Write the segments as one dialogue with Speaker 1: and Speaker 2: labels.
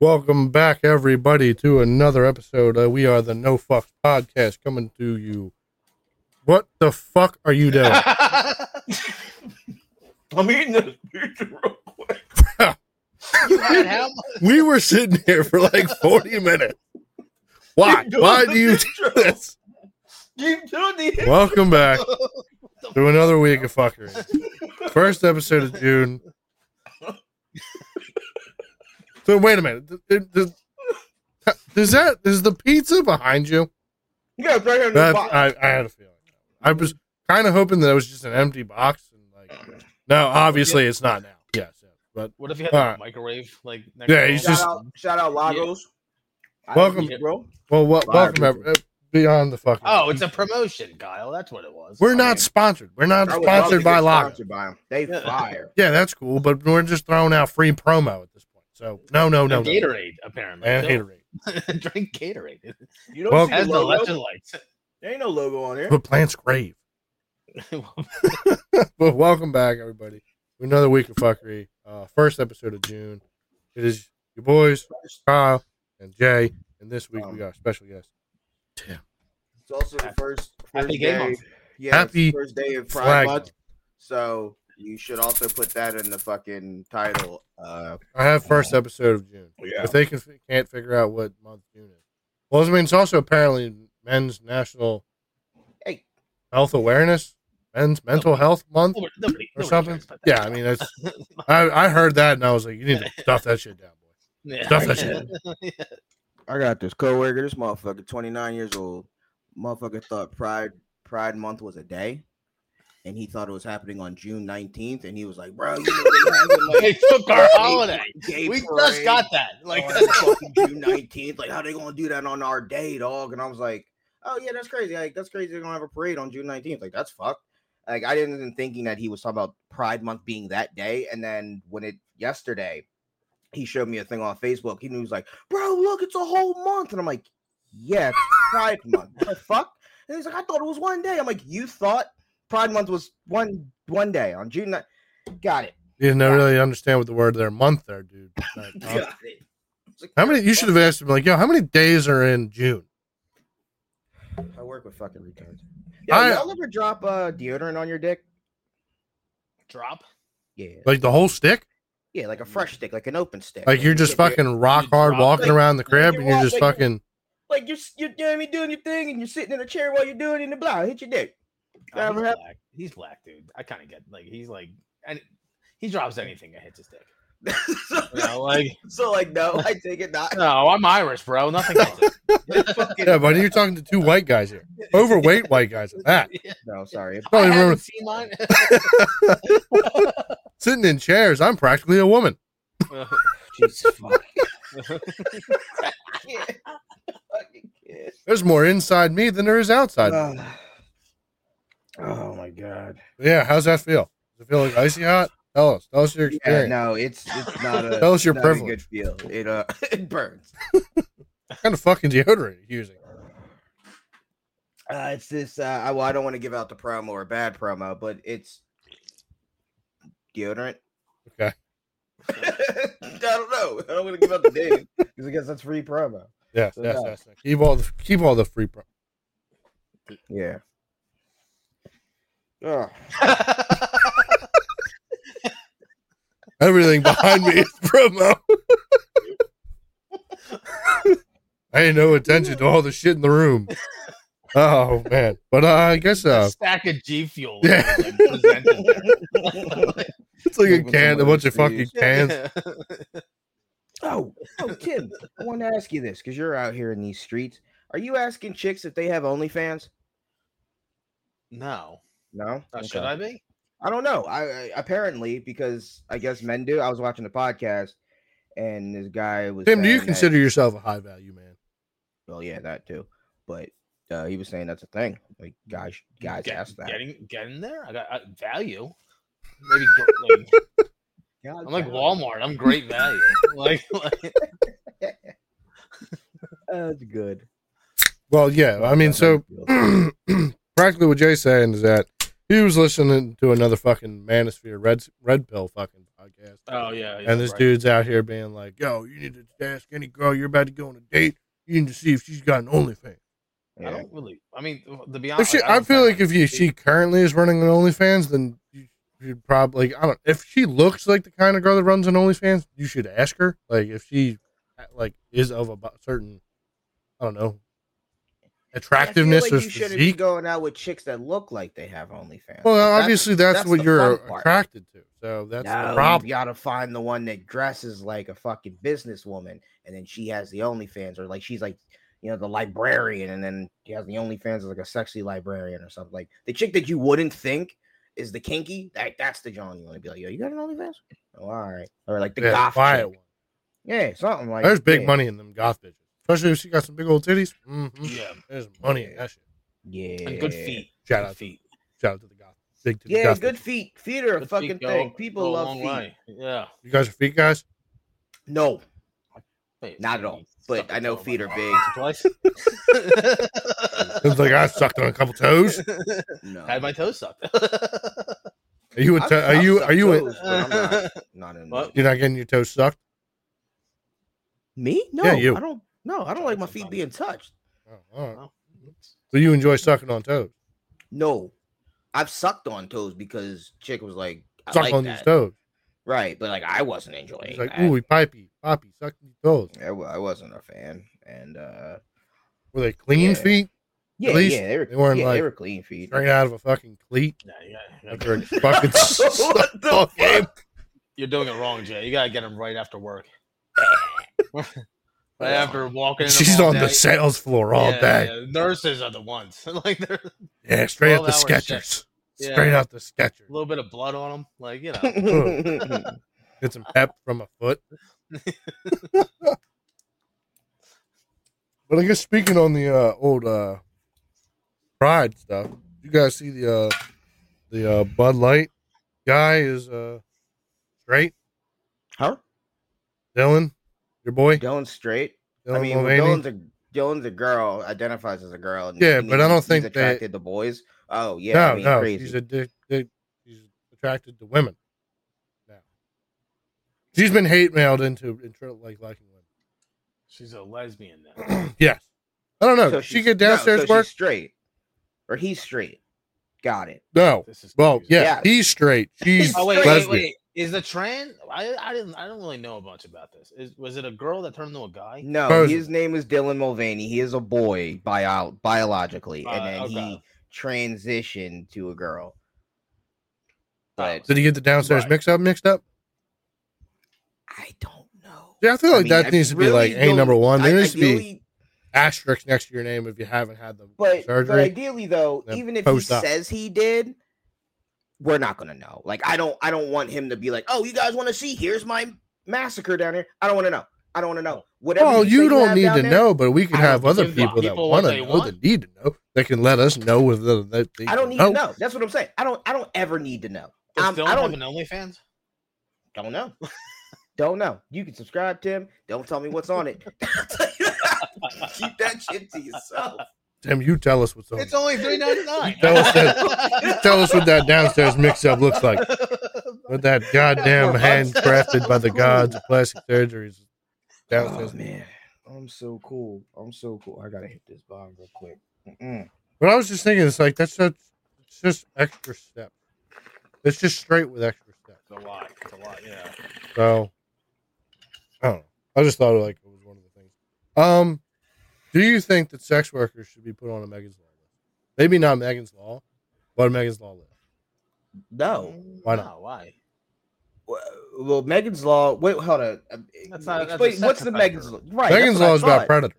Speaker 1: Welcome back, everybody, to another episode. Uh, we are the No Fucks Podcast coming to you. What the fuck are you doing?
Speaker 2: I'm eating this pizza real quick.
Speaker 3: You had how much?
Speaker 1: we were sitting here for like 40 minutes. Why?
Speaker 2: Keep doing
Speaker 1: Why
Speaker 2: the
Speaker 1: do you do
Speaker 2: intro.
Speaker 1: this?
Speaker 2: Keep doing the
Speaker 1: Welcome back to another week of fuckery. First episode of June. So, wait a minute. Th- th- th- Does that, is the pizza behind you?
Speaker 2: Yeah, it's right here in the
Speaker 1: That
Speaker 2: box.
Speaker 1: I, I had a feeling. I was kind of hoping that it was just an empty box, and like, no, obviously it's not now. Yes, yes. but
Speaker 3: What if you had
Speaker 1: All
Speaker 3: like, a
Speaker 1: right.
Speaker 3: microwave? Like next
Speaker 1: Yeah,
Speaker 3: to
Speaker 1: he's
Speaker 3: all-
Speaker 1: just-
Speaker 4: shout out, shout out Lagos. I
Speaker 1: Welcome.
Speaker 4: agree, bro.
Speaker 1: well, wel-
Speaker 4: Fire
Speaker 1: welcome ever, beyond the fucking.
Speaker 3: Oh, it's a promotion, Kyle. That's what it was.
Speaker 1: we're
Speaker 3: I
Speaker 1: not
Speaker 3: mean,
Speaker 1: sponsored. We're not
Speaker 4: I would love to
Speaker 1: sponsored
Speaker 4: get
Speaker 1: by Lager.
Speaker 4: Sponsored by 'em. They
Speaker 3: Yeah.
Speaker 4: fire.
Speaker 1: Yeah, that's cool, but we're just throwing out free promo at this point. So no, no, no,
Speaker 3: no,
Speaker 1: no.
Speaker 3: Gatorade apparently.
Speaker 1: and
Speaker 3: Still.
Speaker 1: Gatorade.
Speaker 3: Drink Gatorade.
Speaker 4: You don't
Speaker 1: Well-
Speaker 4: see
Speaker 3: As
Speaker 4: the
Speaker 3: the
Speaker 4: logo.
Speaker 3: electrolytes.
Speaker 4: There ain't no logo on there.
Speaker 1: But plants crave. well, welcome back, everybody. to Another week of fuckery. Uh, first episode of June. It is your boys, Kyle and Jay, and this week we got a special guest.
Speaker 4: It's also the first, first
Speaker 3: Happy
Speaker 4: day.
Speaker 3: game month.
Speaker 4: Yeah, it's the
Speaker 1: Happy
Speaker 4: first day of Pride
Speaker 1: Flag.
Speaker 4: Month. So you should also put that in the fucking title. Uh,
Speaker 1: I have first episode of June.
Speaker 4: yeah.
Speaker 1: If they can, can't figure out what month June is. Well, I mean, it's also apparently Men's National
Speaker 4: Hey.
Speaker 1: Health Awareness, Men's Mental Health Month
Speaker 3: Nobody- nobody-
Speaker 1: or
Speaker 3: nobody
Speaker 1: something.
Speaker 3: cares about that.
Speaker 1: Yeah, I mean, it's, I, I heard that and I was like, you need to stuff that shit down, boy.
Speaker 3: Yeah.
Speaker 1: Stuff that shit.
Speaker 4: I got this coworker. This motherfucker, 29 years old. Motherfucker thought Pride Pride Month was a day. And he thought it was happening on June 19th. And he was like, bro, you know, they having, like,
Speaker 3: they took our holiday.
Speaker 4: gay
Speaker 3: We just
Speaker 4: parade.
Speaker 3: got that. Like,
Speaker 4: like that's fucking June nineteenth. Like, how they gonna do that on our day, dog? And I was like, oh yeah, that's crazy. Like, that's crazy. They're gonna have a parade on June nineteenth. Like, that's fucked. Like, I didn't even thinking that he was talking about Pride Month being that day. And then when it yesterday, he showed me a thing on Facebook. He was like, bro, look, it's a whole month. And I'm like, yeah, it's Pride Month. What the fuck? And he's like, I thought it was one day. I'm like, you thought Pride Month was one one day on June. 9th. Got it.
Speaker 1: You didn't really understand what the word there, month there, dude. uh,
Speaker 4: Got it. It's like,
Speaker 1: How many, you should have asked him, like, yo, how many days are in June?
Speaker 4: I work with fucking retards.
Speaker 1: Yo, I-
Speaker 4: y'all ever drop uh, deodorant on your dick?
Speaker 3: drop.
Speaker 4: Yeah,
Speaker 1: Like the whole stick?
Speaker 4: yeah, like a fresh stick, like an open stick.
Speaker 1: Like you're just
Speaker 4: Yeah, yeah.
Speaker 1: fucking rock hard
Speaker 3: drop
Speaker 1: walking
Speaker 4: it.
Speaker 1: around the crib
Speaker 4: You
Speaker 1: and you're
Speaker 4: walk
Speaker 1: just
Speaker 4: like-
Speaker 1: fucking,
Speaker 4: like you're, s- you're you know what I mean, doing your thing, and you're sitting in a chair while you're doing it, and blah, hit your dick.
Speaker 3: Oh,
Speaker 4: Ever
Speaker 3: he's,
Speaker 4: happened?
Speaker 3: black. he's black, dude. I kind of get like he's like, and he drops anything that hits his dick.
Speaker 4: so,
Speaker 3: You know, like,
Speaker 4: so, like, no, I take it not.
Speaker 3: no, I'm Irish, bro. Nothing. Hits it.
Speaker 4: Fucking-
Speaker 1: yeah, buddy, you're talking to two white guys here. Overweight white guys at that.
Speaker 4: No, sorry.
Speaker 1: Oh,
Speaker 3: I
Speaker 1: you
Speaker 3: haven't
Speaker 1: remember-
Speaker 3: seen mine.
Speaker 1: Sitting in chairs, I'm practically a woman.
Speaker 4: Jesus fuck. Fucking kid.
Speaker 1: There's more inside me than there is outside. me.
Speaker 4: Ugh. Oh my god.
Speaker 1: yeah, how's that feel? Does it feel like icy hot? Tell us. Tell us your
Speaker 4: Yeah,
Speaker 1: experience.
Speaker 4: no, it's it's not a
Speaker 1: Tell us your
Speaker 4: not a
Speaker 1: privilege.
Speaker 4: good feel. It uh it burns.
Speaker 1: What kind of fucking deodorant are you using?
Speaker 4: Uh, it's this. Uh, I, well, I don't want to give out the promo or bad promo, but it's deodorant.
Speaker 1: Okay.
Speaker 4: I don't know. I don't want to give out the name because I guess that's free promo.
Speaker 1: Yes,
Speaker 4: So
Speaker 1: yes,
Speaker 4: no.
Speaker 1: yes, yes. Keep all the keep all the free pro.
Speaker 4: Yeah. Oh,
Speaker 1: Everything behind me is promo. I ain't no attention to all the shit in the room. Oh man. But uh, I guess
Speaker 3: a
Speaker 1: uh
Speaker 3: stack of G Fuel.
Speaker 1: Yeah.
Speaker 3: was, like, presented there.
Speaker 1: it's like a
Speaker 4: Moving
Speaker 1: can a
Speaker 4: somewhere
Speaker 1: bunch of
Speaker 4: for you.
Speaker 1: fucking cans.
Speaker 4: oh, oh, Tim. I want to ask you this because you're out here in these streets. Are you asking chicks if they have OnlyFans?
Speaker 3: No.
Speaker 4: No.
Speaker 3: Uh, Should I be?
Speaker 4: I don't know. I, I apparently because I guess men do. I was watching the podcast, and this guy was.
Speaker 1: Tim, do you
Speaker 4: saying that-
Speaker 1: consider yourself a high value man?
Speaker 4: Well, yeah, that too. But uh, he was saying that's a thing. Like guys, guys
Speaker 3: Get-
Speaker 4: ask that.
Speaker 3: Getting getting there. I got I, value. Maybe gr- like, I'm like Walmart. I'm great value. Like, like
Speaker 4: That's good.
Speaker 1: Well, yeah. I mean, so practically what Jay's saying is that he was listening to another fucking Manosphere Red Red Pill fucking podcast, podcast.
Speaker 3: Oh yeah. yeah,
Speaker 1: and this
Speaker 3: right.
Speaker 1: dude's out here being like, "Yo, you need to ask any girl you're about to go on a date. You need to see if she's got an OnlyFans."
Speaker 3: I
Speaker 4: Yeah.
Speaker 3: don't really. I mean, to be
Speaker 1: If
Speaker 3: honest,
Speaker 1: she, I
Speaker 3: don't
Speaker 1: feel
Speaker 3: find
Speaker 1: like if you, she currently is running an OnlyFans, then you should probably. I don't. If she looks like the kind of girl that runs an OnlyFans, you should ask her. Like if she, like, is of a bu- certain, I don't know, attractiveness
Speaker 4: I feel like
Speaker 1: or
Speaker 4: you shouldn't be
Speaker 1: physique.
Speaker 4: going out with chicks that look like they have OnlyFans.
Speaker 1: Well,
Speaker 4: Like, that's-
Speaker 1: obviously that's,
Speaker 4: that's
Speaker 1: what
Speaker 4: the
Speaker 1: you're
Speaker 4: fun part.
Speaker 1: attracted to. So that's
Speaker 4: No,
Speaker 1: the problem.
Speaker 4: You gotta find the one that dresses like a fucking businesswoman, and then she has the OnlyFans, or like she's like, you know, the librarian, and then she has the OnlyFans as like a sexy librarian or something. Like the chick that you wouldn't think is the kinky. That that's the John you want to be like, yo, you got an OnlyFans? Oh, all right, or like the
Speaker 1: Yeah,
Speaker 4: goth.
Speaker 1: buy
Speaker 4: chick.
Speaker 1: it one.
Speaker 4: Yeah, something like.
Speaker 1: There's big
Speaker 4: yeah,
Speaker 1: money in them goth bitches, especially if she got some big old titties. hmm
Speaker 3: Yeah,
Speaker 1: There's money in that shit.
Speaker 4: Yeah,
Speaker 3: and good feet.
Speaker 1: Shout
Speaker 3: Good
Speaker 1: out,
Speaker 3: feet.
Speaker 1: shout out to the goth, big to the
Speaker 4: Yeah,
Speaker 1: goth
Speaker 4: good
Speaker 1: bitches.
Speaker 4: feet. Feet are a
Speaker 3: Good feet
Speaker 4: fucking
Speaker 3: go-
Speaker 4: thing. People
Speaker 3: go a
Speaker 4: love
Speaker 3: long
Speaker 4: feet.
Speaker 3: way. Yeah.
Speaker 1: You guys are feet guys.
Speaker 4: No,
Speaker 3: Wait,
Speaker 4: Not at all, but
Speaker 3: suck
Speaker 4: I know
Speaker 3: it
Speaker 4: feet
Speaker 3: all
Speaker 4: are
Speaker 3: my Twice.
Speaker 1: It's like I sucked on a couple toes.
Speaker 4: no.
Speaker 3: Had my toes sucked.
Speaker 4: Uh,
Speaker 1: Are you? A
Speaker 4: I've
Speaker 1: to- are
Speaker 4: sucked
Speaker 1: you?
Speaker 4: some
Speaker 1: Are you? A-
Speaker 4: toes, but I'm not, not in
Speaker 3: What?
Speaker 1: you're not getting your toes sucked.
Speaker 4: Me? No,
Speaker 1: Yeah, you.
Speaker 4: I don't. No, I don't like my feet being touched.
Speaker 1: Oh, all right.
Speaker 3: Oh.
Speaker 1: So you enjoy sucking on toes?
Speaker 4: No, I've sucked on toes because chick was like, I
Speaker 1: Suck
Speaker 4: like
Speaker 1: on
Speaker 4: that.
Speaker 1: these toes.
Speaker 4: right? But like, I wasn't enjoying.
Speaker 1: It's like,
Speaker 4: that.
Speaker 1: ooh, he pipey, poppy, suck these toes.
Speaker 4: I, wa- I wasn't a fan, and uh,
Speaker 1: Were they clean
Speaker 4: Yeah.
Speaker 1: feet?
Speaker 4: yeah,
Speaker 1: least
Speaker 4: yeah, they were,
Speaker 1: they weren't,
Speaker 4: yeah,
Speaker 1: like,
Speaker 4: they were clean feet.
Speaker 1: Straight out of a fucking cleat?
Speaker 3: Yeah, you gotta-
Speaker 1: Like they're a fucking suck
Speaker 2: the
Speaker 1: ball game?
Speaker 3: You're doing it wrong, Jay. You gotta get them right after work. right after walking. in 'em
Speaker 1: She's
Speaker 3: all
Speaker 1: on the
Speaker 3: day.
Speaker 1: sales floor all
Speaker 3: Yeah,
Speaker 1: day.
Speaker 3: yeah. Nurses are the ones. like they're a
Speaker 1: Yeah, straight out the
Speaker 3: 12-hour
Speaker 1: Skechers.
Speaker 3: Yeah.
Speaker 1: Straight out the Skechers.
Speaker 3: little bit of blood on them. Like you know.
Speaker 1: Get some pep from a foot. but I guess speaking on the uh, old uh, pride stuff, you guys see the uh, the uh, Bud Light guy is uh, straight.
Speaker 4: huh?
Speaker 1: Dylan, your boy. Dylan
Speaker 4: Dylan's straight. I mean,
Speaker 1: Mulvaney.
Speaker 4: Dylan's a Dylan's a girl, identifies as a girl. And
Speaker 1: Yeah,
Speaker 4: he-
Speaker 1: but I don't
Speaker 4: he's
Speaker 1: think that-
Speaker 4: attracted to boys. Oh yeah, I
Speaker 1: no,
Speaker 4: mean,
Speaker 1: no,
Speaker 4: crazy.
Speaker 1: she's a dick, dick, she's attracted to women. Now, she's been hate mailed into, into like liking
Speaker 3: She's a lesbian now.
Speaker 1: women. yes, I don't know.
Speaker 4: So
Speaker 1: Did she
Speaker 4: she's-
Speaker 1: get
Speaker 4: no,
Speaker 1: downstairs
Speaker 4: so she's
Speaker 1: work?
Speaker 4: straight, or he's straight. Got it.
Speaker 1: No.
Speaker 3: This is
Speaker 1: Well,
Speaker 3: crazy.
Speaker 1: yeah,
Speaker 4: Yeah.
Speaker 1: he's straight. She's
Speaker 3: Oh wait, wait,
Speaker 1: lesbian.
Speaker 3: wait. Is the trans? I, I didn't. I don't really know a bunch about this. Is was it a girl that turned into a guy?
Speaker 4: No,
Speaker 1: Supposedly.
Speaker 4: his name is Dylan Mulvaney. He is a boy bio- biologically, and
Speaker 3: Uh,
Speaker 4: then he
Speaker 3: okay.
Speaker 4: transitioned to a girl.
Speaker 3: Oh,
Speaker 4: But
Speaker 1: Did he get the downstairs
Speaker 3: Right.
Speaker 1: mix up mixed up?
Speaker 4: I don't know.
Speaker 1: Yeah, I feel
Speaker 4: I
Speaker 1: like
Speaker 4: mean,
Speaker 1: that
Speaker 4: I
Speaker 1: needs to be
Speaker 4: really
Speaker 1: like a
Speaker 4: don't-
Speaker 1: number one. There
Speaker 4: I-
Speaker 1: needs to be
Speaker 4: ideally-
Speaker 1: asterisks next to your name if you haven't had the
Speaker 4: but, but
Speaker 1: surgery.
Speaker 4: ideally, though,
Speaker 1: then
Speaker 4: even if he
Speaker 1: post-op.
Speaker 4: says he did, we're not gonna know. Like, I don't, I don't want him to be like, "Oh, you guys want to see? Here's my massacre down here." I don't want to know. I don't want to know. Whatever.
Speaker 1: Well,
Speaker 4: say
Speaker 1: you don't
Speaker 4: have
Speaker 1: need
Speaker 4: down
Speaker 1: to
Speaker 4: there,
Speaker 1: know, but we could
Speaker 3: I
Speaker 1: have
Speaker 3: don't
Speaker 1: other
Speaker 3: give a
Speaker 1: people that
Speaker 3: people
Speaker 1: want
Speaker 3: what
Speaker 1: to
Speaker 3: they
Speaker 1: know, that
Speaker 3: want.
Speaker 1: need to know. They can let us know whether the, that they
Speaker 4: I don't need
Speaker 1: know.
Speaker 4: to know. That's what I'm saying. I don't. I don't ever need to know.
Speaker 3: Does
Speaker 4: Um,
Speaker 3: Dylan
Speaker 4: I don't
Speaker 3: have an OnlyFans?
Speaker 4: Don't know. Don't know. You can subscribe to him. Don't tell me what's on it. Keep that shit to yourself.
Speaker 1: Tim, you tell us what's on.
Speaker 3: It's only three ninety nine.
Speaker 1: Tell us that- tell us what that downstairs mix up looks like. With that goddamn
Speaker 3: Well,
Speaker 1: handcrafted by the gods of plastic surgeries. Downstairs.
Speaker 4: Oh man, I'm so cool. I'm so cool. I gotta hit this bomb real quick. Mm-mm.
Speaker 1: But I was just thinking, it's like that's such, it's just extra step. It's just straight with extra step.
Speaker 3: It's a lot. It's a lot. Yeah.
Speaker 1: So I don't know. I just thought like it was one of the things. Um, do you think that sex workers should be put on a Megan's Law list? Maybe not Megan's Law, but a Megan's Law list.
Speaker 4: No.
Speaker 1: why not?
Speaker 3: No, why?
Speaker 4: Well, well, Megan's Law. Wait, hold on. Uh,
Speaker 3: That's not- that's a
Speaker 4: explain-
Speaker 3: sex
Speaker 4: what's the
Speaker 3: offender.
Speaker 4: Megan's Law? Right.
Speaker 1: Megan's Law is about predator.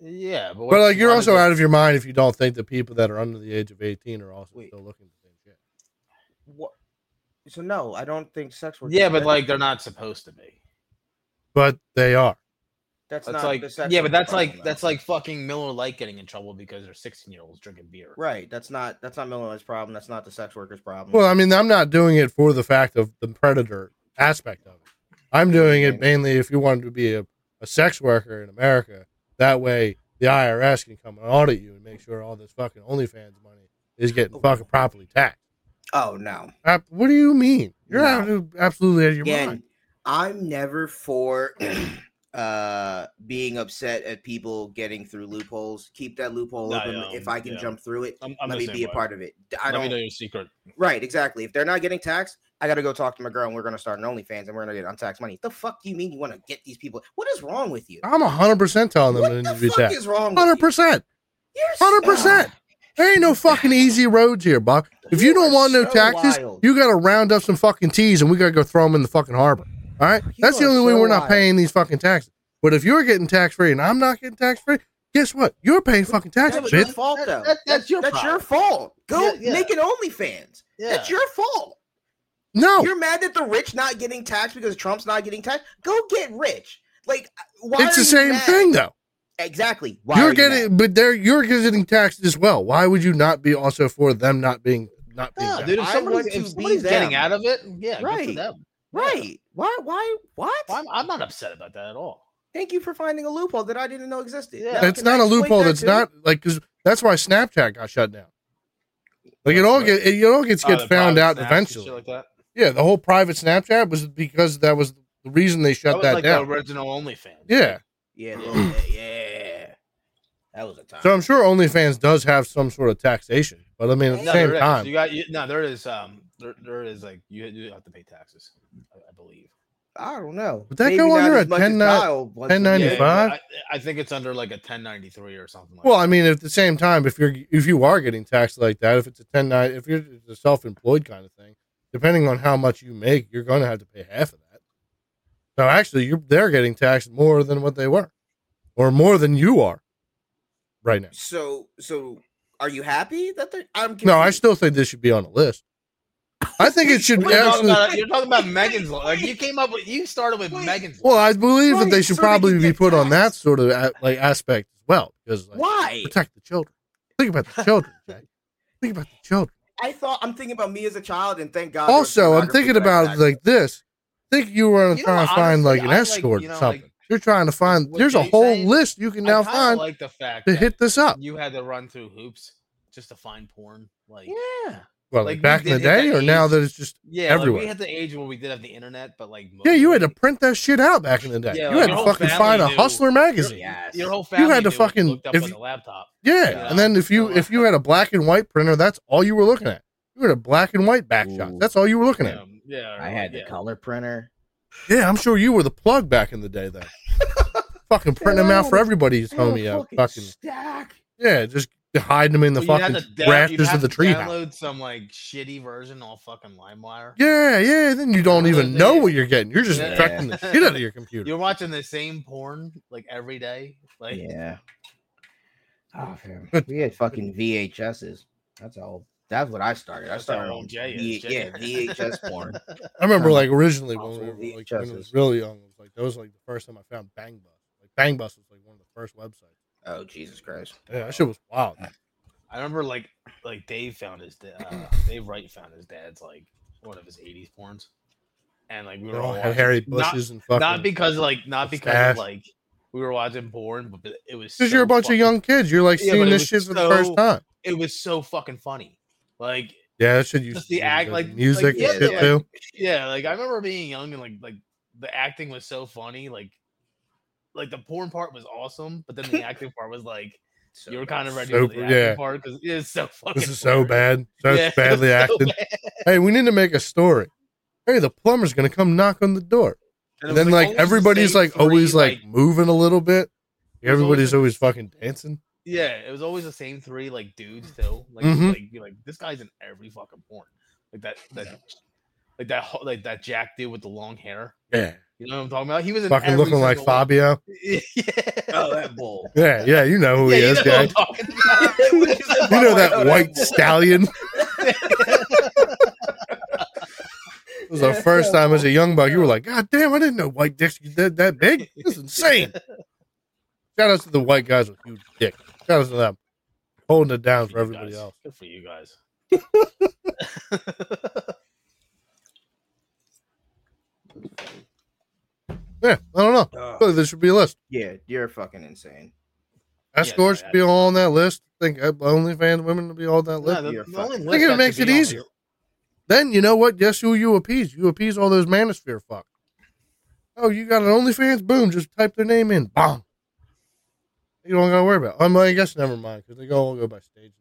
Speaker 3: Yeah, but,
Speaker 1: But
Speaker 3: what's-
Speaker 1: like you're
Speaker 3: why does
Speaker 1: also
Speaker 3: it-
Speaker 1: out of your mind if you don't think that people that are under the age of 18 are also
Speaker 4: Wait.
Speaker 1: still looking for same shit.
Speaker 4: What? So no, I don't think sex work. is
Speaker 3: Yeah, but
Speaker 4: predator.
Speaker 3: like they're not supposed to be.
Speaker 1: But they are.
Speaker 4: that's,
Speaker 3: That's
Speaker 4: not
Speaker 3: like
Speaker 4: the sex
Speaker 3: yeah, but
Speaker 4: work
Speaker 3: that's
Speaker 4: problem,
Speaker 3: like
Speaker 4: though.
Speaker 3: that's like fucking Miller Lite getting in trouble because they're sixteen year olds drinking beer.
Speaker 4: right. That's not that's not Miller Lite's problem. That's not the sex worker's problem.
Speaker 1: Well, I mean, I'm not doing it for the fact of the predator aspect of it. I'm doing it mainly if you wanted to be a, a sex worker in America. That way, the IRS can come and audit you and make sure all this fucking OnlyFans money is getting fucking properly taxed.
Speaker 4: Oh no.
Speaker 1: Uh, what do you mean? You're
Speaker 4: No.
Speaker 1: abso- absolutely out of your
Speaker 4: Again,
Speaker 1: mind.
Speaker 4: I'm never for uh being upset at people getting through loopholes. Keep that loophole
Speaker 3: Nah,
Speaker 4: open.
Speaker 3: yeah,
Speaker 4: if I can
Speaker 3: yeah.
Speaker 4: jump through it,
Speaker 3: I'm, I'm
Speaker 4: let
Speaker 3: the
Speaker 4: me
Speaker 3: same
Speaker 4: be a
Speaker 3: way.
Speaker 4: part of it. D- I
Speaker 3: Let me
Speaker 4: don't
Speaker 3: know your secret.
Speaker 4: right, exactly. If they're not getting taxed, I gotta go talk to my girl and we're gonna start an OnlyFans and we're gonna get untaxed money. The fuck do you mean you wanna get these people? What is wrong with you?
Speaker 1: I'm hundred percent telling them
Speaker 4: What
Speaker 1: they need
Speaker 4: the
Speaker 1: to be
Speaker 4: fuck
Speaker 1: taxed.
Speaker 4: is wrong with
Speaker 1: Hundred
Speaker 4: you?
Speaker 1: percent.
Speaker 4: You're s-
Speaker 1: Hundred percent. There ain't no fucking easy roads here, Buck. If you,
Speaker 4: You
Speaker 1: don't
Speaker 4: are
Speaker 1: want no
Speaker 4: so
Speaker 1: taxes,
Speaker 4: wild.
Speaker 1: you got to round up some fucking T's and we got to go throw them in the fucking harbor. All right,
Speaker 4: You
Speaker 1: that's the
Speaker 4: are
Speaker 1: only way
Speaker 4: so
Speaker 1: we're not
Speaker 4: wild.
Speaker 1: paying these fucking taxes. But if you're getting tax free and I'm not getting tax free, guess what? You're paying fucking
Speaker 4: That's
Speaker 1: taxes,
Speaker 4: not your
Speaker 1: bitch.
Speaker 4: fault though.
Speaker 3: that- that's your
Speaker 4: that's your
Speaker 3: problem.
Speaker 4: fault. Go
Speaker 3: Yeah, yeah.
Speaker 4: make an OnlyFans.
Speaker 3: Yeah.
Speaker 4: That's your fault.
Speaker 1: No,
Speaker 4: You're mad that the rich not getting taxed because Trump's not getting taxed. Go get rich. Like why?
Speaker 1: it's
Speaker 4: are
Speaker 1: the
Speaker 4: you
Speaker 1: same
Speaker 4: mad?
Speaker 1: thing though.
Speaker 4: Exactly. Why
Speaker 1: you're
Speaker 4: are you
Speaker 1: getting,
Speaker 4: mad?
Speaker 1: but they're you're getting taxed as well. Why would you not be also for them not being not being?
Speaker 3: Yeah,
Speaker 1: taxed?
Speaker 3: dude. If
Speaker 4: I
Speaker 3: somebody's,
Speaker 4: want to
Speaker 3: if
Speaker 4: be
Speaker 3: somebody's getting
Speaker 4: them.
Speaker 3: out of it, yeah, good for
Speaker 4: Right.
Speaker 3: them.
Speaker 4: right. Why? Why? What?
Speaker 3: I'm, I'm not upset about that at all.
Speaker 4: Thank you for finding a loophole that I didn't know existed.
Speaker 3: Yeah.
Speaker 4: Now,
Speaker 1: That's
Speaker 4: can
Speaker 1: not
Speaker 4: I
Speaker 1: a
Speaker 4: exploit
Speaker 1: loophole.
Speaker 4: that
Speaker 1: That's
Speaker 4: too?
Speaker 1: not like because that's why Snapchat got shut down. Like it all
Speaker 3: Right.
Speaker 1: get it, all gets
Speaker 3: Oh,
Speaker 1: gets
Speaker 3: the
Speaker 1: found
Speaker 3: private
Speaker 1: out
Speaker 3: snaps and
Speaker 1: eventually.
Speaker 3: shit Like that.
Speaker 1: yeah, the whole private Snapchat was because that was the reason they
Speaker 3: That
Speaker 1: shut
Speaker 3: was
Speaker 1: that,
Speaker 3: like
Speaker 1: down.
Speaker 3: the original OnlyFans.
Speaker 1: yeah,
Speaker 4: Yeah. little bit, yeah. That was a
Speaker 3: Uh,
Speaker 4: time.
Speaker 1: so I'm sure OnlyFans does have some sort of taxation, but I mean at the
Speaker 3: No,
Speaker 1: same
Speaker 3: there is.
Speaker 1: time,
Speaker 3: you got you, no. There is um, there, there is like you, you have to pay taxes, I, I believe.
Speaker 4: I don't know.
Speaker 1: Would that go under a 10 ni-
Speaker 3: Yeah,
Speaker 1: 10.95?
Speaker 3: I, I think it's under like a 1093 or something. Like
Speaker 1: well,
Speaker 3: that.
Speaker 1: I mean at the same time, if you're if you are getting taxed like that, if it's a ten nine, if you're it's a self employed kind of thing, depending on how much you make, you're going to have to pay half of that. So actually, you're they're getting taxed more than what they were, or more than you are, right now.
Speaker 4: So, so are you happy that they're? I'm
Speaker 1: No, I
Speaker 4: confused.
Speaker 1: still think this should be on a list. I think it should
Speaker 3: You're
Speaker 1: be
Speaker 3: talking,
Speaker 1: absolutely.
Speaker 3: about, you're talking about Megan's law. Like you came up with, you started with
Speaker 4: Wait.
Speaker 3: Megan's law.
Speaker 1: Well, I believe that they
Speaker 4: Right,
Speaker 1: should
Speaker 4: so they
Speaker 1: probably
Speaker 4: can
Speaker 1: be
Speaker 4: get
Speaker 1: put on that
Speaker 4: taxed.
Speaker 1: sort of a- like aspect as well, because like,
Speaker 4: Why?
Speaker 1: protect the children. Think about the children, Jack. Think about the children.
Speaker 4: I thought I'm thinking about me as a child, and thank God. there was
Speaker 1: Also, I'm
Speaker 4: pornography
Speaker 1: thinking
Speaker 4: that I
Speaker 1: about it
Speaker 4: had.
Speaker 1: like this. Think you were
Speaker 3: You know,
Speaker 1: trying to
Speaker 3: honestly,
Speaker 1: find like an
Speaker 3: I like,
Speaker 1: escort
Speaker 3: you
Speaker 1: or
Speaker 3: know,
Speaker 1: something.
Speaker 3: like,
Speaker 1: you're trying to find.
Speaker 3: what
Speaker 1: There's a
Speaker 3: Jay's
Speaker 1: whole
Speaker 3: saying,
Speaker 1: list you can
Speaker 3: I
Speaker 1: now
Speaker 3: kinda
Speaker 1: find
Speaker 3: like the fact
Speaker 1: to
Speaker 3: that
Speaker 1: hit this up.
Speaker 3: you had to run through hoops just to find porn. Like
Speaker 4: yeah.
Speaker 1: Well,
Speaker 3: like
Speaker 1: like
Speaker 3: we
Speaker 1: back in the
Speaker 3: did at
Speaker 1: day,
Speaker 3: that
Speaker 1: or now
Speaker 3: age.
Speaker 1: that it's just
Speaker 3: yeah, like,
Speaker 1: Everywhere.
Speaker 3: we had the age where we did have the internet, but like
Speaker 1: yeah, you had to
Speaker 3: mostly-
Speaker 1: print that shit out back in the day.
Speaker 3: Yeah,
Speaker 1: you had
Speaker 3: like, your
Speaker 1: to
Speaker 3: whole
Speaker 1: fucking find a
Speaker 3: family knew.
Speaker 1: Hustler magazine.
Speaker 4: Yes.
Speaker 3: your whole family
Speaker 1: You had to
Speaker 3: knew what
Speaker 1: fucking-
Speaker 3: looked up
Speaker 1: if
Speaker 3: on
Speaker 1: you-
Speaker 3: the laptop.
Speaker 1: Yeah,
Speaker 3: Yeah.
Speaker 1: and then if you
Speaker 3: Yeah.
Speaker 1: if you had a black and white printer, that's all you were looking at. You had a black and white back shot.
Speaker 4: Ooh.
Speaker 1: That's all you were looking at.
Speaker 3: Um, yeah,
Speaker 4: I had
Speaker 3: yeah.
Speaker 4: the color printer.
Speaker 1: Yeah, I'm sure you were the plug back in the day, though. fucking printing them out for everybody's
Speaker 4: I had a
Speaker 1: homie. Out.
Speaker 4: Oh, fucking
Speaker 1: Fucking
Speaker 4: stack.
Speaker 1: yeah, just hiding them in the
Speaker 3: Well, you'd have
Speaker 1: fucking
Speaker 3: to down- you'd
Speaker 1: rafters
Speaker 3: have
Speaker 1: of the
Speaker 3: to
Speaker 1: treehouse.
Speaker 3: Download some like shitty version on fucking LimeWire.
Speaker 1: Yeah, yeah. Then you don't
Speaker 3: Yeah,
Speaker 1: even
Speaker 3: they-
Speaker 1: know what you're getting. You're just
Speaker 3: Yeah.
Speaker 1: infecting the shit out of your computer.
Speaker 3: You're watching the same porn like every day. Like
Speaker 4: Yeah. Oh, man. we had fucking VHSs. That's all. That's what I started. I
Speaker 3: That's
Speaker 4: started
Speaker 3: how old
Speaker 4: on
Speaker 3: Jay is,
Speaker 4: V-
Speaker 3: Jay.
Speaker 4: yeah VHS porn.
Speaker 1: I remember
Speaker 4: Um,
Speaker 1: like originally when
Speaker 4: awful
Speaker 1: we were like when I was
Speaker 4: VHSs.
Speaker 1: really young, it was like that was like the first time I found Bang Bus. Like Bang Bus was like one of the first websites.
Speaker 4: Oh Jesus Christ!
Speaker 1: Yeah, that shit was wild.
Speaker 3: I remember like like Dave found his da- uh, Dave Wright found his dad's like one of his '80s porns, and like we
Speaker 1: They
Speaker 3: were
Speaker 1: all
Speaker 3: all
Speaker 1: Oh, had
Speaker 3: watching-
Speaker 1: hairy
Speaker 3: oh, not-
Speaker 1: bushes and fucking.
Speaker 3: not because like not
Speaker 1: the
Speaker 3: because
Speaker 1: staff.
Speaker 3: of, like we were watching porn, but- but it was
Speaker 1: Because
Speaker 3: so
Speaker 1: you're a bunch
Speaker 3: fucking-
Speaker 1: of young kids. You're like
Speaker 3: Yeah,
Speaker 1: seeing
Speaker 3: but it
Speaker 1: this
Speaker 3: was
Speaker 1: shit for the
Speaker 3: so-
Speaker 1: first time.
Speaker 3: It was so fucking funny. Like
Speaker 1: Yeah, that should use
Speaker 3: just the act, like-
Speaker 1: music
Speaker 3: like,
Speaker 1: and
Speaker 4: yeah,
Speaker 1: shit
Speaker 4: like-
Speaker 1: too.
Speaker 3: yeah, like I remember being young and like like the acting was so funny. Like like the porn part was awesome, but then the acting part was like
Speaker 4: So
Speaker 3: you were kind of ready
Speaker 1: So-
Speaker 3: for the acting
Speaker 1: yeah.
Speaker 3: part because it's so fucking.
Speaker 1: This is so
Speaker 3: boring.
Speaker 1: bad. So
Speaker 3: Yeah, it
Speaker 1: badly
Speaker 3: was so
Speaker 1: acted.
Speaker 3: bad.
Speaker 1: Hey, we need to make a story. Hey, the plumber's gonna come knock on the door. And
Speaker 3: And it was,
Speaker 1: then like,
Speaker 3: always the
Speaker 1: everybody's
Speaker 3: same
Speaker 1: like always
Speaker 3: three,
Speaker 1: like, moving a little bit.
Speaker 3: It was always
Speaker 1: Everybody's
Speaker 3: the-
Speaker 1: always fucking dancing.
Speaker 3: Yeah, it was always the same three like dudes too. Like
Speaker 1: Mhm.
Speaker 3: like you're like this guy's in every fucking porn. Like that that like that ho- like that Jack dude with the long hair.
Speaker 1: Yeah.
Speaker 3: You know what I'm talking about? He was in
Speaker 1: Fucking
Speaker 3: every
Speaker 1: looking like
Speaker 3: single one.
Speaker 1: Fabio.
Speaker 3: yeah.
Speaker 4: Oh, that bull.
Speaker 1: Yeah, yeah, you know who Oh,
Speaker 3: Yeah,
Speaker 1: he
Speaker 3: you
Speaker 1: is,
Speaker 3: know what I'm
Speaker 1: Jack.
Speaker 3: talking about.
Speaker 1: You know that white stallion. It was the first time as a young buck. You were like, God damn, I didn't know white dicks could that that big. This is insane. Shout out to the white guys with huge dicks. Shout out to them. Holding it down
Speaker 3: Good
Speaker 1: for
Speaker 3: you
Speaker 1: everybody
Speaker 3: guys.
Speaker 1: else.
Speaker 3: Good for you guys.
Speaker 1: Yeah, I don't know. I feel
Speaker 4: Ugh.
Speaker 1: like this should be a list.
Speaker 4: yeah, you're fucking insane.
Speaker 1: Escorts
Speaker 3: Yeah,
Speaker 1: should be all on that list. I think uh, OnlyFans women will be all on that
Speaker 3: No,
Speaker 1: list.
Speaker 3: the,
Speaker 4: you're
Speaker 3: the only
Speaker 4: fucking-
Speaker 3: list
Speaker 1: it
Speaker 3: that should
Speaker 1: makes
Speaker 3: be
Speaker 1: it
Speaker 3: on
Speaker 1: easier.
Speaker 3: the-
Speaker 1: Then you know what? Guess who you appease? You appease all those manosphere fuck. Oh, you got an OnlyFans? Boom! Just type their name in. Bomb. You don't gotta worry about. It. I'm like, I guess never mind because they all go by stage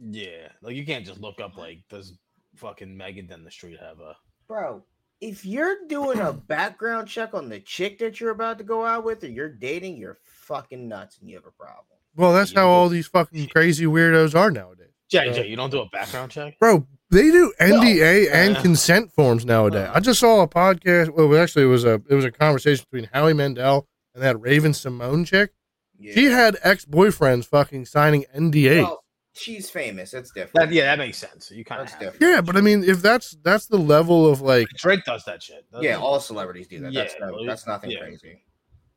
Speaker 1: name.
Speaker 3: Yeah, like you can't just look up like does fucking Megan down the street have a
Speaker 4: bro. If you're doing a background check on the chick that you're about to go out with or you're dating, you're fucking nuts and you have a problem.
Speaker 1: Well, that's
Speaker 3: Yeah,
Speaker 1: how
Speaker 3: but-
Speaker 1: all these fucking crazy weirdos are nowadays.
Speaker 3: Jay,
Speaker 1: Yeah.
Speaker 3: Jay, you don't do a background check?
Speaker 1: Bro, they do NDA and
Speaker 3: Uh,
Speaker 1: consent forms nowadays.
Speaker 3: uh.
Speaker 1: I just saw a podcast. Well, actually, it was a it was a conversation between Howie Mandel and that Raven Simone chick.
Speaker 4: Yeah.
Speaker 1: She had ex boyfriends fucking signing NDA.
Speaker 4: Well, she's famous. That's different.
Speaker 3: That, yeah, that makes sense. You kind
Speaker 4: That's
Speaker 3: of
Speaker 4: different.
Speaker 1: yeah, but I mean, if that's that's the level of like
Speaker 3: Drake does that shit. doesn't
Speaker 4: yeah,
Speaker 3: he?
Speaker 4: all celebrities do that. that's,
Speaker 3: Yeah,
Speaker 4: no-
Speaker 3: like,
Speaker 4: that's nothing
Speaker 3: yeah.
Speaker 4: crazy.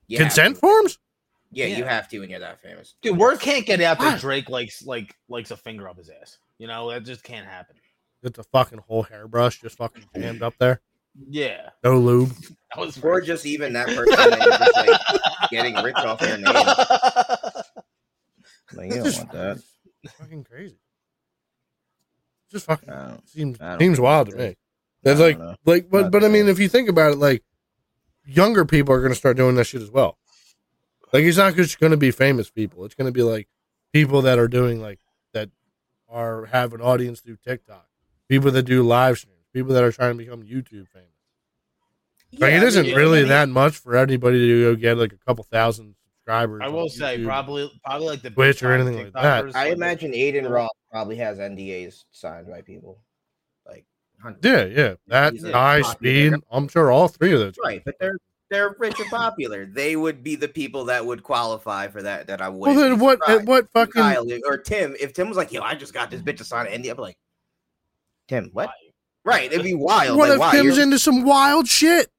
Speaker 4: You have
Speaker 1: consent
Speaker 4: to.
Speaker 1: forms.
Speaker 4: Yeah, you
Speaker 3: Yeah.
Speaker 4: have to when you're that famous.
Speaker 3: Dude, word can't get out
Speaker 1: Why?
Speaker 3: that Drake likes like likes a finger up his ass. You know that just can't happen.
Speaker 1: It's a fucking whole hairbrush just fucking jammed up there.
Speaker 3: Yeah,
Speaker 1: No lube.
Speaker 3: that was
Speaker 4: Or just even that person that you're just, like, getting rich off their name. Like, you don't
Speaker 1: Just-
Speaker 4: want that.
Speaker 1: fucking crazy. Just fucking
Speaker 4: I don't-
Speaker 1: seems
Speaker 4: Uh, I don't
Speaker 1: seems
Speaker 4: think
Speaker 1: wild
Speaker 4: it
Speaker 1: to
Speaker 4: is.
Speaker 1: me. That's
Speaker 4: I
Speaker 1: like
Speaker 4: don't know.
Speaker 1: like but
Speaker 4: Not
Speaker 1: but I mean
Speaker 4: really.
Speaker 1: if you think about it, like younger people are gonna start doing that shit as well. Like it's not just gonna be famous people. It's gonna be like people that are doing like that are have an audience through TikTok, people that do live streams, people that are trying to become YouTube famous.
Speaker 4: Yeah,
Speaker 1: like
Speaker 4: I
Speaker 1: it
Speaker 4: mean,
Speaker 1: isn't
Speaker 4: yeah,
Speaker 1: really
Speaker 4: I mean,
Speaker 1: that much for anybody to go get like a couple thousand subscribers.
Speaker 3: I
Speaker 1: on
Speaker 3: will say
Speaker 1: YouTube.
Speaker 3: probably probably like the big
Speaker 1: Twitch or
Speaker 3: time
Speaker 1: anything like that.
Speaker 3: TikTokers,
Speaker 4: I
Speaker 3: like,
Speaker 4: imagine Aiden Ross probably has NDAs signed by people. Like, hundreds.
Speaker 1: Yeah, yeah. That
Speaker 4: He's a
Speaker 1: high
Speaker 4: popular
Speaker 1: speed. I'm sure all three of those.
Speaker 4: right, but they're they're rich and popular. They would be the people that would qualify for that. That I would.
Speaker 1: Well, then what? At what fucking?
Speaker 4: Kyle or Tim? If Tim was like, "Yo, I just got this bitch to sign an NDA," I'd be like, "Tim, what?" Right? It'd be wild.
Speaker 1: What
Speaker 4: like,
Speaker 1: if
Speaker 4: wow,
Speaker 1: Tim's
Speaker 4: you're-
Speaker 1: into some wild shit?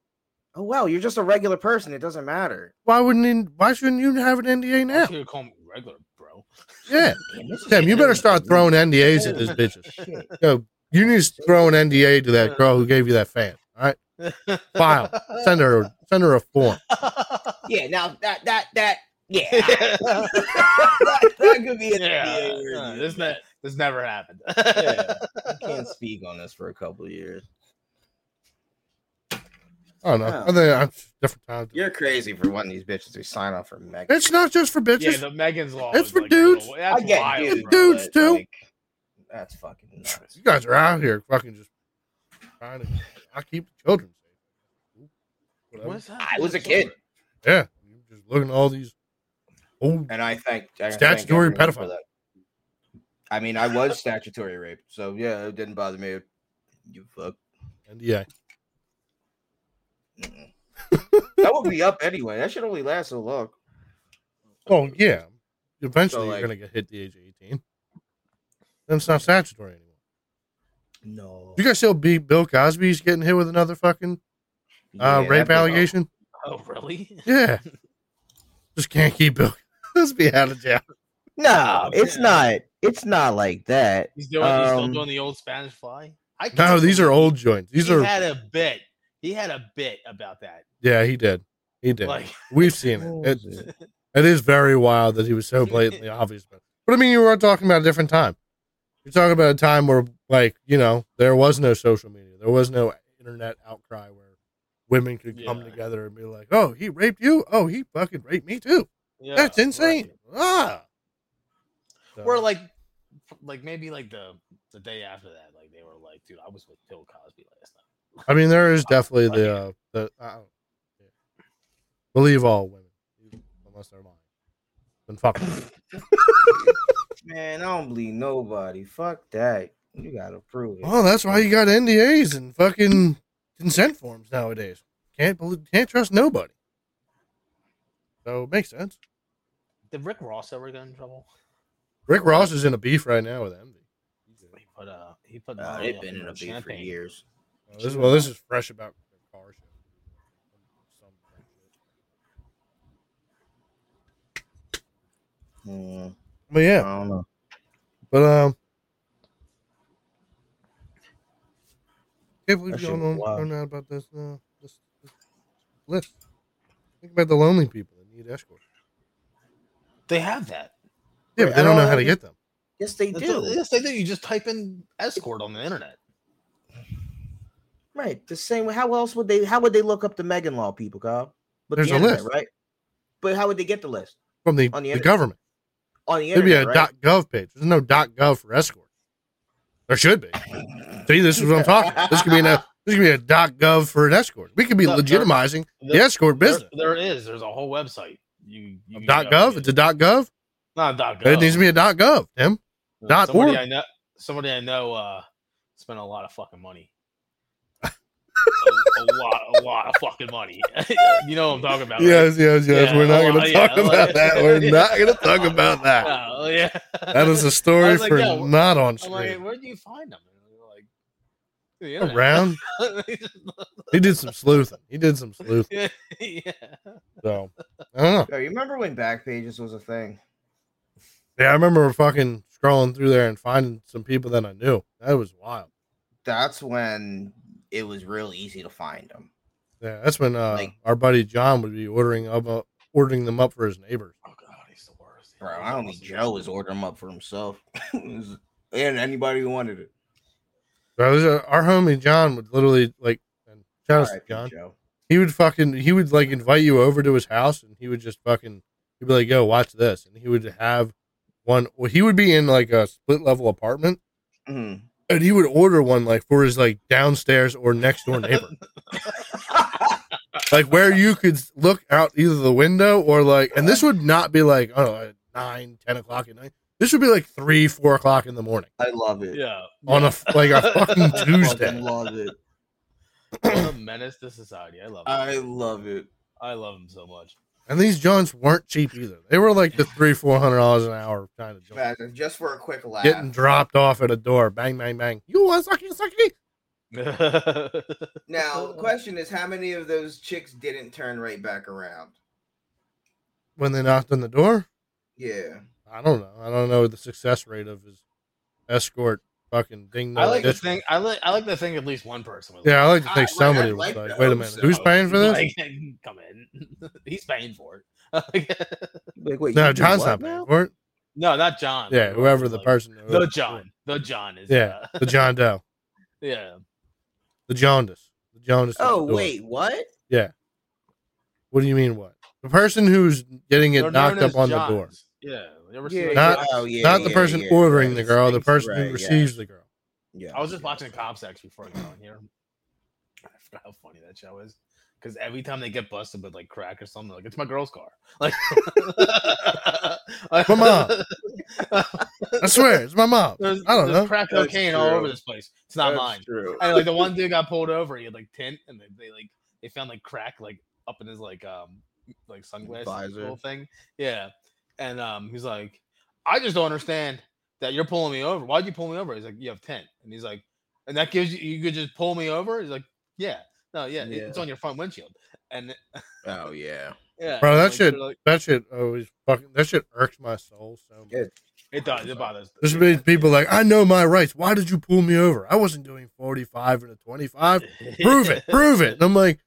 Speaker 4: oh well, you're just a regular person. It doesn't matter.
Speaker 1: Why wouldn't? He, why shouldn't you have an NDA
Speaker 3: I
Speaker 1: now?
Speaker 3: should call him regular, bro.
Speaker 1: Yeah,
Speaker 4: Damn, this is
Speaker 1: Tim, you better
Speaker 4: another
Speaker 1: start
Speaker 4: thing.
Speaker 1: throwing NDAs at this bitches.
Speaker 4: Shit.
Speaker 1: Yo, you need to throw an NDA to that girl who gave you that fan. All right, File. send her send her a form.
Speaker 4: Yeah. Now that that that yeah.
Speaker 3: yeah,
Speaker 4: that, that could be an NDA.
Speaker 3: uh,
Speaker 4: review.
Speaker 3: this, ne- this never happened.
Speaker 4: Yeah. I can't speak on this for a couple of years.
Speaker 1: I don't know. I think I'm different times.
Speaker 4: You're crazy for wanting these bitches to sign up for mega.
Speaker 1: It's not just for bitches.
Speaker 3: Yeah, the Megan's law.
Speaker 1: It's
Speaker 3: is
Speaker 1: for
Speaker 3: like a little-
Speaker 1: dudes.
Speaker 4: I
Speaker 3: that's
Speaker 4: get
Speaker 3: wild,
Speaker 4: dudes,
Speaker 3: bro.
Speaker 1: Dudes
Speaker 4: but,
Speaker 1: too.
Speaker 4: like, that's fucking nuts.
Speaker 1: you guys are out here fucking just trying to. I keep the children safe. Whatever.
Speaker 3: What's that?
Speaker 4: I was a kid.
Speaker 1: Yeah, you're just looking at all these old
Speaker 4: And I thank I thank
Speaker 1: Statutory
Speaker 4: everyone for
Speaker 1: pedophile.
Speaker 4: that. I mean, I was statutory raped, so yeah, it didn't bother me. You fuck.
Speaker 1: NDA.
Speaker 4: Mm-mm. that would be up anyway. That should only last so long.
Speaker 1: Oh yeah, eventually
Speaker 4: So, like-
Speaker 1: you're gonna get hit the age of eighteen. Then it's not statutory anymore.
Speaker 4: No.
Speaker 1: You guys still beat Bill Cosby's getting hit with another fucking uh, rape allegation?
Speaker 3: Oh, really?
Speaker 1: Yeah, just can't keep Bill Cosby out of jail.
Speaker 4: No, it's
Speaker 3: Yeah.
Speaker 4: not. It's not like that.
Speaker 3: He's doing. he's still
Speaker 4: Um,
Speaker 3: doing the old Spanish fly. I
Speaker 1: No,
Speaker 3: can't
Speaker 1: these are
Speaker 3: believe
Speaker 1: old joints. These
Speaker 3: he
Speaker 1: are
Speaker 3: had a bit. He had a bit about that.
Speaker 1: yeah, he did, he did.
Speaker 3: Like,
Speaker 1: We've seen it. it. It is very wild that he was so blatantly obvious. But, but I mean, you were talking about a different time. You're talking about a time where, like, you know, there was no social media, there was no internet outcry where women could come
Speaker 3: Yeah.
Speaker 1: together and be like, "Oh, he raped you. Oh, he fucking raped me too.
Speaker 3: yeah,
Speaker 1: That's insane."
Speaker 3: right.
Speaker 1: Ah. So,
Speaker 3: We're like, like maybe like the the day after that, like they were like, dude, I was with Bill Cosby last night.
Speaker 1: I mean, there is definitely the uh, the I don't yeah. believe all women unless they're lying. Then fuck. 'em.
Speaker 4: Man, I don't believe nobody. Fuck that. You gotta prove it.
Speaker 1: Well, Oh, that's why you got NDAs and fucking consent forms nowadays. Can't believe, can't trust nobody. So it makes sense.
Speaker 3: Did Rick Ross ever get in trouble?
Speaker 1: Rick Ross is in a beef right now with Envy.
Speaker 3: He put uh he put
Speaker 4: Uh,
Speaker 3: Molly
Speaker 4: they've
Speaker 3: up
Speaker 4: been in
Speaker 3: her
Speaker 4: a beef for
Speaker 3: champagne.
Speaker 4: years.
Speaker 1: Well, Oh, this, well, this is fresh about the car show.
Speaker 4: Mm,
Speaker 1: But yeah,
Speaker 4: I don't know.
Speaker 1: but um, can't believe
Speaker 4: That
Speaker 1: you're
Speaker 4: shit
Speaker 1: going on
Speaker 4: was wild.
Speaker 1: going on about this, uh, this, this list. Think about the lonely people that need escorts.
Speaker 3: They have that.
Speaker 1: Yeah,
Speaker 4: Wait,
Speaker 1: but they
Speaker 4: I
Speaker 1: don't
Speaker 4: don't
Speaker 1: know how
Speaker 4: know
Speaker 1: to
Speaker 4: if
Speaker 1: get them.
Speaker 4: Yes, they
Speaker 3: That's
Speaker 4: do.
Speaker 3: what- yes, they do. You just type in escort on the internet.
Speaker 4: Right. The same. way- How else would they? How would they look up the Megan Law people, Kyle? But
Speaker 1: There's
Speaker 4: the
Speaker 1: a
Speaker 4: internet,
Speaker 1: list.
Speaker 4: right? But how would they get the list
Speaker 1: from the,
Speaker 4: On the
Speaker 1: the,
Speaker 4: internet.
Speaker 1: government.
Speaker 4: on the
Speaker 1: There'd be a
Speaker 4: internet? right?
Speaker 1: .gov page. There's no .gov for escort. There should be. See, this is what I'm talking. About. This could be an, this could be a .gov for an escort. We could be
Speaker 3: No, there-
Speaker 1: legitimizing the
Speaker 3: There-
Speaker 1: escort business.
Speaker 3: there it is. There's a whole website. You, you can
Speaker 1: Dot
Speaker 3: go
Speaker 1: .gov.
Speaker 3: and
Speaker 1: It's
Speaker 3: get
Speaker 1: a .gov. .gov.
Speaker 3: it. not dot gov.
Speaker 1: It needs to be a .dot .gov. Tim. dot
Speaker 3: somebody
Speaker 1: org.
Speaker 3: I know. Somebody I know uh, spent a lot of fucking money. a, a lot, a lot of fucking money. you know what I'm talking about? right?
Speaker 1: Yes, yes, yes.
Speaker 3: Yeah,
Speaker 1: We're not
Speaker 3: well,
Speaker 1: going to
Speaker 3: yeah,
Speaker 1: talk
Speaker 3: like-
Speaker 1: about that. We're not going to talk about that.
Speaker 3: Oh, yeah.
Speaker 1: That is a
Speaker 3: I
Speaker 1: story
Speaker 3: was like,
Speaker 1: for
Speaker 3: yo,
Speaker 1: not on
Speaker 3: I'm like,
Speaker 1: screen.
Speaker 3: where do you find them? And they're like, "The internet."
Speaker 1: Around, he did some sleuthing. He did some sleuthing.
Speaker 3: yeah.
Speaker 1: So I don't know.
Speaker 4: Yo, you remember when Backpages was a thing?
Speaker 1: Yeah, I remember fucking scrolling through there and finding some people that I knew. That was wild.
Speaker 4: That's when it was real easy to find them.
Speaker 1: Yeah, that's when uh,
Speaker 4: Like-
Speaker 1: our buddy John would be ordering up, uh, ordering them up for his neighbors.
Speaker 3: Oh god, he's the worst.
Speaker 4: Bro, I don't think Joe was ordering them up for himself, and anybody who wanted it.
Speaker 1: So it was, uh, our homie John would literally like, and shout out to
Speaker 4: R.I.P.
Speaker 1: John.
Speaker 4: Joe.
Speaker 1: He would fucking, he would like invite you over to his house, and he would just fucking, he'd be like, "Yo, watch this," and he would have one. Well, he would be in like a split level apartment,
Speaker 4: Mhm.
Speaker 1: and he would order one like for his like downstairs or next door neighbor. like where you could look out either the window or like, and this would not be like oh at nine, ten o'clock at night. This would be like three, four o'clock in the morning
Speaker 4: I love it.
Speaker 3: Yeah.
Speaker 1: on a f- like a fucking
Speaker 4: Fucking
Speaker 1: Tuesday.
Speaker 4: love it.
Speaker 3: What a menace to society. I love him.
Speaker 4: I love it.
Speaker 3: I love him so much.
Speaker 1: And these joints weren't cheap either. They were like the three, four hundred dollars an hour kind of joint.
Speaker 4: Imagine, just for a quick laugh.
Speaker 1: Getting dropped off at a door, bang, bang, bang. You want sucky, sucky?
Speaker 4: Now, the question is, how many of those chicks didn't turn right back around?
Speaker 1: When they knocked on the door,
Speaker 4: Yeah.
Speaker 1: I don't know. I don't know the success rate of his escort fucking ding.
Speaker 3: I like to
Speaker 1: this
Speaker 3: think I like I like to think at least one person was
Speaker 1: Yeah, I like to think
Speaker 4: I-
Speaker 1: somebody
Speaker 4: I'd
Speaker 1: was
Speaker 4: like
Speaker 1: like,
Speaker 4: to
Speaker 1: "Wait a
Speaker 4: hope
Speaker 1: minute,
Speaker 4: so."
Speaker 1: who's paying for this?"
Speaker 3: Like, come in. he's paying for it.
Speaker 4: Like, wait,
Speaker 1: no,
Speaker 4: you do
Speaker 1: John's
Speaker 4: what
Speaker 1: not
Speaker 4: now?
Speaker 1: paying for it.
Speaker 3: no, not John.
Speaker 1: Yeah, whoever the
Speaker 3: Like,
Speaker 1: person.
Speaker 3: The John. The John is
Speaker 1: Yeah,
Speaker 3: uh,
Speaker 1: the John Doe,
Speaker 3: yeah. the
Speaker 1: the jaundice, the jaundice. at the
Speaker 4: Oh
Speaker 1: door.
Speaker 4: wait, what?
Speaker 1: what do you mean? What the person who's getting it
Speaker 3: They're known
Speaker 1: knocked up
Speaker 3: as
Speaker 1: on
Speaker 3: Johns.
Speaker 1: the door,
Speaker 3: Yeah. You ever
Speaker 4: Yeah,
Speaker 3: seen
Speaker 1: Not-
Speaker 3: that?
Speaker 4: oh, yeah,
Speaker 1: not the
Speaker 4: yeah,
Speaker 1: person
Speaker 4: yeah,
Speaker 1: ordering
Speaker 4: right,
Speaker 1: the girl, the
Speaker 4: things,
Speaker 1: person
Speaker 4: right,
Speaker 1: who
Speaker 4: yeah.
Speaker 1: receives the girl.
Speaker 4: Yeah,
Speaker 3: I was just
Speaker 4: yeah.
Speaker 3: watching Cop Sex before I got on here. I forgot how funny that show is. Because every time they get busted with like crack or something, like it's my girl's car. Like,
Speaker 1: My mom. I swear, it's my mom.
Speaker 3: There's,
Speaker 1: I don't
Speaker 3: there's
Speaker 1: know.
Speaker 3: crack
Speaker 4: That's
Speaker 3: cocaine all over
Speaker 4: true.
Speaker 3: this place. It's not
Speaker 4: That's
Speaker 3: mine.
Speaker 4: True.
Speaker 3: And like the one dude got pulled over. He had like tint, and they, they like they found like crack like up in his like um like sunglasses
Speaker 4: Visor.
Speaker 3: whole thing. Yeah, and um he's like, I just don't understand that you're pulling me over. Why'd you pull me over? He's like, you have tint, and he's like, and that gives you you could just pull me over. He's like, yeah, no, yeah, it- it's
Speaker 4: Yeah.
Speaker 3: on your front windshield, and
Speaker 4: Oh yeah.
Speaker 3: yeah,
Speaker 1: Bro,
Speaker 3: and,
Speaker 1: that
Speaker 3: like, they're
Speaker 1: shit-
Speaker 3: like-
Speaker 1: That shit always fucking. That shit irks my soul so much.
Speaker 4: Yeah.
Speaker 3: it does it bothers.
Speaker 1: There's
Speaker 3: it
Speaker 1: been
Speaker 3: does.
Speaker 1: people like, I know my rights. Why did you pull me over? I wasn't doing 45 and a 25. prove it, prove it. And I'm like,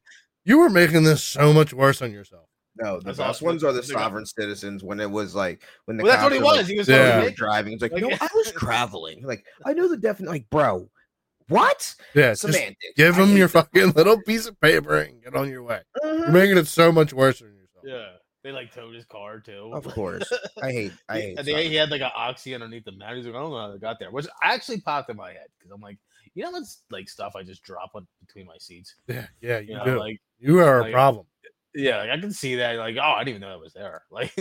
Speaker 1: you were making this so much worse on yourself.
Speaker 4: No, the
Speaker 3: That's
Speaker 4: best
Speaker 3: awesome.
Speaker 4: ones are the
Speaker 3: That's a good-
Speaker 4: sovereign citizens. When it was like when the
Speaker 3: Well, that's what he
Speaker 4: cops are, like,
Speaker 3: was. He was
Speaker 1: Yeah.
Speaker 4: yeah.
Speaker 3: yeah.
Speaker 4: driving. It's like,
Speaker 3: Like-
Speaker 4: no, I was traveling. Like, I know the definition. Like, bro, what?
Speaker 1: Yeah, just
Speaker 4: Semantics.
Speaker 1: give
Speaker 4: I
Speaker 1: them
Speaker 4: hate
Speaker 1: your
Speaker 4: that.
Speaker 1: fucking little piece of paper and get on your way. You're
Speaker 4: Mhm.
Speaker 1: making it so much worse on yourself.
Speaker 3: Yeah, they like towed his car too.
Speaker 4: Of course. I hate. I
Speaker 3: He-
Speaker 4: hate.
Speaker 3: I think he
Speaker 4: sovereign-
Speaker 3: had like an oxy underneath the mat. He's like, I don't know how they got there, which actually popped in my head because I'm like, you know, that's like stuff I just drop on between my seats.
Speaker 1: Yeah, yeah, you
Speaker 3: You know,
Speaker 1: do.
Speaker 3: like
Speaker 1: you are a
Speaker 3: like-
Speaker 1: problem.
Speaker 3: yeah, like I can see that. Like, oh, I didn't even know that was there. Like,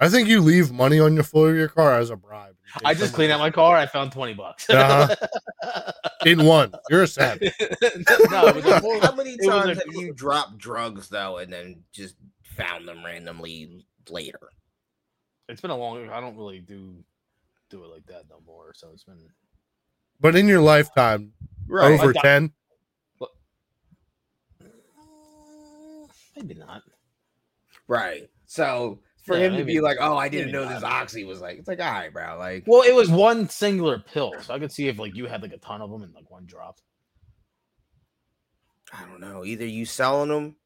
Speaker 1: I think you leave money on your floor of your car as a bribe. You
Speaker 3: I
Speaker 1: take
Speaker 3: just
Speaker 1: someone
Speaker 3: cleaned out my
Speaker 1: else's
Speaker 3: car. I found twenty bucks.
Speaker 1: Uh-huh. In one, you're a savage.
Speaker 3: no, it was a full-
Speaker 4: How many
Speaker 3: it was
Speaker 4: times
Speaker 3: a-
Speaker 4: have you dropped drugs though, and then just found them randomly later?
Speaker 3: it's been a long. I don't really do do it like that no more. So it's been
Speaker 1: But in your lifetime,
Speaker 4: Right.
Speaker 1: over
Speaker 3: Like, I-
Speaker 1: ten.
Speaker 3: maybe not.
Speaker 4: Right. So for
Speaker 3: Yeah,
Speaker 4: him to
Speaker 3: maybe-
Speaker 4: be like, "Oh, I didn't
Speaker 3: maybe
Speaker 4: know
Speaker 3: not.
Speaker 4: this oxy was like," it's like, "All right, bro." Like,
Speaker 3: Well, it was one singular pill, so I could see if like you had like a ton of them and like one drop.
Speaker 4: I don't know. Either you selling them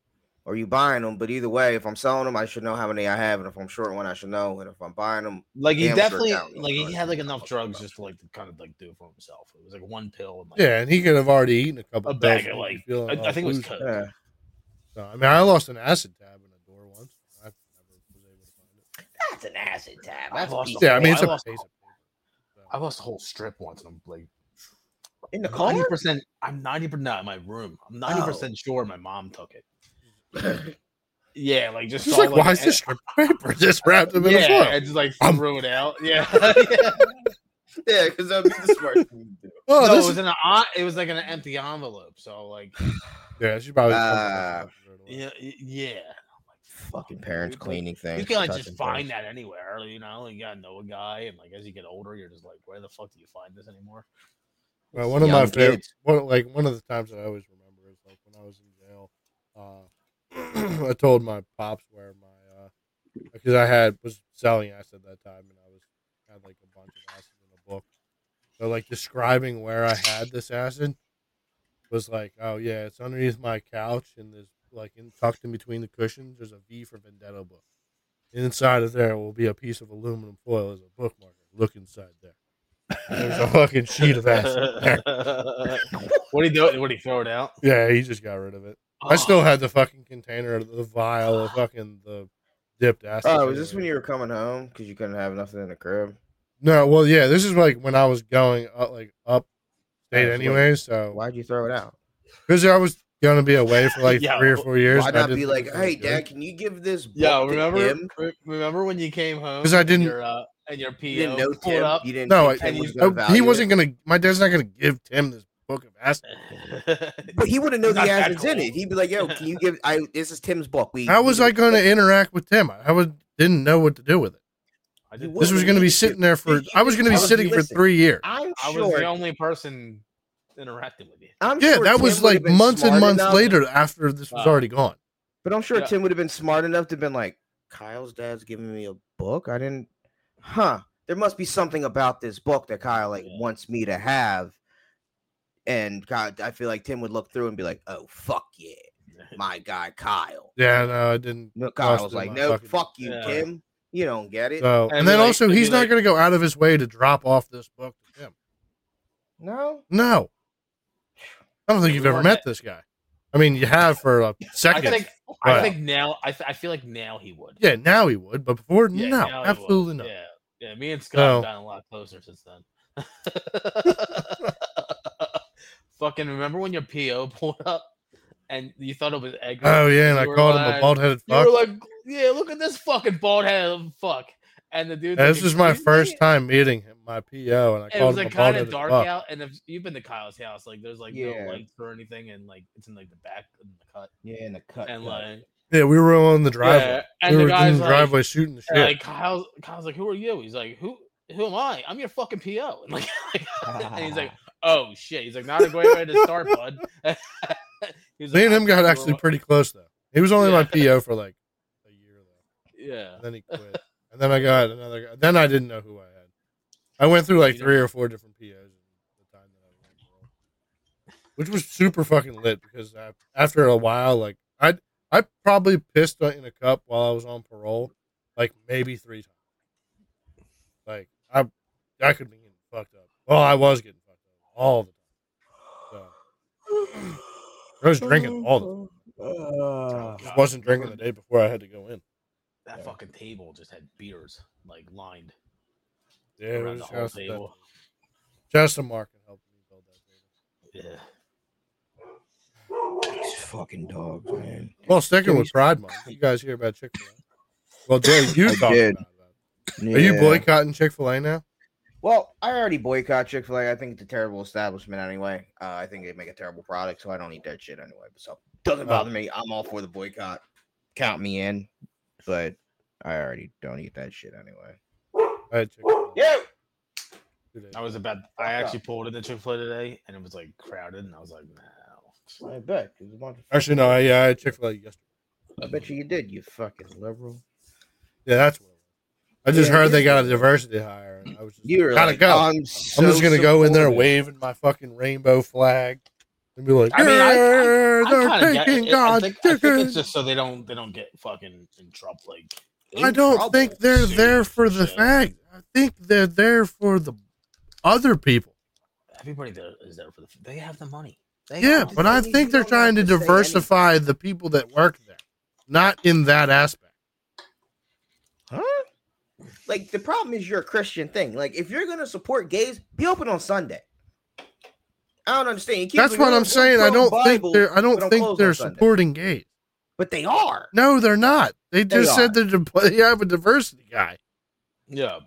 Speaker 4: or you buying them. But either way, if I'm selling them, I should know how many I have, and if I'm short one, I should know, and if I'm buying them,
Speaker 3: Like he
Speaker 4: Damn sure
Speaker 3: definitely
Speaker 4: doubt
Speaker 3: like he
Speaker 4: Lord.
Speaker 3: had like enough drugs just to like to kind of like do it for himself. It was like one pill and like
Speaker 1: Yeah, and he could have already eaten a couple
Speaker 3: a bag
Speaker 1: pills and
Speaker 3: of
Speaker 1: he'd
Speaker 3: like
Speaker 1: be feeling
Speaker 3: I, I
Speaker 1: all
Speaker 3: think it was
Speaker 1: loose.
Speaker 3: coke.
Speaker 4: yeah.
Speaker 1: So, I mean, I lost an acid tab in a door once. I never was able to find it.
Speaker 4: that's an acid tab.
Speaker 3: I
Speaker 4: That's
Speaker 3: lost
Speaker 4: easy.
Speaker 3: them.
Speaker 1: Yeah, I mean, it's
Speaker 3: Oh, I
Speaker 1: a
Speaker 3: lost-
Speaker 1: piece of paper.
Speaker 3: I lost a whole strip once and I'm like
Speaker 4: in the car. Oh.
Speaker 3: ninety percent I'm ninety percent not in my room. I'm ninety percent sure my mom took it. Yeah, like just
Speaker 1: She's
Speaker 3: saw,
Speaker 1: like, why is
Speaker 3: an-
Speaker 1: this strip of paper just wrapped up in a
Speaker 3: yeah,
Speaker 1: foil?
Speaker 3: and just like
Speaker 1: I'm- Oh,
Speaker 3: threw it out. Yeah.
Speaker 4: yeah, because that'd be the smart thing to do.
Speaker 1: Oh,
Speaker 3: no, it
Speaker 1: this
Speaker 3: was
Speaker 1: is-
Speaker 3: in an en- it was like in an empty envelope. So like
Speaker 1: yeah, she probably.
Speaker 4: Ah.
Speaker 3: yeah yeah. I'm like,
Speaker 4: Fucking
Speaker 3: "Fuck,
Speaker 4: parents
Speaker 3: dude," like,
Speaker 4: cleaning things.
Speaker 3: You can't
Speaker 4: touching
Speaker 3: just find
Speaker 4: things.
Speaker 3: that anywhere, you know. You gotta know a guy, and like as you get older, you're just like, where the fuck do you find this anymore?
Speaker 1: Well, one of my
Speaker 4: young
Speaker 1: favorite,
Speaker 4: kids.
Speaker 1: one, like one of the times that I always remember is like when I was in jail. Uh, I told my pops where my uh, because I had was selling acid at that time, and I was had like a bunch of acid in a book. So like describing where I had this acid was like, oh yeah, it's underneath my couch, and there's like in, tucked in between the cushions. There's a V for Vendetta book. Inside of there will be a piece of aluminum foil as a bookmarker. Look inside there. There's a fucking sheet of acid. There.
Speaker 3: what do you do? What do you throw it out?
Speaker 1: Yeah, he just got rid of it. I
Speaker 3: Oh,
Speaker 1: still had the fucking container, the vial of fucking the dipped acid.
Speaker 4: Oh, is this when
Speaker 1: anyway.
Speaker 4: you were coming home because you couldn't have nothing in the crib?
Speaker 1: No, well, yeah, this is like when I was going uh, like upstate,
Speaker 4: Yeah, so what-
Speaker 1: anyway. So
Speaker 4: Why'd you throw it out?
Speaker 1: because I was gonna be away for like
Speaker 3: Yeah,
Speaker 1: three or four years,
Speaker 4: Why not be like, hey, Dad, can you give this? Book
Speaker 3: yeah.
Speaker 4: to
Speaker 3: Remember,
Speaker 4: Tim?
Speaker 3: re- remember when you came home?
Speaker 1: 'Cause I
Speaker 3: and
Speaker 1: didn't-
Speaker 3: Your, uh, and your PO
Speaker 4: You didn't know
Speaker 3: pulled
Speaker 4: Tim.
Speaker 3: up.
Speaker 4: You didn't.
Speaker 1: No,
Speaker 4: think
Speaker 3: I-
Speaker 4: Tim was
Speaker 3: and
Speaker 4: gonna
Speaker 1: he
Speaker 4: value
Speaker 1: wasn't
Speaker 4: it?
Speaker 1: gonna. My dad's not gonna give Tim this book of acid.
Speaker 4: But he wouldn't know
Speaker 3: Not
Speaker 4: the
Speaker 3: that
Speaker 4: acid's in
Speaker 3: cool.
Speaker 4: it. He'd be like, "Yo, can you give? I this is Tim's book. We
Speaker 1: How was I gonna interact with Tim? I was didn't know what to do with it.
Speaker 3: I did-
Speaker 1: This
Speaker 4: What
Speaker 1: was
Speaker 4: we
Speaker 1: gonna
Speaker 4: need
Speaker 1: be
Speaker 4: to
Speaker 1: sitting there for.
Speaker 4: is
Speaker 1: I was gonna be
Speaker 4: I was
Speaker 1: sitting for
Speaker 4: listening.
Speaker 1: three years.
Speaker 4: I'm
Speaker 3: I was the
Speaker 4: sure.
Speaker 3: only person interacting with you.
Speaker 4: I'm
Speaker 1: Yeah,
Speaker 4: sure
Speaker 1: that
Speaker 4: Tim
Speaker 1: was
Speaker 4: would've
Speaker 1: like
Speaker 4: been
Speaker 1: months and
Speaker 4: smart
Speaker 1: months
Speaker 4: enough-
Speaker 1: later after this was
Speaker 3: Wow.
Speaker 1: already gone.
Speaker 4: But I'm sure
Speaker 3: Yeah.
Speaker 4: Tim would have been smart enough to have been like, Kyle's dad's giving me a book. I didn't, huh? There must be something about this book that Kyle like
Speaker 3: Yeah.
Speaker 4: wants me to have. And God, I feel like Tim would look through and be like, "Oh fuck yeah, my guy Kyle."
Speaker 1: Yeah, no, I didn't.
Speaker 4: No, Kyle
Speaker 1: Lost
Speaker 4: was
Speaker 1: in
Speaker 4: like,
Speaker 1: my
Speaker 4: "No,
Speaker 1: fucking-
Speaker 4: fuck you,
Speaker 3: Yeah.
Speaker 4: Tim. You don't get it."
Speaker 1: So,
Speaker 3: And
Speaker 1: and,
Speaker 3: be
Speaker 1: then
Speaker 3: like-
Speaker 1: also,
Speaker 3: and be
Speaker 1: he's not
Speaker 3: like-
Speaker 1: going to go out of his way to drop off this book to him.
Speaker 4: no,
Speaker 1: No, I don't think you've
Speaker 3: We
Speaker 1: ever
Speaker 3: weren't
Speaker 1: met this guy. I mean, you have for a
Speaker 3: I
Speaker 1: second.
Speaker 3: think. I
Speaker 1: Right.
Speaker 3: think now. I, th- I feel like now he would.
Speaker 1: yeah, now he would, but before,
Speaker 3: Yeah,
Speaker 1: no,
Speaker 3: now he would.
Speaker 1: absolutely not.
Speaker 3: Yeah, yeah. Me and Scott have
Speaker 1: No.
Speaker 3: gotten a lot closer since then. Fucking remember when your PO pulled up and you thought it was Edgar?
Speaker 1: Oh yeah, and I
Speaker 3: You were
Speaker 1: called him a
Speaker 3: like-
Speaker 1: bald-headed
Speaker 3: You were
Speaker 1: fuck.
Speaker 3: like, "Yeah, look at this fucking bald headed fuck." And the dude.
Speaker 1: And this is my first time meeting him, my PO, and I
Speaker 3: It was
Speaker 1: called him
Speaker 3: like
Speaker 1: a
Speaker 3: kind
Speaker 1: bald-headed
Speaker 3: of dark
Speaker 1: fuck.
Speaker 3: out, and if you've been to Kyle's house, like there's like
Speaker 4: Yeah.
Speaker 3: no lights or anything, and like it's in like the back in the cut,
Speaker 4: yeah, in the cut.
Speaker 3: and
Speaker 4: cut.
Speaker 3: like
Speaker 1: Yeah, we were on the driveway.
Speaker 3: yeah,
Speaker 1: we
Speaker 3: and the
Speaker 1: were in
Speaker 3: guy's
Speaker 1: the
Speaker 3: like,
Speaker 1: driveway shooting the shit.
Speaker 3: And, like Kyle's, Kyle's like, who are you? He's like, who who am I? I'm your fucking PO. And like, and he's like, oh shit. He's like, not a great way to start, bud. He was
Speaker 1: Me
Speaker 3: like,
Speaker 1: and
Speaker 3: "I
Speaker 1: him got
Speaker 3: think we're
Speaker 1: actually
Speaker 3: wa-
Speaker 1: pretty close though. He was only my PO for like a year though.
Speaker 3: Yeah.
Speaker 1: And then he quit. And then I got another guy. Then I didn't know who I had. I went through like
Speaker 3: You
Speaker 1: three or four different POs in the time that I was on parole. Which was super fucking lit because I, after a while, like I I probably pissed in a cup while I was on parole, like maybe three times. Like I I could be getting fucked up. Well, I was getting fucked up all the time. So I was drinking all the time.
Speaker 4: Uh,
Speaker 1: Just wasn't drinking the day before I had to go in.
Speaker 3: That fucking table just had beers like lined
Speaker 1: Yeah, it was
Speaker 3: around the whole
Speaker 1: just, that,
Speaker 3: table.
Speaker 1: just a mark and help me build that table.
Speaker 3: Yeah.
Speaker 4: these fucking dogs, man.
Speaker 1: Well, sticking with Pride Month, you guys hear about Chick Fil A? Well, Jay, you
Speaker 4: I
Speaker 1: talked
Speaker 4: did.
Speaker 1: about it. Are you
Speaker 4: Yeah.
Speaker 1: boycotting Chick Fil A now?
Speaker 4: Well, I already boycott Chick Fil A. I think it's a terrible establishment anyway. Uh, I think they make a terrible product, so I don't eat that shit anyway. So doesn't bother me. I'm all for the boycott. Count me in, but I already don't eat that shit anyway.
Speaker 1: I had Chick Fil
Speaker 2: Yeah.
Speaker 1: A.
Speaker 3: I was about I
Speaker 4: Fuck
Speaker 3: actually pulled into Chick-fil-A today and it was like crowded and I was like, no.
Speaker 4: I bet. 'cause a bunch of-
Speaker 1: Actually, no, I, yeah, I had Chick Fil A yesterday.
Speaker 4: I bet you you did. You fucking liberal.
Speaker 1: Yeah, that's what. It was. I just
Speaker 4: Yeah,
Speaker 1: heard they
Speaker 4: yeah.
Speaker 1: got a diversity hire, and I was just
Speaker 4: You're
Speaker 1: gotta
Speaker 4: like, "Oh,
Speaker 1: go.
Speaker 4: I'm,
Speaker 1: I'm just
Speaker 4: so
Speaker 1: gonna go in there
Speaker 4: supportive."
Speaker 1: waving my fucking rainbow flag. and be like,
Speaker 3: I mean, I- I-
Speaker 1: "Yeah,
Speaker 3: I kinda
Speaker 1: they're
Speaker 3: get
Speaker 1: taking
Speaker 3: it. I
Speaker 1: God's
Speaker 3: think, I think
Speaker 1: chicken."
Speaker 3: it's just so they don't they don't get fucking in trouble. Like
Speaker 1: I don't think they're there for the
Speaker 3: fact.
Speaker 1: fact. I think they're there for the other people.
Speaker 3: Everybody there is there for the. They have the money. They
Speaker 1: Yeah,
Speaker 3: have-
Speaker 1: but I
Speaker 4: you- you
Speaker 1: think they're
Speaker 4: don't have
Speaker 1: trying to
Speaker 4: to say
Speaker 1: diversify the people that work there, not in that aspect.
Speaker 4: Huh? Like the problem is you're a Christian thing. Like if you're gonna support gays, be open on Sunday. I don't understand. You keep
Speaker 1: That's
Speaker 4: like,
Speaker 1: what
Speaker 4: "Oh,
Speaker 1: I'm
Speaker 4: we're
Speaker 1: saying. I don't think
Speaker 4: pro-Bible,"
Speaker 1: they're. I
Speaker 4: but
Speaker 1: don't
Speaker 4: I'm
Speaker 1: think
Speaker 4: closed
Speaker 1: they're
Speaker 4: on Sunday.
Speaker 1: supporting gays.
Speaker 4: but they are.
Speaker 1: No, they're not. They
Speaker 4: They
Speaker 1: just said they're. di- They have a diversity guy.
Speaker 3: yeah.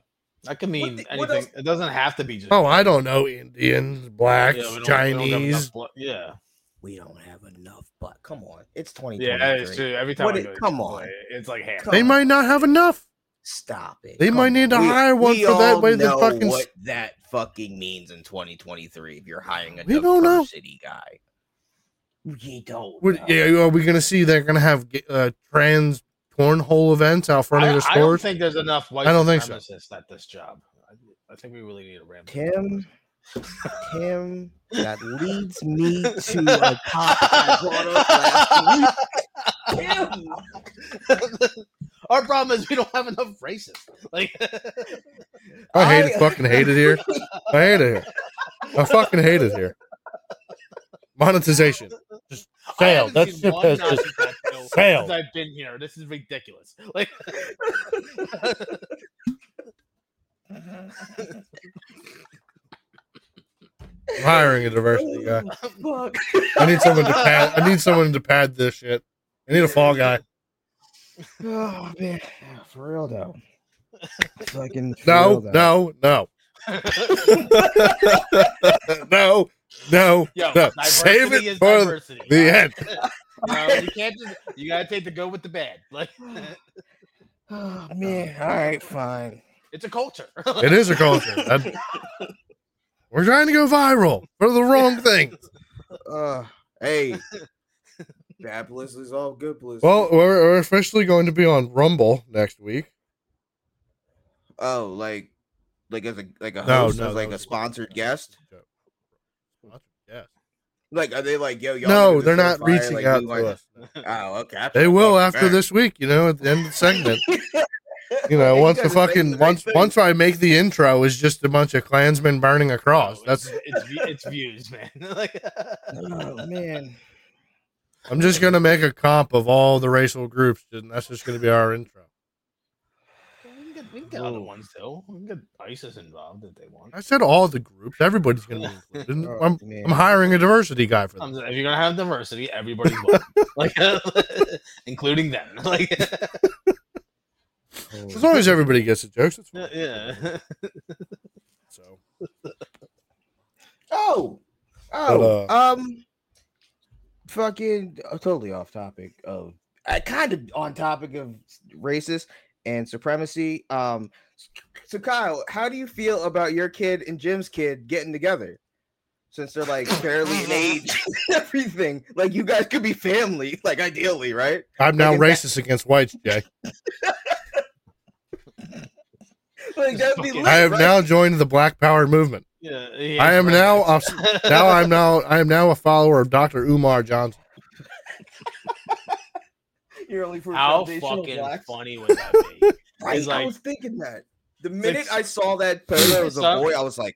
Speaker 3: That could mean
Speaker 4: the- what
Speaker 3: anything.
Speaker 4: else-
Speaker 3: It doesn't have to be just.
Speaker 1: Oh, I don't know. Indians,
Speaker 3: Yeah,
Speaker 1: blacks,
Speaker 3: we don't- we don't have enough
Speaker 1: Chinese.
Speaker 3: blo- yeah,
Speaker 4: We don't have enough. But come on, it's 2023.
Speaker 3: yeah, that is true. Every time
Speaker 4: What
Speaker 3: I
Speaker 4: it-
Speaker 3: go to
Speaker 4: come
Speaker 3: Chick-fil-A,
Speaker 4: on.
Speaker 3: it's like half.
Speaker 4: Come
Speaker 1: They might not have enough.
Speaker 4: Stop it.
Speaker 1: They might need to hire one
Speaker 4: we
Speaker 1: for that
Speaker 4: all
Speaker 1: way they
Speaker 4: know
Speaker 1: fucking s-
Speaker 4: what that fucking means in 2023. If you're hiring a
Speaker 1: We don't know.
Speaker 4: city guy, you don't.
Speaker 1: Would,
Speaker 4: know.
Speaker 1: yeah, are we gonna see they're gonna have uh, trans cornhole events out front of
Speaker 3: I,
Speaker 1: their
Speaker 3: I don't
Speaker 1: stores?
Speaker 3: think there's enough white
Speaker 1: I don't think so.
Speaker 3: supremacists at this job. I, I think we really need a ramp.
Speaker 4: Tim, Tim, that leads me to a topic I brought up last week. Tim,
Speaker 3: Our problem is we don't have enough racists. Like,
Speaker 1: I hate
Speaker 4: I-
Speaker 1: it. Fucking hate it here. I hate it here. I fucking hate it here. Monetization just
Speaker 3: I
Speaker 1: failed. That
Speaker 3: haven't seen
Speaker 1: shit
Speaker 3: one
Speaker 1: has
Speaker 3: Nazi
Speaker 1: just
Speaker 3: death bill since
Speaker 1: failed.
Speaker 3: I've been here. This is ridiculous. Like,
Speaker 1: I'm hiring a diversity guy.
Speaker 4: fuck.
Speaker 1: I need someone to pad. I need someone to pad this shit. I need a fall guy.
Speaker 4: Oh man, for real though. Fucking for
Speaker 1: No,
Speaker 4: real, though.
Speaker 1: no, no, no, no.
Speaker 3: yo,
Speaker 1: No,
Speaker 3: diversity
Speaker 1: save it
Speaker 3: is
Speaker 1: for
Speaker 3: diversity.
Speaker 1: the end.
Speaker 3: You, know, Um, you can't just. You gotta take the good with the bad. Like,
Speaker 4: Oh man, all right, fine.
Speaker 3: it's a culture.
Speaker 1: It is a culture. That- we're trying to go viral for the wrong thing.
Speaker 4: Uh, hey, bad publicity is all good publicity.
Speaker 1: Well, we're, we're officially going to be on Rumble next week.
Speaker 4: oh, like, like as a like a
Speaker 1: No,
Speaker 4: host,
Speaker 1: no,
Speaker 4: as
Speaker 1: that
Speaker 4: like a
Speaker 1: was-
Speaker 4: sponsored guest.
Speaker 1: Yeah.
Speaker 4: Like, are they like, yo, y'all?
Speaker 1: No,
Speaker 4: gonna
Speaker 1: they're
Speaker 4: throw
Speaker 1: not
Speaker 4: fire,
Speaker 1: reaching
Speaker 4: like,
Speaker 1: out
Speaker 4: we
Speaker 1: to
Speaker 4: like-
Speaker 1: us.
Speaker 4: Oh, okay. I
Speaker 1: They
Speaker 4: thought
Speaker 1: will
Speaker 4: fucking
Speaker 1: after
Speaker 4: back.
Speaker 1: this week. You know, at the end of the segment. You know,
Speaker 4: You
Speaker 1: once the
Speaker 4: guys are saying
Speaker 1: fucking
Speaker 4: the
Speaker 1: once
Speaker 4: right thing.
Speaker 1: once I make the intro is just a bunch of Klansmen burning a cross. That's
Speaker 3: it's, it's, vi- it's views, man. like,
Speaker 4: Oh man.
Speaker 1: I'm just gonna make a comp of all the racial groups, and that's just gonna be our intro.
Speaker 3: we can get, we can get other
Speaker 4: Ooh.
Speaker 3: ones though. We can get ISIS involved if they want.
Speaker 1: I said all the groups. Everybody's gonna be included.
Speaker 4: Oh,
Speaker 1: I'm,
Speaker 4: man.
Speaker 1: I'm hiring a diversity guy for
Speaker 3: Um,
Speaker 1: this.
Speaker 3: If you're gonna have diversity, everybody's welcome. like, including them. Like,
Speaker 1: As long as everybody gets the jokes, it's fine.
Speaker 3: yeah.
Speaker 1: So.
Speaker 4: Oh, oh,
Speaker 1: uh,
Speaker 4: um, fucking uh, totally off topic of uh, kind of on topic of racist and supremacy. Um, so Kyle, how do you feel about your kid and Jim's kid getting together? Since they're like barely in age, everything like you guys could be family, like ideally, right?
Speaker 1: I'm now
Speaker 4: Like, in fact-
Speaker 1: racist against whites, Jack.
Speaker 4: Like that'd be
Speaker 3: Fucking-
Speaker 4: lit,
Speaker 1: I have
Speaker 4: right?
Speaker 1: now joined the Black Power movement.
Speaker 3: Yeah,
Speaker 1: I am now a, now
Speaker 3: I
Speaker 1: I'm now I am now a follower of Dr. Umar Johnson.
Speaker 4: You're only for
Speaker 3: How
Speaker 4: foundational
Speaker 3: fucking
Speaker 4: blacks.
Speaker 3: funny would that be?
Speaker 4: Right,
Speaker 3: is,
Speaker 4: I
Speaker 3: like-
Speaker 4: was thinking that. The
Speaker 3: like,
Speaker 4: minute I saw that photo as a
Speaker 3: some-
Speaker 4: boy, I was like,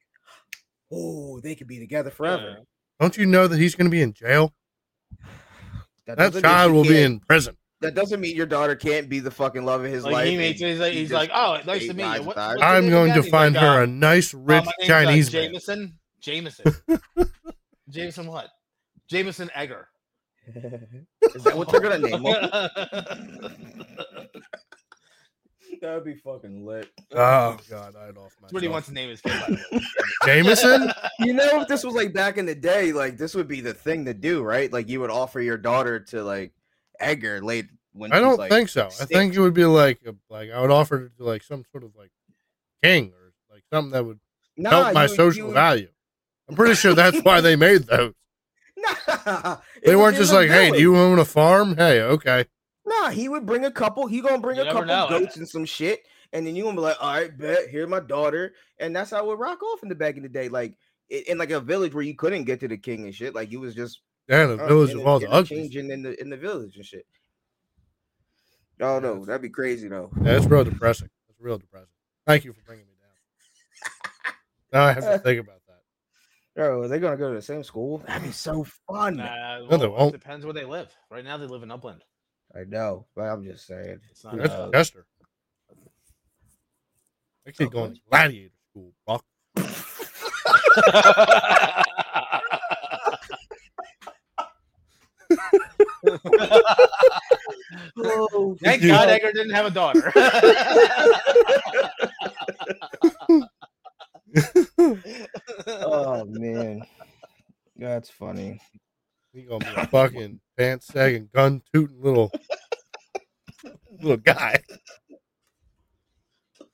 Speaker 4: "Oh, they could be together forever."
Speaker 3: Yeah.
Speaker 1: Don't you know that he's going to be in jail?
Speaker 4: That,
Speaker 1: That
Speaker 4: doesn't mean
Speaker 1: child
Speaker 4: she
Speaker 1: will be
Speaker 4: can't-
Speaker 1: in prison.
Speaker 4: That doesn't mean your daughter can't be the fucking love of his
Speaker 3: Like
Speaker 4: life.
Speaker 3: he makes
Speaker 4: and
Speaker 3: he's like,
Speaker 4: he
Speaker 3: he's
Speaker 4: just-
Speaker 3: like, oh, nice to
Speaker 4: ate
Speaker 3: meet
Speaker 4: eyes
Speaker 3: you. What,
Speaker 4: with eyes.
Speaker 3: what's your
Speaker 1: I'm
Speaker 3: name
Speaker 1: going
Speaker 3: again?"
Speaker 1: to
Speaker 3: He's
Speaker 1: find
Speaker 3: like,
Speaker 1: her
Speaker 3: uh,
Speaker 1: a nice,
Speaker 3: "Uh,
Speaker 1: rich
Speaker 3: my name's, uh,
Speaker 1: Chinese man.
Speaker 3: Jameson. Jameson. Jameson what? Jameson Egger.
Speaker 4: Is that what they're gonna name him? that would be fucking lit.
Speaker 1: Oh God, I'd off
Speaker 3: That's what he
Speaker 1: my
Speaker 3: wants to name his kid. by the way.
Speaker 1: Jameson.
Speaker 4: You know, if this was like back in the day, like this would be the thing to do, right? Like you would offer your daughter to like Edgar late when
Speaker 1: I
Speaker 4: she's,
Speaker 1: don't
Speaker 4: like,
Speaker 1: think so. I
Speaker 4: six.
Speaker 1: think it would be like uh, like I would offer it to like some sort of like king or like something that would
Speaker 4: nah,
Speaker 1: help my
Speaker 4: you would-
Speaker 1: social
Speaker 4: you would-
Speaker 1: value. I'm pretty sure that's why they made those.
Speaker 4: Nah, it
Speaker 1: They
Speaker 4: was
Speaker 1: weren't
Speaker 4: in
Speaker 1: just
Speaker 4: the
Speaker 1: like, "Hey, do
Speaker 4: village.
Speaker 1: you own a farm?" Hey, okay.
Speaker 4: Nah, he would bring a couple. He gonna bring
Speaker 3: You
Speaker 4: a
Speaker 3: never
Speaker 4: couple
Speaker 3: know.
Speaker 4: goats and some shit, and then you gonna be like, "All right, bet here's my daughter," and that's how we rock off in the back in the day, like i- in like a village where you couldn't get to the king and shit. Like you was just
Speaker 1: Yeah, the
Speaker 4: Oh,
Speaker 1: village
Speaker 4: and
Speaker 1: of
Speaker 4: it-
Speaker 1: all the
Speaker 4: and it
Speaker 1: ugly.
Speaker 4: changing in the in the village and shit. Oh no, that'd be crazy though.
Speaker 1: Yeah, it's real depressing. It's real depressing. Thank you for bringing me down. now I have to think about that.
Speaker 4: Bro, are they gonna go to the same school? That'd be so fun.
Speaker 3: Nah,
Speaker 1: No, they
Speaker 3: well,
Speaker 1: won't.
Speaker 3: it depends where they live. Right now, they live in Upland.
Speaker 4: I know, but I'm just saying.
Speaker 3: It's not.
Speaker 1: That's
Speaker 3: Uh,
Speaker 1: Chester. That kid going to gladiator school, fuck.
Speaker 4: Oh,
Speaker 3: Thank
Speaker 1: you-
Speaker 3: God Edgar didn't have a daughter.
Speaker 4: oh man, that's funny.
Speaker 1: He gonna be a fucking pants sagging, gun tooting little little guy.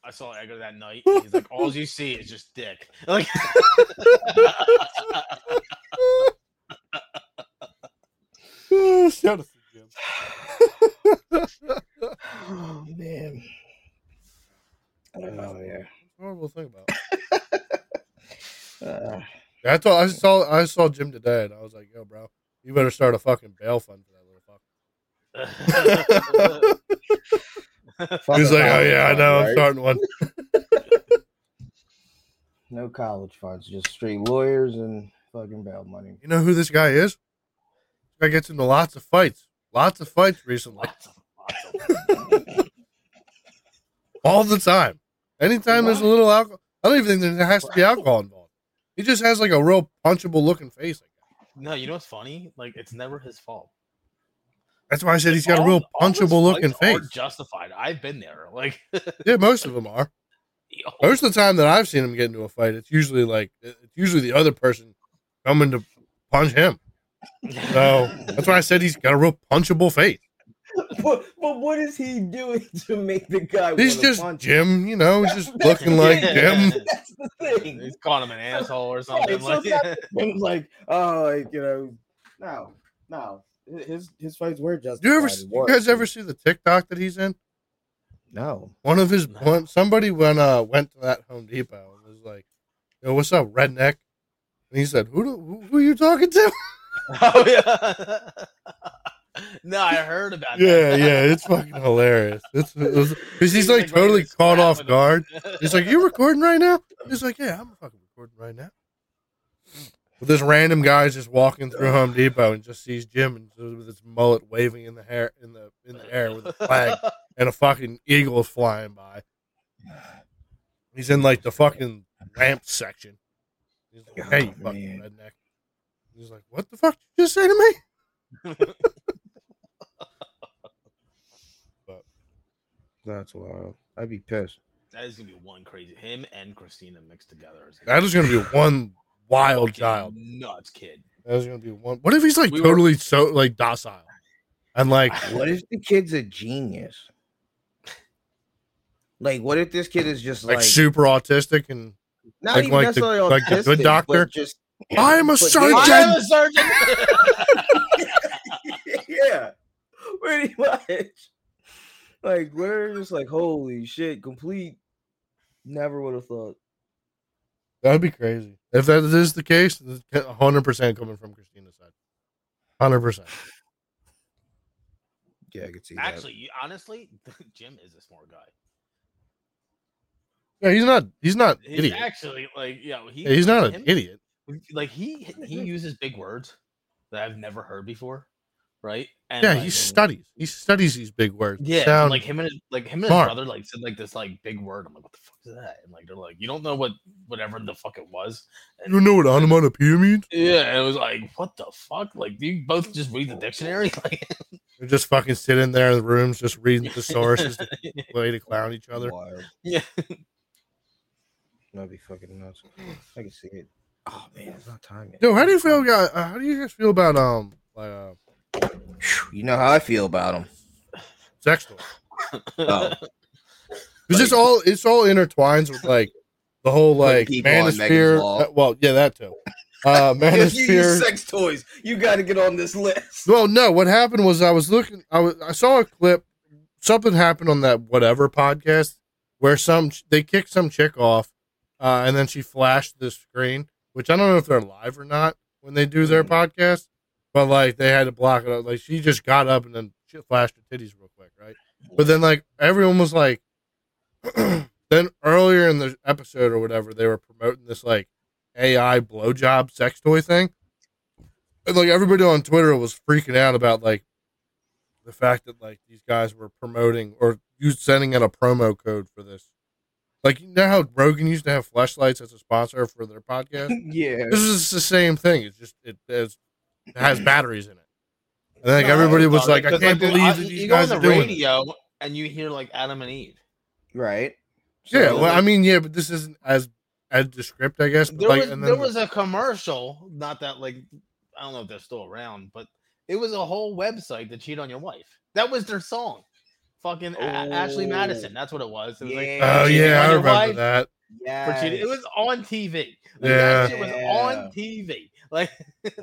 Speaker 3: I saw Edgar that night. and He's like, all you see is just dick. Like,
Speaker 1: Shut us, Jim.
Speaker 4: Oh man. Oh yeah.
Speaker 1: Horrible thing about.
Speaker 4: Uh,
Speaker 1: I told, I saw I saw Jim today, and I was like, "Yo, bro, you better start a fucking bail fund for that little fucker."
Speaker 4: fuck
Speaker 1: He's
Speaker 4: a
Speaker 1: like, "Oh
Speaker 4: college
Speaker 1: yeah, I
Speaker 4: fund,
Speaker 1: know, I'm
Speaker 4: right?
Speaker 1: starting one."
Speaker 4: No college funds, just straight lawyers and fucking bail money.
Speaker 1: You know who this guy is? This guy gets into lots of fights, lots of fights recently,
Speaker 3: lots of, lots of
Speaker 1: all the time. Anytime there's a little alcohol, I don't even think there has to be alcohol involved. He just has like a real punchable looking face. Like that.
Speaker 3: No, you know what's funny? Like it's never his fault.
Speaker 1: That's why I said he's got a
Speaker 3: All-
Speaker 1: real
Speaker 3: all his
Speaker 1: punchable looking
Speaker 3: fights are
Speaker 1: face.
Speaker 3: Justified. I've been there. Like
Speaker 1: Yeah, most of them are.
Speaker 3: yo,
Speaker 1: Most of the time that I've seen him get into a fight, it's usually like it's usually the other person coming to punch him. So that's why I said he's got a real punchable face.
Speaker 2: But, but what is he doing to make the guy?
Speaker 1: He's
Speaker 2: wanna
Speaker 1: just
Speaker 2: punch him?
Speaker 1: Jim, you know, he's just looking like Jim.
Speaker 2: That's the thing.
Speaker 3: He's calling him an asshole or
Speaker 4: Right,
Speaker 3: something.
Speaker 4: so
Speaker 3: like,
Speaker 4: that- It's like, oh, like, you know, no, no. His his fights were just.
Speaker 1: Do you ever you guys ever see the TikTok that he's in?
Speaker 4: No.
Speaker 1: One of his
Speaker 3: No.
Speaker 1: one, somebody went uh went to that Home Depot and was like, Yo, what's up, redneck? And he said, Who do, who, who are you talking to?
Speaker 3: oh yeah. no, I heard about
Speaker 1: yeah,
Speaker 3: that.
Speaker 1: yeah, it's fucking hilarious. It's because he's
Speaker 3: He's
Speaker 1: like
Speaker 3: like ready
Speaker 1: totally
Speaker 3: to
Speaker 1: caught
Speaker 3: snap
Speaker 1: off
Speaker 3: with him.
Speaker 1: guard. He's like, "You recording right now?" He's like, "Yeah, I'm fucking recording right now." But this random guy's just walking through Home Depot and just sees Jim and just with his mullet waving in the hair in the in the air with a flag and a fucking eagle is flying by. He's in like the fucking ramp section. He's like, "Hey, you
Speaker 4: Oh,
Speaker 1: fucking
Speaker 4: man.
Speaker 1: redneck!" He's like, "What the fuck did you just say to me?"
Speaker 4: That's wild. I'd be pissed.
Speaker 3: That is gonna be one crazy. Him and Christina mixed together. is gonna
Speaker 1: That is gonna be one wild
Speaker 3: fucking
Speaker 1: child.
Speaker 3: Nuts kid.
Speaker 1: That was gonna be one. What if he's like
Speaker 3: We were-
Speaker 1: totally so like docile and like
Speaker 4: What if the kid's a genius? Like, what if this kid is just
Speaker 1: like,
Speaker 4: like,
Speaker 1: super autistic and
Speaker 4: not
Speaker 1: like-
Speaker 4: even
Speaker 1: like the-
Speaker 4: necessarily
Speaker 1: like the
Speaker 4: autistic,
Speaker 1: good doctor?
Speaker 4: but just
Speaker 1: I am a
Speaker 4: but they-
Speaker 1: surgeon.
Speaker 3: I am a surgeon.
Speaker 4: yeah, pretty much. Like we're just like, holy shit, complete. Never would have thought.
Speaker 1: that'd be crazy. If that is the case, hundred percent coming from Christina's side. Hundred percent.
Speaker 4: Yeah, I could see
Speaker 3: Actually, you, honestly, Jim is a smart guy.
Speaker 1: Yeah, he's not. He's not
Speaker 3: He's
Speaker 1: idiot.
Speaker 3: actually like, yeah, he,
Speaker 1: Yeah, he's not an
Speaker 3: him-
Speaker 1: idiot.
Speaker 3: Like he he uses big words that I've never heard before, right? And
Speaker 1: Yeah,
Speaker 3: like,
Speaker 1: he studies. He studies these big words.
Speaker 3: yeah, and,
Speaker 1: sound
Speaker 3: like him and his, like him and
Speaker 1: smart.
Speaker 3: his brother like said like this like big word. I'm like, what the fuck is that? And like they're like, you don't know what whatever the fuck it was.
Speaker 1: you don't know what onomatopoeia means?
Speaker 3: Yeah, and it was like, what the fuck? Like, do you both just read the dictionary? Like,
Speaker 1: They're just fucking sitting there in the rooms, just reading thesauruses, to way to clown each other.
Speaker 4: Wild.
Speaker 3: Yeah.
Speaker 4: That'd be fucking nuts. I can see it. Oh man, it's not time yet.
Speaker 1: Yo, how do you feel? guy- Uh, how do you guys feel about um like uh,
Speaker 4: You know how I feel about them.
Speaker 1: sex toys?
Speaker 4: Oh,
Speaker 1: Because it's
Speaker 4: Like-
Speaker 1: all it's all intertwines with like the whole
Speaker 4: Putting
Speaker 1: like
Speaker 4: people on Megan's
Speaker 1: manosphere.
Speaker 4: wall.
Speaker 1: uh, well, yeah, that too. Uh,
Speaker 4: if you
Speaker 1: manosphere.
Speaker 4: use sex toys, you got to get on this list.
Speaker 1: Well, no, what happened was I was looking. I was I saw a clip. Something happened on that whatever podcast where some they kicked some chick off, uh, and then she flashed the screen, which I don't know if they're live or not when they do their
Speaker 4: Mm.
Speaker 1: podcast. But like they had to block it up. Like she just got up and then she flashed her titties real quick, right? But then like everyone was like then earlier in the episode or whatever, they were promoting this like AI blowjob sex toy thing. And like everybody on Twitter was freaking out about like the fact that like these guys were promoting or you sending out a promo code for this. Like you know how Rogan used to have flashlights as a sponsor for their podcast?
Speaker 4: yeah.
Speaker 1: this is the same thing. It's just it has, it has batteries in it. And like
Speaker 3: No,
Speaker 1: everybody was
Speaker 3: about it,
Speaker 1: like, I
Speaker 3: 'cause,
Speaker 1: can't believe
Speaker 3: I-
Speaker 1: that these
Speaker 3: you
Speaker 1: guys
Speaker 3: go
Speaker 1: are
Speaker 3: on the
Speaker 1: doing. it."
Speaker 3: radio and you hear like Adam and Eve.
Speaker 4: Right.
Speaker 1: Yeah,
Speaker 3: So,
Speaker 1: well, I
Speaker 3: like,
Speaker 1: mean, yeah, but this isn't as as descript, I guess. But
Speaker 3: there
Speaker 1: like,
Speaker 3: was
Speaker 1: and
Speaker 3: there
Speaker 1: then
Speaker 3: was a commercial. Not that like I don't know if they're still around, but it was a whole website to cheat on your wife. That was their song. Fucking A- Ashley
Speaker 4: Oh.
Speaker 3: Madison. That's what it was. It was like,
Speaker 4: Yeah.
Speaker 1: oh
Speaker 3: cheating
Speaker 1: yeah,
Speaker 3: on
Speaker 1: I
Speaker 3: your
Speaker 1: remember
Speaker 3: wife
Speaker 1: that.
Speaker 4: Yeah.
Speaker 3: for cheating. It was on TV. Like,
Speaker 1: Yeah.
Speaker 3: That shit was
Speaker 4: Yeah.
Speaker 3: on TV. Like,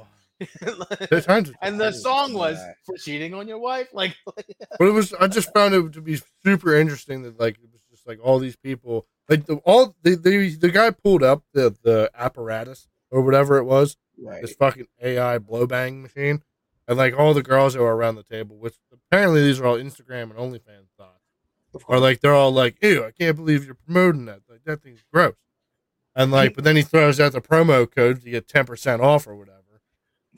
Speaker 1: There's times it's-
Speaker 3: and the song was
Speaker 4: that.
Speaker 3: for cheating on your wife. Like,
Speaker 1: but it was. I just found it to be super interesting that like it was just like all these people, like the all the the, the guy pulled up the the apparatus or whatever it was,
Speaker 4: Right.
Speaker 1: this fucking AI blowbang machine, and like all the girls that were around the table, which apparently these are all Instagram and OnlyFans thoughts, are like they're all like, "Ew, I can't believe you're promoting that. Like that thing's gross." And like, but then he throws out the promo code to get ten percent off or whatever,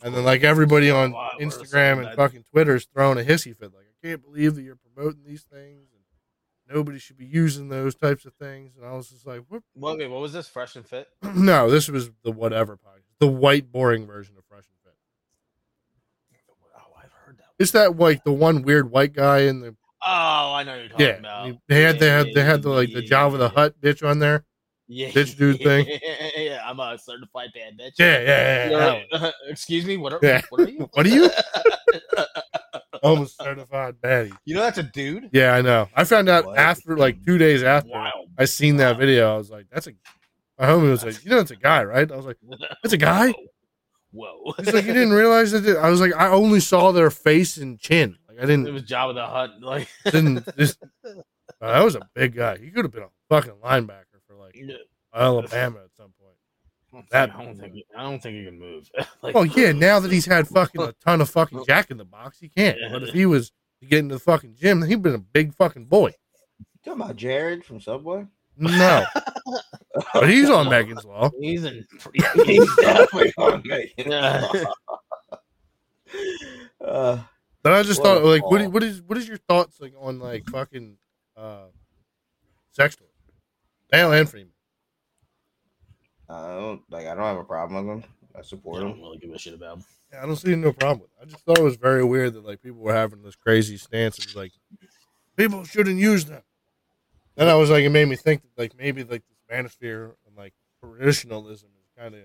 Speaker 1: and then like everybody on
Speaker 3: Wow, we're saying
Speaker 1: Instagram and
Speaker 3: that.
Speaker 1: fucking Twitter is throwing a hissy fit, like, "I can't believe that you're promoting these things." and Nobody should be using those types of things, and I was just like, "What
Speaker 3: what, wait, what was this? Fresh and Fit?
Speaker 1: no, this was the whatever podcast, the white boring version of Fresh and Fit.
Speaker 3: Oh, I've heard that.
Speaker 1: It's that like the one weird white guy in the
Speaker 3: Oh, I know who you're talking
Speaker 1: yeah.
Speaker 3: about.
Speaker 1: They had they had
Speaker 3: Yeah,
Speaker 1: they had the like the
Speaker 3: yeah,
Speaker 1: Java the
Speaker 3: yeah,
Speaker 1: Hut bitch on there.
Speaker 3: yeah,
Speaker 1: bitch dude thing.
Speaker 3: Yeah, yeah, I'm a certified bad bitch.
Speaker 1: Yeah, yeah, yeah. yeah. that one.
Speaker 3: You're- excuse me. What are,
Speaker 1: Yeah.
Speaker 3: what are you?
Speaker 1: What are you? Almost certified baddie.
Speaker 3: you know that's a dude.
Speaker 1: Yeah, I know. I found out
Speaker 3: What?
Speaker 1: after like two days after
Speaker 3: Wow.
Speaker 1: I seen that
Speaker 3: Wow.
Speaker 1: video. I was like, that's a. My homie was like, you know, it's a guy, right? I was like, it's a guy.
Speaker 3: Whoa.
Speaker 1: He's like, you didn't realize that. it-" I was like, I only saw their face and chin. Like, I
Speaker 3: it
Speaker 1: didn't
Speaker 3: was Jabba the Hutt. Like,
Speaker 1: didn't just. Uh, that was a big guy. He could have been a fucking linebacker for like Alabama at some point.
Speaker 3: that,
Speaker 1: That-
Speaker 3: I don't think. I don't think he can move. like,
Speaker 1: Well, yeah, now that he's had fucking a ton of fucking Jack in the Box, he can't. But if he was to get into the fucking gym, then he'd been a big fucking boy.
Speaker 4: talking about Jared from Subway?
Speaker 1: No, but he's on Megan's Law.
Speaker 3: he's in.
Speaker 4: He's definitely on me.
Speaker 3: Yeah.
Speaker 4: Uh,
Speaker 1: But I just
Speaker 4: What a
Speaker 1: thought, like, what,
Speaker 4: ball.
Speaker 1: what is what is your thoughts like on like fucking uh, sex toys, male and female?
Speaker 4: I don't like. I don't have a problem with him. I
Speaker 3: I
Speaker 4: support
Speaker 3: don't
Speaker 4: him.
Speaker 3: really give a shit about. Him.
Speaker 1: Yeah, I don't see no problem with. It. I just thought it was very weird that like people were having this crazy stance of like people shouldn't use them. Then I was like, it made me think that like maybe like this manosphere and like traditionalism is kind of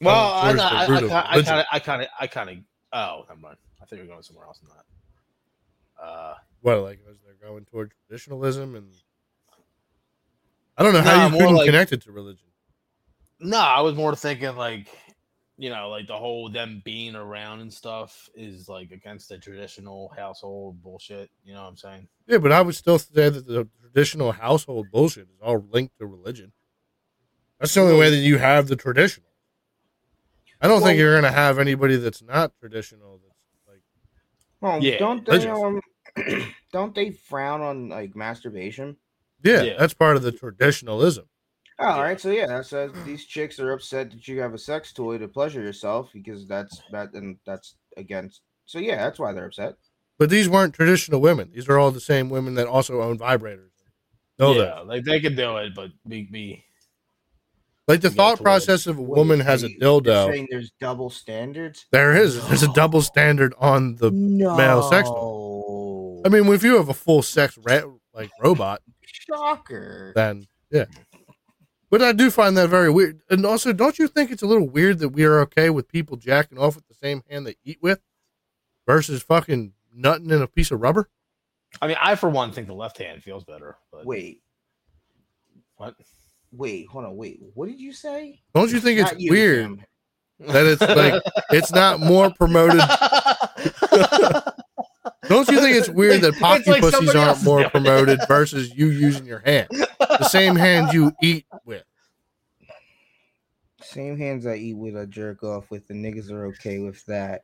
Speaker 3: Well, I,
Speaker 1: towards the
Speaker 3: I, I,
Speaker 1: root of
Speaker 3: I
Speaker 1: religion.
Speaker 3: kind of, I kind of, I kind of. Oh, never mind. I think we are going somewhere else than that. Uh,
Speaker 1: what like as they're going toward traditionalism and I don't know
Speaker 3: Nah,
Speaker 1: how you
Speaker 3: more
Speaker 1: couldn't
Speaker 3: like-
Speaker 1: connect it to religion.
Speaker 3: no, I was more thinking like, you know, like the whole them being around and stuff is like against the traditional household bullshit. You know what I'm saying?
Speaker 1: Yeah, but I would still say that the traditional household bullshit is all linked to religion. That's the only way that you have the traditional. I don't think
Speaker 4: Well-
Speaker 1: you're gonna have anybody that's not traditional. That's like
Speaker 4: Well,
Speaker 3: Yeah,
Speaker 4: don't they um,
Speaker 1: religious.
Speaker 4: don't they frown on like masturbation?
Speaker 1: Yeah,
Speaker 3: Yeah.
Speaker 1: that's part of the traditionalism.
Speaker 4: Oh, All
Speaker 3: Yeah.
Speaker 4: right, so yeah, that's uh, these chicks are upset that you have a sex toy to pleasure yourself because that's that and that's against. So yeah, that's why they're upset.
Speaker 1: But these weren't traditional women. These are all the same women that also own vibrators. Know
Speaker 3: yeah,
Speaker 1: that.
Speaker 3: like they could do it, but we, we
Speaker 1: Like the
Speaker 3: Yeah,
Speaker 1: thought
Speaker 3: totally.
Speaker 1: process of a
Speaker 4: Wait,
Speaker 1: woman
Speaker 4: so
Speaker 1: has a
Speaker 4: you- you're
Speaker 1: dildo.
Speaker 4: Saying there's double standards.
Speaker 1: There is. There's a double standard on the.
Speaker 4: No.
Speaker 1: male sex toy. I mean, if you have a full sex ra- like robot,
Speaker 4: shocker.
Speaker 1: then yeah. But I do find that very weird. And also, don't you think it's a little weird that we are okay with people jacking off with the same hand they eat with, versus fucking nutting in a piece of rubber?
Speaker 3: I mean, I for one think the left hand feels better. But
Speaker 4: Wait,
Speaker 3: what?
Speaker 4: wait, hold on, wait. What did you say?
Speaker 1: Don't you think it's
Speaker 4: Not you,
Speaker 1: weird
Speaker 4: Jim.
Speaker 1: that it's like it's not more promoted Don't you think it's weird that
Speaker 3: It's
Speaker 1: pocky
Speaker 3: like
Speaker 1: pussies
Speaker 3: somebody
Speaker 1: aren't
Speaker 3: else
Speaker 1: more
Speaker 3: doing it.
Speaker 1: promoted versus you using your hand? The same hand you eat with.
Speaker 4: Same hands I eat with, I jerk off with. The niggas are okay with that.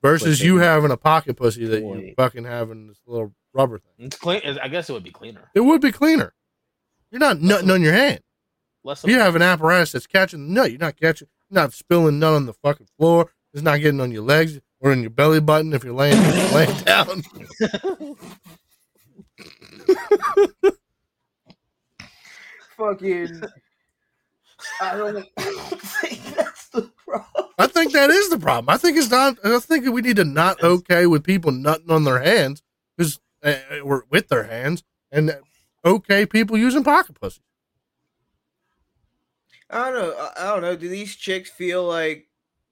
Speaker 1: versus
Speaker 4: Like,
Speaker 1: you
Speaker 4: um,
Speaker 1: having a pocket pussy that you
Speaker 4: Right.
Speaker 1: fucking having this little rubber thing.
Speaker 3: It's clean. I guess it would be cleaner.
Speaker 1: It would be cleaner. You're not nutting on your hand.
Speaker 3: Less.
Speaker 1: You have an apparatus that's catching the nut. You're not catching. You're not spilling nut on the fucking floor. It's not getting on your legs or in your belly button if you're laying laying down.
Speaker 2: Fucking. I don't think that's the problem.
Speaker 1: I think that is the problem. I think it's not. I think we need to not okay with people nutting on their hands because uh, or with their hands and okay people using pocket pussy.
Speaker 4: I don't know. I- I don't know. Do these chicks feel like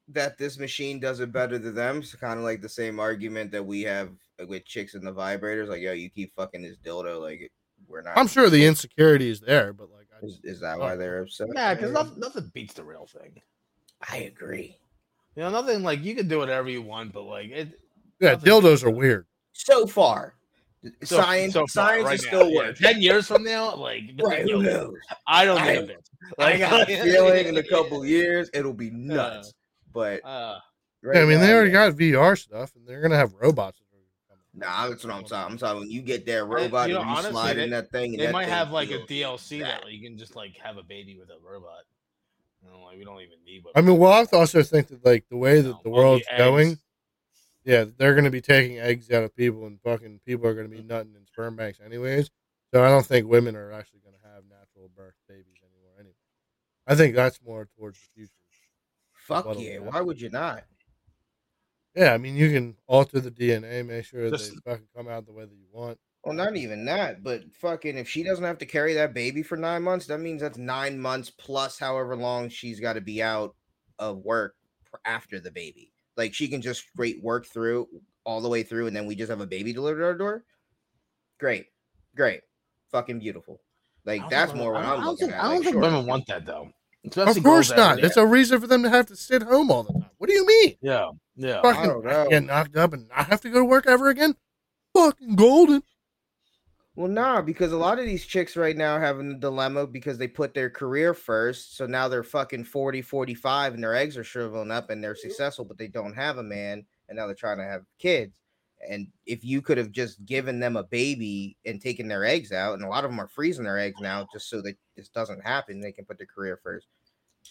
Speaker 4: that this machine does it better than them? It's kind of like the same argument that we have with chicks and the vibrators. Like, yo, you keep fucking this dildo. Like, it- we're not.
Speaker 1: I'm sure the insecurity is there, but like, I
Speaker 4: Is, is that why they're upset?
Speaker 3: Oh. Yeah, because
Speaker 4: Maybe?
Speaker 3: nothing, nothing beats the real thing.
Speaker 4: I agree.
Speaker 3: You know, nothing like you can do whatever you want, but like it.
Speaker 1: yeah, dildos are weird.
Speaker 4: So far,
Speaker 3: so-
Speaker 4: science
Speaker 3: so far,
Speaker 4: science
Speaker 3: right
Speaker 4: is
Speaker 3: now,
Speaker 4: still
Speaker 3: yeah.
Speaker 4: working.
Speaker 3: Ten years from now, like
Speaker 4: Right? Who
Speaker 3: you know,
Speaker 4: knows?
Speaker 3: I don't
Speaker 4: I-
Speaker 3: know. bitch.
Speaker 4: I
Speaker 3: Like,
Speaker 4: got a feeling in a couple years it'll be nuts. but
Speaker 3: Uh,
Speaker 4: right
Speaker 1: I mean, they
Speaker 4: now,
Speaker 1: already
Speaker 4: yeah.
Speaker 1: got VR stuff, and they're gonna have robots.
Speaker 4: Nah, that's what I'm saying. I'm saying when you get that
Speaker 3: They-
Speaker 4: robot
Speaker 3: you know,
Speaker 4: and you
Speaker 3: honestly,
Speaker 4: slide
Speaker 3: they-
Speaker 4: in that thing, and
Speaker 3: they
Speaker 4: that
Speaker 3: might
Speaker 4: thing
Speaker 3: have like a
Speaker 4: feels
Speaker 3: DLC
Speaker 4: that.
Speaker 3: that you can just like have a baby with a robot. You know, like we don't even need.
Speaker 1: I mean,
Speaker 3: what
Speaker 1: well, I also think that like the way that the world's going, yeah, they're going to be taking eggs out of people, and fucking people are going to be nutting in sperm banks anyways. So I don't think women are actually going to have natural birth babies anymore. Anyway, I think that's more towards the future.
Speaker 4: Fuck
Speaker 1: What'll
Speaker 4: yeah!
Speaker 1: happen?
Speaker 4: Why would you not?
Speaker 1: Yeah, I mean, you can alter the DNA, make sure
Speaker 3: Just-
Speaker 1: they fucking come out the way that you want.
Speaker 4: Well, not even that, but fucking if she doesn't have to carry that baby for nine months, that means that's nine months plus however long she's got to be out of work pr- after the baby. Like she can just straight work through all the way through, and then we just have a baby delivered to our door. Great, great, fucking beautiful. Like that's more what I'm
Speaker 3: I don't
Speaker 4: looking
Speaker 3: think,
Speaker 4: at.
Speaker 3: I don't
Speaker 4: like,
Speaker 3: think
Speaker 4: sure.
Speaker 3: women want that though.
Speaker 1: Of course not. It's a reason for them to have to sit home all the time. What do you mean?
Speaker 3: yeah, yeah.
Speaker 1: Fucking
Speaker 4: don't
Speaker 3: Oh.
Speaker 4: know.
Speaker 1: get knocked up and not have to go to work ever again? Fucking golden.
Speaker 4: Well, nah, because a lot of these chicks right now having a dilemma because they put their career first. So now they're fucking 40, 45 and their eggs are shriveling up and they're successful, but they don't have a man. And now they're trying to have kids. And if you could have just given them a baby and taken their eggs out, and a lot of them are freezing their eggs now just so that this doesn't happen, they can put their career first.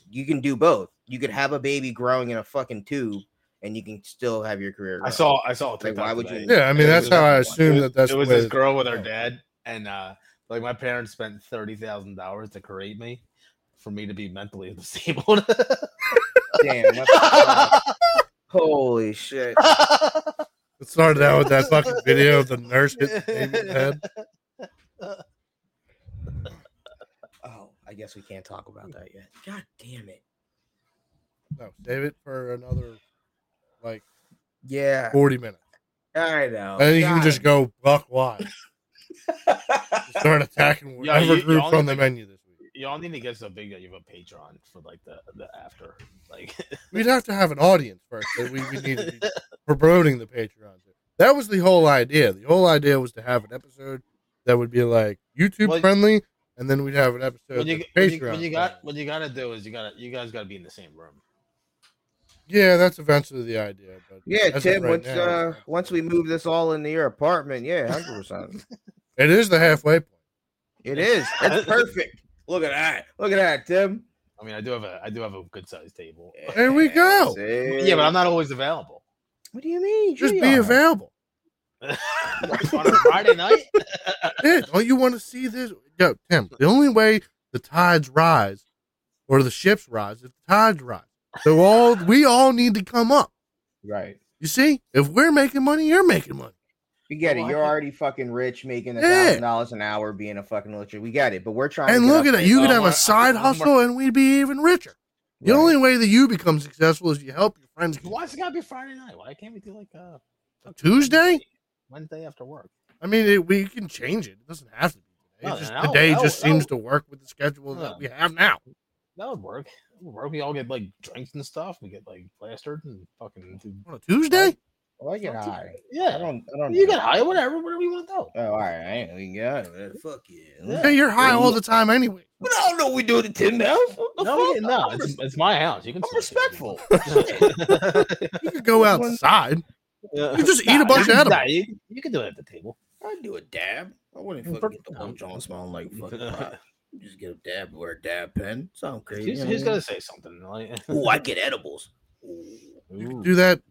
Speaker 4: You can do both. You could have a baby growing in a fucking tube and you can still have your career.
Speaker 3: I
Speaker 4: going.
Speaker 3: saw. I saw. a
Speaker 4: Like, why
Speaker 3: TikTok
Speaker 4: would you
Speaker 3: today.
Speaker 1: Yeah, I mean, that's how I assume that that's
Speaker 3: it was
Speaker 1: the way
Speaker 3: this
Speaker 1: that-
Speaker 3: girl with her
Speaker 1: yeah.
Speaker 3: dad, and uh, like my parents spent thirty thousand dollars to create me for me to be mentally disabled.
Speaker 4: Damn. what the fuck? Holy shit.
Speaker 1: It started out with that fucking video of the nurse hitting the baby in the head.
Speaker 4: Oh, I guess we can't talk
Speaker 1: Mm.
Speaker 4: about that yet. God damn it.
Speaker 1: No, save it for another like
Speaker 4: Yeah,
Speaker 1: 40 minutes.
Speaker 4: I know.
Speaker 1: And you can
Speaker 4: God.
Speaker 1: just go buck wild. Start attacking
Speaker 3: Yeah,
Speaker 1: whatever
Speaker 3: you-
Speaker 1: group
Speaker 3: y'all
Speaker 1: on
Speaker 3: need
Speaker 1: the
Speaker 3: to-
Speaker 1: menu this week.
Speaker 3: Y'all need to get so big that you have a Patreon for like the the after. Like
Speaker 1: We'd have to have an audience first that we, we need to be promoting the Patreon. to. That was the whole idea. The whole idea was to have an episode that would be like YouTube
Speaker 3: Well,
Speaker 1: friendly, and then we'd have an episode
Speaker 3: when you,
Speaker 1: that's
Speaker 3: when
Speaker 1: Patreon.
Speaker 3: you, when you got
Speaker 1: friendly.
Speaker 3: what you gotta do is you gotta you guys gotta be in the same room.
Speaker 1: yeah, that's eventually the idea. But
Speaker 4: yeah,
Speaker 1: as of
Speaker 4: Tim.
Speaker 1: right
Speaker 4: once
Speaker 1: now,
Speaker 4: uh,
Speaker 1: it's-
Speaker 4: once we move this all into your apartment, yeah, hundred percent.
Speaker 1: it is the halfway point.
Speaker 4: It is. It's perfect. Look at that. Look at that, Tim.
Speaker 3: I mean, I do have a I do have a good sized table.
Speaker 1: There we go.
Speaker 3: Yeah, but I'm not always available.
Speaker 4: What do you mean?
Speaker 1: Just
Speaker 4: Sure
Speaker 1: be
Speaker 4: you are.
Speaker 1: available.
Speaker 3: on a Friday night.
Speaker 1: it. Oh, you want to see this? Yo, Tim, the only way the tides rise or the ships rise is the tides rise. So all we all need to come up.
Speaker 4: Right.
Speaker 1: You see, if we're making money, you're making money.
Speaker 4: We get it.
Speaker 3: Well, I
Speaker 4: You're
Speaker 3: think-
Speaker 4: already fucking rich, making a
Speaker 1: Oh, Yeah.
Speaker 4: thousand dollars an hour, being a fucking electrician. We got it. But we're trying.
Speaker 1: And
Speaker 4: to get
Speaker 1: look
Speaker 4: up
Speaker 1: at that.
Speaker 4: there.
Speaker 1: You could
Speaker 3: Oh,
Speaker 1: have
Speaker 3: my-
Speaker 1: a side
Speaker 3: I'm more-
Speaker 1: hustle and we'd be even richer. The
Speaker 4: Right.
Speaker 1: only way that you become successful is you help your friends.
Speaker 3: Why does it gotta be Friday night? Why can't we do like uh fucking
Speaker 1: Tuesday?
Speaker 3: Wednesday- Wednesday after work.
Speaker 1: I mean, it, we can change it. It doesn't have to be today.
Speaker 3: No,
Speaker 1: It's just,
Speaker 3: no,
Speaker 1: today
Speaker 3: no,
Speaker 1: just
Speaker 3: no.
Speaker 1: seems to work with the schedule
Speaker 3: No.
Speaker 1: that we have now.
Speaker 3: That would work. That would work. We all get like drinks and stuff. We get like plastered and fucking do
Speaker 1: On a Tuesday?
Speaker 4: Well, I get
Speaker 3: Fuck you.
Speaker 4: high. I
Speaker 3: Yeah,
Speaker 4: don't. I don't.
Speaker 3: you
Speaker 4: know.
Speaker 3: get high, whatever, whatever you want to do.
Speaker 4: Oh, all right. I ain't- we can get high. man. Fuck yeah.
Speaker 1: Hey, you're high all the time anyway.
Speaker 4: But I don't know what we do at the tin house. What the
Speaker 3: No,
Speaker 4: fuck?
Speaker 3: we didn't- no,
Speaker 4: I'm,
Speaker 3: it's,
Speaker 4: res-
Speaker 3: it's my house. You can.
Speaker 4: I'm
Speaker 3: smoke it.
Speaker 4: respectful.
Speaker 1: You could go outside.
Speaker 3: Yeah.
Speaker 1: You just eat a
Speaker 3: Nah,
Speaker 1: bunch
Speaker 3: you
Speaker 1: of
Speaker 3: can- nah,
Speaker 1: edibles.
Speaker 3: You, you can do it at the table.
Speaker 4: I do a dab. I wouldn't
Speaker 3: Mm,
Speaker 4: fucking
Speaker 3: fuck
Speaker 4: get the
Speaker 3: no.
Speaker 4: whole John smelling like fucking pot. Just get a dab or a dab pen. Sound crazy.
Speaker 3: uh, Who's, who's gonna say something? Like,
Speaker 4: Oh, I get edibles. Ooh.
Speaker 1: Do that.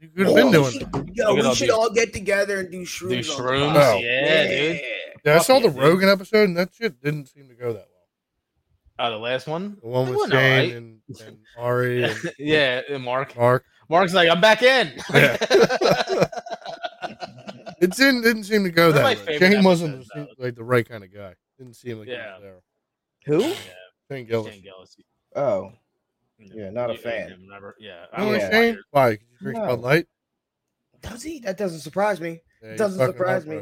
Speaker 1: You could have been
Speaker 4: Oh,
Speaker 1: doing
Speaker 4: shit.
Speaker 1: that.
Speaker 4: Yo,
Speaker 3: Look at
Speaker 4: we
Speaker 3: all
Speaker 4: should
Speaker 3: these-
Speaker 4: all get together and do shrooms.
Speaker 3: do
Speaker 4: on the
Speaker 3: shrooms?
Speaker 4: pod.
Speaker 1: Oh.
Speaker 3: Yeah, dude.
Speaker 1: Yeah, I saw
Speaker 3: Fuck
Speaker 1: the
Speaker 3: yeah, dude.
Speaker 1: Rogan episode, and that shit didn't seem to go that well.
Speaker 3: Oh, the last one.
Speaker 1: The one
Speaker 3: It
Speaker 1: with
Speaker 3: went
Speaker 1: Shane
Speaker 3: alright.
Speaker 1: and, and Ari and
Speaker 3: yeah, and Mark.
Speaker 1: Mark.
Speaker 3: Mark's like, I'm back in.
Speaker 1: Yeah. It didn't didn't seem to go
Speaker 3: They're my
Speaker 1: that well.
Speaker 3: favorite
Speaker 1: Shane wasn't
Speaker 3: episodes, though.
Speaker 1: the- like the right kind of guy. Didn't seem like
Speaker 3: Yeah.
Speaker 1: he was
Speaker 4: Who?
Speaker 1: there. Shane
Speaker 3: Yeah,
Speaker 1: Gillis.
Speaker 3: Shane Gillis.
Speaker 4: Oh,
Speaker 3: You know,
Speaker 4: Yeah, not a
Speaker 3: you- you ain't
Speaker 4: fan.
Speaker 3: never- never- Yeah, I
Speaker 1: Really,
Speaker 3: was
Speaker 4: Yeah.
Speaker 1: Shane? Why? Could you drink
Speaker 4: No.
Speaker 1: Bud Light?
Speaker 4: does he? That doesn't surprise me.
Speaker 1: Yeah, he's
Speaker 4: Doesn't
Speaker 1: fucking
Speaker 4: surprise me.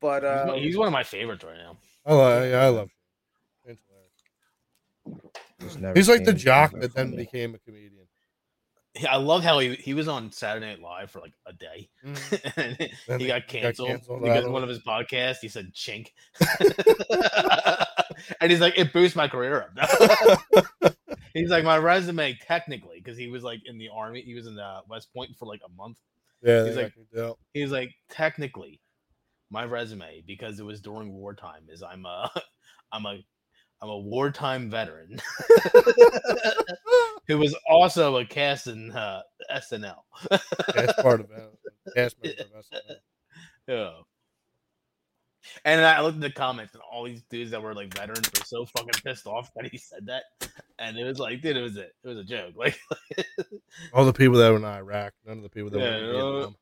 Speaker 1: heartbroken.
Speaker 4: But
Speaker 3: He's,
Speaker 4: uh,
Speaker 3: one- he's one of my favorites right now.
Speaker 1: I love. Yeah, I love. Shane. Shane's hilarious. He's like the jock that then became a comedian.
Speaker 3: Yeah, I love how he, he was on Saturday Night Live for like a day,
Speaker 1: Mhm.
Speaker 3: and
Speaker 1: Then
Speaker 3: he
Speaker 1: they
Speaker 3: got canceled,
Speaker 1: canceled
Speaker 3: because
Speaker 1: out
Speaker 3: of
Speaker 1: of
Speaker 3: one
Speaker 1: it.
Speaker 3: of his podcasts. He said "chink," and he's like, "It boosts my career up." he's like, "My resume, technically, because he was like in the army, he was in the West Point for like a month."
Speaker 1: Yeah,
Speaker 3: He's
Speaker 1: they
Speaker 3: like-
Speaker 1: got kicked out.
Speaker 3: He's like, technically, my resume because it was during wartime is I'm a I'm a I'm a wartime veteran who was also a cast in uh, SNL.
Speaker 1: That's part of it. That's part of it.
Speaker 3: Yeah. And I looked at the comments, and all these dudes that were like veterans were so fucking pissed off that he said that, and it was like, dude, it was a it was a joke. Like,
Speaker 1: All the people that were in Iraq, none of the people that
Speaker 3: Yeah,
Speaker 1: were in
Speaker 3: you know,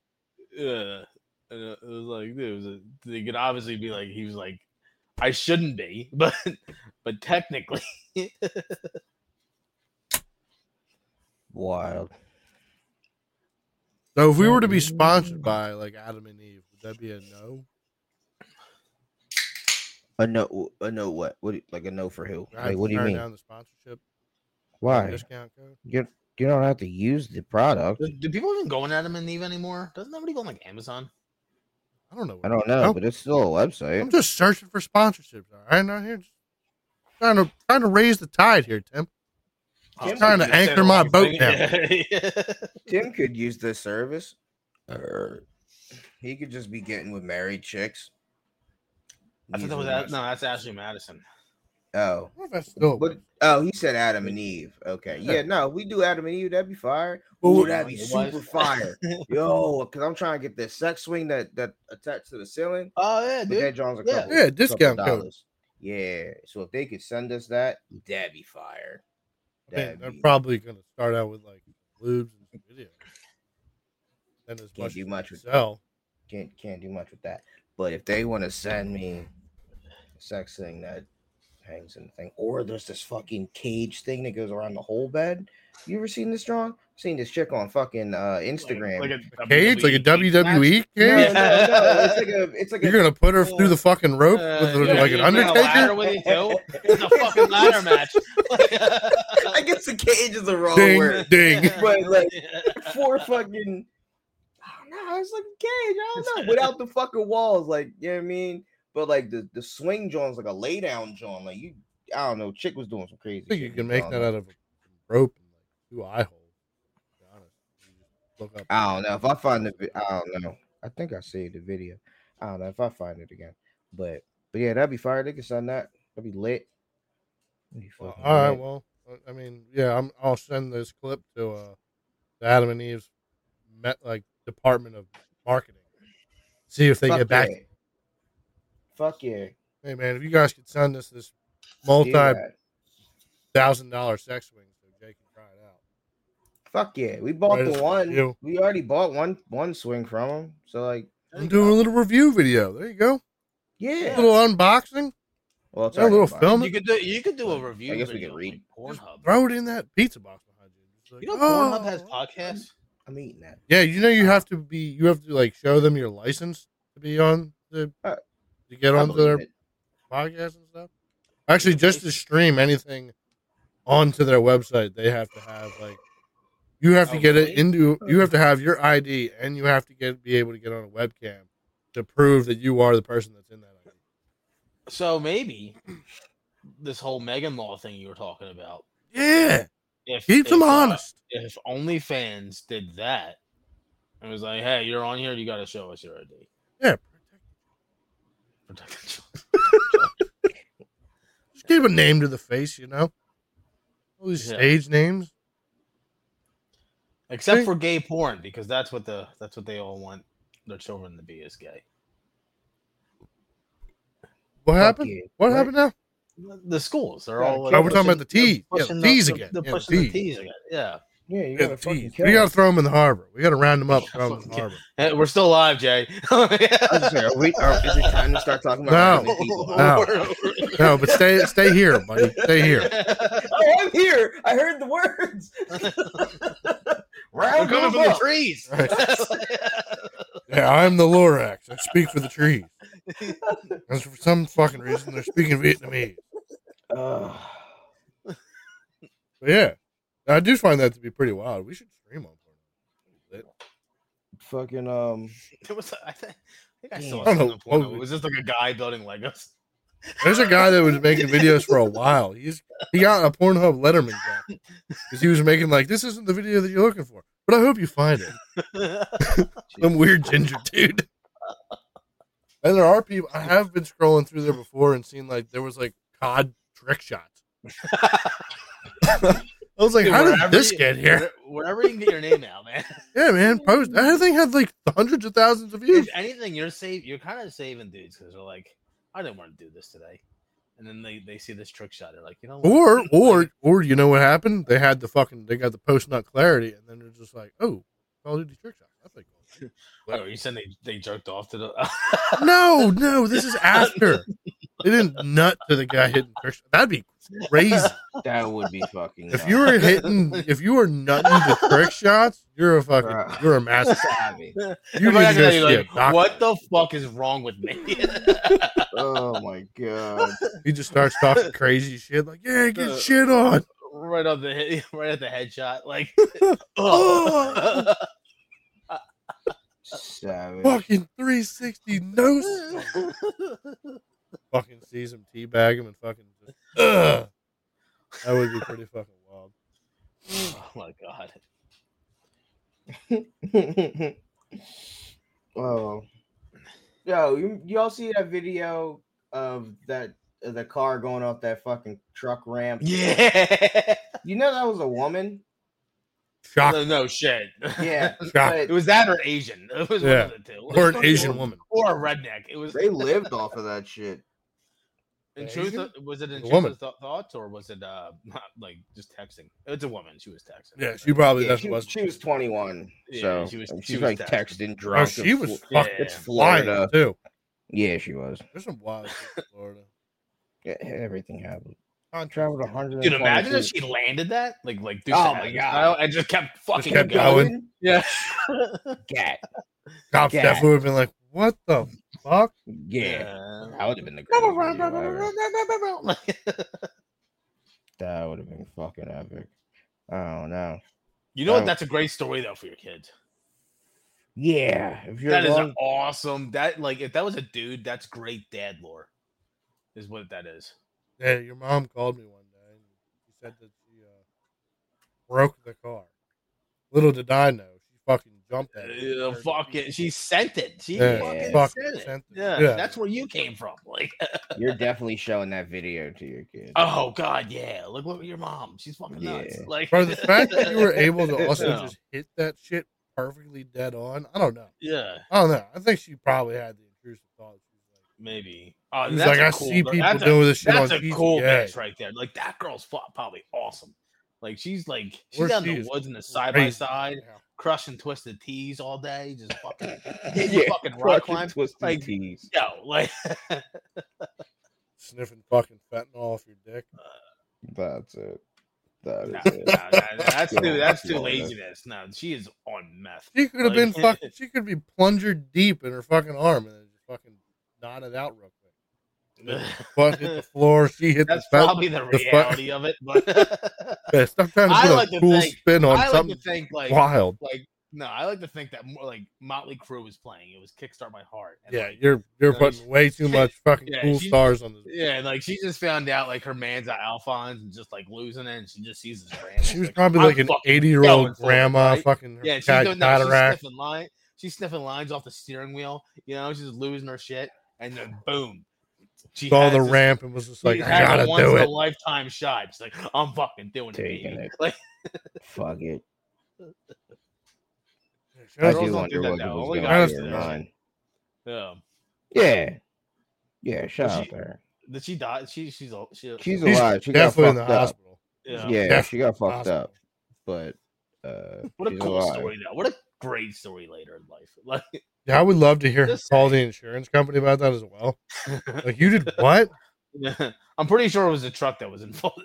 Speaker 1: Vietnam.
Speaker 3: yeah, and it was like, dude, it was a, they could obviously be like, he was like, I shouldn't be, but but technically,
Speaker 4: wild.
Speaker 1: So if we were to be
Speaker 3: Mm.
Speaker 1: sponsored by like Adam and Eve, would that be a no?
Speaker 4: A no, a no. What? What? do you- Like a no for who?
Speaker 1: I'd
Speaker 4: Like, what do you
Speaker 1: turn
Speaker 4: mean?
Speaker 1: Down the sponsorship
Speaker 4: Why?
Speaker 1: discount code.
Speaker 4: You you don't have to use the product.
Speaker 3: do, do people even go on Adam and Eve anymore? Doesn't everybody go on like Amazon?
Speaker 1: I don't know. what-
Speaker 4: I don't know,
Speaker 1: No.
Speaker 4: but it's still a
Speaker 1: I'm
Speaker 4: website.
Speaker 1: just searching for sponsorships. All right, now here, just trying to trying to raise the tide here, Tim.
Speaker 3: I'm
Speaker 1: trying to anchor my boat down.
Speaker 4: Tim could use this service, or he could just be getting with married chicks.
Speaker 3: I thought that was
Speaker 4: Using
Speaker 3: that, no, that's Ashley Madison.
Speaker 4: this- Oh,
Speaker 1: I don't know if that's still.
Speaker 4: But oh, he said Adam and Eve. Okay, yeah, no, we do Adam and Eve. That'd be fire.
Speaker 1: Well,
Speaker 4: Ooh,
Speaker 1: what-
Speaker 4: that'd be
Speaker 3: It
Speaker 4: super
Speaker 3: was.
Speaker 4: fire, yo. Because I'm trying to get this sex swing that that attached to the ceiling.
Speaker 3: Oh yeah,
Speaker 4: But that
Speaker 3: dude.
Speaker 4: draws a
Speaker 3: Yeah.
Speaker 4: couple,
Speaker 1: Yeah,
Speaker 4: couple
Speaker 1: discount code.
Speaker 4: dollars. Yeah, so if they could send us that, that'd be fire.
Speaker 1: I mean,
Speaker 4: That'd
Speaker 1: they're
Speaker 4: be-
Speaker 1: probably going to start out with like lubes and some video. And as
Speaker 4: Can't do much with-
Speaker 1: sell.
Speaker 4: can't can't do much with that. But if they want to send me a sex thing that hangs in the thing, or there's this fucking cage thing that goes around the whole bed. You ever seen this, John? seen this chick on fucking uh, Instagram.
Speaker 1: A cage like a
Speaker 3: E
Speaker 1: E.
Speaker 3: match.
Speaker 1: WWE cage.
Speaker 4: No,
Speaker 3: E Yeah.
Speaker 4: no, no, It's like a, it's like
Speaker 1: You're
Speaker 4: a,
Speaker 1: gonna put her through the fucking rope with
Speaker 3: Uh,
Speaker 1: like an
Speaker 3: yeah, you got a ladder
Speaker 1: Undertaker.
Speaker 3: with it, too? It's a fucking ladder match.
Speaker 4: I guess the cage is the wrong
Speaker 1: Ding,
Speaker 4: word.
Speaker 1: ding.
Speaker 4: But, like, For fucking, I don't know. It's like a cage. I don't know. Without the fucking walls, like you know what I mean. But like the the swing John's like a lay down John. Like you, I don't know. Chick was doing some crazy.
Speaker 1: I think
Speaker 4: shit
Speaker 1: you
Speaker 4: with
Speaker 1: can make
Speaker 4: John.
Speaker 1: that out of a rope and like two eye holes. To be honest, you just look up.
Speaker 4: I don't know if I find the. vi- I don't know. I think I saved the video. I don't know if I find it again. But but yeah, that'd be fire. They could send that. That'd be lit. That'd be
Speaker 1: Well,
Speaker 4: fucking
Speaker 1: all right.
Speaker 4: lit.
Speaker 1: Well, I mean, yeah, I'm, I'll send this clip to uh, the Adam and Eve's met like Department of Marketing. See if they
Speaker 4: Fuck
Speaker 1: get back.
Speaker 4: yeah. Fuck yeah.
Speaker 1: Hey man, if you guys could send us this
Speaker 4: Do
Speaker 1: multi
Speaker 4: that.
Speaker 1: thousand dollar sex swing so Jay can try it out.
Speaker 4: Fuck yeah. We bought
Speaker 1: Right
Speaker 4: the
Speaker 1: as
Speaker 4: one.
Speaker 1: you.
Speaker 4: We already bought one one swing from him. So like
Speaker 1: I'm doing a little review video. There you go.
Speaker 4: yeah.
Speaker 1: A little unboxing.
Speaker 4: well, it's
Speaker 1: A little
Speaker 4: already bought.
Speaker 1: film.
Speaker 3: You could do you could do a review.
Speaker 4: I guess we
Speaker 3: video
Speaker 4: could
Speaker 3: on,
Speaker 4: read.
Speaker 3: like,
Speaker 1: Just
Speaker 3: Pornhub.
Speaker 1: Throw it in that pizza box behind you. Just like,
Speaker 3: You know
Speaker 1: "Oh."
Speaker 3: Pornhub has podcasts.
Speaker 4: I'm eating that.
Speaker 1: Yeah, you know you have to be. You have to like show them your license to be on the
Speaker 4: Uh,
Speaker 1: to get
Speaker 4: I
Speaker 1: onto their
Speaker 4: believe it.
Speaker 1: podcasts and stuff. Actually, just to stream anything onto their website, they have to have like You have to
Speaker 3: Oh,
Speaker 1: get
Speaker 3: really?
Speaker 1: it into. You have to have your ID, and you have to get be able to get on a webcam to prove that you are the person that's in that. ID.
Speaker 3: So maybe this whole Megan Law thing you were talking about.
Speaker 1: Yeah,
Speaker 3: If
Speaker 1: keep
Speaker 3: if,
Speaker 1: them
Speaker 3: uh,
Speaker 1: honest.
Speaker 3: if OnlyFans did that and was like, "Hey, you're on here. You got to show us your ID."
Speaker 1: Yeah.
Speaker 3: Protect the children.
Speaker 1: Just give a name to the face, you know. All these
Speaker 3: Yeah.
Speaker 1: stage names.
Speaker 3: Except
Speaker 1: See?
Speaker 3: for gay porn, because that's what the that's what they all want their children to be is gay.
Speaker 1: What happened?
Speaker 4: you,
Speaker 1: What
Speaker 4: right?
Speaker 1: happened now?
Speaker 3: The schools, they're
Speaker 2: Yeah,
Speaker 3: all.
Speaker 1: Oh, we're talking
Speaker 2: pushing-
Speaker 1: about the T's.
Speaker 2: they're
Speaker 1: Yeah,
Speaker 2: pushing
Speaker 1: the
Speaker 2: the-
Speaker 1: T's
Speaker 2: the-
Speaker 1: again.
Speaker 3: They're
Speaker 1: Yeah,
Speaker 3: pushing the
Speaker 1: T's.
Speaker 3: T's again. Yeah.
Speaker 2: Yeah, you
Speaker 1: Yeah,
Speaker 2: gotta
Speaker 1: the
Speaker 2: fucking
Speaker 1: T's.
Speaker 2: kill
Speaker 1: We got to
Speaker 2: them.
Speaker 1: throw them in the harbor. We got to round them up.
Speaker 3: Yeah,
Speaker 1: Throw them in the
Speaker 3: fucking-
Speaker 1: harbor.
Speaker 3: Hey, we're still alive, Jay.
Speaker 4: I was gonna say, are we? Are, is it time to start talking about
Speaker 1: No.
Speaker 4: random people?
Speaker 1: No. No, but stay, stay here, buddy. Stay here.
Speaker 4: Oh,
Speaker 2: I am here. I heard the words.
Speaker 3: We're
Speaker 2: Round
Speaker 3: coming
Speaker 2: them
Speaker 3: from the
Speaker 2: up.
Speaker 3: trees.
Speaker 1: Right. Yeah, I'm the Lorax. I speak for the trees. And for some fucking reason, they're speaking Vietnamese.
Speaker 2: Ugh.
Speaker 1: But yeah, I do find that to be pretty wild. We should stream on Pornhub.
Speaker 4: Fucking um.
Speaker 3: It was, I think, I think I
Speaker 4: Damn.
Speaker 1: I
Speaker 3: saw
Speaker 1: don't know
Speaker 3: something porn.
Speaker 1: what
Speaker 3: It
Speaker 1: we-
Speaker 3: was just like a guy building Legos.
Speaker 1: There's a guy that was making videos for a while. He's he got a Pornhub Letterman jacket because he was making like this isn't the video that you're looking for, but I hope you find it. Some weird ginger dude. And there are people. I have been scrolling through there before and seen like there was like COD trick shots. I was like,
Speaker 3: Dude,
Speaker 1: how did
Speaker 3: wherever
Speaker 1: this
Speaker 3: you-
Speaker 1: get here?
Speaker 3: where- Wherever you can get your name out, man.
Speaker 1: Yeah, man, post. That thing had like hundreds of thousands of views.
Speaker 3: if anything, you're save you're kind of saving dudes because they're like, I didn't want to do this today, and then they they see this trick shot. They're like, you know, what?
Speaker 1: Or or or you know what happened? They had the fucking they got the post nut clarity, and then they're just like, oh, Call of Duty trick shot. That's like,
Speaker 3: Oh, you said they they jerked off to the.
Speaker 1: no, no, this is after they didn't nut to the guy hitting trick shot. That'd be crazy.
Speaker 4: That would be fucking.
Speaker 1: If you were hitting, if you were nutting the trick shots, you're a fucking,
Speaker 4: Bruh.
Speaker 1: you're a master.
Speaker 4: savage.
Speaker 1: You
Speaker 3: If I
Speaker 1: need to
Speaker 3: got
Speaker 1: go
Speaker 3: to tell
Speaker 1: see
Speaker 3: you,
Speaker 1: a
Speaker 3: like,
Speaker 1: doctor.
Speaker 3: what the fuck is wrong with me?
Speaker 4: Oh my god.
Speaker 1: He just starts talking crazy shit, like, yeah,
Speaker 3: Uh,
Speaker 1: get shit on.
Speaker 3: right up the head, right at the headshot, like,
Speaker 1: Oh.
Speaker 3: oh.
Speaker 4: Savage.
Speaker 1: Fucking 360 no. scope. fucking sees him teabag him and fucking just, ugh. that would be pretty fucking wild.
Speaker 3: oh my god.
Speaker 4: oh. Yo, you, y'all see that video of that of the car going off that fucking truck ramp?
Speaker 3: Yeah.
Speaker 4: You know that was a woman.
Speaker 1: Shock,
Speaker 3: No, no shit.
Speaker 4: Yeah,
Speaker 1: shock.
Speaker 3: It
Speaker 4: but
Speaker 3: was that or Asian. It was
Speaker 1: Yeah.
Speaker 3: one of the two.
Speaker 1: Or an Asian woman.
Speaker 3: Or a redneck. It was
Speaker 4: they lived off of that shit.
Speaker 3: in truth.
Speaker 1: Asian?
Speaker 3: uh, Was it in
Speaker 1: A woman.
Speaker 3: truth th- thoughts or was it uh not like just texting? It's a woman. She was texting.
Speaker 1: Yeah, she probably
Speaker 4: Yeah,
Speaker 1: Oh, that's
Speaker 4: she,
Speaker 1: what
Speaker 4: she was 21,
Speaker 3: Yeah,
Speaker 4: so
Speaker 3: she was-
Speaker 4: and
Speaker 3: she
Speaker 4: she's
Speaker 3: was
Speaker 4: like
Speaker 3: texting.
Speaker 4: texting
Speaker 1: Oh,
Speaker 4: drunk.
Speaker 1: she
Speaker 4: in
Speaker 1: was
Speaker 4: Flo-
Speaker 3: Yeah.
Speaker 1: fucking
Speaker 4: It's
Speaker 1: flying
Speaker 4: Florida.
Speaker 1: too.
Speaker 4: Yeah, she was.
Speaker 1: There's some wild shit in Florida.
Speaker 4: Yeah, everything happened.
Speaker 1: Contract
Speaker 4: Traveled 100.
Speaker 3: Dude, imagine if she landed that, like, like, dude,
Speaker 4: Oh
Speaker 3: oh
Speaker 4: my
Speaker 3: my
Speaker 4: God.
Speaker 3: and just kept fucking
Speaker 1: kept
Speaker 3: going.
Speaker 1: going.
Speaker 3: Yeah,
Speaker 4: Gat.
Speaker 1: cops
Speaker 4: Yeah.
Speaker 1: definitely would have been like, "What the fuck?"
Speaker 4: Yeah, that would have been the greatest video ever. That would have been fucking epic. Oh no.
Speaker 3: you know what?
Speaker 4: Oh.
Speaker 3: That's a great story though for your kids.
Speaker 4: Yeah, if you're
Speaker 3: That is
Speaker 4: long,
Speaker 3: awesome. That like, if that was a dude, that's great dad lore, is what that is.
Speaker 1: Yeah, your mom called me one day and she said that she uh, broke the car. Little did I know, she fucking jumped at it.
Speaker 3: Uh, fuck it. She sent it. She
Speaker 1: Yeah,
Speaker 3: fucking
Speaker 1: fuck,
Speaker 3: sent it.
Speaker 1: sent it.
Speaker 3: Yeah,
Speaker 1: Yeah.
Speaker 3: that's where you came from. Like,
Speaker 4: you're definitely showing that video to your kids.
Speaker 3: oh god, yeah. Look, look at your mom. She's fucking nuts.
Speaker 4: Yeah.
Speaker 3: Like,
Speaker 1: Bro, the fact that you were able to also
Speaker 3: Yeah.
Speaker 1: just hit that shit perfectly dead on, I don't know.
Speaker 3: yeah,
Speaker 1: I don't know. I think she probably had the intrusive thought.
Speaker 3: maybe. Oh,
Speaker 1: She was
Speaker 3: that's
Speaker 1: like,
Speaker 3: a
Speaker 1: I
Speaker 3: cool
Speaker 1: see
Speaker 3: girl.
Speaker 1: people
Speaker 3: That's a-
Speaker 1: doing this shit
Speaker 3: That's
Speaker 1: on
Speaker 3: a
Speaker 1: GTA.
Speaker 3: cool bitch right there. Like that girl's fu- probably awesome. Like she's like she's
Speaker 1: Where
Speaker 3: down
Speaker 1: she
Speaker 3: in
Speaker 1: is
Speaker 3: the woods in the side by
Speaker 1: Crazy.
Speaker 3: side,
Speaker 1: Yeah.
Speaker 3: crushing twisted tees all day, just fucking
Speaker 4: yeah,
Speaker 3: fucking rock
Speaker 4: fucking
Speaker 3: climb.
Speaker 4: twisted
Speaker 3: Like-
Speaker 4: tees.
Speaker 3: yo, like
Speaker 1: Sniffing fucking fentanyl off your dick.
Speaker 4: That's it. That
Speaker 3: no,
Speaker 4: is
Speaker 3: no,
Speaker 4: it.
Speaker 3: no, no, that's
Speaker 4: Yeah,
Speaker 3: too that's too
Speaker 4: yeah.
Speaker 3: laziness. No, she is on meth.
Speaker 1: She could have been
Speaker 3: Like-
Speaker 1: fucking. She could be plunger deep in her fucking arm and then just fucking knotted out real quick. butt hit the floor. She hit
Speaker 3: That's
Speaker 1: the fence.
Speaker 3: probably the
Speaker 1: the fu-
Speaker 3: reality of it. But
Speaker 1: Yeah, stop trying to
Speaker 3: I
Speaker 1: put
Speaker 3: like
Speaker 1: a
Speaker 3: to
Speaker 1: cool
Speaker 3: think-
Speaker 1: spin on
Speaker 3: I like
Speaker 1: something
Speaker 3: to think like
Speaker 1: wild.
Speaker 3: like no, I like to think that more like Motley Crue was playing. It was Kickstart My Heart. And,
Speaker 1: Yeah,
Speaker 3: like,
Speaker 1: you're you're
Speaker 3: no,
Speaker 1: putting
Speaker 3: she-
Speaker 1: way too much fucking
Speaker 3: yeah,
Speaker 1: cool
Speaker 3: she-
Speaker 1: stars on this.
Speaker 3: yeah, and, like she just found out like her man's at Alphonse and just like losing it, and she just sees this brand.
Speaker 1: She was probably like an 80 year
Speaker 3: going
Speaker 1: old
Speaker 3: for it,
Speaker 1: grandma,
Speaker 3: right?
Speaker 1: fucking
Speaker 3: yeah, and she's,
Speaker 1: cat-
Speaker 3: doing, no, she's
Speaker 1: cataract.
Speaker 3: sniffing line. She's sniffing lines off the steering wheel. You know, she's losing her shit, and then boom, she
Speaker 1: saw
Speaker 3: has
Speaker 1: the
Speaker 3: this-
Speaker 1: ramp and was just like,
Speaker 3: she
Speaker 1: I
Speaker 3: has
Speaker 1: gotta
Speaker 3: a once
Speaker 1: do
Speaker 3: in
Speaker 1: it.
Speaker 3: a lifetime shot. She's like, I'm fucking doing it.
Speaker 4: Taking
Speaker 3: baby."
Speaker 4: it.
Speaker 3: Like,
Speaker 4: Fuck it.
Speaker 1: Yeah,
Speaker 4: I
Speaker 1: she
Speaker 3: Girls
Speaker 4: do
Speaker 1: was-
Speaker 3: don't
Speaker 4: wonder
Speaker 3: do that
Speaker 4: what
Speaker 3: now.
Speaker 4: was
Speaker 3: Only
Speaker 4: going
Speaker 1: guys
Speaker 4: on.
Speaker 1: do
Speaker 4: in
Speaker 1: that.
Speaker 4: her mind.
Speaker 3: yeah.
Speaker 4: Yeah. Yeah, shout out
Speaker 3: she-
Speaker 4: to her.
Speaker 3: Did she die? She she's a she,
Speaker 4: She's
Speaker 1: she's
Speaker 4: alive. She got
Speaker 1: definitely in
Speaker 4: fucked
Speaker 1: the
Speaker 4: up.
Speaker 1: hospital.
Speaker 3: yeah.
Speaker 4: Yeah,
Speaker 1: Def-
Speaker 4: she got fucked
Speaker 1: hospital.
Speaker 4: up. But uh
Speaker 3: What a
Speaker 4: she's
Speaker 3: cool
Speaker 4: alive.
Speaker 3: story though. What a great story later in life. Like
Speaker 1: Yeah, I would love to hear her
Speaker 3: Just
Speaker 1: call the insurance company about that as well. Like, you did what?
Speaker 3: Yeah, I'm pretty sure it was a truck that was involved.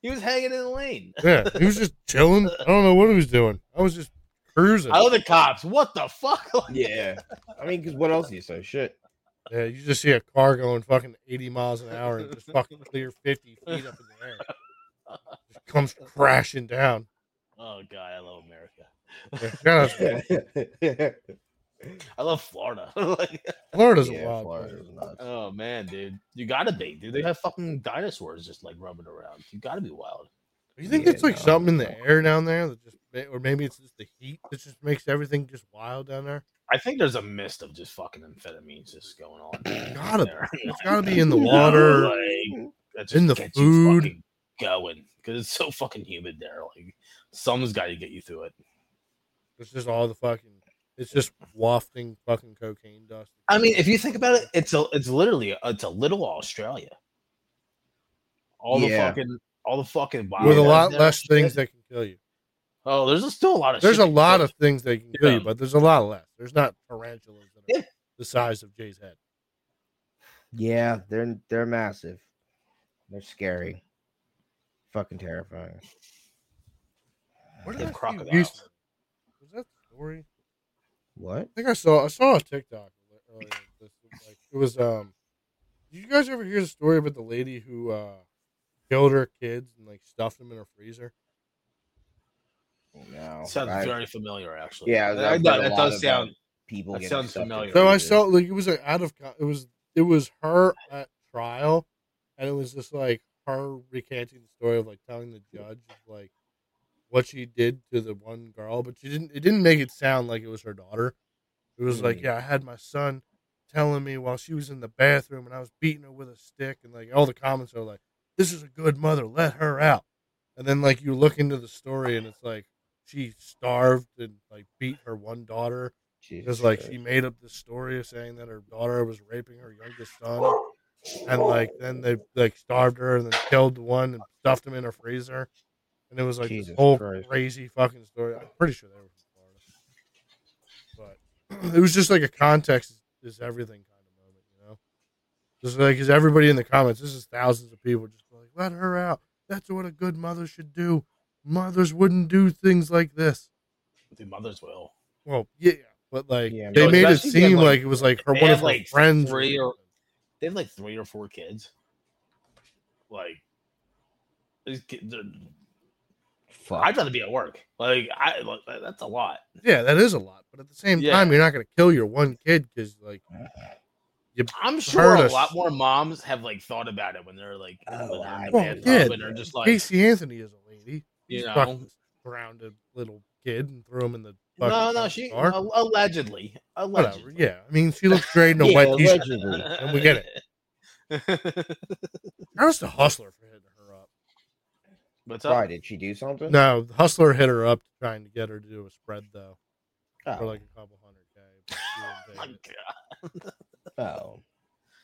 Speaker 3: he was hanging in the lane.
Speaker 1: Yeah, he was just chilling. I don't know what he was doing. I was just cruising.
Speaker 3: I love the cops. What the fuck?
Speaker 4: Yeah. I mean, because what else do you say? Shit.
Speaker 1: Yeah, you just see a car going fucking 80 miles an hour and just fucking clear 50 feet up in the air. Just comes crashing down.
Speaker 3: oh god, I love America.
Speaker 1: Yeah, shout out to
Speaker 3: I love Florida. Like,
Speaker 1: Florida's a
Speaker 4: Yeah,
Speaker 1: wild
Speaker 4: Florida
Speaker 1: place.
Speaker 4: is nuts.
Speaker 3: oh man, dude, you gotta be, dude. They have fucking dinosaurs just like rubbing around. You gotta be wild.
Speaker 1: You think
Speaker 4: Yeah,
Speaker 1: it's like
Speaker 4: no,
Speaker 1: something in the
Speaker 4: no.
Speaker 1: air down there that just, ma- or maybe it's just the heat that just makes everything just wild down there?
Speaker 3: I think there's a mist of just fucking amphetamines just going on.
Speaker 1: Gotta
Speaker 3: there.
Speaker 1: It's got to be in the
Speaker 3: You know,
Speaker 1: water.
Speaker 3: like, that just
Speaker 1: in the
Speaker 3: gets
Speaker 1: food.
Speaker 3: You fucking going because it's so fucking humid there. Like someone's got to get you through it.
Speaker 1: It's just all the fucking. It's just wafting fucking cocaine dust.
Speaker 3: I mean, if you think about it, it's a, it's literally it's a little Australia. All the
Speaker 4: Yeah.
Speaker 3: fucking all the fucking
Speaker 1: with a
Speaker 3: wildlife
Speaker 1: lot
Speaker 3: there
Speaker 1: less
Speaker 3: and
Speaker 1: things
Speaker 3: shit.
Speaker 1: that can kill you.
Speaker 3: oh, there's still a lot of.
Speaker 1: There's
Speaker 3: shit
Speaker 1: a
Speaker 3: that
Speaker 1: lot
Speaker 3: goes-
Speaker 1: of things that can kill you,
Speaker 3: Yeah.
Speaker 1: but there's a lot less. There's not tarantulas that are
Speaker 3: Yeah.
Speaker 1: the size of Jay's head.
Speaker 4: Yeah, they're they're massive. They're scary. Fucking terrifying.
Speaker 1: What
Speaker 3: The
Speaker 1: I see
Speaker 3: crocodiles.
Speaker 1: recently? Was that the story? I
Speaker 4: What?
Speaker 1: think I saw I saw a TikTok earlier. This was like, it was um. Did you guys ever hear the story about the lady who uh, killed her kids and like stuffed them in her freezer?
Speaker 4: No.
Speaker 3: sounds
Speaker 4: I-
Speaker 3: very familiar, actually.
Speaker 4: Yeah,
Speaker 3: I,
Speaker 4: I've
Speaker 3: know,
Speaker 4: heard a
Speaker 3: that
Speaker 4: lot
Speaker 3: does
Speaker 4: about
Speaker 3: sound.
Speaker 4: people.
Speaker 3: that
Speaker 4: getting
Speaker 3: sounds
Speaker 4: stuck in
Speaker 3: familiar.
Speaker 1: So I
Speaker 4: freezers.
Speaker 1: saw like it was like out of co- it was it was her at trial, and it was just like her recanting the story of like telling the judge like what she did to the one girl, but she didn't. It didn't make it sound like it was her daughter. It was like
Speaker 4: Hmm.
Speaker 1: yeah, I had my son telling me while she was in the bathroom, and I was beating her with a stick, and like all the comments are like, "This is a good mother, let her out," and then like you look into the story, and it's like she starved and like beat her one daughter
Speaker 4: Jesus
Speaker 1: because like
Speaker 4: Christ.
Speaker 1: she made up this story of saying that her daughter was raping her youngest son, and like then they like starved her and then killed the one and stuffed him in her freezer, and it was like
Speaker 4: Jesus
Speaker 1: this whole
Speaker 4: Christ.
Speaker 1: crazy fucking story. I'm pretty sure they were from Florida, but it was just like a context is everything kind of moment, you know. Just like is everybody in the comments? This is thousands of people just like let her out. That's what a good mother should do. Mothers wouldn't do things like this.
Speaker 3: The mother's will.
Speaker 1: Well, yeah, but like
Speaker 4: Yeah,
Speaker 1: they
Speaker 3: but
Speaker 1: made it
Speaker 3: especially if you have,
Speaker 1: seem
Speaker 3: like-
Speaker 1: like, it was like her
Speaker 3: they
Speaker 1: one
Speaker 3: have,
Speaker 1: of her
Speaker 3: like,
Speaker 1: friends. or
Speaker 3: three or-
Speaker 1: something.
Speaker 3: They have like three or four kids. Like, these ki- they're-
Speaker 4: Fuck.
Speaker 3: I'd rather be at work. Like, I like, that's a lot.
Speaker 1: yeah, that is a lot. But at the same
Speaker 3: Yeah.
Speaker 1: time, you're not going to kill your one kid because like
Speaker 3: I'm sure a
Speaker 1: Heard us.
Speaker 3: lot more moms have like thought about it when they're like, when they're
Speaker 4: Oh,
Speaker 3: in
Speaker 4: I-
Speaker 3: the
Speaker 1: Well,
Speaker 3: bathtub
Speaker 1: yeah,
Speaker 3: and they're just like,
Speaker 1: Casey Anthony is a lady.
Speaker 3: you
Speaker 1: She
Speaker 3: know,
Speaker 1: fucked this grounded little kid and threw him in the fucking
Speaker 3: no, no,
Speaker 1: front
Speaker 3: she
Speaker 1: car.
Speaker 3: al- allegedly,
Speaker 1: whatever.
Speaker 3: allegedly,
Speaker 1: Yeah, I mean, she looks great in a
Speaker 4: Yeah,
Speaker 1: wet t-shirt.
Speaker 4: allegedly.
Speaker 1: and we get
Speaker 3: it.
Speaker 1: How's the hustler for hitting her up?
Speaker 3: What's up?
Speaker 4: Why did she do something?
Speaker 1: No, the hustler hit her up trying to get her to do a spread though
Speaker 4: Oh.
Speaker 1: for like a couple hundred k. but she
Speaker 3: Oh
Speaker 1: didn't
Speaker 3: my
Speaker 1: take it.
Speaker 3: God.
Speaker 4: oh.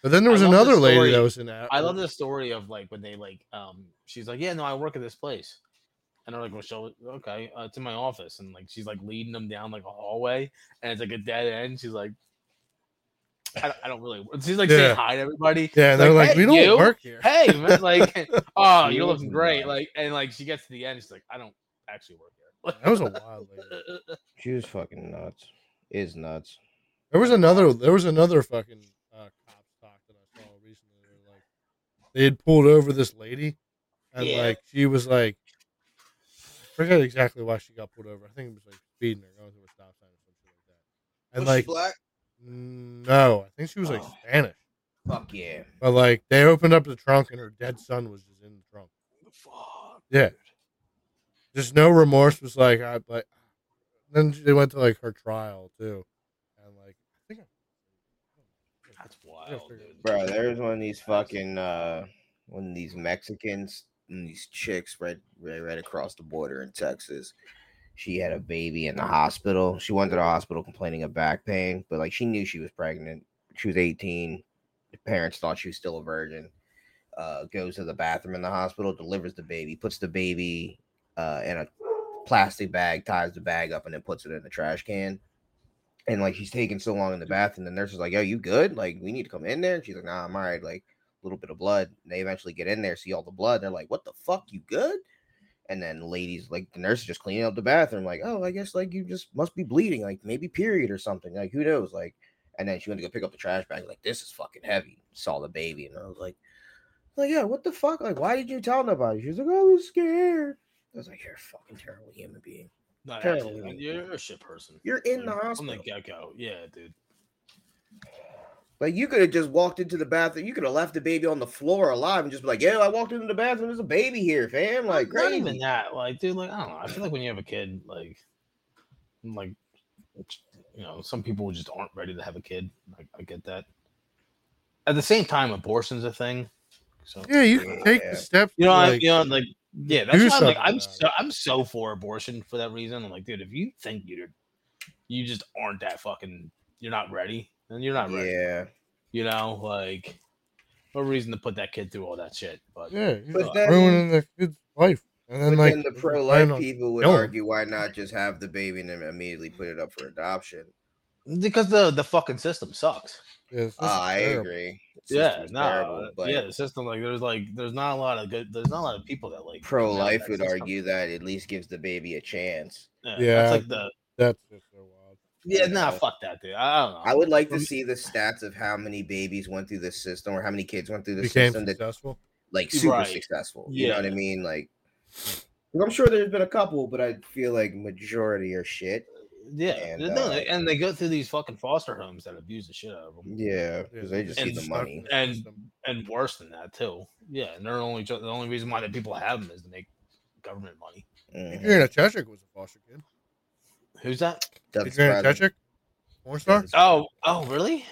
Speaker 1: But then there
Speaker 3: I
Speaker 1: was
Speaker 3: love the
Speaker 1: another lady
Speaker 3: story.
Speaker 1: that was in that.
Speaker 3: I love the story of like when they like, um, she's like, yeah, no, I work at this place, and they're like, well, show, okay, uh, it's in my office, and like she's like leading them down like a hallway, and it's like a dead end. She's like. I don't, I don't really. She's like
Speaker 1: Yeah.
Speaker 3: saying hi to everybody.
Speaker 1: Yeah, they're like,
Speaker 3: "Hey,
Speaker 1: we don't
Speaker 3: you."
Speaker 1: work here.
Speaker 3: hey, man, like, oh,
Speaker 4: She
Speaker 3: you're
Speaker 4: was
Speaker 3: looking great.
Speaker 4: nice.
Speaker 3: Like, and like, she gets to the end, she's like, I don't actually work here.
Speaker 1: That was a wild lady.
Speaker 4: She was fucking nuts. Is nuts.
Speaker 1: There was another. There was another fucking uh, cop talk that I saw they had pulled over this lady, and
Speaker 2: Yeah.
Speaker 1: like she was like, I forget exactly why she got pulled over. I think it was like speeding or going through a stop sign or something like that. And
Speaker 2: Was
Speaker 1: like,
Speaker 2: she black?
Speaker 1: no, I think she was like
Speaker 2: Oh.
Speaker 1: Spanish.
Speaker 4: Fuck yeah.
Speaker 1: But like, they opened up the trunk, and her dead son was just in the trunk.
Speaker 3: Fuck.
Speaker 1: Yeah. Just no remorse was like, I but then they went to like her trial too, and like I think I,
Speaker 3: That's wild, dude.
Speaker 4: Bro, there's one of these fucking uh one of these Mexicans and these chicks right right right across the border in Texas. She had a baby in the hospital. She went to the hospital complaining of back pain, but like she knew she was pregnant. She was 18. The parents thought she was still a virgin. Uh goes to the bathroom in the hospital, delivers the baby, puts the baby uh in a plastic bag, ties the bag up, and then puts it in the trash can. And like she's taking so long in the bathroom, the nurse is like, "Yo, you good? Like, we need to come in there." And she's like, "Nah, I'm alright." Like a little bit of blood. And they eventually get in there, see all the blood. They're like, "What the fuck? You good?" And then ladies, like the nurse, is just cleaning up the bathroom. Like, oh, I guess like you just must be bleeding, like maybe period or something. Like who knows? Like, and then she went to go pick up the trash bag. Like this is fucking heavy. Saw the baby, and I was like, like yeah, what the fuck? Like why did you tell nobody? She's like, I was scared. I was like, you're a fucking terrible human being.
Speaker 3: Not
Speaker 4: Hell
Speaker 3: actually,
Speaker 4: yeah.
Speaker 3: man, You're a shit person.
Speaker 4: You're in the
Speaker 3: Like,
Speaker 4: hospital.
Speaker 3: From the get go. Yeah, dude.
Speaker 4: Like you could have just walked into the bathroom. You could have left the baby on the floor alive and just be like, "Yo, I walked into the bathroom. There's a baby here, fam." Like,
Speaker 3: not
Speaker 4: crazy.
Speaker 3: even that. Like, dude, like, I don't know. I feel like when you have a kid, like, like, it's- you know, some people just aren't ready to have a kid. Like, I get that. At the same time, abortion's a thing. So,
Speaker 1: yeah, you
Speaker 2: Oh,
Speaker 1: can take
Speaker 4: Yeah.
Speaker 1: the steps.
Speaker 3: you know,
Speaker 1: to,
Speaker 3: I,
Speaker 1: like,
Speaker 3: you know, like, yeah,
Speaker 1: do
Speaker 3: that's why I'm like,
Speaker 1: something
Speaker 3: I'm
Speaker 1: about
Speaker 3: so, I'm so for abortion for that reason. I'm like, dude, if you think you're, you just aren't that fucking, you're not ready, then you're not ready.
Speaker 4: Yeah,
Speaker 3: You know, like, no reason to put that kid through all that shit. But
Speaker 1: yeah, you're
Speaker 4: But
Speaker 1: just
Speaker 4: then-
Speaker 1: ruining the kid's life, and then
Speaker 4: but
Speaker 1: like
Speaker 4: then the
Speaker 1: you
Speaker 4: pro-life
Speaker 1: plan on-
Speaker 4: people would
Speaker 1: killing 'em.
Speaker 4: argue, "Why not just have the baby and then immediately put it up for adoption?"
Speaker 3: because the the fucking system sucks.
Speaker 1: Yeah, this is
Speaker 4: Ah, I
Speaker 1: terrible.
Speaker 4: agree. It's
Speaker 3: yeah,
Speaker 4: just
Speaker 3: no,
Speaker 4: terrible, but
Speaker 3: yeah, the system like there's like there's not a lot of good there's not a lot of people that like
Speaker 4: pro-life
Speaker 3: know
Speaker 4: would
Speaker 3: that system.
Speaker 4: argue that at least gives the baby a chance.
Speaker 3: Yeah,
Speaker 1: Yeah.
Speaker 3: that's like the
Speaker 1: That's just so wild.
Speaker 3: yeah,
Speaker 4: You
Speaker 3: nah,
Speaker 4: know.
Speaker 3: fuck that dude. I, I don't know.
Speaker 4: I would like to
Speaker 3: Um,
Speaker 4: see the stats of how many babies went through this system or how many kids went through the
Speaker 1: Became
Speaker 4: system that
Speaker 1: successful.
Speaker 4: like super
Speaker 3: Right.
Speaker 4: successful. You know what I
Speaker 3: Yeah.
Speaker 4: mean? Like, 'cause I'm sure there's been a couple, but I feel like majority are shit.
Speaker 3: yeah,
Speaker 4: and,
Speaker 3: no,
Speaker 4: uh,
Speaker 3: and they go through these fucking foster homes that abuse the shit out of them,
Speaker 4: Yeah, because they
Speaker 1: they're
Speaker 4: just
Speaker 3: And
Speaker 4: need the
Speaker 1: stuck in
Speaker 4: money.
Speaker 1: the
Speaker 3: And-
Speaker 1: system.
Speaker 3: and worse than that too. Yeah, and they're only the only reason why the people have them is to make government money.
Speaker 4: Mhm.
Speaker 1: Adriana Chechik was a foster kid.
Speaker 3: Who's that?
Speaker 4: Doesn't
Speaker 1: Adriana
Speaker 4: surprise me.
Speaker 1: Chechik, porn star.
Speaker 4: Doesn't
Speaker 3: Oh, oh, really?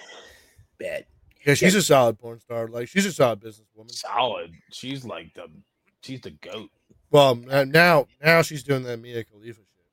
Speaker 4: bad.
Speaker 1: Yeah, she's a solid porn star. Like she's a solid businesswoman.
Speaker 3: Solid. She's like the she's the goat.
Speaker 1: Well, n- now now she's doing that Mia Khalifa shit.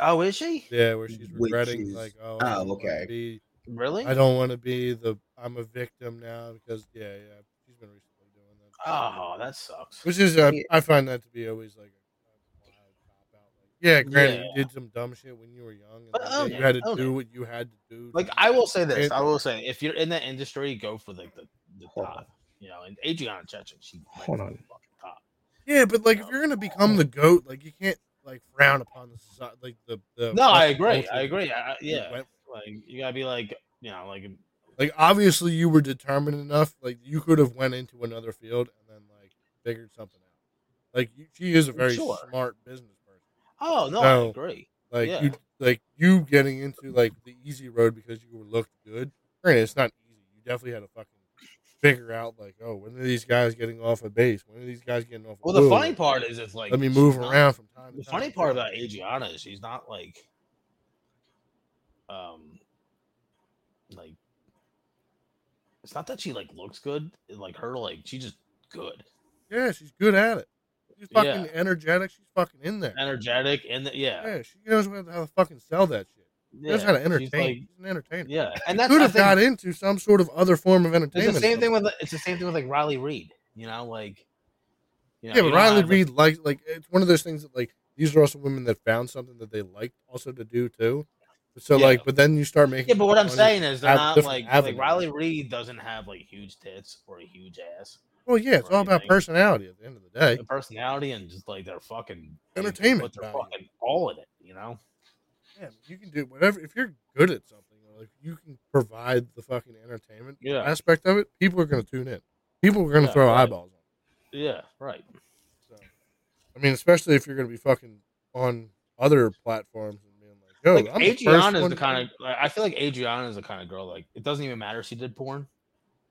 Speaker 3: Oh, is she
Speaker 1: Yeah, where she's
Speaker 4: Which
Speaker 1: regretting
Speaker 4: is-
Speaker 1: like, oh,
Speaker 4: oh,
Speaker 1: I don't wanna
Speaker 4: okay.
Speaker 1: be-
Speaker 3: really?
Speaker 1: I don't want to be the. I'm a victim now because yeah, yeah, she's been recently doing that.
Speaker 3: Oh, that sucks.
Speaker 1: Which is, uh,
Speaker 4: Yeah.
Speaker 1: I find that to be always like. a wild cop out. Like, Yeah, granted, you
Speaker 3: Yeah.
Speaker 1: did some dumb shit when you were young, and
Speaker 3: But
Speaker 1: like,
Speaker 3: own
Speaker 1: yeah,
Speaker 3: it,
Speaker 1: you had to
Speaker 3: own
Speaker 1: do
Speaker 3: it.
Speaker 1: what you had to do. to
Speaker 3: Like
Speaker 1: be-
Speaker 3: I will say this, I
Speaker 1: It-
Speaker 3: will say if you're in that industry, go for like the, the
Speaker 4: Hold on.
Speaker 3: top. You know, and Adriana Chechik, she like,
Speaker 4: Hold on.
Speaker 3: fucking top.
Speaker 1: yeah, but like if you're gonna become the goat, like you can't like frown upon the society, like the. the
Speaker 3: No, I
Speaker 1: fucking
Speaker 3: agree.
Speaker 1: culture
Speaker 3: I
Speaker 1: that
Speaker 3: agree. I, I-
Speaker 1: you
Speaker 3: yeah,
Speaker 1: went
Speaker 3: like you gotta be like, you know, like
Speaker 1: like obviously you were determined enough like you could have went into another field and then like figured something out like you, she is a very
Speaker 3: Sure.
Speaker 1: smart business person
Speaker 3: oh no,
Speaker 1: No.
Speaker 3: I agree.
Speaker 1: like
Speaker 3: Yeah.
Speaker 1: you like you getting into like the easy road because you were looked good granted it's not easy you definitely had to fucking figure out like oh when are these guys getting off a base when are these guys getting off
Speaker 3: Well,
Speaker 1: a
Speaker 3: the
Speaker 1: wheel?
Speaker 3: funny part is it's like
Speaker 1: let me
Speaker 3: she's
Speaker 1: move
Speaker 3: not-
Speaker 1: around from time to
Speaker 3: The
Speaker 1: time.
Speaker 3: funny part about Adriana is she's not like, um, like it's not that she like looks good. Like her, like she's just good,
Speaker 1: yeah she's good at it she's
Speaker 3: Yeah.
Speaker 1: fucking energetic she's fucking in there
Speaker 3: energetic, and the, yeah,
Speaker 1: yeah she knows how to fucking sell that shit she knows
Speaker 3: yeah,
Speaker 1: how to
Speaker 3: she's,
Speaker 1: entertain
Speaker 3: like,
Speaker 1: she's an entertainer
Speaker 3: Yeah, and that's
Speaker 1: could
Speaker 3: I
Speaker 1: have
Speaker 3: think,
Speaker 1: got into some sort of other form of
Speaker 3: It's
Speaker 1: entertainment.
Speaker 3: the same thing with it's the same thing with like Riley Reed. You know, like you know,
Speaker 1: yeah,
Speaker 3: you
Speaker 1: but
Speaker 3: don't
Speaker 1: Riley
Speaker 3: have the-
Speaker 1: Reed likes like it's one of those things that like these are also women that found something that they liked also to do too. So
Speaker 3: Yeah.
Speaker 1: like, but then you start making
Speaker 3: Yeah, but what I'm
Speaker 1: money-
Speaker 3: saying is they're
Speaker 1: have
Speaker 3: not
Speaker 1: different
Speaker 3: like like
Speaker 1: avenues.
Speaker 3: Riley Reed doesn't have like huge tits or a huge ass.
Speaker 1: Well, yeah, it's all about
Speaker 3: Right.
Speaker 1: personality at the end of the day.
Speaker 3: The personality and just like their fucking
Speaker 1: Entertainment
Speaker 3: But they're
Speaker 1: value.
Speaker 3: fucking all in it. You know.
Speaker 1: Yeah, you can do whatever if you're good at something. Like you can provide the fucking entertainment
Speaker 3: Yeah.
Speaker 1: aspect of it. People are going to tune in. People are gonna
Speaker 3: Yeah,
Speaker 1: throw
Speaker 3: right.
Speaker 1: eyeballs.
Speaker 3: Yeah, right.
Speaker 1: I mean, especially if you're gonna be fucking on other platforms and being like, "Yo,
Speaker 3: Like
Speaker 1: I'm the first
Speaker 3: Adriana is
Speaker 1: one
Speaker 3: the
Speaker 1: to-"
Speaker 3: kind of like, I feel like Adriana is the kind of girl like it doesn't even matter if she did porn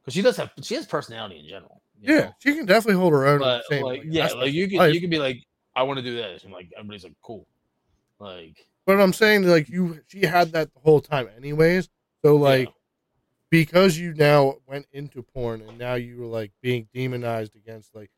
Speaker 3: because she does have she has personality in general. you
Speaker 1: yeah.
Speaker 3: know?
Speaker 1: She can definitely hold her own. with
Speaker 3: but
Speaker 1: the same,
Speaker 3: like
Speaker 1: like,
Speaker 3: yeah,
Speaker 1: aspect
Speaker 3: like you
Speaker 1: of
Speaker 3: can
Speaker 1: life.
Speaker 3: you can be like I want to do this and like everybody's like cool, like
Speaker 1: But I'm saying like you, she had that the whole time, anyways. So
Speaker 3: yeah.
Speaker 1: like because you now went into porn and now you were like being demonized against like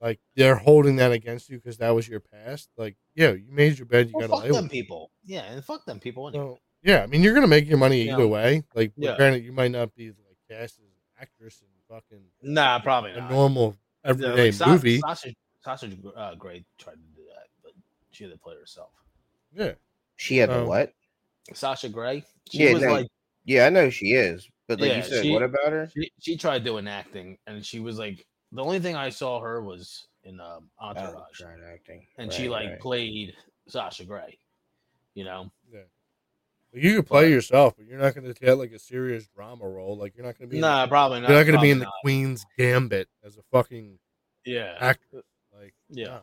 Speaker 1: like they're holding that against you because that was your past. Like yeah, you made your bed, you
Speaker 3: Well,
Speaker 1: got
Speaker 3: fuck
Speaker 1: to lay
Speaker 3: them
Speaker 1: with. it.
Speaker 3: people. Yeah, and fuck them people. anyway.
Speaker 1: So, yeah, I mean you're gonna make your money
Speaker 3: Yeah.
Speaker 1: either way. Like but
Speaker 3: Yeah.
Speaker 1: granted, you might not be like cast as an actress and fucking
Speaker 3: Nah, probably
Speaker 1: a
Speaker 3: not.
Speaker 1: normal
Speaker 3: Yeah,
Speaker 1: everyday
Speaker 3: like, Sa-
Speaker 1: movie.
Speaker 3: Sausage, sausage uh, Gray tried to do that, but she had to play herself.
Speaker 1: yeah,
Speaker 4: She had the
Speaker 1: Oh.
Speaker 4: what?
Speaker 3: Sasha Gray, she
Speaker 4: Yeah,
Speaker 3: was
Speaker 4: no.
Speaker 3: like
Speaker 4: Yeah, I know she is, but like
Speaker 3: Yeah,
Speaker 4: you said,
Speaker 3: she-
Speaker 4: what about her?
Speaker 3: she, she tried doing acting, and she was like the only thing I saw her was in um, Entourage,
Speaker 4: Oh, tried acting.
Speaker 3: and she
Speaker 4: Right,
Speaker 3: like
Speaker 4: right.
Speaker 3: played Sasha Gray. You know,
Speaker 1: you could play
Speaker 3: But-
Speaker 1: yourself, but you're not gonna take like a serious drama role. Like you're not gonna be in the-
Speaker 3: nah, probably not.
Speaker 1: you're not gonna be
Speaker 3: probably
Speaker 1: in the
Speaker 3: not.
Speaker 1: Queen's Gambit as a fucking
Speaker 3: yeah,
Speaker 1: actress. Like
Speaker 3: yeah,
Speaker 1: no.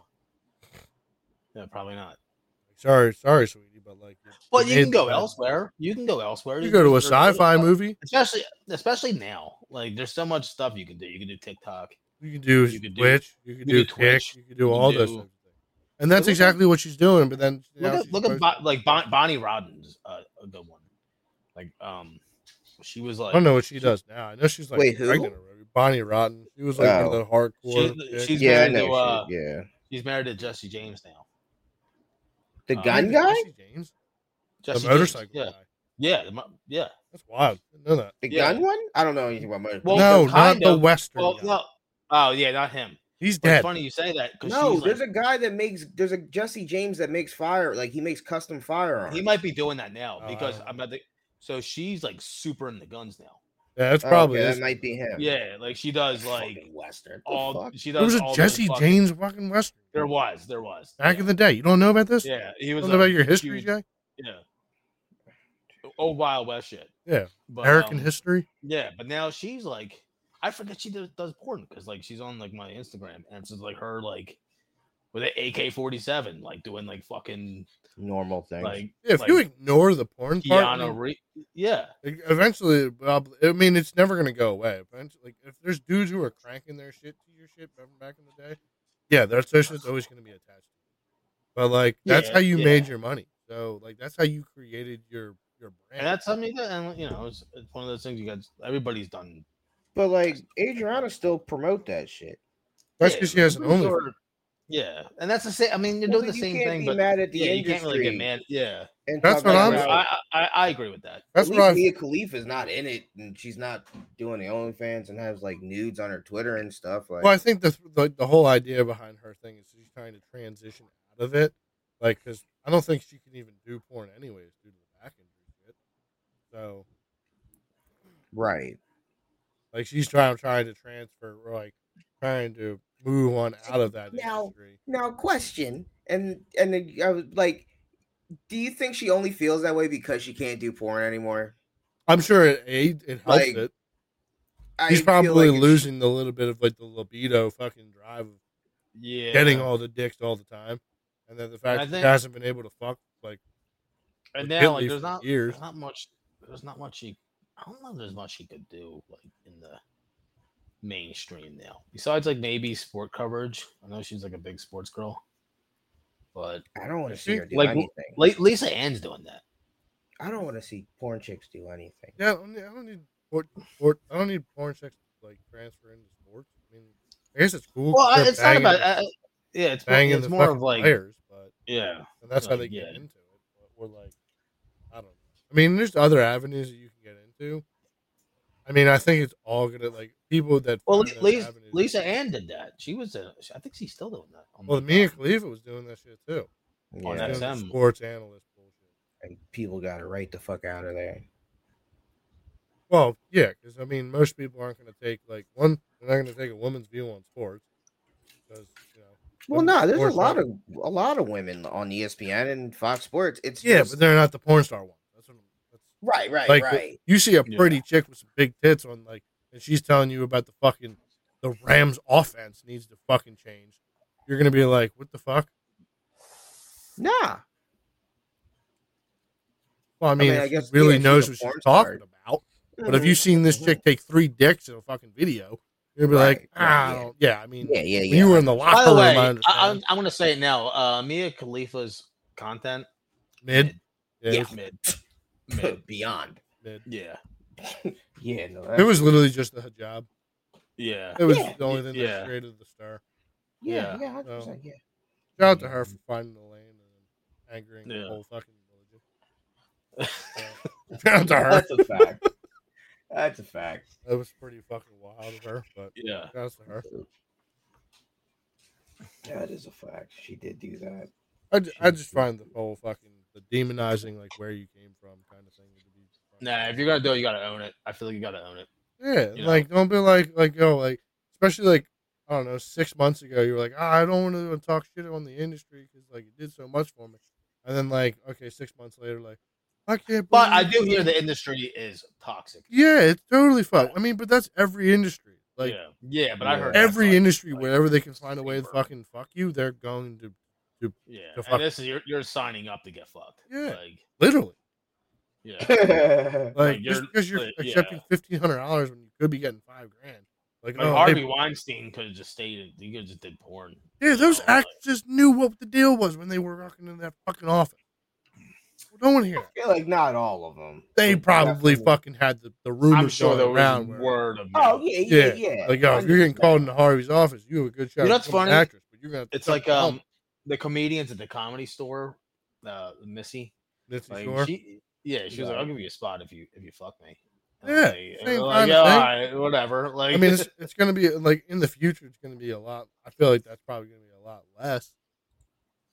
Speaker 3: yeah, probably not.
Speaker 1: Like, sorry, sorry, sweetie, but like, you-
Speaker 3: But you
Speaker 1: made
Speaker 3: can go
Speaker 1: the-
Speaker 3: elsewhere. You can go elsewhere.
Speaker 1: You go to a
Speaker 3: just- there's-
Speaker 1: sci-fi movie.
Speaker 3: especially especially now. Like, there's so much stuff you can do. You can do TikTok.
Speaker 1: You can do
Speaker 3: You could do-
Speaker 1: Twitch. you can
Speaker 3: you
Speaker 1: do
Speaker 3: could
Speaker 1: Twitch.
Speaker 3: Twitch,
Speaker 1: You can do
Speaker 3: you
Speaker 1: all
Speaker 3: could
Speaker 1: those
Speaker 3: do-
Speaker 1: types of things. And that's
Speaker 3: Look at-
Speaker 1: exactly what she's doing. But then
Speaker 3: Look
Speaker 1: now
Speaker 3: at
Speaker 1: she's
Speaker 3: look at
Speaker 1: posting-
Speaker 3: Bo- like Bon- Bonnie Rodden's uh, a good one. Like, um, she was like,
Speaker 1: I don't know what she does now. I know she's like
Speaker 4: Wait, who?
Speaker 1: pregnant already. Bonnie Rotten. She was like one of the hardcore.
Speaker 3: She's-
Speaker 1: chicks.
Speaker 3: she's-
Speaker 4: Yeah, I
Speaker 3: married
Speaker 4: know.
Speaker 3: to, uh,
Speaker 4: she, yeah,
Speaker 3: she's married to Jesse James now.
Speaker 4: the
Speaker 3: uh,
Speaker 1: Married
Speaker 4: gun
Speaker 1: to
Speaker 4: guy.
Speaker 1: Jesse James, the
Speaker 3: Jesse James,
Speaker 1: motorcycle
Speaker 3: Yeah,
Speaker 1: guy.
Speaker 3: yeah, the mo- yeah.
Speaker 1: That's wild. I didn't know that.
Speaker 4: The
Speaker 3: Yeah.
Speaker 4: gun one? I don't know anything about motorcycles.
Speaker 3: Well,
Speaker 1: no,
Speaker 3: the
Speaker 1: not
Speaker 3: kind
Speaker 1: the
Speaker 3: of-
Speaker 1: Western.
Speaker 3: Well,
Speaker 1: guy.
Speaker 3: no. Oh yeah, not him.
Speaker 1: He's
Speaker 3: But
Speaker 1: dead.
Speaker 3: it's funny you say that because
Speaker 4: no,
Speaker 3: she's
Speaker 4: there's
Speaker 3: like,
Speaker 4: a guy that makes there's a Jesse James that makes fire like he makes custom firearms.
Speaker 3: he might be doing that now
Speaker 1: Oh, I
Speaker 3: because
Speaker 1: don't
Speaker 3: I'm at the. So she's like super in the guns now.
Speaker 1: Yeah, that's
Speaker 4: Oh,
Speaker 1: probably.
Speaker 4: okay,
Speaker 1: this
Speaker 4: that might be him.
Speaker 3: Yeah, like she does like
Speaker 4: Fucking western. The
Speaker 3: all.
Speaker 4: fuck?
Speaker 3: She
Speaker 1: there
Speaker 3: does.
Speaker 1: was a
Speaker 3: all those
Speaker 1: Jesse
Speaker 3: fucking-
Speaker 1: James fucking Western
Speaker 3: There was. There was.
Speaker 1: back
Speaker 3: yeah.
Speaker 1: in the day. You don't know about this?
Speaker 3: Yeah, he
Speaker 1: You
Speaker 3: was
Speaker 1: don't know
Speaker 3: a
Speaker 1: about your history,
Speaker 3: huge-
Speaker 1: Jay?
Speaker 3: Yeah. Old Wild West shit.
Speaker 1: Yeah,
Speaker 3: But,
Speaker 1: American
Speaker 3: um,
Speaker 1: history.
Speaker 3: Yeah, but now she's like, I forget she does, does porn because like she's on like my Instagram and it's just, like her like with an AK forty seven like doing like fucking
Speaker 4: Normal thing.
Speaker 3: like
Speaker 1: Yeah, if
Speaker 3: like
Speaker 1: you ignore the porn part, I
Speaker 3: Keanu
Speaker 1: mean,
Speaker 3: Reeves. Yeah,
Speaker 1: like, eventually, it prob- I mean, it's never gonna go away. Eventually, like, if there's dudes who are cranking their shit to your shit from back in the day, yeah, their shit's always gonna be attached. But like, that's
Speaker 3: Yeah,
Speaker 1: how you
Speaker 3: yeah.
Speaker 1: made your money. So like, that's how you created your your brand.
Speaker 3: and that's something that and you know it's, it's one of those things you got. Everybody's done.
Speaker 4: but like Adriana still promote that shit.
Speaker 1: That's
Speaker 3: yeah,
Speaker 1: because she has an
Speaker 3: those
Speaker 1: only.
Speaker 3: are- Yeah, and that's the same. I mean, you're
Speaker 4: Well,
Speaker 3: doing
Speaker 4: but
Speaker 3: the
Speaker 4: you
Speaker 3: same
Speaker 4: can't
Speaker 3: thing,
Speaker 4: be
Speaker 3: but
Speaker 4: mad at the
Speaker 3: yeah, you
Speaker 4: industry.
Speaker 3: can't really get mad. Yeah,
Speaker 4: and
Speaker 1: That's
Speaker 4: talk
Speaker 1: what
Speaker 4: about
Speaker 1: I'm-
Speaker 4: how-
Speaker 3: I, I I agree with that.
Speaker 1: That's
Speaker 4: at
Speaker 1: what
Speaker 4: least
Speaker 1: I've
Speaker 4: Mia Khalifa's not in it, and she's not doing the OnlyFans and has like nudes on her Twitter and stuff. Like,
Speaker 1: Well, I think the, the the whole idea behind her thing is she's trying to transition out of it, like because I don't think she can even do porn anyways due to the back injury shit. So
Speaker 4: right?
Speaker 1: like she's trying trying to transfer, or, like trying to move on out of that
Speaker 4: Now-
Speaker 1: industry.
Speaker 4: Now, question, and and then I was like, do you think she only feels that way because she can't do porn anymore?
Speaker 1: I'm sure it aid it helps
Speaker 4: Like,
Speaker 1: it.
Speaker 4: I
Speaker 1: She's
Speaker 4: feel
Speaker 1: probably
Speaker 4: like if she-
Speaker 1: losing the little bit of like the libido fucking drive of
Speaker 3: Yeah,
Speaker 1: getting all the dicks all the time, and then the fact
Speaker 3: I
Speaker 1: that
Speaker 3: think-
Speaker 1: she hasn't been able to fuck like
Speaker 3: and
Speaker 1: with
Speaker 3: now like
Speaker 1: Bentley
Speaker 3: there's
Speaker 1: for
Speaker 3: not
Speaker 1: years.
Speaker 3: there's not much there's not much he I don't know if there's much he could do like in the mainstream now. Besides like maybe sport coverage. I know she's like a big sports girl. But
Speaker 4: I don't want to
Speaker 1: Is
Speaker 4: see
Speaker 1: she?
Speaker 4: her do
Speaker 3: Like,
Speaker 4: anything.
Speaker 3: like Lisa Ann's doing that.
Speaker 4: I don't want to see porn chicks do anything.
Speaker 1: Yeah, I don't need, I don't need port, port, I don't need porn sex to, like transfer into sports. I mean, I guess it's cool.
Speaker 3: Well, I,
Speaker 1: they're
Speaker 3: it's not
Speaker 1: banging
Speaker 3: about
Speaker 1: the-
Speaker 3: I, I- yeah, it's more,
Speaker 1: banging
Speaker 3: it's
Speaker 1: the
Speaker 3: more of
Speaker 1: fucking
Speaker 3: like
Speaker 1: players, but
Speaker 3: yeah.
Speaker 1: and that's how they
Speaker 3: like,
Speaker 1: get
Speaker 3: yeah.
Speaker 1: into it. But we're like, I don't know. I mean, there's other avenues that you can get into. I mean, I think it's all gonna like people that.
Speaker 3: Well,
Speaker 1: find
Speaker 3: Li-
Speaker 1: those
Speaker 3: Lisa,
Speaker 1: avenues-
Speaker 3: Lisa Ann did that. She was a, I think she's still doing that. on,
Speaker 1: Well,
Speaker 3: like,
Speaker 1: Mia
Speaker 3: um,
Speaker 1: Khalifa was doing that shit too.
Speaker 3: On
Speaker 4: Yeah,
Speaker 1: Doing the
Speaker 3: XM.
Speaker 1: sports analyst bullshit.
Speaker 4: and people got her right the fuck out of there.
Speaker 1: Well, yeah, because I mean, most people aren't going to take like one. They're not going to take a woman's view on sports because you know.
Speaker 4: Well,
Speaker 1: women's
Speaker 4: no, there's a
Speaker 1: sports
Speaker 4: lot
Speaker 1: aren't-
Speaker 4: of a lot of women on E ESPN and Fox Sports. It's
Speaker 1: yeah,
Speaker 4: just-
Speaker 1: but they're not the porn star ones. That's what I'm, that's,
Speaker 4: right, right,
Speaker 1: like,
Speaker 4: right.
Speaker 1: You see a
Speaker 3: Yeah.
Speaker 1: pretty chick with some big tits on, like, and she's telling you about the fucking the Rams offense needs to fucking change, you're gonna be like, what the fuck?
Speaker 4: Nah.
Speaker 1: Well, I mean,
Speaker 4: mean,
Speaker 1: if
Speaker 4: I
Speaker 1: she
Speaker 4: guess,
Speaker 1: really
Speaker 4: yeah, she's
Speaker 1: knows
Speaker 4: a
Speaker 1: what she's
Speaker 4: porn star.
Speaker 1: talking about. But if you seen this chick take three dicks in a fucking video, you're gonna be like,
Speaker 4: Right, right,
Speaker 1: ah,
Speaker 4: yeah.
Speaker 1: I don't- yeah. I mean,
Speaker 4: Mm-hmm. Yeah, yeah,
Speaker 1: when
Speaker 4: yeah.
Speaker 1: you were in the
Speaker 3: By
Speaker 1: locker
Speaker 3: the
Speaker 1: room.
Speaker 3: way,
Speaker 1: I
Speaker 3: I,
Speaker 1: understand.
Speaker 3: am I'm gonna say it now. Uh, Mia Khalifa's content,
Speaker 1: mid, yeah,
Speaker 3: yeah, mid, mid,
Speaker 4: Beyond.
Speaker 1: mid.
Speaker 3: yeah,
Speaker 4: Yeah, no.
Speaker 1: It
Speaker 4: that-
Speaker 1: was literally just the hijab.
Speaker 3: yeah.
Speaker 1: It was
Speaker 4: Yeah.
Speaker 1: the only thing
Speaker 3: Yeah.
Speaker 1: that created the star.
Speaker 4: yeah,
Speaker 3: yeah,
Speaker 4: yeah, 100%, yeah.
Speaker 1: Shout out to her for finding the lane and angering
Speaker 3: Mm-hmm. Yeah.
Speaker 1: the whole fucking religion. So, shout out to her.
Speaker 4: That's a fact. That's a fact.
Speaker 1: That was pretty fucking wild of her, but
Speaker 3: Yeah.
Speaker 1: shout out to her.
Speaker 4: That is a fact. She did do that.
Speaker 1: I, ju- I just find the whole fucking the demonizing like where you came from kind of thing. to be-
Speaker 3: Nah, if you're gonna do it, you gotta own it. I feel like you gotta own it.
Speaker 1: Yeah,
Speaker 3: You
Speaker 1: like don't be like like yo like especially like I don't know six months ago you were like "Ah, I don't want to talk shit on the industry because like it did so much for me, and then like okay six months later like I can't.
Speaker 3: But I
Speaker 1: believe
Speaker 3: do hear
Speaker 1: you."
Speaker 3: the industry is toxic.
Speaker 1: Yeah, it's totally fucked. I mean, but that's every industry. Like
Speaker 3: yeah, yeah. But I heard that's
Speaker 1: every
Speaker 3: toxic.
Speaker 1: industry,
Speaker 3: Like,
Speaker 1: wherever they can find a way to
Speaker 3: super.
Speaker 1: fucking fuck you, they're going to
Speaker 3: Yeah,
Speaker 1: the fuck-
Speaker 3: and this is you're, you're signing up to get fucked.
Speaker 1: Yeah.
Speaker 3: like,
Speaker 1: literally
Speaker 3: yeah,
Speaker 1: like,
Speaker 3: Like,
Speaker 1: just
Speaker 3: you're-
Speaker 1: because you're
Speaker 3: like, yeah.
Speaker 1: accepting fifteen hundred dollars when you could be getting five grand. Like,
Speaker 3: like
Speaker 1: oh,
Speaker 3: Harvey
Speaker 1: they-
Speaker 3: Weinstein could have just stayed. In, he could have just did porn.
Speaker 1: yeah, those
Speaker 3: know, like-
Speaker 1: actors knew what the deal was when they were rocking in that fucking office. Well, no one here.
Speaker 4: feel like not all of them.
Speaker 1: They
Speaker 4: Like,
Speaker 1: probably
Speaker 4: definitely.
Speaker 1: fucking had the the rumors
Speaker 3: I'm sure there
Speaker 1: going around.
Speaker 3: was
Speaker 1: where-
Speaker 3: word of
Speaker 4: Oh
Speaker 3: mouth.
Speaker 4: yeah, yeah, yeah.
Speaker 1: Like, oh, if you're getting called into Harvey's office, you have a good shot.
Speaker 3: You know
Speaker 1: at
Speaker 3: what's
Speaker 1: becoming an
Speaker 3: funny?
Speaker 1: Actress, but you're gonna have to
Speaker 3: It's
Speaker 1: suck
Speaker 3: like
Speaker 1: the
Speaker 3: um the comedians at the comedy store, uh Missy.
Speaker 1: Nancy
Speaker 3: Like
Speaker 1: Shore.
Speaker 3: she yeah, she was like,
Speaker 4: Yeah.
Speaker 3: I'll give you a spot if you if you fuck me. And
Speaker 1: Yeah,
Speaker 3: I'm like-
Speaker 1: same
Speaker 3: and I'm
Speaker 1: kind
Speaker 3: like,
Speaker 1: of
Speaker 3: yeah,
Speaker 1: thing.
Speaker 3: alright, whatever. Like
Speaker 1: I mean, it's, it's going to be like in the future, it's going to be a lot. I feel like that's probably going to be a lot less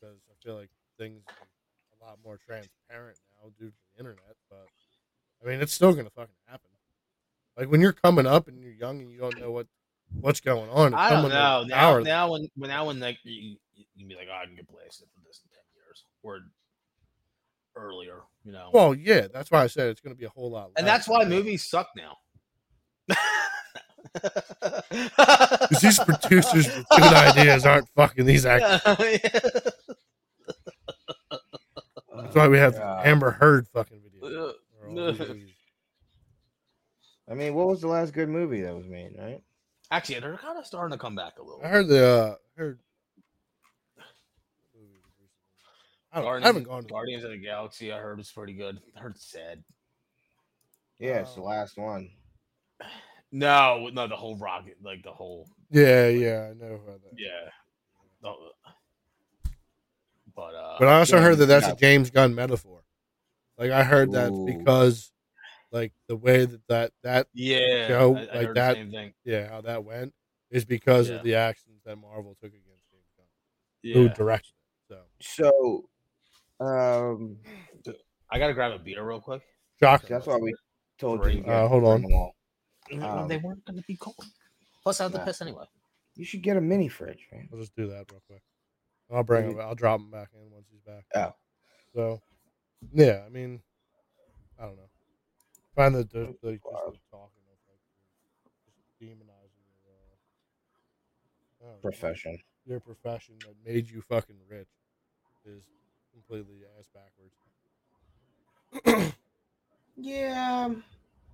Speaker 1: because I feel like things are a lot more transparent now due to the internet. But I mean, it's still going to fucking happen. Like when you're coming up and you're young and you don't know what what's going on. if
Speaker 3: I don't
Speaker 1: someone has
Speaker 3: know. Now
Speaker 1: power,
Speaker 3: now when when now when like you, you can be like, oh, I can get blasted for this in ten years or earlier, you know.
Speaker 1: well, yeah, that's why I said it's going to be a whole lot.
Speaker 3: and
Speaker 1: less.
Speaker 3: that's why movies suck now.
Speaker 1: Because these producers with good ideas aren't fucking these actors. That's why we have the
Speaker 4: Yeah.
Speaker 1: Amber Heard fucking video.
Speaker 3: Ugh.
Speaker 4: I mean, what was the last good movie that was made, right?
Speaker 3: Actually, they're kind of starting to come back a little.
Speaker 1: I heard the uh, heard. I, don't,
Speaker 3: Guardians,
Speaker 1: I haven't gone to
Speaker 3: Guardians of the Galaxy. I heard it's pretty good. I heard it's sad.
Speaker 4: Yeah, it's the
Speaker 1: Um,
Speaker 4: last one.
Speaker 3: No, no, the whole rocket, like the whole,
Speaker 1: Yeah, yeah, I know about that.
Speaker 3: yeah. The- but uh,
Speaker 1: But I also
Speaker 4: Yeah,
Speaker 1: heard that that's
Speaker 4: yeah.
Speaker 1: a James Gunn metaphor. Like I heard that's
Speaker 4: Ooh.
Speaker 1: because, like the way that that that
Speaker 3: yeah,
Speaker 1: Joe,
Speaker 3: I, I
Speaker 1: like
Speaker 3: heard
Speaker 1: that-
Speaker 3: The same thing.
Speaker 1: yeah how that went is because
Speaker 3: Yeah.
Speaker 1: of the actions that Marvel took against James Gunn, who
Speaker 3: Yeah.
Speaker 1: directed. it. So
Speaker 4: So, um,
Speaker 3: I gotta grab a beer real quick.
Speaker 1: shocker.
Speaker 4: that's why we told you.
Speaker 3: Bring-
Speaker 4: you gotta
Speaker 1: Uh, hold
Speaker 4: bring
Speaker 1: on.
Speaker 4: them all.
Speaker 3: Well, they
Speaker 4: Um,
Speaker 3: weren't gonna be cold. Plus, I have to
Speaker 4: yeah.
Speaker 3: piss anyway.
Speaker 4: You should get a mini fridge, man.
Speaker 1: I'll just do that real quick. I'll bring him. I'll drop him back in once he's back.
Speaker 4: Oh.
Speaker 1: So, yeah. I mean, I don't know. Find the the, the, just
Speaker 4: Wow.
Speaker 1: the talking of like just demonizing your uh, I don't know,
Speaker 4: Profession.
Speaker 1: your profession that made you fucking rich is completely ass backwards. um,
Speaker 4: Yeah.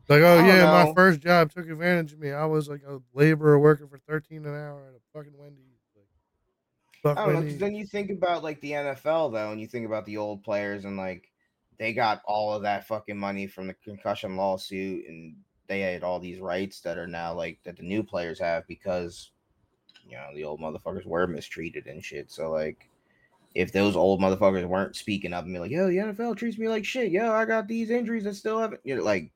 Speaker 1: Like, oh
Speaker 4: don't
Speaker 1: yeah, my
Speaker 4: know.
Speaker 1: first job took advantage of me. I was like a laborer working for thirteen an hour at a fucking Wendy's. Like, fuck
Speaker 4: I don't know.
Speaker 1: Wendy's.
Speaker 4: Because then you think about like the NFL though, and you think about the old players, and like they got all of that fucking money from the concussion lawsuit, and they had all these rights that are now like that the new players have because you know the old motherfuckers were mistreated and shit. So like. If those old motherfuckers weren't speaking up and be like, "Yo, the NFL treats me like shit," yo, I got these injuries that still haven't, you know, like,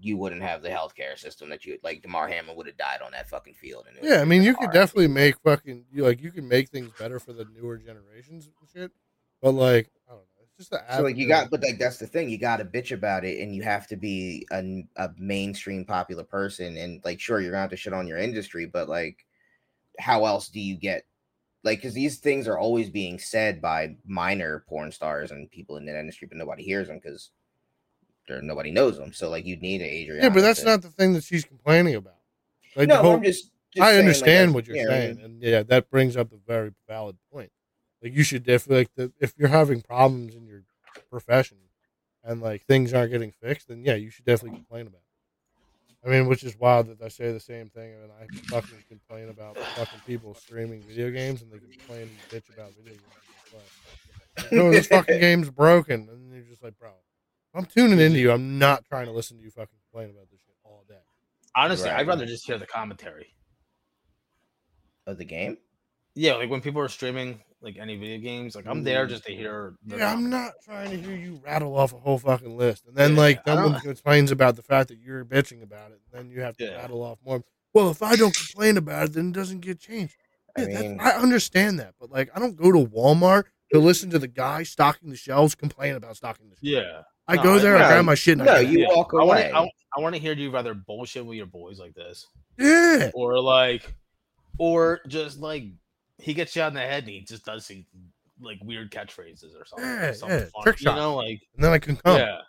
Speaker 4: you wouldn't have the healthcare system that you like. Demar Hamlin would have died on that fucking field. And it would've
Speaker 1: Yeah, I
Speaker 4: been
Speaker 1: mean, you
Speaker 4: Damar.
Speaker 1: could definitely make fucking you like you can make things better for the newer generations and shit. But like, I don't know, it's just the
Speaker 4: So like you
Speaker 1: avenue.
Speaker 4: got, but like that's the thing. You got to bitch about it, and you have to be a, n- a mainstream popular person. And like, sure, you're gonna have to shit on your industry, but like, how else do you get? Like, because these things are always being said by minor porn stars and people in the industry, but nobody hears them because there nobody knows them. So like, you need an Adrian.
Speaker 1: yeah, but that's not the thing that she's complaining about. Like
Speaker 4: no,
Speaker 1: the whole
Speaker 4: I'm just Just
Speaker 1: I
Speaker 4: saying, like,
Speaker 1: understand
Speaker 4: I-
Speaker 1: what you're
Speaker 4: yeah, I
Speaker 1: saying,
Speaker 4: mean,
Speaker 1: and yeah, that brings up a very valid point. Like you should definitely like the, if you're having problems in your profession, and like things aren't getting fixed, then yeah, you should definitely complain about. It. I mean, which is wild that I say the same thing, and I fucking complain about fucking people streaming video games, and they complain and bitch about video games. It's like, No, this fucking game's broken, and you're just like, bro, I'm tuning into you. I'm not trying to listen to you fucking complain about this shit all day.
Speaker 3: Honestly,
Speaker 4: Right.
Speaker 3: I'd rather just hear the commentary.
Speaker 4: of the game.
Speaker 3: Yeah, like when people are streaming like any video games, like I'm there
Speaker 4: Mm.
Speaker 3: just to hear. the
Speaker 1: Yeah, I'm
Speaker 3: commentary.
Speaker 1: not trying to hear you rattle off a whole fucking list, and then
Speaker 3: Yeah,
Speaker 1: like
Speaker 3: I
Speaker 1: someone
Speaker 3: don't-
Speaker 1: complains about the fact that you're bitching about it, and then you have to
Speaker 3: Yeah.
Speaker 1: rattle off more. Well, if I don't complain about it, then it doesn't get changed.
Speaker 4: I
Speaker 1: Yeah, that's- I,
Speaker 4: mean-
Speaker 1: understand that, but like, I don't go to Walmart to listen to the guy stocking the shelves complain about stocking the shelves.
Speaker 3: Yeah,
Speaker 1: I
Speaker 3: No,
Speaker 1: go there, I
Speaker 4: no,
Speaker 1: grab my shit, and I
Speaker 4: No,
Speaker 1: get out.
Speaker 4: you
Speaker 3: Yeah.
Speaker 4: walk
Speaker 3: I want
Speaker 4: away.
Speaker 3: to. I, want to hear you rather bullshit with your boys like this,
Speaker 1: yeah,
Speaker 3: or like, or just like he gets you out in the head and he just does some like weird catchphrases or something.
Speaker 1: Yeah,
Speaker 3: something
Speaker 1: yeah,
Speaker 3: fun,
Speaker 1: trick
Speaker 3: you
Speaker 1: shot. Oh.
Speaker 3: know, like
Speaker 1: and then I can come.
Speaker 3: yeah,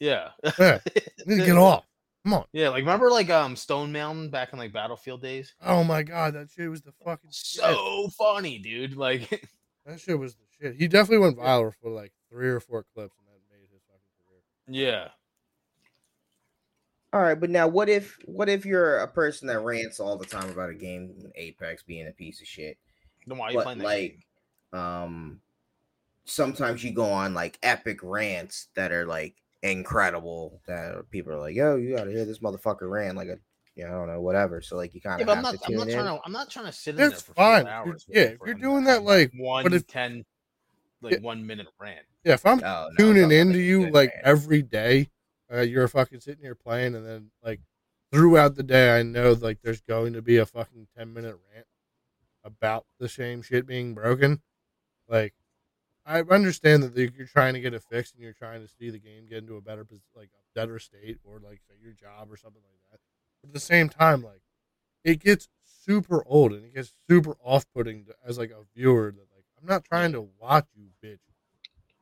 Speaker 3: yeah.
Speaker 1: Yeah, I need to get off. Come on.
Speaker 3: Yeah, like remember like um Stone Mountain back in like Battlefield days.
Speaker 1: Oh my god, that shit was the fucking shit.
Speaker 3: So funny, dude. Like,
Speaker 1: That shit was the shit. He definitely went viral for like three or four clips, and that made his fucking career.
Speaker 3: yeah.
Speaker 4: All right, but now what if what if you're a person that rants all the time about a game Apex being a piece of shit?
Speaker 3: Then why are you
Speaker 4: But
Speaker 3: playing that?
Speaker 4: like
Speaker 3: game?
Speaker 4: um sometimes you go on like epic rants that are like incredible that people are like, yo, you gotta hear this motherfucker rant like a you know, I don't know, whatever. So like you kind
Speaker 3: Yeah,
Speaker 4: of
Speaker 3: but I'm
Speaker 4: have
Speaker 3: not.
Speaker 4: to
Speaker 3: I'm
Speaker 4: tune
Speaker 3: not
Speaker 4: in.
Speaker 3: trying to. I'm not trying to sit in there
Speaker 1: That's
Speaker 3: for four
Speaker 1: fine. If you're-
Speaker 3: hours.
Speaker 1: yeah, if you're doing that, like,
Speaker 3: one
Speaker 1: if-
Speaker 3: ten, like
Speaker 1: Yeah.
Speaker 3: one minute rant.
Speaker 1: Yeah, if I'm
Speaker 4: Oh, no,
Speaker 1: tuning
Speaker 4: no,
Speaker 1: into
Speaker 4: no,
Speaker 1: you
Speaker 4: no,
Speaker 1: like
Speaker 4: man.
Speaker 1: every day, uh, you're fucking sitting here playing, and then like throughout the day, I know like there's going to be a fucking ten minute rant about the same shit being broken. Like, I understand that like, you're trying to get it fixed, and you're trying to see the game get into a better, pos- like a better state, or like say your job or something like that. But at the same time, like it gets super old and it gets super off-putting to- as like a viewer that like I'm not trying to watch you, bitch,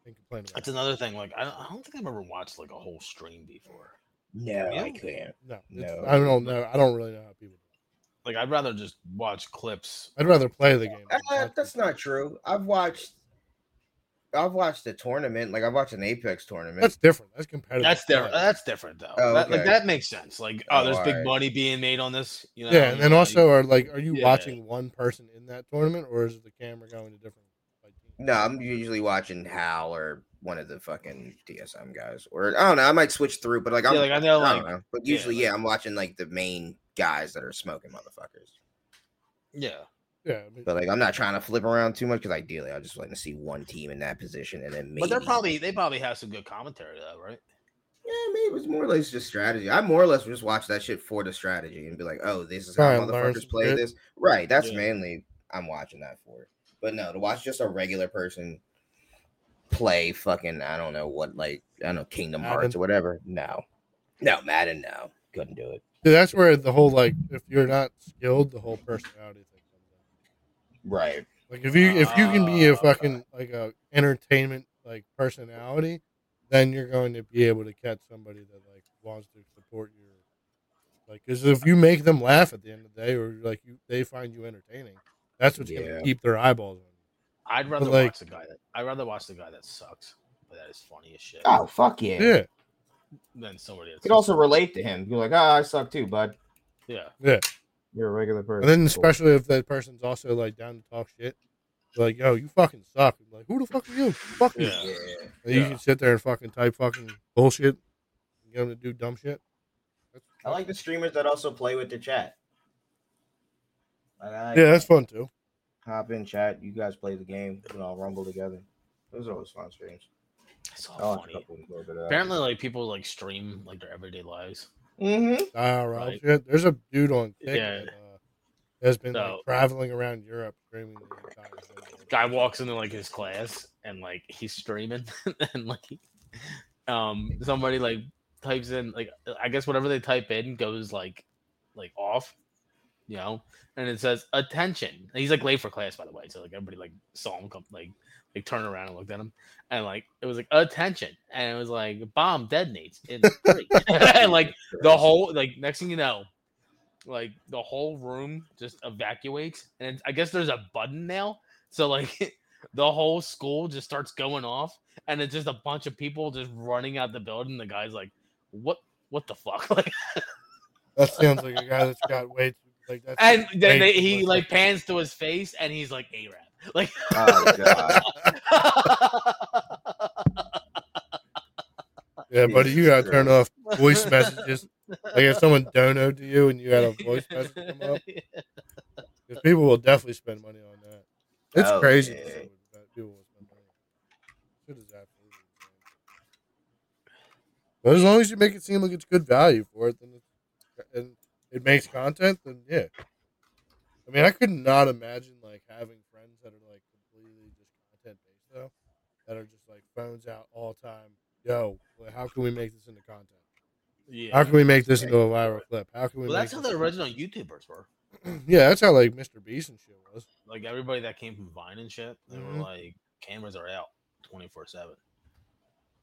Speaker 1: and complain about.
Speaker 3: That's
Speaker 1: it.
Speaker 3: another thing. Like, I don't, I don't think I've ever watched like a whole stream before.
Speaker 4: No, I
Speaker 3: Yeah.
Speaker 4: can't.
Speaker 1: No, it's,
Speaker 4: No.
Speaker 1: I don't know. I don't really know how people. Do.
Speaker 3: Like, I'd rather just watch clips.
Speaker 1: it. I'd rather play the game. than
Speaker 4: Uh,
Speaker 1: watch
Speaker 4: that's
Speaker 1: it.
Speaker 4: not true. I've watched I've watched a tournament, like I've watched an Apex tournament.
Speaker 1: That's different. That's competitive.
Speaker 3: That's different.
Speaker 1: Yeah.
Speaker 3: That's different though.
Speaker 4: Oh,
Speaker 3: That- like
Speaker 4: okay.
Speaker 3: that makes sense. Like, oh,
Speaker 4: Oh,
Speaker 3: there's big
Speaker 4: alright.
Speaker 3: money being made on this. You know.
Speaker 1: yeah, and then
Speaker 3: like-
Speaker 1: also, are like, are you
Speaker 3: Yeah.
Speaker 1: watching one person in that tournament, or is the camera going to different? Like, teams?
Speaker 4: No, I'm usually watching Hal or one of the fucking DSM guys, or I don't know. I might switch through, but like I'm,
Speaker 3: yeah, like I know,
Speaker 4: I
Speaker 3: like
Speaker 4: don't know. But
Speaker 3: yeah,
Speaker 4: usually,
Speaker 3: like-
Speaker 4: yeah, I'm watching like the main guys that are smoking motherfuckers.
Speaker 3: yeah.
Speaker 1: yeah, I mean,
Speaker 4: But like, I'm not trying to flip around too much because ideally, I just like to see one team in that position, and then maybe.
Speaker 3: But they're probably they probably have some good commentary though, right?
Speaker 4: yeah, maybe it's more or less just strategy. I more or less just watch that shit for the strategy and be like, oh, this is how
Speaker 1: Try and learn
Speaker 4: motherfuckers
Speaker 1: some
Speaker 4: play
Speaker 1: shit.
Speaker 4: this. Right, that's
Speaker 3: Yeah.
Speaker 4: mainly I'm watching that for. But no, to watch just a regular person play fucking I don't know what like I don't know Kingdom Hearts
Speaker 1: Madden.
Speaker 4: or whatever. No, no Madden, no, couldn't do it.
Speaker 1: dude, that's where the whole like, if you're not skilled, the whole personality thing comes in.
Speaker 4: Right,
Speaker 1: Like if you if you can be a
Speaker 3: Ah.
Speaker 1: fucking like a entertainment like personality, then you're going to be able to catch somebody that like wants to support your like because if you make them laugh at the end of the day or like you they find you entertaining, that's what's
Speaker 4: Yeah.
Speaker 1: going to keep their eyeballs on. you.
Speaker 3: I'd rather
Speaker 1: like-
Speaker 3: watch the guy that I'd rather watch the guy that sucks, but that is funny as shit.
Speaker 4: Oh fuck yeah!
Speaker 1: Yeah,
Speaker 4: You
Speaker 3: Than somebody that's
Speaker 4: could
Speaker 3: just-
Speaker 4: also relate to him. You're like, ah, I suck too, bud.
Speaker 3: yeah.
Speaker 4: You're a regular person.
Speaker 1: and then
Speaker 4: Cool.
Speaker 1: especially if that person's also like down to talk shit. Like yo, you fucking suck. Like who the fuck are you? Fuck you.
Speaker 3: Yeah.
Speaker 4: Yeah.
Speaker 1: And You
Speaker 3: Yeah.
Speaker 1: can sit there and fucking type fucking bullshit, and get them to do dumb shit.
Speaker 4: I like the streamers that also play with the chat. Like, I
Speaker 1: Yeah, that's fun too.
Speaker 4: hop in chat. You guys play the game. We all rumble together. Those are always fun streams.
Speaker 3: It's
Speaker 4: I
Speaker 3: all
Speaker 4: like
Speaker 3: Oh,
Speaker 4: a
Speaker 3: funny.
Speaker 4: couple of little bit of that.
Speaker 3: Apparently, like people like stream like their everyday lives.
Speaker 4: Mm-hmm.
Speaker 1: Ah, Rob,
Speaker 3: Right.
Speaker 1: shit. There's a dude on
Speaker 3: Yeah.
Speaker 1: TikTok that, uh, has been
Speaker 3: No.
Speaker 1: like, traveling around Europe streaming the entire thing.
Speaker 3: Guy walks into like his class and like he's streaming and like um somebody like types in like I guess whatever they type in goes like like off, you know, and it says attention. And he's like late for class by the way, so like everybody like saw him come like like turn around and looked at him and like it was like attention and it was like bomb detonates in three and like the whole like next thing you know like the whole room just evacuates, and it's, I guess there's a button now, so like the whole school just starts going off, and it's just a bunch of people just running out the building. The guy's like, "What? What the fuck?" Like,
Speaker 1: That sounds like a guy that's got way too like that's
Speaker 3: and
Speaker 1: way
Speaker 3: then they,
Speaker 1: too
Speaker 3: he
Speaker 1: much-
Speaker 3: like pans to his face, and he's like, "Arab." Like,
Speaker 4: Oh god.
Speaker 1: Yeah, buddy, you gotta turn off voice
Speaker 3: message.
Speaker 1: messages. Like if someone donoed to you and you had a voice message come up, because people will definitely spend money on that. It's
Speaker 4: Oh,
Speaker 1: crazy.
Speaker 4: yeah.
Speaker 1: that that people will spend money. It is absolutely insane. But as long as you make it seem like it's good value for it, then it's, and it makes content, then yeah. I mean, I could not imagine like having friends that are like completely just content based though, that are just like phones out all time. Yo, like, how can we make this into content?
Speaker 3: Yeah.
Speaker 1: How can we make this into a viral clip? How can we?
Speaker 3: well,
Speaker 1: make
Speaker 3: that's how
Speaker 1: this
Speaker 3: the original YouTubers were.
Speaker 1: yeah, that's how like Mr. Beast and shit was.
Speaker 3: Like everybody that came from Vine and shit, they
Speaker 1: Mhm.
Speaker 3: were like, cameras are out twenty four seven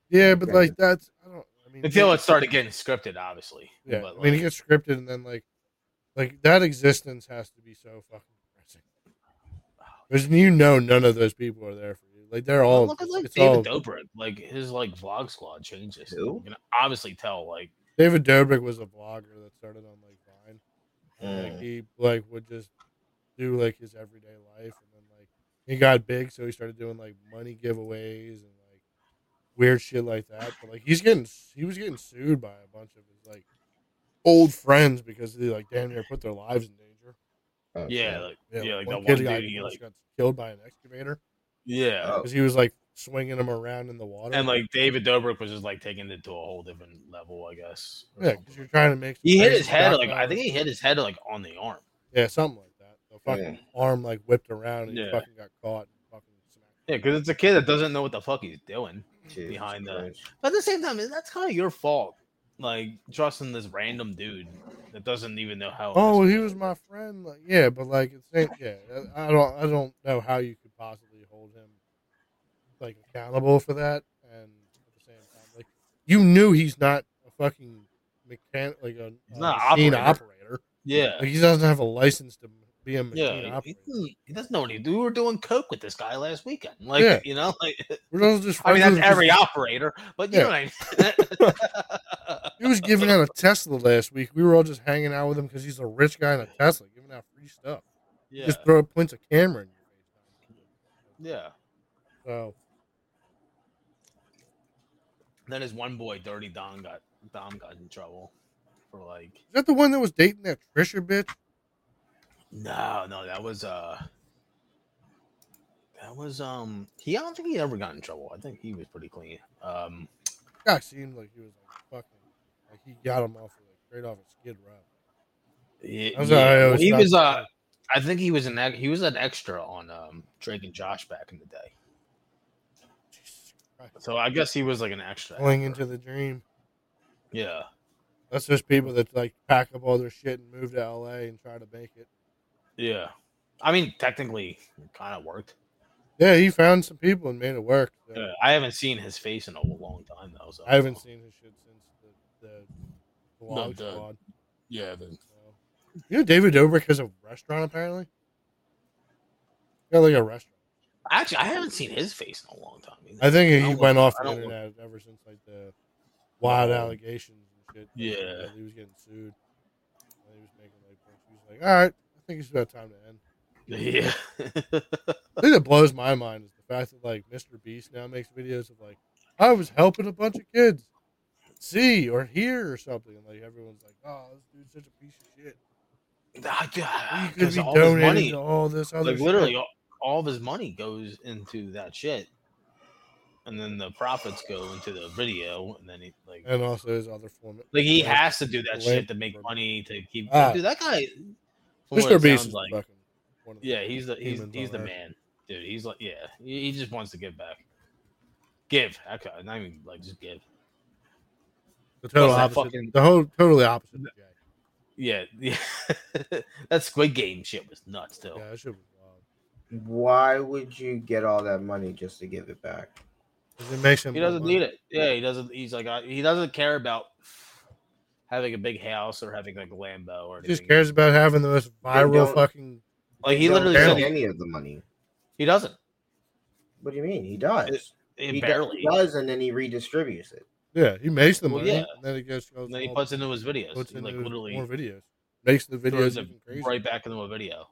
Speaker 1: Yeah, but
Speaker 4: Yeah.
Speaker 1: like that's I don't. I mean,
Speaker 3: until it started getting scripted, obviously.
Speaker 1: Yeah,
Speaker 3: but
Speaker 1: I mean, it
Speaker 3: like,
Speaker 1: gets scripted, and then like, like that existence has to be so fucking depressing because you know none of those people are there for you. Like they're
Speaker 3: Well,
Speaker 1: all
Speaker 3: look at
Speaker 1: it's-
Speaker 3: like
Speaker 1: it's
Speaker 3: David
Speaker 1: all-
Speaker 3: Dobrik, like his like vlog squad changes.
Speaker 4: Who?
Speaker 3: You can obviously tell, like
Speaker 1: David Dobrik was a vlogger that started on like Vine. And,
Speaker 4: Mm.
Speaker 1: Like he like would just do like his everyday life, and then like he got big, so he started doing like money giveaways and like weird shit like that. But like he's getting he was getting sued by a bunch of his like old friends because they like damn near put their lives in danger. Oh,
Speaker 3: yeah, like yeah, like that
Speaker 1: kid
Speaker 3: one
Speaker 1: got-
Speaker 3: dude, he,
Speaker 1: almost
Speaker 3: like
Speaker 1: got killed by an excavator
Speaker 3: yeah,
Speaker 4: Oh.
Speaker 1: because he was like swinging him around in the water.
Speaker 3: and like David Dobrik was just like taking it to a whole different level, I guess. or
Speaker 1: yeah,
Speaker 3: something
Speaker 1: because you're
Speaker 3: like that.
Speaker 1: trying to make. some
Speaker 3: He hit
Speaker 1: crazy
Speaker 3: his head
Speaker 1: shot
Speaker 3: like I
Speaker 1: dollars.
Speaker 3: think he hit his head like on the arm.
Speaker 1: Yeah, something like that. The fucking arm like whipped around and he
Speaker 3: Yeah.
Speaker 1: fucking got caught. And fucking smacked.
Speaker 3: Yeah, because it's a kid that doesn't know what the fuck he's doing. behind the- But at the same time, that's kind of your fault. Like trusting this random dude that doesn't even know how.
Speaker 1: Oh, well, he was my friend. Like, yeah, but like it's ain't- yeah. I I don't I don't know how you could possibly hold him like accountable for that. And at the same time, like you knew he's not a fucking mechanic, like a,
Speaker 3: He's
Speaker 1: a
Speaker 3: not an
Speaker 1: machine
Speaker 3: operator.
Speaker 1: operator.
Speaker 3: yeah,
Speaker 1: Like he doesn't have a license to be a machine
Speaker 3: yeah. He,
Speaker 1: operator.
Speaker 3: doesn't- he doesn't know what he do. We were doing coke with this guy last weekend. Like
Speaker 1: Yeah.
Speaker 3: you know, like
Speaker 1: We're all just
Speaker 3: I mean
Speaker 1: friends
Speaker 3: that's
Speaker 1: with him.
Speaker 3: every operator, but you know what I mean.
Speaker 1: He was giving out a Tesla last week. We were all just hanging out with him because he's a rich guy in a Tesla, giving out free stuff.
Speaker 3: yeah,
Speaker 1: Just throw points of camera in your face.
Speaker 3: yeah.
Speaker 1: So
Speaker 3: Then his one boy, Dirty Don, got Dom got in trouble for like
Speaker 1: is that the one that was dating that Trisha bitch?
Speaker 3: no, no, that was uh. That was um he I don't think he ever got in trouble. I think he was pretty clean. Um
Speaker 1: Guy seemed like he was like fucking like he got him off of like straight off of Skid Row.
Speaker 3: Yeah,
Speaker 1: I'm
Speaker 3: yeah.
Speaker 1: sorry, I
Speaker 3: Well,
Speaker 1: always
Speaker 3: he
Speaker 1: thought-
Speaker 3: was uh, I think he was an ex- he was an extra on um Drake and Josh back in the day.
Speaker 1: Jesus Christ.
Speaker 3: So I guess he was like an extra.
Speaker 1: Going
Speaker 3: extra.
Speaker 1: into the dream.
Speaker 3: yeah,
Speaker 1: That's just people that like pack up all their shit and move to LA and try to make it.
Speaker 3: yeah. I mean, technically, it kind of worked.
Speaker 1: Yeah, he found some people and made it work. so.
Speaker 3: Yeah, I haven't seen his face in a long time though. So
Speaker 1: I haven't seen his shit since the the, the
Speaker 3: No,
Speaker 1: Log
Speaker 3: the-
Speaker 1: Squad.
Speaker 3: Yeah, the,
Speaker 1: So. You know, David Dobrik has a restaurant apparently. Yeah, like a restaurant.
Speaker 3: actually, I haven't seen his face in a long time. Either.
Speaker 1: I think he
Speaker 3: don't
Speaker 1: went off
Speaker 3: I
Speaker 1: the
Speaker 3: don't look-
Speaker 1: internet ever since like the wild allegations and shit. that,
Speaker 3: Yeah.
Speaker 1: that he was getting sued. And he was making like points. He was like, "All right, I think it's about time to end."
Speaker 3: yeah,
Speaker 1: The thing that blows my mind is the fact that like Mr. Beast now makes videos of like, "I was helping a bunch of kids." See or hear or something, and like everyone's like, "Oh, this dude's such a piece of shit."
Speaker 3: Ah,
Speaker 1: He
Speaker 3: God,
Speaker 1: could
Speaker 3: 'cause
Speaker 1: be
Speaker 3: all his
Speaker 1: donating
Speaker 3: money,
Speaker 1: to all this other
Speaker 3: like
Speaker 1: shit."
Speaker 3: literally, all, all of his money goes into that shit, and then the profits go into the video, and then he like.
Speaker 1: and also his other form.
Speaker 3: Like he
Speaker 1: Right.
Speaker 3: has to do that
Speaker 1: Right.
Speaker 3: shit to make money to keep.
Speaker 1: Ah.
Speaker 3: dude, that guy. from what
Speaker 1: Mr.
Speaker 3: it
Speaker 1: Beast
Speaker 3: sounds
Speaker 1: is
Speaker 3: like,
Speaker 1: fucking one of the
Speaker 3: yeah, he's the he's
Speaker 1: humans
Speaker 3: he's
Speaker 1: on
Speaker 3: the
Speaker 1: Earth.
Speaker 3: man, dude. He's like, yeah, he, he just wants to give back. Give, okay, not even like just give.
Speaker 1: The total
Speaker 3: What's that
Speaker 1: opposite.
Speaker 3: fucking-
Speaker 1: The whole totally opposite. of Jack.
Speaker 3: Yeah, yeah. that Squid Game shit was nuts, too.
Speaker 1: Yeah, that shit was wild.
Speaker 4: Why would you get all that money just to give it back?
Speaker 1: 'Cause It makes him.
Speaker 3: He
Speaker 1: more
Speaker 3: doesn't
Speaker 1: money.
Speaker 3: need it. Yeah, he doesn't. He's like, I, he doesn't care about having a big house or having like a Lambo or
Speaker 1: He
Speaker 3: anything.
Speaker 1: just cares about having the most viral
Speaker 4: don't-
Speaker 1: fucking.
Speaker 3: Like he
Speaker 4: don't
Speaker 3: literally
Speaker 4: get
Speaker 3: said
Speaker 1: barely.
Speaker 3: he,
Speaker 4: any of the money.
Speaker 3: he doesn't.
Speaker 4: What do you mean? He does.
Speaker 3: It- He,
Speaker 4: he
Speaker 3: barely.
Speaker 4: does, and then he redistributes it.
Speaker 1: Yeah, he makes the
Speaker 3: Well,
Speaker 1: money.
Speaker 3: yeah.
Speaker 1: and then he goes. goes
Speaker 3: And then he
Speaker 1: all-
Speaker 3: puts into his videos.
Speaker 1: puts
Speaker 3: He, like
Speaker 1: into
Speaker 3: literally
Speaker 1: more videos. Makes the videos
Speaker 3: throws it
Speaker 1: even crazy.
Speaker 3: right back into a video.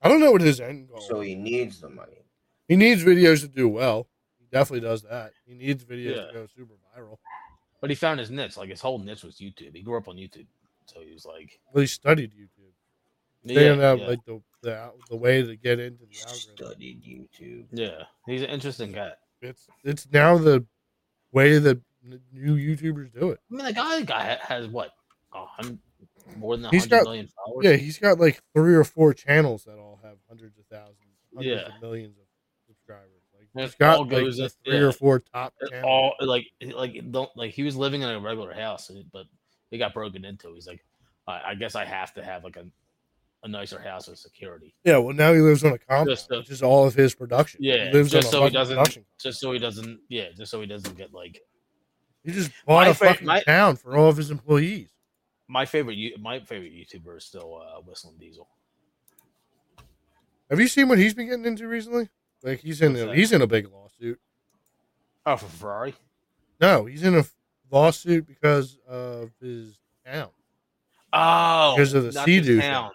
Speaker 1: I don't know what his end goal.
Speaker 4: So he needs the money.
Speaker 1: He needs videos to do well. He definitely does that. He needs videos
Speaker 3: Yeah.
Speaker 1: to go super viral.
Speaker 3: But he found his niche. Like his whole niche was YouTube. He grew up on YouTube, so he was like,
Speaker 1: Well, he studied YouTube. They
Speaker 3: yeah,
Speaker 1: ended up
Speaker 3: yeah,
Speaker 1: like the, the al- the way to get into the algorithm.
Speaker 4: Studied YouTube.
Speaker 3: yeah. He's an interesting guy.
Speaker 1: It's it's now the way that the new YouTubers do it.
Speaker 3: I mean, the guy guy ha- has what, a hun- more than a
Speaker 1: He's
Speaker 3: hundred
Speaker 1: got-
Speaker 3: million followers.
Speaker 1: Yeah, he's got like three or four channels that all have hundreds of thousands, hundreds
Speaker 3: Yeah.
Speaker 1: of millions of subscribers. Like
Speaker 3: It
Speaker 1: he's got
Speaker 3: all
Speaker 1: like
Speaker 3: goes
Speaker 1: the
Speaker 3: up-
Speaker 1: three
Speaker 3: yeah.
Speaker 1: or four top
Speaker 3: It
Speaker 1: channels.
Speaker 3: all like like it don't like he was living in a regular house, and- but it got broken into. He's like, I, I guess I have to have like a a nicer house with security,
Speaker 1: yeah, well now he lives on a compound,
Speaker 3: Just the-
Speaker 1: which is all of his production. He
Speaker 3: yeah,
Speaker 1: lives on
Speaker 3: just
Speaker 1: a
Speaker 3: so he
Speaker 1: fucking
Speaker 3: doesn't,
Speaker 1: production
Speaker 3: just so he doesn't, yeah, just so he doesn't get like
Speaker 1: He just bought
Speaker 3: My
Speaker 1: a
Speaker 3: fa-
Speaker 1: fucking
Speaker 3: my-
Speaker 1: town for all of his employees.
Speaker 3: my favorite. you- My favorite YouTuber is still uh, Whistling Diesel.
Speaker 1: Have you seen what he's been getting into recently? Like he's in
Speaker 3: What's
Speaker 1: a,
Speaker 3: that?
Speaker 1: he's in a big lawsuit.
Speaker 3: Oh, for Ferrari.
Speaker 1: No, he's in a f- lawsuit because of his town.
Speaker 3: Oh,
Speaker 1: Because of the
Speaker 3: not
Speaker 1: sea
Speaker 3: this
Speaker 1: dude
Speaker 3: town.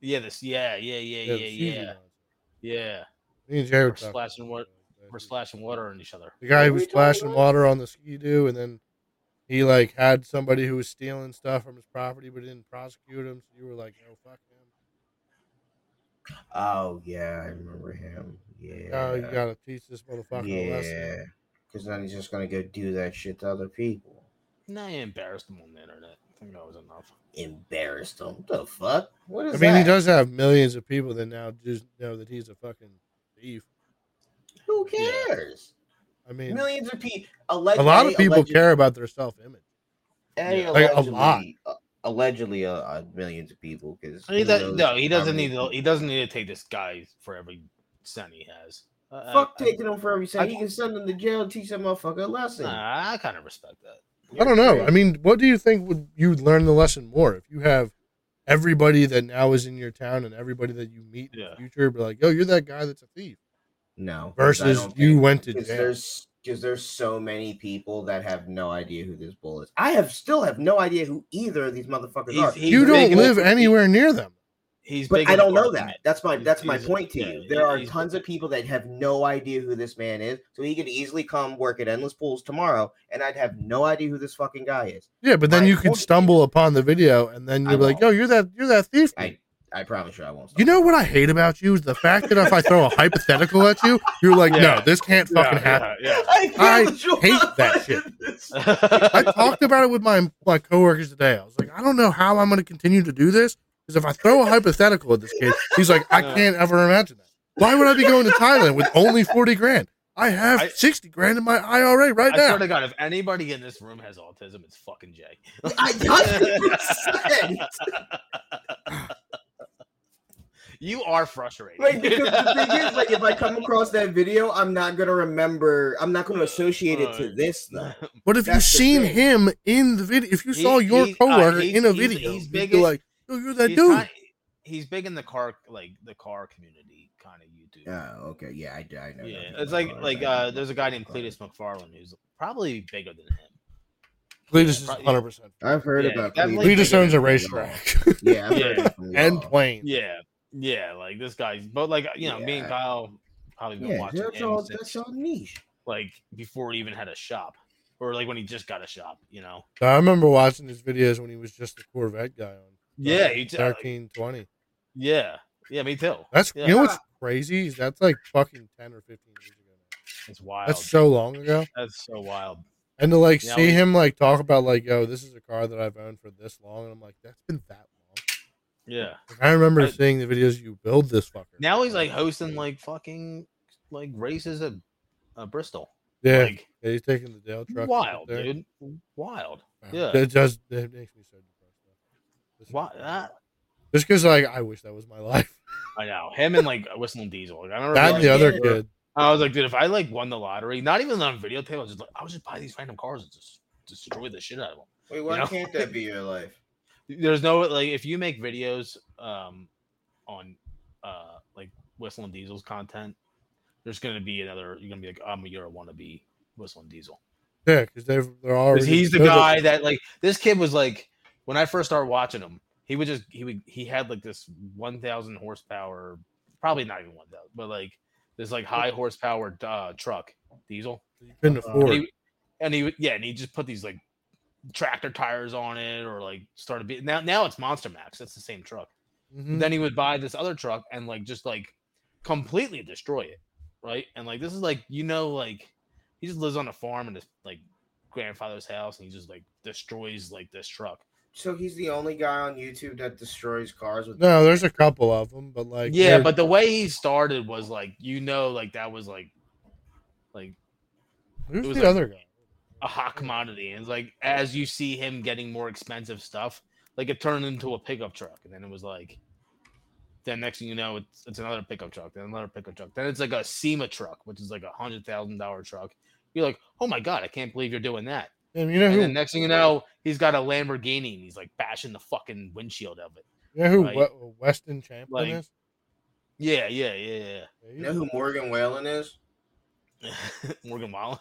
Speaker 3: Yeah, this. Yeah, yeah, yeah,
Speaker 1: the
Speaker 3: yeah,
Speaker 1: seaweed
Speaker 3: yeah,
Speaker 1: lawsuit.
Speaker 3: yeah.
Speaker 1: Me and Jay were
Speaker 3: We're
Speaker 1: talking
Speaker 3: splashing
Speaker 1: about
Speaker 3: wa-
Speaker 1: that.
Speaker 3: We're splashing water on each other.
Speaker 1: The guy
Speaker 4: What
Speaker 1: who
Speaker 4: were
Speaker 1: was
Speaker 4: we talking
Speaker 1: splashing
Speaker 4: about?
Speaker 1: water on the ski doo, and then he like had somebody who was stealing stuff from his property, but didn't prosecute him. So you were like, "Oh fuck him!
Speaker 4: Oh yeah, I remember him.
Speaker 1: Oh, you
Speaker 4: Yeah.
Speaker 1: gotta teach this motherfucker a lesson."
Speaker 4: yeah. Because then he's just gonna go do that shit to other people.
Speaker 3: Nah, I embarrassed him on the internet. I think that was enough.
Speaker 4: Embarrassed him. What the fuck? What is
Speaker 1: I mean,
Speaker 4: that?
Speaker 1: he does have millions of people that now just know that he's a fucking thief.
Speaker 4: Who
Speaker 3: Yeah.
Speaker 4: cares?
Speaker 1: I mean,
Speaker 4: Millions of people. Alleg-
Speaker 1: a lot of
Speaker 4: hey,
Speaker 1: people
Speaker 4: alleged-
Speaker 1: care about their self image.
Speaker 4: hey,
Speaker 3: Yeah.
Speaker 1: Like, a
Speaker 4: allegedly,
Speaker 1: lot.
Speaker 4: uh, allegedly, uh, uh, millions of people. Because
Speaker 3: He does, no, he doesn't need. To, e-, he doesn't need to take this guy for every cent he has. I-
Speaker 4: Fuck
Speaker 3: uh, I,
Speaker 4: taking him for every
Speaker 3: I-
Speaker 4: cent. He can send him to jail and teach that motherfucker a lesson.
Speaker 3: Nah, I kind of respect that.
Speaker 1: I don't know. I mean, what do you think would you would learn the lesson more if you have everybody that now is in your town and everybody that you meet in
Speaker 3: Yeah.
Speaker 1: the future be like, "Yo, you're that guy that's a thief,"
Speaker 4: no. 'cause I
Speaker 1: versus
Speaker 4: don't
Speaker 1: you
Speaker 4: think-
Speaker 1: went to
Speaker 4: because
Speaker 1: jail.
Speaker 4: there's because there's so many people that have no idea who this bull is. I have still have no idea who either of these motherfuckers
Speaker 3: He's-
Speaker 4: are.
Speaker 3: he's
Speaker 1: You don't
Speaker 3: big-
Speaker 1: live anywhere near them.
Speaker 3: He's.
Speaker 4: but
Speaker 3: big
Speaker 4: I
Speaker 3: in the
Speaker 4: don't know
Speaker 3: art,
Speaker 4: that.
Speaker 3: man.
Speaker 4: That's my
Speaker 3: He's-
Speaker 4: that's my
Speaker 3: he's a-
Speaker 4: point to
Speaker 3: yeah,
Speaker 4: you. There are
Speaker 3: he's-
Speaker 4: tons of people that have no idea who this man is, so he could easily come work at Endless Pools tomorrow, and I'd have no idea who this fucking guy is.
Speaker 1: Yeah, but then
Speaker 4: I
Speaker 1: you could
Speaker 4: won't.
Speaker 1: stumble upon the video and then
Speaker 4: I
Speaker 1: you're like,
Speaker 4: won't.
Speaker 1: "Yo, you're that you're that thief."
Speaker 4: I I promise you I won't.
Speaker 1: you know what I hate about you is the fact that if I throw a hypothenical at you, you're like,
Speaker 3: Yeah.
Speaker 1: "No, this can't fucking happen."
Speaker 3: Yeah.
Speaker 1: I hate that shit. I
Speaker 3: yeah.
Speaker 1: talked about it with my my coworkers today. I was like, I don't know how I'm going to continue to do this because if I throw a hypothetical at this kid, he's like, I
Speaker 3: Yeah.
Speaker 1: can't ever imagine that. Why would I be going to Thailand with only forty grand? I have
Speaker 3: I-
Speaker 1: sixty grand in my IRA right
Speaker 3: I
Speaker 1: now.
Speaker 3: swear to God, if anybody in this room has autism, it's fucking Jay.
Speaker 4: I 100%.
Speaker 3: You are frustrated.
Speaker 4: Like because the thing is, like if I come across that video, I'm not gonna remember. I'm not gonna associate it to
Speaker 3: Alright.
Speaker 4: this though.
Speaker 1: But if you've
Speaker 4: That's the
Speaker 1: seen
Speaker 4: thing.
Speaker 1: him in the video, if you
Speaker 3: He-
Speaker 1: saw your
Speaker 3: he's- uh,
Speaker 1: coworker
Speaker 3: he's-
Speaker 1: in a
Speaker 3: he's-
Speaker 1: video,
Speaker 3: he's
Speaker 1: you'd
Speaker 3: big
Speaker 1: be
Speaker 3: in-
Speaker 1: like, "Yo, you're that
Speaker 3: he's,
Speaker 1: dude."
Speaker 3: kind- he's big in the car, like the car community kind of YouTube.
Speaker 4: Oh, okay. Yeah, I, I know.
Speaker 3: Yeah,
Speaker 4: nothing
Speaker 3: it's
Speaker 4: about
Speaker 3: like
Speaker 4: cars. I
Speaker 3: like
Speaker 4: know
Speaker 3: uh,
Speaker 4: nothing
Speaker 3: there's a guy
Speaker 4: about
Speaker 3: named
Speaker 4: cars.
Speaker 3: Cletus McFarland who's probably bigger than him.
Speaker 1: Cletus is
Speaker 3: probably-
Speaker 1: 100. percent
Speaker 4: I've heard
Speaker 3: Yeah,
Speaker 4: about
Speaker 3: definitely
Speaker 4: Cletus.
Speaker 1: Cletus owns a
Speaker 4: Yeah.
Speaker 1: racetrack
Speaker 4: Yeah, I've heard
Speaker 3: Yeah.
Speaker 4: about Cletus.
Speaker 1: and planes.
Speaker 3: Yeah, yeah, like this guy's, but like you know, me and
Speaker 4: Yeah.
Speaker 3: Kyle probably been
Speaker 4: Yeah,
Speaker 3: watching
Speaker 4: that's
Speaker 3: him
Speaker 4: all.
Speaker 3: since,
Speaker 4: That's all niche.
Speaker 3: like before he even had a shop, or like when he just got a shop, you know.
Speaker 1: I remember watching his videos when he was just the Corvette guy on.
Speaker 3: Yeah, he t- like,
Speaker 1: 13, 20.
Speaker 3: yeah, yeah, me too.
Speaker 1: That's
Speaker 3: Yeah.
Speaker 1: you know what's crazy is that's like fucking ten or fifteen years ago. now.
Speaker 3: It's wild.
Speaker 1: That's so long ago,
Speaker 3: That's so wild.
Speaker 1: and to like
Speaker 3: Yeah,
Speaker 1: see
Speaker 3: we-
Speaker 1: him like talk about like yo, this is a car that I've owned for this long, and I'm like, that's been that long.
Speaker 3: Yeah.
Speaker 1: Like, I remember
Speaker 3: I-
Speaker 1: seeing the videos you build this fucker.
Speaker 3: Now he's like hosting like fucking like races at uh, Bristol.
Speaker 1: yeah,
Speaker 3: Like
Speaker 1: yeah, he's taking the Dale truck. up
Speaker 3: wild,
Speaker 1: there.
Speaker 3: dude. Wild.
Speaker 1: Wow.
Speaker 3: Yeah.
Speaker 1: that does that makes me so depressed. though. Just-
Speaker 3: Why? That,
Speaker 1: Just because like I wish that was my life.
Speaker 3: I know him and like Whistling Diesel. Like, I remember.
Speaker 1: That and the
Speaker 3: like,
Speaker 1: other
Speaker 4: yeah.
Speaker 1: kid.
Speaker 3: I was like, dude, if I like won the lottery, not even on videotape, I was just like, I would just buy these random cars and just destroy the shit out of them.
Speaker 4: Wait, why
Speaker 3: know?
Speaker 4: can't that be your life?
Speaker 3: There's no like if you make videos um on uh like Whistling Diesel's content, there's gonna be another. You're gonna be like, I'm a you're a wannabe Whistling Diesel.
Speaker 1: Yeah, because they've they're already.
Speaker 3: Because he's the
Speaker 1: they're
Speaker 3: guy that like this kid was like when I first started watching him, he would just he would he had like this one thousand horsepower, probably not even one thousand, but like this like high horsepower uh, truck diesel,
Speaker 1: You couldn't afford.
Speaker 3: and he, and he would yeah, and he just put these like tractor tires on it or like started be now now it's Monster Max. That's the same truck.
Speaker 1: Mhm.
Speaker 3: Then he would buy this other truck and like just like completely destroy it, right? And like this is like you know like he just lives on a farm in his like grandfather's house and he just like destroys like this truck.
Speaker 4: So he's the only guy on YouTube that destroys cars with
Speaker 1: No, there's a couple of them, but like
Speaker 3: yeah,
Speaker 1: they're-
Speaker 3: but the way he started was like you know like that was like like
Speaker 1: who's
Speaker 3: it
Speaker 1: the
Speaker 3: was like-
Speaker 1: other guy?
Speaker 3: a hot commodity and it's like as you see him getting more expensive stuff, like it turned into a pickup truck and then it was like then next thing you know it's it's another pickup truck, then another pickup truck. Then it's like a SEMA truck, which is like a hundred thousand dollar truck. You're like, oh my god, I can't believe you're doing that.
Speaker 1: And you know
Speaker 3: And
Speaker 1: who?
Speaker 3: then next thing you know, he's got a Lamborghini and he's like bashing the fucking windshield of it.
Speaker 1: you know who?
Speaker 3: like-
Speaker 1: We- Weston Champlin
Speaker 3: like-
Speaker 1: is.
Speaker 3: Yeah, yeah, yeah,
Speaker 1: Yeah,
Speaker 4: You
Speaker 1: he's-
Speaker 4: know who Morgan Whalen is?
Speaker 3: yeah. Morgan Wallen.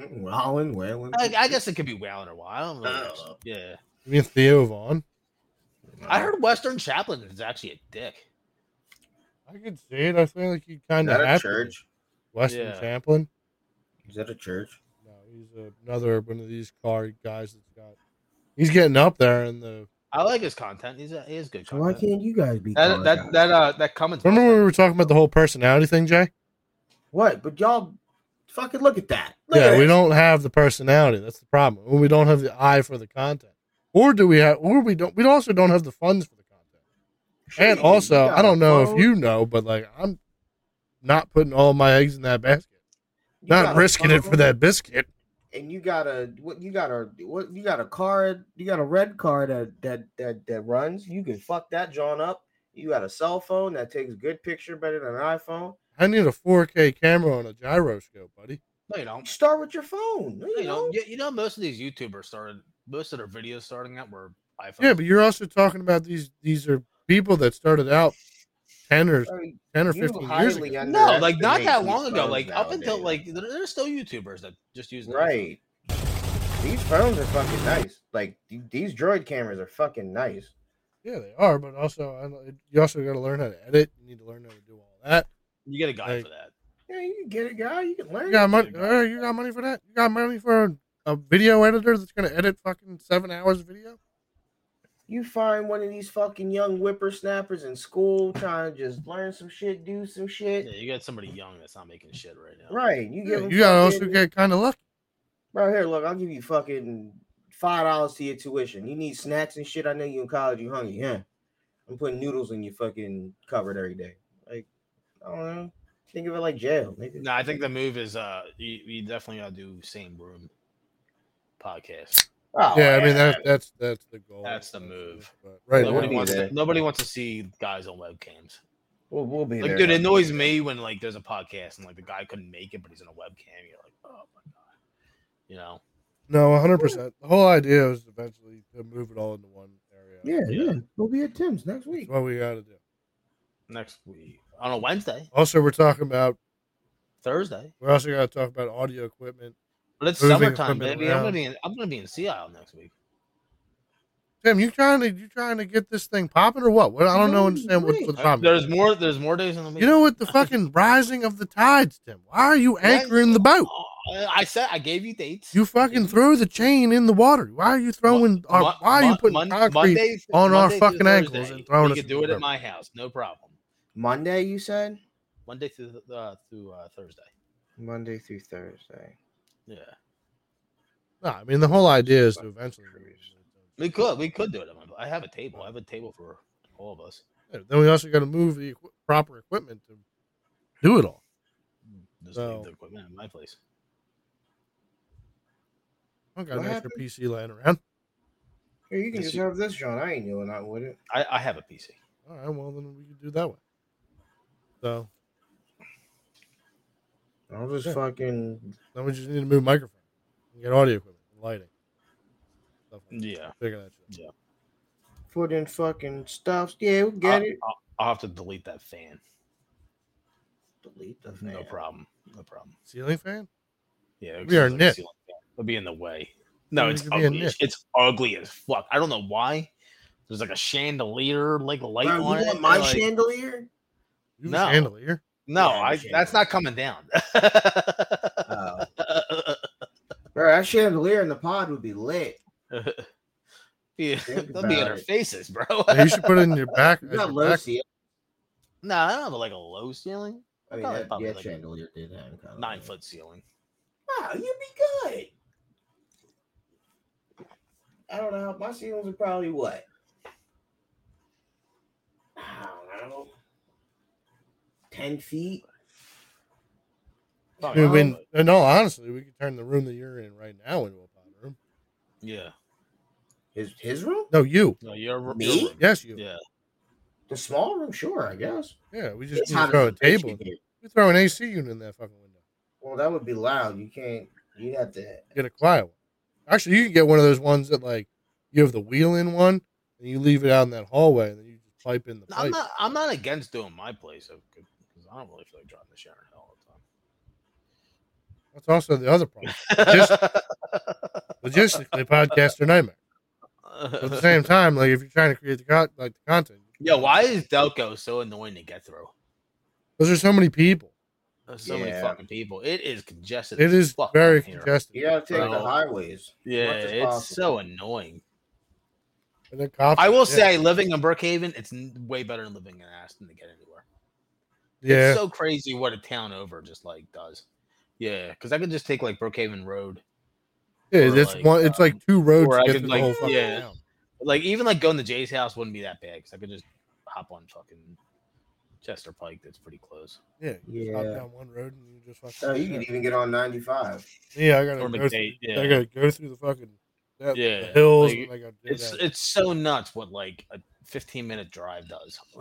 Speaker 4: Whalen, Whalen.
Speaker 3: I, I guess it could be Wallen or Wild.
Speaker 4: Oh.
Speaker 3: Yeah.
Speaker 1: You mean Theo Vaughn?
Speaker 3: I heard Western Chaplin is actually a dick.
Speaker 1: I could see it. I feel like he
Speaker 4: Is
Speaker 1: kind of
Speaker 4: that a
Speaker 1: have
Speaker 4: church?
Speaker 1: To. Weston
Speaker 3: Yeah.
Speaker 1: Champlin.
Speaker 4: Is that a church?
Speaker 1: No, he's another one of these car guys that's got. He's getting up there in the.
Speaker 3: I like his content. He's a, he is good
Speaker 4: So why
Speaker 3: content.
Speaker 4: can't you guys be?
Speaker 3: that that that uh that Cummins.
Speaker 1: Remember when we were talking about the whole personality thing, Jay?
Speaker 4: what? But y'all, fucking look at that. Look
Speaker 1: yeah,
Speaker 4: at
Speaker 1: we
Speaker 4: it.
Speaker 1: don't have the personality. That's the problem. When we don't have the eye for the content, or do we have? Or we don't. We also don't have the funds for the content.
Speaker 4: Sure
Speaker 1: And
Speaker 4: you do. You
Speaker 1: also,
Speaker 4: got
Speaker 1: I
Speaker 4: a
Speaker 1: don't know
Speaker 4: phone.
Speaker 1: if you know, but like I'm not putting all my eggs in that basket.
Speaker 4: You
Speaker 1: Not
Speaker 4: got a
Speaker 1: risking it for
Speaker 4: phone,
Speaker 1: that biscuit.
Speaker 4: And you got a what? You got a what? You got a card. You got a red card that that that that runs. You can fuck that John up. You got a cell phone that takes good picture better than an iPhone.
Speaker 1: I need a 4K camera on a gyroscope, buddy.
Speaker 3: No, you don't.
Speaker 4: Start with your phone. No, you
Speaker 3: No, you
Speaker 4: don't.
Speaker 3: don't. You, you know, most of these YouTubers started. Most of their videos starting out were iPhones.
Speaker 1: Yeah, but you're also talking about these. These are people that started out ten or
Speaker 4: Sorry,
Speaker 1: ten or
Speaker 4: you
Speaker 1: fifteen years
Speaker 4: highly
Speaker 1: ago.
Speaker 3: no, like not
Speaker 4: underestimate
Speaker 3: that
Speaker 4: these
Speaker 3: long ago.
Speaker 4: phones
Speaker 3: Like up until
Speaker 4: nowadays.
Speaker 3: like there, there's still YouTubers that just use an iPhone.
Speaker 4: Right. These phones are fucking nice. Like th- these droid cameras are fucking nice.
Speaker 1: Yeah, they are, but also I don't- you also got to learn how to edit. You need to learn how to do all that.
Speaker 3: You get a guy
Speaker 1: Like-
Speaker 3: for that.
Speaker 4: Yeah, you can get it, guy. You can learn.
Speaker 1: You got
Speaker 4: it.
Speaker 1: money? uh, you got money for that? You got money for a, a video editor that's going to edit fucking seven hours of video?
Speaker 4: You find one of these fucking young whippersnappers in school trying to just learn some shit, do some shit.
Speaker 3: Yeah, you got somebody young that's not making shit right now.
Speaker 4: Right. You
Speaker 1: Yeah,
Speaker 4: give
Speaker 1: you got to also
Speaker 4: fucking-
Speaker 1: get kind of lucky.
Speaker 4: Bro, here, look, I'll give you fucking five dollars to your tuition. You need snacks and shit. I know you in college, you hungry. Yeah, I'm putting noodles in your fucking cupboard every day. Like, I don't know. Think of it like jail. Nigga.
Speaker 3: No, I think the move is uh, you, you definitely gotta do same room podcast.
Speaker 4: Oh,
Speaker 1: yeah, I mean that, that's that's the goal.
Speaker 3: That's the move.
Speaker 1: But right.
Speaker 4: Yeah,
Speaker 3: Nobody
Speaker 4: we'll do
Speaker 1: now-
Speaker 3: wants
Speaker 4: that.
Speaker 3: to, nobody wants to see guys on webcams.
Speaker 4: we'll, we'll be
Speaker 3: Like,
Speaker 4: there.
Speaker 3: dude, it annoys me when like there's a podcast and like the guy couldn't make it, but he's in a webcam. You're like, oh my god, you know?
Speaker 1: No, one hundred percent. The whole idea is eventually to move it all into one area.
Speaker 4: Yeah, yeah,
Speaker 3: Yeah.
Speaker 4: We'll be at Tim's next week.
Speaker 1: that's what we got to do.
Speaker 3: Next week on a Wednesday,
Speaker 1: Also, we're talking about.
Speaker 3: Thursday,
Speaker 1: We're also got to talk about audio equipment.
Speaker 3: but it's
Speaker 1: Moving
Speaker 3: summertime,
Speaker 1: equipment
Speaker 3: baby. I'm
Speaker 1: around.
Speaker 3: gonna be in, I'm gonna be in Sea Isle next week.
Speaker 1: Tim, you trying to you trying to get this thing popping or what? What I don't know. Understand what, what the problem? is.
Speaker 3: There's more. There's more days in the week.
Speaker 1: You know what? The fucking rising of the tides, Tim. Why are you anchoring the boat?
Speaker 3: Oh, I- I said I gave you dates.
Speaker 1: You fucking threw the chain in the water. Why are you throwing? our,
Speaker 3: Mon-
Speaker 1: why are you
Speaker 3: Mon-
Speaker 1: putting
Speaker 3: Mon-
Speaker 1: concrete?
Speaker 3: Mondays-
Speaker 1: on our
Speaker 3: through
Speaker 1: fucking ankles
Speaker 3: Thursday,
Speaker 1: and throwing
Speaker 3: You
Speaker 1: us
Speaker 3: can
Speaker 1: in
Speaker 3: do
Speaker 1: the
Speaker 3: it at
Speaker 1: river?
Speaker 3: my house, no problem.
Speaker 4: Monday, you said?
Speaker 3: Monday through uh, through uh, Thursday.
Speaker 4: Monday through Thursday.
Speaker 3: Yeah,
Speaker 1: No, I mean the whole idea is to eventually.
Speaker 3: we could we could do it. At my, I have a table. I have a table for all of us.
Speaker 1: Yeah, Then we also got to move the equi- proper equipment to do it all.
Speaker 3: Just
Speaker 1: So-
Speaker 3: leave the equipment at my place.
Speaker 1: I don't got
Speaker 4: What
Speaker 1: an extra
Speaker 4: happened?
Speaker 1: PC laying around.
Speaker 4: Here, you can
Speaker 3: Yes,
Speaker 4: just
Speaker 3: you-
Speaker 4: have this, John. I ain't doing nothing with it.
Speaker 3: I, I have a PC.
Speaker 1: All right, well then we could do that one. So
Speaker 4: I'll just
Speaker 1: Yeah.
Speaker 4: fucking
Speaker 1: then we just need to move microphone and get audio equipment, and lighting. So stuff. Like that.
Speaker 3: Yeah.
Speaker 1: Figure that shit.
Speaker 4: Foot and fucking stuffs. Yeah, we get
Speaker 3: I,
Speaker 4: it.
Speaker 3: I'll, I'll have to delete that fan.
Speaker 4: Delete the
Speaker 3: No
Speaker 4: fan.
Speaker 3: problem. No problem.
Speaker 1: Ceiling fan?
Speaker 3: Yeah,
Speaker 1: We are
Speaker 3: it's like
Speaker 1: knit.
Speaker 3: ceiling fan. It'll be in the way. No,
Speaker 1: Yeah,
Speaker 3: it's
Speaker 1: it could be a
Speaker 3: ugly.
Speaker 1: knit.
Speaker 3: as- It's ugly as fuck. I don't know why. There's like a chandelier, like light
Speaker 4: Bro, you
Speaker 3: on it.
Speaker 4: want my
Speaker 3: and, like-
Speaker 4: chandelier?
Speaker 1: You
Speaker 3: No.
Speaker 1: no. chandelier?
Speaker 3: No,
Speaker 4: Yeah, I
Speaker 3: I,
Speaker 4: understand.
Speaker 3: that's not coming down.
Speaker 4: Oh. Bro, that chandelier in the pod would be lit.
Speaker 3: yeah,
Speaker 4: Think
Speaker 3: they'll be in
Speaker 4: about
Speaker 3: our
Speaker 4: it.
Speaker 3: faces, bro.
Speaker 1: Yeah, you should put it in your back.
Speaker 4: You
Speaker 1: as
Speaker 4: got
Speaker 1: your
Speaker 4: low
Speaker 1: back-
Speaker 4: ceiling.
Speaker 3: no, I don't have like a low ceiling,
Speaker 4: I mean,
Speaker 3: Probably-
Speaker 4: that,
Speaker 3: probably
Speaker 4: yeah,
Speaker 3: like a
Speaker 4: chandelier did hang kinda
Speaker 3: nine
Speaker 4: low.
Speaker 3: foot ceiling.
Speaker 4: Wow, you'd be good. I don't know. My ceilings are probably what? I don't know. 10 feet?
Speaker 1: I
Speaker 3: Probably
Speaker 1: mean,
Speaker 3: not,
Speaker 1: when,
Speaker 3: but-
Speaker 1: no, honestly, we could turn the room that you're in right now into a pod room.
Speaker 3: yeah,
Speaker 4: His, his room?
Speaker 1: No, you.
Speaker 3: no, you're your
Speaker 4: Me?
Speaker 3: room.
Speaker 1: Yes, you. Yeah,
Speaker 3: Yeah,
Speaker 4: The small room? Sure, I guess.
Speaker 1: we just
Speaker 4: It's
Speaker 1: need to
Speaker 4: hot
Speaker 1: throw a
Speaker 4: as bitch
Speaker 1: table.
Speaker 4: in here.
Speaker 1: We throw an AC unit in that fucking window.
Speaker 4: Well, that would be loud. You can't. You'd have to.
Speaker 1: Get a quiet one. Actually, you can get one of those ones that, like, you have the wheel in one and you leave it out in that hallway and then you just pipe in the pipe.
Speaker 3: I'm not. I'm not against doing my place because I don't really feel like driving to Sharon Hill all the time.
Speaker 1: That's also the other problem. Logistic- Logistically, podcasts are nightmare. But at the same time, like if you're trying to create the con- like the content,
Speaker 3: Yo, why is Delco so annoying to get through?
Speaker 1: Those are so many people.
Speaker 3: There's so
Speaker 4: Yeah.
Speaker 3: many fucking people. It is congested.
Speaker 1: It
Speaker 3: as
Speaker 1: is
Speaker 3: fuck
Speaker 1: very
Speaker 3: down here.
Speaker 1: congested.
Speaker 4: You gotta take the
Speaker 3: Well-
Speaker 4: highways.
Speaker 3: Yeah,
Speaker 4: as
Speaker 3: it's so
Speaker 4: possible.
Speaker 3: annoying.
Speaker 1: And then cops.
Speaker 3: I will
Speaker 1: yeah.
Speaker 3: say, living in Brookhaven, it's n- way better than living in Aston to get anywhere.
Speaker 1: yeah,
Speaker 3: It's so crazy what a town over just like does. Yeah, because I could just take like Brookhaven Road,
Speaker 1: yeah,
Speaker 3: or
Speaker 1: it's
Speaker 3: like, um,
Speaker 1: one. It's like two roads
Speaker 3: or
Speaker 1: to
Speaker 3: I
Speaker 1: get
Speaker 3: could,
Speaker 1: through
Speaker 3: like,
Speaker 1: the whole fucking
Speaker 3: yeah.
Speaker 1: town.
Speaker 3: like even like going to Jay's house wouldn't be that bad because I could just hop on fucking Chester Pike. That's pretty close.
Speaker 1: Yeah, you just hop
Speaker 4: Yeah.
Speaker 1: down one road and you just fucking.
Speaker 4: Oh, you could even get on 95.
Speaker 1: yeah, I gotta
Speaker 3: Or
Speaker 1: go. Through,
Speaker 3: McDade. Yeah,
Speaker 1: I gotta go through the fucking that,
Speaker 3: Yeah,
Speaker 1: the hills.
Speaker 3: like,
Speaker 1: and I gotta do
Speaker 3: it's
Speaker 1: that.
Speaker 3: it's so nuts what like a 15 minute drive does.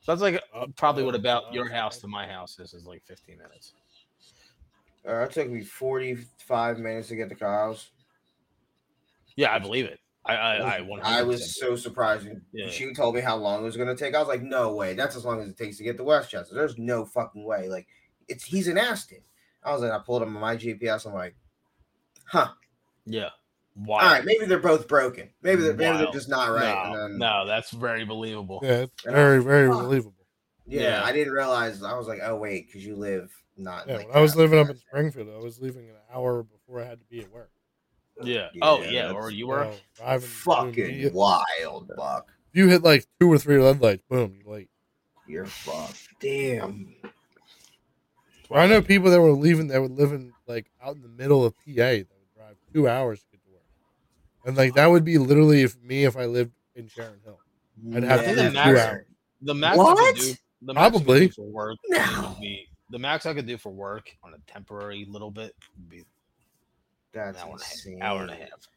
Speaker 3: So that's like
Speaker 1: Up,
Speaker 3: probably
Speaker 1: down,
Speaker 3: what about your
Speaker 1: up,
Speaker 3: house
Speaker 1: up.
Speaker 3: to my house is is like 15 minutes.
Speaker 4: Uh, it took me 45 minutes to get to Kyle's.
Speaker 3: Yeah, I believe it. I I I, 100%
Speaker 4: I was so surprised. when
Speaker 3: Yeah.
Speaker 4: She told me how long it was going to take. I was like, no way. That's as long as it takes to get to Westchester. There's no fucking way. Like, it's he's in Aston. I was like, I pulled up my GPS. I'm like, huh.
Speaker 3: yeah.
Speaker 4: All
Speaker 3: Why?
Speaker 4: right. Maybe they're both broken. Maybe they're, maybe they're
Speaker 3: Wow.
Speaker 4: just not right.
Speaker 3: No,
Speaker 4: and then,
Speaker 3: no, that's very believable.
Speaker 1: Yeah, it's very very
Speaker 4: Fuck.
Speaker 1: believable.
Speaker 4: yeah,
Speaker 3: Yeah.
Speaker 4: I didn't realize. I was like, oh, wait, because you live not.
Speaker 1: Yeah,
Speaker 4: like
Speaker 1: when I was
Speaker 4: that.
Speaker 1: living up in Springfield, I was leaving an hour before I had to be at work.
Speaker 3: Yeah. Oh yeah.
Speaker 4: that's
Speaker 3: Or you were.
Speaker 1: So, driving
Speaker 4: fucking
Speaker 1: If
Speaker 4: wild, Buck.
Speaker 1: you hit like two or three red lights, boom, you're late.
Speaker 4: You're fucked. Damn.
Speaker 1: Well, I know people that were leaving that would live in like out in the middle of PA that would drive two hours to get to work, and like that would be literally if me if I lived in Sharon Hill, I'd have
Speaker 3: Yeah,
Speaker 1: to live two
Speaker 3: that's-
Speaker 1: hours.
Speaker 3: The max I
Speaker 4: What?
Speaker 3: could do, the max I could
Speaker 1: Probably.
Speaker 3: do for work
Speaker 4: No.
Speaker 3: would be the max I could do for work on a temporary little bit would be an
Speaker 4: That's
Speaker 3: hour and, a
Speaker 4: insane.
Speaker 3: half, hour and a half.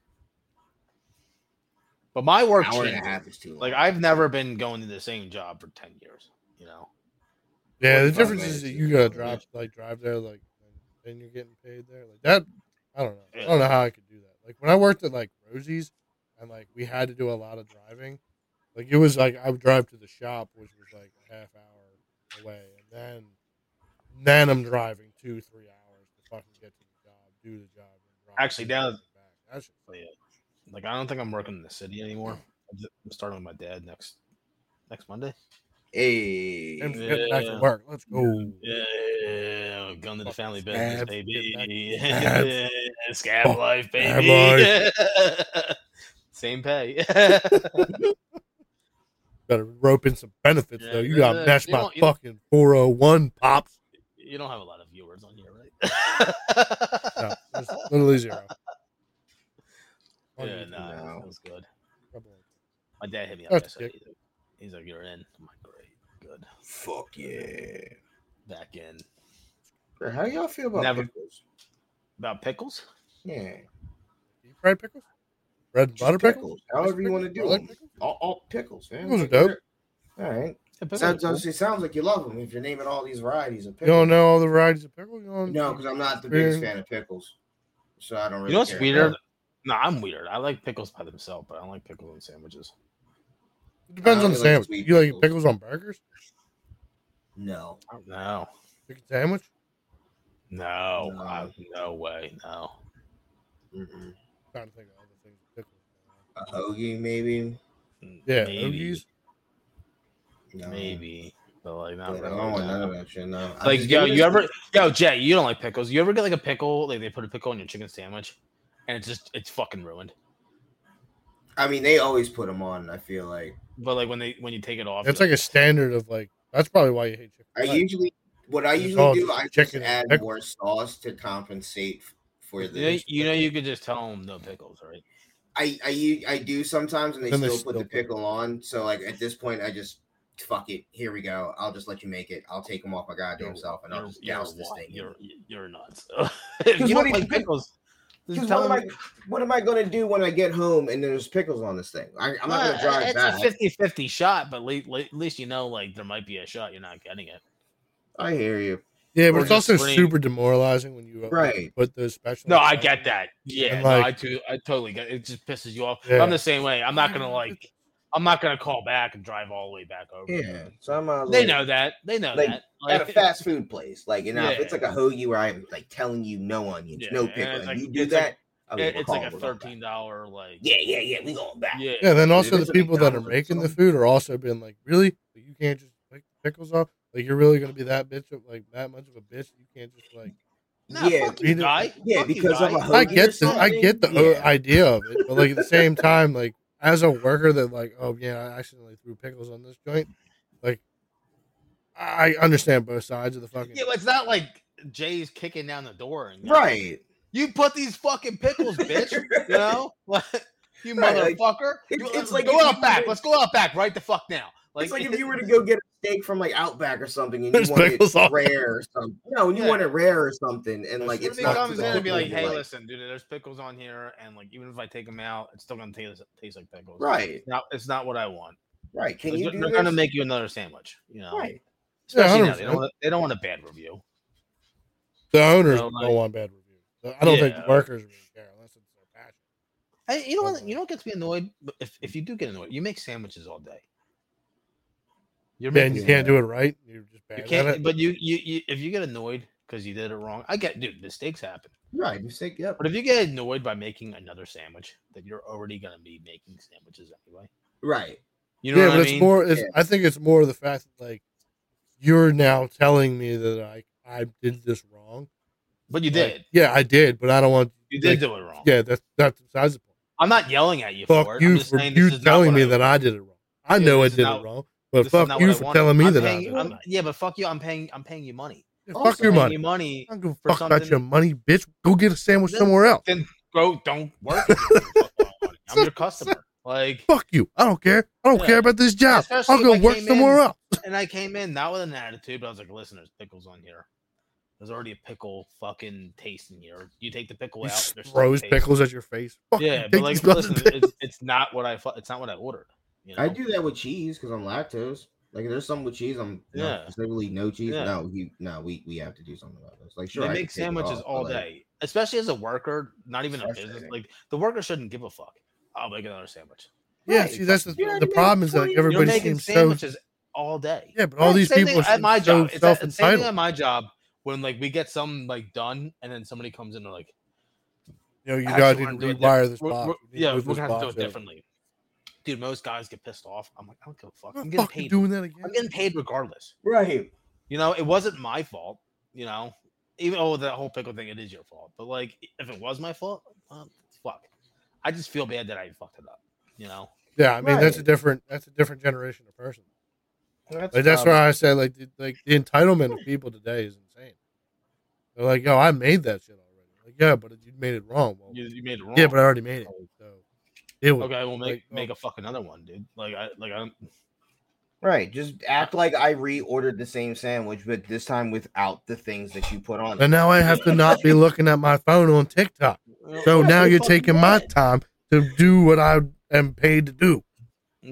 Speaker 3: But my work
Speaker 4: Hour and a
Speaker 3: changes.
Speaker 4: half is too long.
Speaker 3: Like I've never been going to the same job for ten years. You know.
Speaker 1: Yeah, the
Speaker 4: Forty-five
Speaker 1: difference is
Speaker 4: minutes
Speaker 1: that
Speaker 4: is
Speaker 1: you gotta
Speaker 4: different.
Speaker 1: drive like drive there like and, and you're getting paid there like that. I don't know. I don't know how I could do that. Like when I worked at like Rosie's, and like we had to do a lot of driving. Like it was like I would drive to the shop, which was like a half hour away, and then then I'm driving two three hours to fucking get to the job, do the job. And drive
Speaker 3: Actually,
Speaker 1: there
Speaker 3: down-
Speaker 1: and back. That shit sucks.
Speaker 3: Like I don't think I'm working in the city anymore. I'm starting with my dad next next Monday.
Speaker 4: Hey.
Speaker 1: And get back to
Speaker 3: Yeah.
Speaker 1: work. Let's go.
Speaker 3: Yeah, gun to the family
Speaker 1: Fucking
Speaker 3: business,
Speaker 1: scabs,
Speaker 3: baby.
Speaker 1: get back to
Speaker 3: Scab
Speaker 1: Fuck,
Speaker 3: life,
Speaker 1: scab
Speaker 3: baby. Same pay.
Speaker 1: Better rope in some benefits
Speaker 3: Yeah,
Speaker 1: though. You
Speaker 3: that's
Speaker 1: got
Speaker 3: it.
Speaker 1: matched
Speaker 3: You
Speaker 1: by
Speaker 3: don't- you don't-
Speaker 1: fucking four hundred one pops.
Speaker 3: you don't have a lot of viewers on here, right?
Speaker 1: No, there's literally zero. On
Speaker 3: yeah,
Speaker 1: YouTube.
Speaker 3: nah,
Speaker 4: No.
Speaker 3: that was good.
Speaker 1: Probably.
Speaker 3: My dad hit me up
Speaker 1: That's
Speaker 3: yesterday. He's like- He's like, "You're in." I'm like, "Great, good."
Speaker 4: Fuck yeah.
Speaker 3: Back in
Speaker 4: Bro, how do y'all feel about
Speaker 3: Never-
Speaker 4: pickles?
Speaker 3: about pickles.
Speaker 4: Yeah.
Speaker 1: Deep fried pickles, bread and
Speaker 4: Just
Speaker 1: butter pickles.
Speaker 4: pickles, However you want to do
Speaker 1: Garlic
Speaker 4: them.
Speaker 1: pickles?
Speaker 4: All, all pickles, man.
Speaker 1: Those are dope.
Speaker 4: All right.
Speaker 3: Yeah, pickles are
Speaker 4: Sounds,
Speaker 3: cool.
Speaker 4: sounds- it sounds like you love them if you're naming all these varieties of
Speaker 1: You don't
Speaker 4: pickles.
Speaker 1: know all the varieties of pickles. You don't
Speaker 4: No, because I'm not the biggest fan of pickles. So I don't really
Speaker 3: You know what's
Speaker 4: care.
Speaker 3: weird? No, I'm weird. I like pickles by themselves, but I don't like pickles on sandwiches.
Speaker 1: It depends
Speaker 4: I
Speaker 1: on the
Speaker 4: like
Speaker 1: sandwich.
Speaker 4: sweet
Speaker 1: you like
Speaker 4: pickles.
Speaker 1: pickles on burgers?
Speaker 4: No.
Speaker 3: I don't know.
Speaker 1: Chicken sandwich?
Speaker 3: No,
Speaker 4: No.
Speaker 3: I- no way. No.
Speaker 4: Mm-mm.
Speaker 1: I'm trying to think of other things. with Pickles.
Speaker 4: A hoagie, maybe.
Speaker 1: Yeah,
Speaker 3: maybe,
Speaker 1: hoagies.
Speaker 4: No.
Speaker 3: maybe, but like
Speaker 4: But
Speaker 3: not
Speaker 4: I
Speaker 3: really.
Speaker 4: don't want
Speaker 3: no.
Speaker 4: none of that shit. No. I
Speaker 3: Like,
Speaker 4: just
Speaker 3: yo,
Speaker 4: give me
Speaker 3: you
Speaker 4: a-
Speaker 3: ever, yo, Jay, you don't like pickles. You ever get like a pickle, like they put a pickle on your chicken sandwich, and it's just it's fucking ruined.
Speaker 4: I mean, they always put them on. I feel like
Speaker 3: But like when they when you take it off,
Speaker 1: That's
Speaker 3: you're
Speaker 1: like a standard of like. That's probably why you hate chicken.
Speaker 4: I
Speaker 1: Right.
Speaker 4: usually what I
Speaker 1: It's
Speaker 4: usually
Speaker 1: all
Speaker 4: do.
Speaker 1: just
Speaker 4: I just
Speaker 1: chicken and
Speaker 4: add
Speaker 1: pickles.
Speaker 4: more sauce to compensate f- for the.
Speaker 3: you know, you know you could just tell them no pickles, right?
Speaker 4: I, I u- I do sometimes, and they
Speaker 1: Then
Speaker 4: still
Speaker 1: they
Speaker 4: put
Speaker 1: still
Speaker 4: the
Speaker 1: put it.
Speaker 4: pickle on. So like at this point, I just fuck it. Here we go. I'll just let you make it. I'll take them off my goddamn self, and I'll just douse this
Speaker 3: wild.
Speaker 4: thing.
Speaker 3: You're, you're nuts. if you
Speaker 4: what
Speaker 3: don't
Speaker 4: do you
Speaker 3: like
Speaker 4: pick-
Speaker 3: pickles, just
Speaker 4: Because
Speaker 3: tell
Speaker 4: what am I
Speaker 3: 'em-
Speaker 4: what am I gonna do when I get home and there's pickles on this thing? I, I'm not gonna
Speaker 3: Uh,
Speaker 4: drive
Speaker 3: it's
Speaker 4: back.
Speaker 3: a 50 50 shot, but le- le- at least you know, like, there might be a shot you're not getting it.
Speaker 4: I hear you.
Speaker 1: Yeah,
Speaker 3: Or
Speaker 1: but it's
Speaker 3: just
Speaker 1: also
Speaker 3: green.
Speaker 1: super demoralizing when you uh,
Speaker 4: Right.
Speaker 1: put those special.
Speaker 3: No, I get that. Yeah,
Speaker 1: And,
Speaker 3: no,
Speaker 1: like-
Speaker 3: I, too, I totally get it. It just pisses you off.
Speaker 1: Yeah.
Speaker 3: I'm the same way. I'm not going to, like, I'm not going to call back and drive all the way back over.
Speaker 4: Yeah. So I'm uh,
Speaker 3: They know that. They know
Speaker 4: Like,
Speaker 3: that.
Speaker 4: at a fast food place. Like you know, if it's
Speaker 3: Yeah.
Speaker 4: like a hoagie where I'm like telling you no onions,
Speaker 3: Yeah,
Speaker 4: no
Speaker 3: and
Speaker 4: pickle,
Speaker 3: it's
Speaker 4: and
Speaker 3: like-
Speaker 4: you do
Speaker 3: it's like-
Speaker 4: that, I mean,
Speaker 3: it-
Speaker 4: we're
Speaker 3: it's like a
Speaker 4: calling, we're going
Speaker 3: $13,
Speaker 4: back.
Speaker 3: like,
Speaker 4: Yeah, yeah, yeah. We going back.
Speaker 3: yeah.
Speaker 1: Yeah, then also
Speaker 4: If
Speaker 1: the
Speaker 4: it's a
Speaker 1: people that are
Speaker 4: McDonald's or
Speaker 1: making the
Speaker 4: something.
Speaker 1: food are also being like, really, Like, you can't just pick the pickles off. Like you're really gonna be that bitch of like that much of a bitch. You can't just like.
Speaker 3: Nah,
Speaker 4: Yeah,
Speaker 3: fuck you,
Speaker 1: we-
Speaker 3: guy.
Speaker 4: yeah,
Speaker 3: Fuck you,
Speaker 4: because I'm
Speaker 3: guy.
Speaker 4: a
Speaker 1: I
Speaker 4: hoagie or
Speaker 1: get the I get the
Speaker 4: something?
Speaker 1: o-
Speaker 4: Oh, Yeah.
Speaker 1: idea of it, but like at the same time, like as a worker that like, oh yeah, I accidentally threw pickles on this joint. Like, I understand both sides of the fucking.
Speaker 3: Yeah, but it's not like Jay's kicking down the door. And
Speaker 4: Right.
Speaker 3: You put these fucking pickles, bitch. You know, Like, you
Speaker 4: Right, like,
Speaker 3: motherfucker.
Speaker 4: it's-
Speaker 3: You-
Speaker 4: it's
Speaker 3: let's
Speaker 4: like
Speaker 3: go
Speaker 4: if you
Speaker 3: out back.
Speaker 4: were-
Speaker 3: Let's go out back right the fuck now. Like,
Speaker 4: it's like if you were to go get a steak from like Outback or something, and
Speaker 1: There's
Speaker 4: you want
Speaker 1: pickles
Speaker 4: it
Speaker 1: on
Speaker 4: rare or something. No, and you
Speaker 3: Yeah.
Speaker 4: want it rare or something, and like
Speaker 3: Somebody
Speaker 4: it's not.
Speaker 3: comes
Speaker 4: to
Speaker 3: in
Speaker 4: the
Speaker 3: and be
Speaker 4: level
Speaker 3: like,
Speaker 4: you
Speaker 3: "Hey, listen, dude, there's pickles on here, and like, even if I take them out, it's still gonna taste, taste like pickles.
Speaker 4: Right,
Speaker 3: Now, it's not what I want.
Speaker 4: right. Can
Speaker 3: They're,
Speaker 4: you
Speaker 3: ju-
Speaker 4: do
Speaker 3: they're
Speaker 4: this?
Speaker 3: gonna make you another sandwich. You know,
Speaker 4: right.
Speaker 3: Especially now,
Speaker 1: 100%.
Speaker 3: they don't. want- They don't want a bad review.
Speaker 1: The owners
Speaker 3: No, like-
Speaker 1: don't want bad reviews. So I don't think
Speaker 3: Yeah.
Speaker 1: the workers really care unless it's their passion.
Speaker 3: Hey, you know what?
Speaker 1: Okay.
Speaker 3: You know what gets me annoyed? But If if you do get annoyed, you make sandwiches all day. You're
Speaker 1: Man, you
Speaker 4: Yeah.
Speaker 1: can't do it right. You're just bad
Speaker 3: You
Speaker 1: at it.
Speaker 3: can't, but you, you, you if you get annoyed because you did it wrong, I get, dude, mistakes happen.
Speaker 4: Right, mistake. Yep.
Speaker 3: But if you get annoyed by making another sandwich that you're already gonna be making sandwiches anyway,
Speaker 4: Right.
Speaker 3: you know
Speaker 1: yeah,
Speaker 3: what
Speaker 1: but
Speaker 3: I
Speaker 1: it's
Speaker 3: mean?
Speaker 1: more. It's,
Speaker 4: Yeah.
Speaker 1: I think it's more the fact that like you're now telling me that I I did this wrong.
Speaker 3: but you
Speaker 1: Like,
Speaker 3: did,
Speaker 1: yeah, I did, but I don't want.
Speaker 3: you did
Speaker 1: like,
Speaker 3: do it wrong.
Speaker 1: Yeah, that's that's besides the point.
Speaker 3: I'm not yelling at you for
Speaker 1: fuck
Speaker 3: it. I'm
Speaker 1: you
Speaker 3: just
Speaker 1: for
Speaker 3: saying
Speaker 1: you
Speaker 3: this is not
Speaker 1: telling
Speaker 3: what
Speaker 1: me
Speaker 3: I-
Speaker 1: that I did it wrong. I
Speaker 3: Yeah,
Speaker 1: know I
Speaker 3: this is
Speaker 1: did
Speaker 3: not-
Speaker 1: it wrong, but
Speaker 3: this is
Speaker 1: fuck
Speaker 3: not
Speaker 1: you
Speaker 3: what I
Speaker 1: for
Speaker 3: wanted.
Speaker 1: telling me
Speaker 3: I'm
Speaker 1: that I
Speaker 3: paying,
Speaker 1: did.
Speaker 3: I'm-
Speaker 1: it.
Speaker 3: yeah, but fuck you, I'm paying, I'm paying you money.
Speaker 1: Yeah,
Speaker 4: also
Speaker 1: fuck your
Speaker 3: Paying
Speaker 1: money.
Speaker 3: you money.
Speaker 1: I don't give a
Speaker 3: for
Speaker 1: fuck about
Speaker 3: something-
Speaker 1: your money, bitch. Go get a sandwich
Speaker 3: Then-
Speaker 1: somewhere else.
Speaker 3: Then go, don't work. with me for fucking money. I'm your customer. Like,
Speaker 1: Fuck you. I don't care. I don't
Speaker 3: Yeah.
Speaker 1: care about this job.
Speaker 3: Especially
Speaker 1: I'll go
Speaker 3: if I
Speaker 1: work
Speaker 3: came
Speaker 1: somewhere
Speaker 3: in-
Speaker 1: else.
Speaker 3: and I came in not with an attitude, but I was like, listen, there's pickles on here. There's already a pickle fucking taste in here. You take the pickle
Speaker 1: He
Speaker 3: out, there's still
Speaker 1: throws
Speaker 3: taste.
Speaker 1: pickles at your face. Fuck you,
Speaker 3: Yeah,
Speaker 1: take
Speaker 3: but like,
Speaker 1: these fucking
Speaker 3: listen,
Speaker 1: pickles.
Speaker 3: it's, it's not what I fu- it's not what I ordered. You know?
Speaker 4: I do that with cheese because I'm lactose. Like, if there's something with cheese. I'm
Speaker 3: Yeah.
Speaker 4: yeah. specifically no cheese.
Speaker 3: Yeah.
Speaker 4: No, you no. We we have to do something about this. Like, sure, I
Speaker 3: they
Speaker 4: can
Speaker 3: make
Speaker 4: take it
Speaker 3: sandwiches
Speaker 4: off, but,
Speaker 3: all
Speaker 4: like,
Speaker 3: day, especially as a worker, not even a business.
Speaker 4: Frustrating.
Speaker 3: Like the worker shouldn't give a fuck. I'll make another sandwich.
Speaker 1: Yeah,
Speaker 4: Right.
Speaker 1: see, that's the,
Speaker 4: You already
Speaker 1: the
Speaker 4: made
Speaker 1: problem is that
Speaker 4: twenty-
Speaker 3: You're
Speaker 1: everybody
Speaker 3: making
Speaker 1: seems so.
Speaker 3: sandwiches all day.
Speaker 1: Yeah, but all these
Speaker 3: same
Speaker 1: people
Speaker 3: thing at my
Speaker 1: are so
Speaker 3: job. It's that-
Speaker 1: self
Speaker 3: it's same thing at
Speaker 1: entitled.
Speaker 3: my job when like we get some like done, and then somebody comes in and like,
Speaker 1: You know, you guys
Speaker 3: Actually, we're
Speaker 1: need to
Speaker 3: gonna do it
Speaker 1: rewire this
Speaker 3: We're-
Speaker 1: box.
Speaker 3: we're-
Speaker 1: You need to
Speaker 3: yeah, we're
Speaker 1: move
Speaker 3: gonna
Speaker 1: this
Speaker 3: have to do
Speaker 1: box
Speaker 3: it
Speaker 1: over.
Speaker 3: differently. Dude, most guys get pissed off. I'm like, I don't give a fuck.
Speaker 1: I'm
Speaker 3: I'm
Speaker 1: not
Speaker 3: getting
Speaker 1: fucking
Speaker 3: paid.
Speaker 1: doing that again.
Speaker 3: I'm getting paid regardless.
Speaker 4: Right.
Speaker 3: You know, it wasn't my fault. You know, even oh that whole pickle thing, it is your fault. But like, if it was my fault, well, fuck. I just feel bad that I fucked it up. You know,
Speaker 1: Yeah, I mean that's a
Speaker 4: Right.
Speaker 1: different that's a different generation of person.
Speaker 4: That's,
Speaker 1: Like that's
Speaker 4: probably-
Speaker 1: why I say like the, like the entitlement of people today is insane. They're like, yo, I made that shit already. Like, yeah, but you made it wrong. Well,
Speaker 3: you, you made it wrong.
Speaker 1: yeah, but I already made it. So deal with it.
Speaker 3: okay, well make
Speaker 1: like,
Speaker 3: make
Speaker 1: oh.
Speaker 3: a fuck another one, dude. Like I like I'm
Speaker 4: Right. Just act like I reordered the same sandwich, but this time without the things that you put on it.
Speaker 1: And now I have to not be looking at my phone on TikTok. So now you're taking my time to do what I am paid to do.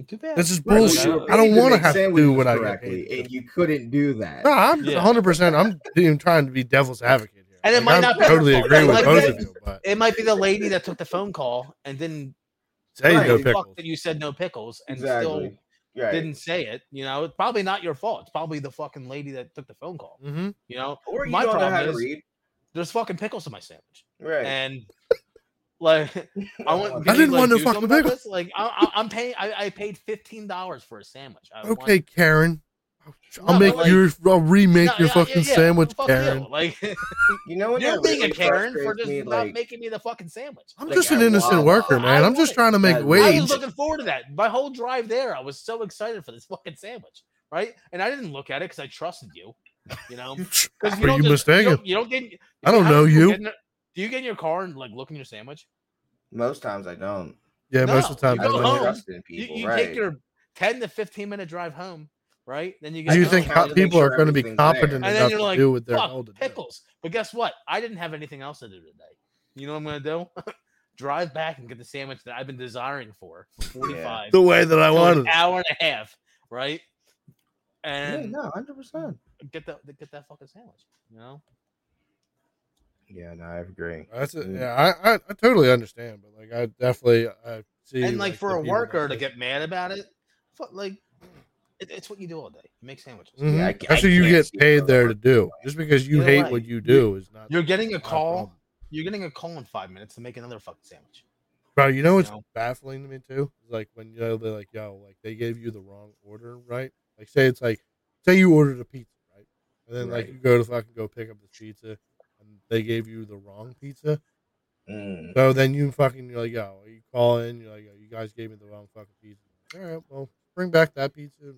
Speaker 3: Too bad.
Speaker 1: This is
Speaker 4: Right, like,
Speaker 1: bullshit.
Speaker 4: you were
Speaker 1: I don't
Speaker 4: made to
Speaker 1: want to
Speaker 4: make
Speaker 1: have to
Speaker 4: sandwiches
Speaker 1: do what I get
Speaker 4: correctly, eh?
Speaker 1: paid. to do.
Speaker 4: and you couldn't do that.
Speaker 1: No, I'm
Speaker 3: Yeah.
Speaker 1: 100. percent I'm even trying to be devil's advocate here.
Speaker 3: And it
Speaker 1: Like,
Speaker 3: might
Speaker 1: I
Speaker 3: not be her
Speaker 1: totally
Speaker 3: fault.
Speaker 1: agree
Speaker 3: It
Speaker 1: with
Speaker 3: might
Speaker 1: both
Speaker 3: be-
Speaker 1: of you, but
Speaker 3: It might be the lady that took the phone call and didn't
Speaker 1: say
Speaker 4: Right.
Speaker 1: no
Speaker 3: fuck
Speaker 1: pickles.
Speaker 3: that you said no pickles and still
Speaker 4: Exactly. Right.
Speaker 3: didn't say it. You know, it's probably not your fault. It's probably the fucking lady that took the phone call.
Speaker 1: Mm-hmm.
Speaker 3: You know,
Speaker 4: or you
Speaker 3: my
Speaker 4: don't know how
Speaker 3: problem
Speaker 4: to
Speaker 3: is-
Speaker 4: read.
Speaker 3: there's fucking pickles in my sandwich,
Speaker 4: Right.
Speaker 3: and like I went.
Speaker 1: Uh, I didn't want
Speaker 3: to
Speaker 1: no fucking pickles.
Speaker 3: Like I, I, I'm paying. I, I paid fifteen dollars for a sandwich. I want-
Speaker 1: Okay, Karen. I'll
Speaker 3: No,
Speaker 1: make
Speaker 3: but like-
Speaker 1: your. I'll remake your
Speaker 3: No, yeah, yeah,
Speaker 1: fucking
Speaker 3: yeah,
Speaker 1: sandwich,
Speaker 3: fuck you.
Speaker 1: Karen.
Speaker 3: Like
Speaker 4: You know, when
Speaker 3: you're
Speaker 4: that
Speaker 3: being
Speaker 4: really
Speaker 3: a Karen for
Speaker 4: frustrates
Speaker 3: just
Speaker 4: me,
Speaker 3: not
Speaker 4: like,
Speaker 3: making me the fucking sandwich.
Speaker 1: I'm
Speaker 4: Like,
Speaker 1: just an
Speaker 4: at
Speaker 1: innocent
Speaker 4: Wawa.
Speaker 1: worker, man.
Speaker 3: I
Speaker 1: I'm just
Speaker 3: wanted-
Speaker 1: trying to
Speaker 4: I
Speaker 1: make
Speaker 4: was
Speaker 3: I
Speaker 1: wage.
Speaker 3: was looking forward to that. My whole drive there, I was so excited for this fucking sandwich, right? And I didn't look at it because I trusted you, you know. Because
Speaker 1: Were you mistaken?
Speaker 3: You don't, you don't get. in-
Speaker 1: I don't
Speaker 3: how
Speaker 1: know
Speaker 3: do people
Speaker 1: you.
Speaker 3: get in a- do you get in your car and like look in your sandwich?
Speaker 4: most times I don't.
Speaker 1: Yeah, most
Speaker 3: No,
Speaker 1: of the time.
Speaker 3: you
Speaker 4: I
Speaker 1: I
Speaker 3: go
Speaker 4: don't
Speaker 1: don't.
Speaker 3: home.
Speaker 4: trust in
Speaker 3: You,
Speaker 4: people.
Speaker 3: you
Speaker 4: right.
Speaker 3: take your ten to fifteen minute drive home, right? Then you get.
Speaker 1: Do you
Speaker 3: home,
Speaker 1: think
Speaker 4: I
Speaker 1: co-
Speaker 4: don't
Speaker 1: people
Speaker 4: make
Speaker 1: are
Speaker 4: sure
Speaker 1: going to be
Speaker 4: everything's there.
Speaker 1: competent
Speaker 3: And then
Speaker 1: enough
Speaker 3: you're
Speaker 1: to
Speaker 3: like,
Speaker 1: do with their
Speaker 3: Fuck,
Speaker 1: old
Speaker 3: pickles. But guess what? I didn't have anything else to do today. You know what I'm gonna do? drive back and get the sandwich that I've been desiring for for 45
Speaker 1: The way that I
Speaker 3: to
Speaker 1: wanted.
Speaker 3: an hour and a half, right?
Speaker 4: Yeah,
Speaker 3: And
Speaker 4: no, hundred percent.
Speaker 3: get that get that fucking sandwich, you know?
Speaker 4: Yeah, no, I agree.
Speaker 1: That's it.
Speaker 4: Mm.
Speaker 1: Yeah, I, I, I totally understand, but like I definitely I see.
Speaker 3: and like for
Speaker 1: the
Speaker 3: a
Speaker 1: people that
Speaker 3: worker to
Speaker 1: think-
Speaker 3: get mad about it, fuck, like it, it's what you do all day. You make sandwiches.
Speaker 1: Mhm.
Speaker 4: Yeah, I ca-
Speaker 1: that's
Speaker 4: I
Speaker 1: what you
Speaker 4: can't
Speaker 1: get
Speaker 4: see
Speaker 1: paid
Speaker 4: how
Speaker 1: there
Speaker 4: that
Speaker 1: to do. Just because you
Speaker 3: You're
Speaker 1: hate
Speaker 3: right.
Speaker 1: what you do is not.
Speaker 3: You're getting a
Speaker 1: not
Speaker 3: call.
Speaker 1: problem.
Speaker 3: You're getting a call in five minutes to make another fucking sandwich.
Speaker 1: bro. You know what's
Speaker 3: No.
Speaker 1: baffling to me too? Is like when you know, they're like, "Yo, like they gave you the wrong order, right?" Like say it's like, say you ordered a pizza, right? And then like
Speaker 4: Right.
Speaker 1: you go to fucking go pick up the pizza, and they gave you the wrong pizza.
Speaker 4: Mm.
Speaker 1: So then you fucking you're like, yo, you call in, you're like, yo, you guys gave me the wrong fucking pizza. All right, well, bring back that pizza. And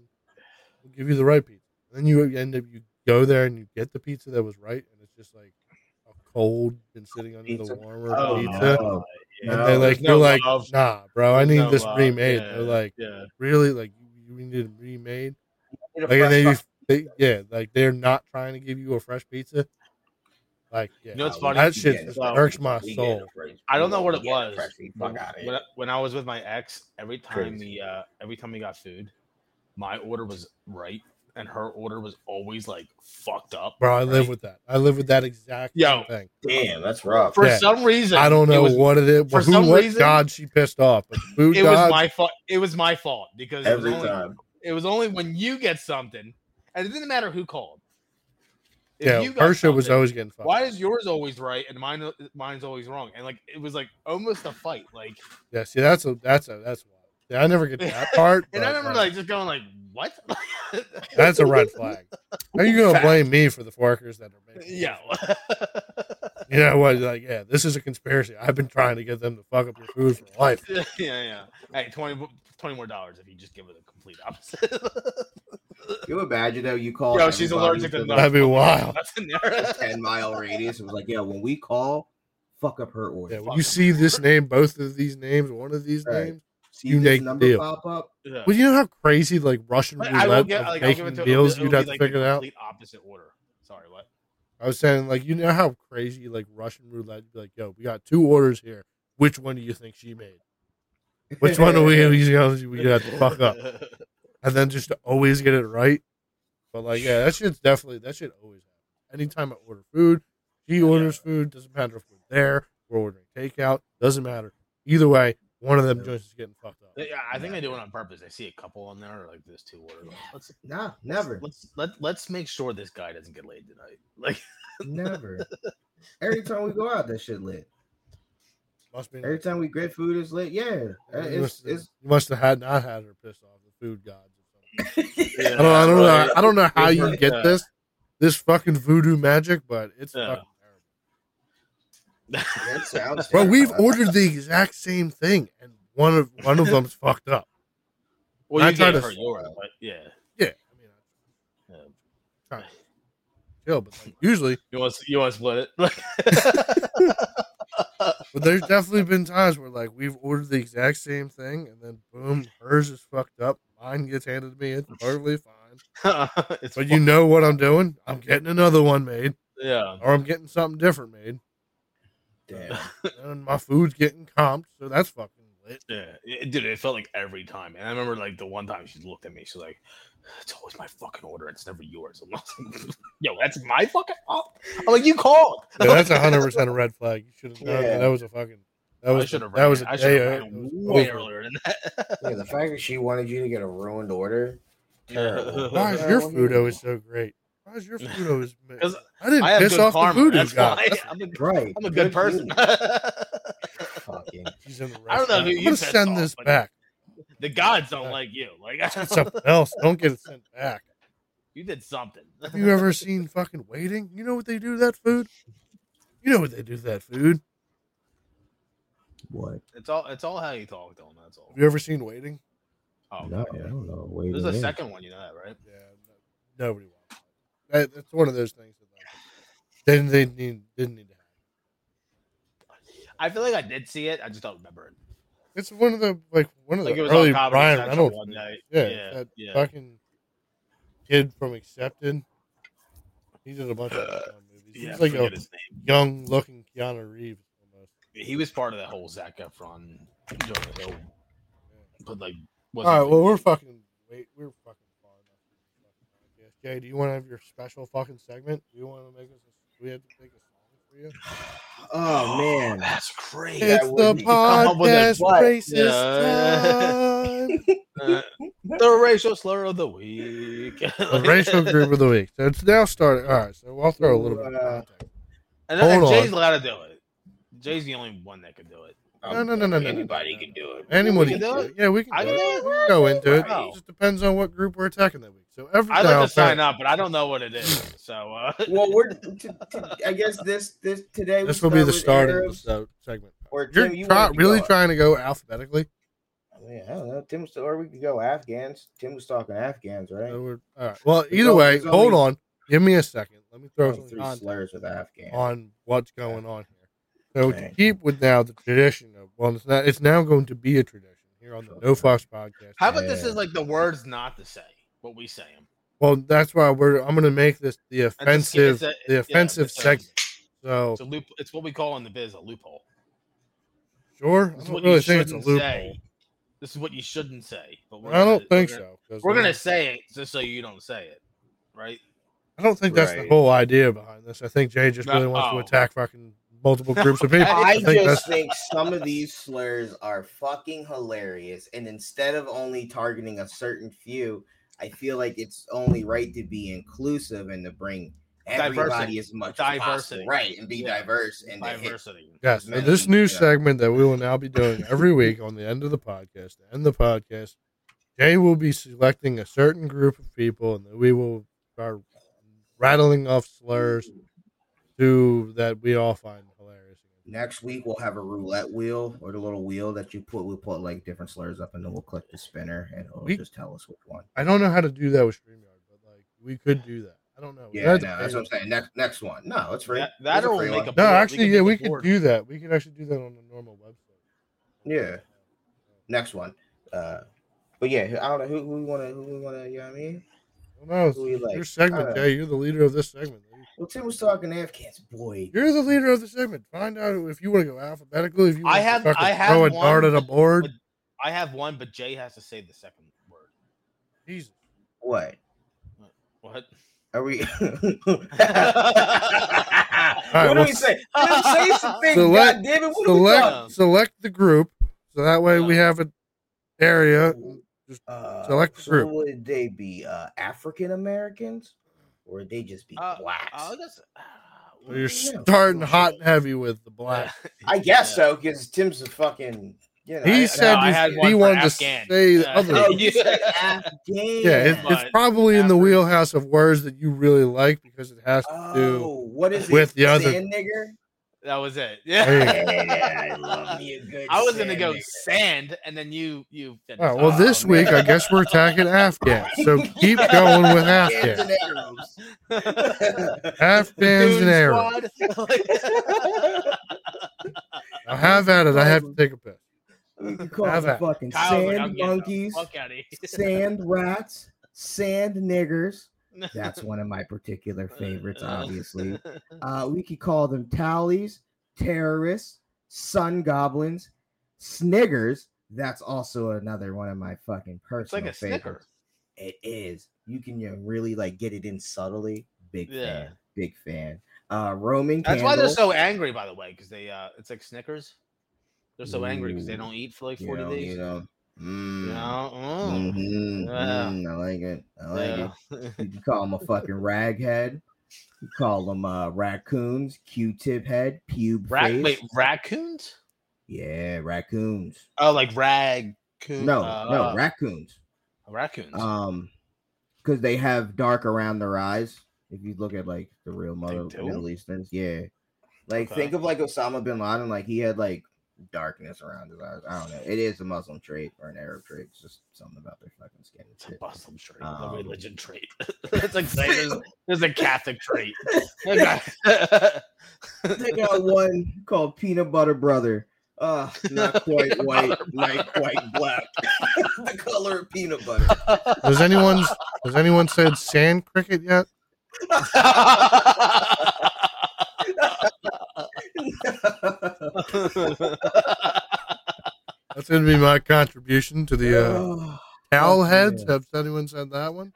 Speaker 1: we'll give you the right pizza. And then you end up you go there and you get the pizza that was right, and it's just like a cold, been sitting under
Speaker 4: Pizza.
Speaker 1: the warmer
Speaker 3: Oh,
Speaker 1: pizza.
Speaker 4: no.
Speaker 1: And
Speaker 4: no,
Speaker 1: they
Speaker 4: there's
Speaker 1: like,
Speaker 3: no
Speaker 1: you're like,
Speaker 3: love.
Speaker 1: nah, bro, I need
Speaker 3: No,
Speaker 1: this
Speaker 3: uh,
Speaker 1: remade.
Speaker 3: yeah,
Speaker 1: They're like,
Speaker 3: yeah.
Speaker 1: really, like you, you need it remade.
Speaker 4: Need a
Speaker 1: Like, and
Speaker 4: fresh
Speaker 1: they,
Speaker 4: fuck-
Speaker 1: just- they, yeah, like they're not trying to give you a fresh pizza. Like, yeah,
Speaker 3: You know what's
Speaker 4: Oh,
Speaker 3: funny?
Speaker 1: that
Speaker 4: we
Speaker 1: shit
Speaker 4: get it.
Speaker 1: just
Speaker 3: Well,
Speaker 1: irks my
Speaker 4: We get
Speaker 1: soul.
Speaker 4: it, right?
Speaker 3: I don't know
Speaker 4: We
Speaker 3: what it
Speaker 4: get
Speaker 3: was.
Speaker 4: fresh, we
Speaker 3: When,
Speaker 4: Fuck out of
Speaker 3: when I,
Speaker 4: here.
Speaker 3: when I was with my ex, every time
Speaker 4: Crazy.
Speaker 3: the uh, every time we got food, my order was right, and her order was always like fucked up.
Speaker 1: Bro, I live
Speaker 3: right?
Speaker 1: with that. I live with that exact
Speaker 3: Yo.
Speaker 1: same thing.
Speaker 4: Damn, that's rough.
Speaker 3: for
Speaker 1: Yeah.
Speaker 3: some reason.
Speaker 1: I don't
Speaker 3: It
Speaker 1: know
Speaker 3: was,
Speaker 1: what it is.
Speaker 3: for
Speaker 1: who,
Speaker 3: some
Speaker 1: what
Speaker 3: reason,
Speaker 1: god she pissed off, but the food
Speaker 3: It was
Speaker 1: god.
Speaker 3: my fault. It was my fault because it was,
Speaker 4: Every
Speaker 3: only,
Speaker 4: time.
Speaker 3: it was only when you get something, and it didn't matter who called. If
Speaker 1: yeah,
Speaker 3: you got
Speaker 1: her shit was
Speaker 3: something,
Speaker 1: always getting fucked.
Speaker 3: Why is yours always right and mine mine's always wrong? And like it was like almost a fight. Like,
Speaker 1: yeah, see, that's a that's a that's wild. Yeah, I never get that part. but,
Speaker 3: and
Speaker 1: uh,
Speaker 3: I remember like just going like, what?
Speaker 1: that's a red flag. How you gonna blame me for the forkers that are making?
Speaker 3: Yeah.
Speaker 1: you know what? Like, yeah, this is a conspiracy. I've been trying to get them to fuck up your food for life.
Speaker 3: yeah, yeah. Hey, 20, bu- 20 more dollars if you just give her the complete opposite.
Speaker 4: Can you imagine though? You call.
Speaker 3: Yo, she's
Speaker 4: everybody
Speaker 3: allergic to
Speaker 4: within
Speaker 1: That'd be wild.
Speaker 3: That's in
Speaker 4: a
Speaker 3: there.
Speaker 4: Ten mile radius. It was like, yeah, when we call, fuck up her order.
Speaker 1: Yeah, when
Speaker 4: Fuck
Speaker 1: you
Speaker 4: it.
Speaker 1: see this name, both of these names, one of these
Speaker 4: Right.
Speaker 1: names.
Speaker 4: See
Speaker 1: you
Speaker 4: this
Speaker 1: make the
Speaker 4: number
Speaker 1: deal.
Speaker 4: pop up.
Speaker 3: Yeah.
Speaker 1: Well, you know how crazy like Russian
Speaker 3: But
Speaker 1: roulette
Speaker 3: I will
Speaker 1: of
Speaker 3: get like I'll give
Speaker 1: making
Speaker 3: it to
Speaker 1: deals
Speaker 3: it'll
Speaker 1: you'd
Speaker 3: be,
Speaker 1: have to
Speaker 3: like, the
Speaker 1: figure it out.
Speaker 3: Complete opposite order. Sorry, what?
Speaker 1: I was saying, like, you know how crazy, like, Russian roulette, you'd be like, yo, we got two orders here. Which one do you think she made? Which one do we, you know, we got to fuck up? And then just to always get it right. But, like, yeah, that shit's definitely, that shit always happens. Anytime I order food, she orders food, doesn't matter if we're there, we're ordering takeout, doesn't matter. Either way, one of them joints is getting fucked up.
Speaker 3: They- I think I do it on purpose. I see a couple on there like this two order. Like, let's
Speaker 4: Nah, never,
Speaker 3: Let's let let's make sure this guy doesn't get laid tonight. Like
Speaker 4: never. Every time we go out, that shit lit.
Speaker 1: Must be
Speaker 4: Every time we get food, is lit. Yeah,
Speaker 1: you,
Speaker 4: uh, it's
Speaker 1: must,
Speaker 4: it's
Speaker 1: you must have had not had her pissed off the food gods or something.
Speaker 3: yeah,
Speaker 1: I don't, I don't know. I don't know how
Speaker 3: it's
Speaker 1: you
Speaker 3: like, uh,
Speaker 1: get this, this fucking voodoo magic, but it's
Speaker 3: Yeah.
Speaker 1: fucking terrible.
Speaker 4: that sounds.
Speaker 1: Bro, we've
Speaker 4: terrifying.
Speaker 1: ordered the exact same thing, and one of one of them's fucked up.
Speaker 3: well,
Speaker 1: I
Speaker 3: you
Speaker 1: try
Speaker 3: gave
Speaker 1: to-
Speaker 3: her your, but yeah.
Speaker 1: Yeah, I mean,
Speaker 3: yeah.
Speaker 1: I'm trying to chill, but like, usually,
Speaker 3: You want you want to split it?
Speaker 1: but there's definitely been times where like we've ordered the exact same thing, and then boom, hers is fucked up. Mine gets handed to me. It's perfectly fine.
Speaker 3: it's
Speaker 1: But you know what I'm doing? I'm getting another one made,
Speaker 3: fu- yeah.
Speaker 1: or I'm getting something different made,
Speaker 4: Damn.
Speaker 1: and my food's getting comped, so that's fucking lit. lit.
Speaker 3: Yeah, it, dude, it felt like every time. And I remember like the one time she looked at me, she's like, "It's always my fucking order. It's never yours." I'm like, "Yo, that's my fucking." fault?" I'm like, "You called."
Speaker 1: Yeah, that's a hundred percent a red flag. You should have known
Speaker 2: Yeah.
Speaker 1: that, that was a fucking. That
Speaker 3: I
Speaker 1: was
Speaker 3: should have.
Speaker 1: that was a
Speaker 3: I
Speaker 1: day.
Speaker 3: should have
Speaker 1: uh,
Speaker 3: way
Speaker 1: over.
Speaker 3: earlier than that.
Speaker 2: Yeah, the fact that she wanted you to get a ruined order, terrible.
Speaker 1: Why is
Speaker 2: Yeah,
Speaker 1: your
Speaker 2: what do
Speaker 1: food
Speaker 2: you-
Speaker 1: always so great? Why is your food always? ma-
Speaker 3: 'Cause
Speaker 1: I didn't
Speaker 3: I have
Speaker 1: piss
Speaker 3: good
Speaker 1: off
Speaker 3: karma.
Speaker 1: the voodoo
Speaker 3: that's
Speaker 1: guy.
Speaker 3: why
Speaker 1: That's-
Speaker 3: I'm a,
Speaker 2: right?
Speaker 3: I'm a good person.
Speaker 2: you, Fucking
Speaker 1: He's in the
Speaker 3: I
Speaker 1: restaurant.
Speaker 3: don't know who
Speaker 1: I'm
Speaker 3: you
Speaker 1: gonna
Speaker 3: pissed
Speaker 1: send
Speaker 3: off,
Speaker 1: this
Speaker 3: but-
Speaker 1: back.
Speaker 3: the gods don't like you. Like
Speaker 1: Get something else. Don't get it sent back.
Speaker 3: you did something.
Speaker 1: Have you ever seen fucking waiting? You know what they do to that food? You know what they do to that food?
Speaker 2: what?
Speaker 3: It's all it's all how you talk, though. and That's all.
Speaker 1: Have you ever seen waiting?
Speaker 3: Oh,
Speaker 2: No,
Speaker 3: God, yeah.
Speaker 2: I don't know.
Speaker 3: There's
Speaker 2: Wait
Speaker 3: a
Speaker 2: minute.
Speaker 3: second one, you know that, right?
Speaker 1: Yeah, no, nobody wants that. That's one of those things that like, they didn't- they need, didn't need to have.
Speaker 3: I feel like I did see it. I just don't remember it.
Speaker 1: It's one of the like one of
Speaker 3: Like
Speaker 1: the
Speaker 3: it was
Speaker 1: early
Speaker 3: on Comedy
Speaker 1: Ryan
Speaker 3: Central
Speaker 1: Reynolds.
Speaker 3: one
Speaker 1: movies.
Speaker 3: night.
Speaker 1: Yeah, it's
Speaker 3: yeah,
Speaker 1: that
Speaker 3: yeah.
Speaker 1: fucking kid from Accepted. He did a bunch of
Speaker 3: Uh,
Speaker 1: Vietnam movies.
Speaker 3: yeah,
Speaker 1: He's
Speaker 3: I
Speaker 1: like
Speaker 3: forget
Speaker 1: a
Speaker 3: his name.
Speaker 1: young looking Keanu Reeves almost.
Speaker 3: He was part of that whole Zac Efron, Jonah Hill, but like, wasn't
Speaker 1: All right,
Speaker 3: the-
Speaker 1: well we're fucking wait, we're fucking far enough. from the fucking podcast. Jay, do you want to have your special fucking segment? Do you want to make us? A, we have to make a song for you.
Speaker 2: Oh man,
Speaker 3: that's crazy.
Speaker 2: Yeah,
Speaker 1: it's
Speaker 2: well,
Speaker 1: the
Speaker 2: you come
Speaker 3: up with a
Speaker 1: podcast
Speaker 2: what?
Speaker 1: racist
Speaker 3: Yeah.
Speaker 1: time.
Speaker 3: Uh, the racial slur of the week.
Speaker 1: the racial group of the week. So it's now starting. All right, so I'll throw a little bit. Of
Speaker 2: Uh,
Speaker 1: context.
Speaker 3: and, and
Speaker 1: Hold
Speaker 3: Jay's
Speaker 1: on.
Speaker 3: allowed to do it. Jay's the only one that can do it.
Speaker 1: No, no, no, no, no.
Speaker 4: Um, Anybody can do it.
Speaker 1: Anyone
Speaker 3: we
Speaker 1: can
Speaker 3: can
Speaker 1: do
Speaker 3: do
Speaker 1: it. Yeah, we can.
Speaker 3: I
Speaker 1: do
Speaker 3: can
Speaker 1: it.
Speaker 3: do it.
Speaker 1: We can go into it.
Speaker 3: Wow.
Speaker 1: It just depends on what group we're attacking that week. So every
Speaker 3: I'd
Speaker 1: now
Speaker 3: like to sign
Speaker 1: and
Speaker 3: up, but I don't know what it is. So uh,
Speaker 4: Well, we're. T- t- I guess this this today.
Speaker 1: this will be the start of
Speaker 4: this.
Speaker 1: this uh, segment.
Speaker 4: Or
Speaker 1: You're
Speaker 4: Tim, you
Speaker 1: try,
Speaker 4: wanted to
Speaker 1: really
Speaker 4: go-
Speaker 1: trying to go alphabetically.
Speaker 4: I mean, Oh, I don't know. Tim, or we could go Afghans. Tim was talking Afghans, right?
Speaker 1: So we're- all right. Well,
Speaker 4: There's
Speaker 1: either
Speaker 4: only-
Speaker 1: way,
Speaker 4: there's
Speaker 1: hold
Speaker 4: only-
Speaker 1: on. Give me a second. Let me throw
Speaker 4: Only
Speaker 1: some
Speaker 4: three
Speaker 1: context
Speaker 4: slurs with Afghan.
Speaker 1: on what's going on here. So to
Speaker 4: Okay.
Speaker 1: keep with now the tradition of well, it's not. It's now going to be a tradition here on the No Fox podcast.
Speaker 3: how about this
Speaker 4: Yeah.
Speaker 3: is like the words not to say, but we say them.
Speaker 1: Well, that's why we're. I'm going to make this the
Speaker 3: That's a-
Speaker 1: offensive,
Speaker 3: it's a-
Speaker 1: the
Speaker 3: yeah,
Speaker 1: offensive
Speaker 3: it's a-
Speaker 1: segment. So
Speaker 3: It's a loop. It's what we call in the biz a loophole.
Speaker 1: sure,
Speaker 3: This
Speaker 1: I
Speaker 3: is
Speaker 1: don't
Speaker 3: what
Speaker 1: really
Speaker 3: you
Speaker 1: think it's a
Speaker 3: shouldn't
Speaker 1: loophole.
Speaker 3: say. This is what you shouldn't say. But
Speaker 1: I
Speaker 3: gonna-
Speaker 1: don't think
Speaker 3: gonna-
Speaker 1: so. 'cause
Speaker 3: We're
Speaker 1: I
Speaker 3: gonna
Speaker 1: don't-
Speaker 3: say it just so you don't say it, right?
Speaker 1: I don't think that's the
Speaker 4: Right.
Speaker 1: whole idea behind this. I think Jay just
Speaker 3: No,
Speaker 1: really wants to
Speaker 3: oh.
Speaker 1: attack fucking multiple groups of people. I
Speaker 4: I,
Speaker 1: think
Speaker 4: just
Speaker 1: that's
Speaker 4: think some of these slurs are fucking hilarious, and instead of only targeting a certain few, I feel like it's only right to be inclusive and to bring everybody
Speaker 3: Diversity.
Speaker 4: as much as
Speaker 3: Diversity.
Speaker 4: possible, right? And be
Speaker 3: Yeah.
Speaker 4: diverse and to hit
Speaker 3: Diversity.
Speaker 1: yes. So this new
Speaker 4: Yeah.
Speaker 1: segment that we will now be doing every week on the end of the podcast, the end of the podcast, Jay will be selecting a certain group of people, and we will start rattling off slurs to that we all find hilarious.
Speaker 4: Next week we'll have a roulette wheel or the little wheel that you put. We'll put like different slurs up, and then we'll click the spinner, and it'll
Speaker 1: We-
Speaker 4: just tell us which one.
Speaker 1: I don't know how to do that with Streamyard, but like we could do that. I don't know. We
Speaker 4: Yeah,
Speaker 1: had to
Speaker 4: no,
Speaker 1: pay
Speaker 4: that's what I'm saying. Next, next one. No, it's free.
Speaker 3: That,
Speaker 4: It's a
Speaker 3: that'll
Speaker 4: free
Speaker 3: make a
Speaker 4: one.
Speaker 1: No,
Speaker 3: board.
Speaker 1: actually,
Speaker 3: can
Speaker 1: yeah,
Speaker 3: make
Speaker 1: we
Speaker 3: a
Speaker 1: could
Speaker 3: board.
Speaker 1: do that. We could actually do that on a normal website.
Speaker 4: Yeah. Next one. Uh, but yeah, I don't know who, who we want to. Who we want to. You know what I mean?
Speaker 1: No, it's
Speaker 4: Who we like?
Speaker 1: your segment,
Speaker 4: Uh,
Speaker 1: Jay. You're the leader of this segment. dude.
Speaker 4: Well, Tim was talking Afghans, boy.
Speaker 1: You're the leader of the segment. Find out if you want to go alphabetically. If you
Speaker 3: I
Speaker 1: want
Speaker 3: have-
Speaker 1: to fucking
Speaker 3: I have
Speaker 1: throw a
Speaker 3: one,
Speaker 1: dart at a
Speaker 3: but-
Speaker 1: board.
Speaker 3: but- I have one, but Jay has to say the second word.
Speaker 1: Jesus,
Speaker 4: What
Speaker 3: What?
Speaker 4: are we?
Speaker 1: right,
Speaker 4: what do
Speaker 1: well,
Speaker 4: we say? Tim, say something.
Speaker 1: select-
Speaker 4: God damn it! What do we talking?
Speaker 1: select
Speaker 3: done?
Speaker 1: select the group. So that way we have an area.
Speaker 4: Uh,
Speaker 1: Select the
Speaker 4: so
Speaker 1: group.
Speaker 4: Would they be uh, African Americans, or would they just be
Speaker 3: Uh,
Speaker 4: blacks?
Speaker 3: I guess.
Speaker 1: So you're
Speaker 4: Yeah.
Speaker 1: starting hot and heavy with the black.
Speaker 4: I guess so, because Tim's a fucking. You know,
Speaker 1: He
Speaker 4: I-
Speaker 1: said
Speaker 3: I
Speaker 1: he-
Speaker 3: had
Speaker 1: he
Speaker 3: one for
Speaker 1: wanted to
Speaker 3: Afghan.
Speaker 1: say the
Speaker 3: Uh,
Speaker 1: other
Speaker 4: Oh,
Speaker 1: one.
Speaker 4: you said Afghan.
Speaker 1: Yeah, it, it's
Speaker 3: But
Speaker 1: probably in the
Speaker 3: African.
Speaker 1: wheelhouse of words that you really like because it has to do.
Speaker 4: Oh, what is
Speaker 1: with
Speaker 4: it?
Speaker 1: the other-
Speaker 4: Sand nigger?
Speaker 3: That was it.
Speaker 1: There you
Speaker 3: Yeah.
Speaker 1: go.
Speaker 4: Yeah, I love me a good.
Speaker 3: I was gonna go
Speaker 4: sand
Speaker 3: sand, and then you you. finished. Um,
Speaker 1: All right, well,
Speaker 4: Oh,
Speaker 1: this
Speaker 4: man.
Speaker 1: week I guess we're attacking Afghans. So keep going with
Speaker 4: nigger. Hands
Speaker 1: Afghans.
Speaker 4: and arrows.
Speaker 1: Afghans and
Speaker 3: Goon
Speaker 1: Arabs.
Speaker 3: squad.
Speaker 1: Now have at it. I have to take a piss.
Speaker 4: We could call
Speaker 1: Have
Speaker 4: them
Speaker 1: at it.
Speaker 4: fucking
Speaker 3: Kyle's like, I'm
Speaker 4: sand
Speaker 3: getting the
Speaker 4: monkeys,
Speaker 3: Fuck out of here.
Speaker 4: sand rats, sand niggers. That's one of my particular favorites, obviously. Uh, we could call them tallies, terrorists, sun goblins, sniggers, That's also another one of my fucking personal
Speaker 3: It's like a
Speaker 4: favorites.
Speaker 3: snicker.
Speaker 4: It is. You can you know, really like get it in subtly. Big
Speaker 3: Yeah.
Speaker 4: fan. Big fan. Uh Roman
Speaker 3: That's why they're
Speaker 4: Candle.
Speaker 3: so angry, by the way, because they uh, it's like Snickers. They're so angry because they
Speaker 4: Ooh.
Speaker 3: don't eat for like
Speaker 4: You
Speaker 3: forty
Speaker 4: know,
Speaker 3: days.
Speaker 4: You know.
Speaker 3: You
Speaker 4: Mm,
Speaker 3: know? Mm.
Speaker 4: mhm,
Speaker 3: Yeah.
Speaker 4: mm, I like it. I like it.
Speaker 3: Yeah.
Speaker 4: You can call him a fucking raghead. You call them uh, raccoons, Q-tip head, pube
Speaker 3: Rac-
Speaker 4: face.
Speaker 3: wait, raccoons?
Speaker 4: Yeah, raccoons.
Speaker 3: Oh, like rag.
Speaker 4: No, no,
Speaker 3: uh,
Speaker 4: raccoons.
Speaker 3: raccoons.
Speaker 4: Um, because they have dark around their eyes. If you look at like the real mother
Speaker 3: do?
Speaker 4: Middle Easterns, yeah. Like
Speaker 3: Okay.
Speaker 4: think of like Osama bin Laden, like he had like darkness around his eyes. I don't know. It is a Muslim trait or an Arab trait. It's just something about their fucking skin. and
Speaker 3: it's a
Speaker 4: shit.
Speaker 3: Muslim trait,
Speaker 4: Um,
Speaker 3: a religion trait. it's like saying there's, there's a Catholic trait. Okay.
Speaker 4: they got one called Peanut Butter Brother. Uh, not quite white, not quite black. the color of peanut butter.
Speaker 1: Does anyone has anyone said sand cricket yet? That's gonna be my contribution to the uh,
Speaker 4: Oh,
Speaker 1: towel
Speaker 4: fuck
Speaker 1: heads.
Speaker 4: yeah.
Speaker 1: Has anyone said that one?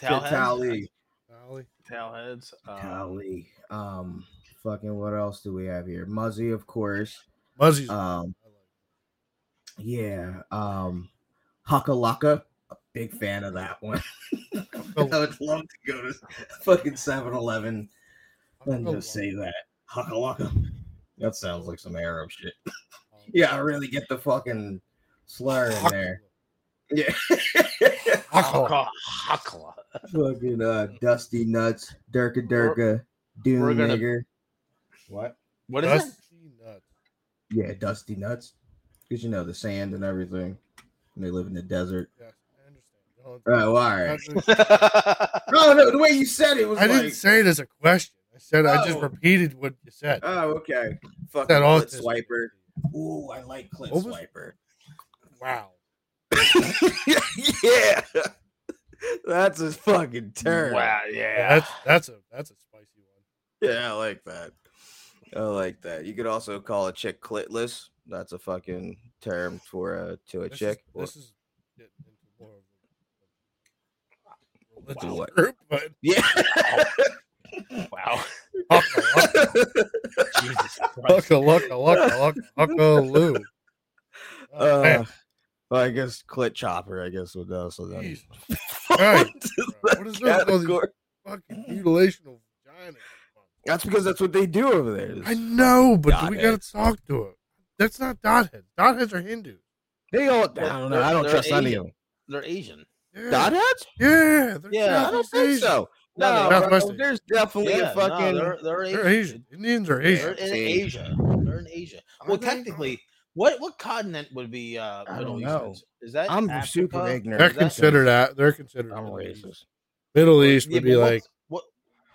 Speaker 3: Towelheads.
Speaker 4: Tally.
Speaker 1: Golly.
Speaker 3: Towelheads. Um,
Speaker 4: Tally. Um, fucking what else do we have here? Muzzy, of course.
Speaker 1: Muzzies.
Speaker 4: Um, yeah. Um, Huckalaka. A big fan of that one. I would love to go to fucking 7 Eleven Let
Speaker 1: Oh.
Speaker 4: me just say that. Huckalaka. That sounds like some Arab shit. Yeah, I really get the fucking slur in there. Yeah.
Speaker 1: Huckle.
Speaker 3: Hakla- Hakla.
Speaker 4: fucking uh, Dusty Nuts, Durka
Speaker 3: We're-
Speaker 4: Durka, Doom
Speaker 3: we're gonna-
Speaker 4: Nigger. What?
Speaker 3: What is it?
Speaker 1: Dusty nuts.
Speaker 4: Yeah, Dusty Nuts. Because you know the sand and everything. And they live in the desert.
Speaker 1: Yes, I understand.
Speaker 4: Oh,
Speaker 1: Don't-
Speaker 4: all right.
Speaker 3: I
Speaker 4: No, no, the way you said it was
Speaker 1: I
Speaker 4: like,
Speaker 1: didn't say it as a question. I said I just
Speaker 4: Oh.
Speaker 1: repeated what you said.
Speaker 4: oh, okay. Fucking
Speaker 1: That all
Speaker 4: Clint Swiper. Ooh, I like Clint
Speaker 1: What was-
Speaker 4: Swiper.
Speaker 1: Wow.
Speaker 4: yeah. That's his fucking turn.
Speaker 3: Wow,
Speaker 1: Yeah,
Speaker 3: yeah.
Speaker 1: that's that's a that's a spicy one.
Speaker 4: Yeah, I like that. I like that. You could also call a chick clitless. That's a fucking term for a to a
Speaker 1: This
Speaker 4: chick.
Speaker 1: Is, this is getting into more of a
Speaker 4: Wow.
Speaker 1: religious
Speaker 4: What?
Speaker 1: group, but
Speaker 4: yeah.
Speaker 3: Wow.
Speaker 1: huckle, huckle,
Speaker 3: Jesus Christ.
Speaker 1: huckle, huckle, huckle, huckle, loo. Oh,
Speaker 4: uh,
Speaker 1: man.
Speaker 4: well, I guess clit chopper. I guess would also then.
Speaker 1: Jesus Christ, bro.
Speaker 4: That
Speaker 1: What is that? All these
Speaker 4: category.
Speaker 1: fucking mutilation of vagina.
Speaker 4: That's because that's what they do over there.
Speaker 1: I know, but
Speaker 4: Dot
Speaker 1: we gotta talk to it. That's not dotheads. Dotheads are Hindus.
Speaker 4: They all. I
Speaker 3: They're-
Speaker 4: don't know. I don't
Speaker 3: they're
Speaker 4: trust any
Speaker 3: Asian.
Speaker 4: of them.
Speaker 3: They're Asian.
Speaker 1: Yeah,
Speaker 4: Dotheads?
Speaker 1: yeah, they're
Speaker 3: Yeah, I
Speaker 4: I don't
Speaker 1: Southeast
Speaker 4: think
Speaker 1: Asian.
Speaker 4: so.
Speaker 3: No,
Speaker 4: No,
Speaker 1: they're-
Speaker 4: bro,
Speaker 1: Southwest Asian.
Speaker 4: there's definitely
Speaker 3: Yeah, no,
Speaker 4: a fucking.
Speaker 3: they're, they're Asian.
Speaker 1: They're Asian. Indians are
Speaker 3: They're
Speaker 1: Asian.
Speaker 3: in
Speaker 4: See.
Speaker 3: Asia. They're in Asia.
Speaker 4: Are
Speaker 3: Well,
Speaker 4: they?
Speaker 3: technically, what what continent would be uh,
Speaker 4: I
Speaker 3: Middle
Speaker 4: don't
Speaker 3: East?
Speaker 4: know.
Speaker 3: Is- Is that
Speaker 4: I'm
Speaker 3: Africa?
Speaker 4: super ignorant.
Speaker 1: They're
Speaker 3: that-
Speaker 1: considered that. They're considered.
Speaker 4: I'm
Speaker 1: Middle East.
Speaker 4: racist.
Speaker 1: Middle
Speaker 3: Or-
Speaker 1: East
Speaker 3: yeah,
Speaker 1: would
Speaker 3: but
Speaker 1: be
Speaker 3: what's-
Speaker 1: like
Speaker 3: what-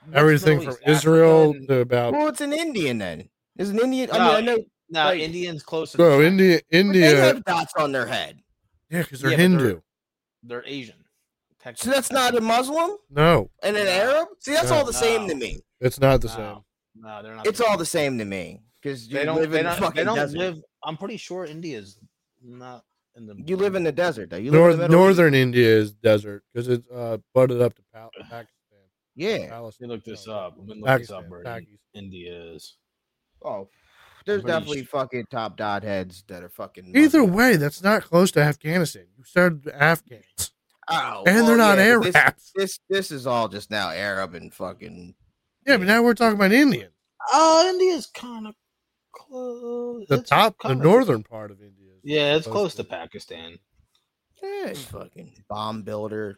Speaker 3: what's
Speaker 1: everything
Speaker 3: Middle
Speaker 1: from
Speaker 3: East? Africa
Speaker 1: Israel
Speaker 3: and-
Speaker 1: to about.
Speaker 4: Well, it's an Indian then. Is an Indian? I
Speaker 3: No,
Speaker 4: mean, I know
Speaker 3: No,
Speaker 4: like-
Speaker 3: Indians close. to the
Speaker 1: Bro,
Speaker 3: sun.
Speaker 1: India,
Speaker 4: but they
Speaker 1: India,
Speaker 4: have dots on their head.
Speaker 1: yeah, because they're
Speaker 3: Yeah, but they're-
Speaker 1: Hindu.
Speaker 3: They're Asian.
Speaker 4: So that's not a Muslim
Speaker 1: No,
Speaker 4: and an
Speaker 3: No.
Speaker 4: Arab. See, that's all the same to
Speaker 3: No.
Speaker 4: me.
Speaker 1: it's not the
Speaker 3: No, No, they're not.
Speaker 4: It's, all the same to me because you
Speaker 3: They don't.
Speaker 4: live
Speaker 3: They
Speaker 4: in the
Speaker 3: don't,
Speaker 4: fucking
Speaker 3: they don't
Speaker 4: desert.
Speaker 3: live. I'm pretty sure India's not in the.
Speaker 4: you live in the desert, though. You
Speaker 1: same.
Speaker 4: live in
Speaker 1: North,
Speaker 4: the Middle East.
Speaker 1: Northern India is desert because it's uh, butted up to pa- Pakistan. uh,
Speaker 4: Yeah.
Speaker 1: Palestine.
Speaker 3: Let me look this
Speaker 1: No,
Speaker 3: up. Let me look this
Speaker 1: Pakistan.
Speaker 3: up, Brady.
Speaker 1: Pakistan.
Speaker 3: India's.
Speaker 4: Oh, there's
Speaker 3: pretty
Speaker 4: definitely
Speaker 3: sh-
Speaker 4: fucking top dot heads that are fucking.
Speaker 1: Either
Speaker 4: Muslim.
Speaker 1: way, that's not close to Afghanistan. You said Afghans,
Speaker 4: Oh,
Speaker 1: and
Speaker 4: well,
Speaker 1: they're not
Speaker 4: yeah, but
Speaker 1: Arabs.
Speaker 4: This, this this is all just now Arab and fucking.
Speaker 1: yeah, but now we're talking about Indian,
Speaker 3: Oh, India's kind of close.
Speaker 1: the
Speaker 3: It's
Speaker 1: top, the
Speaker 3: kinda-
Speaker 1: northern part of India. is
Speaker 3: Yeah, it's close to
Speaker 1: Pakistan.
Speaker 3: Pakistan.
Speaker 4: Yeah, it's fucking bomb builder,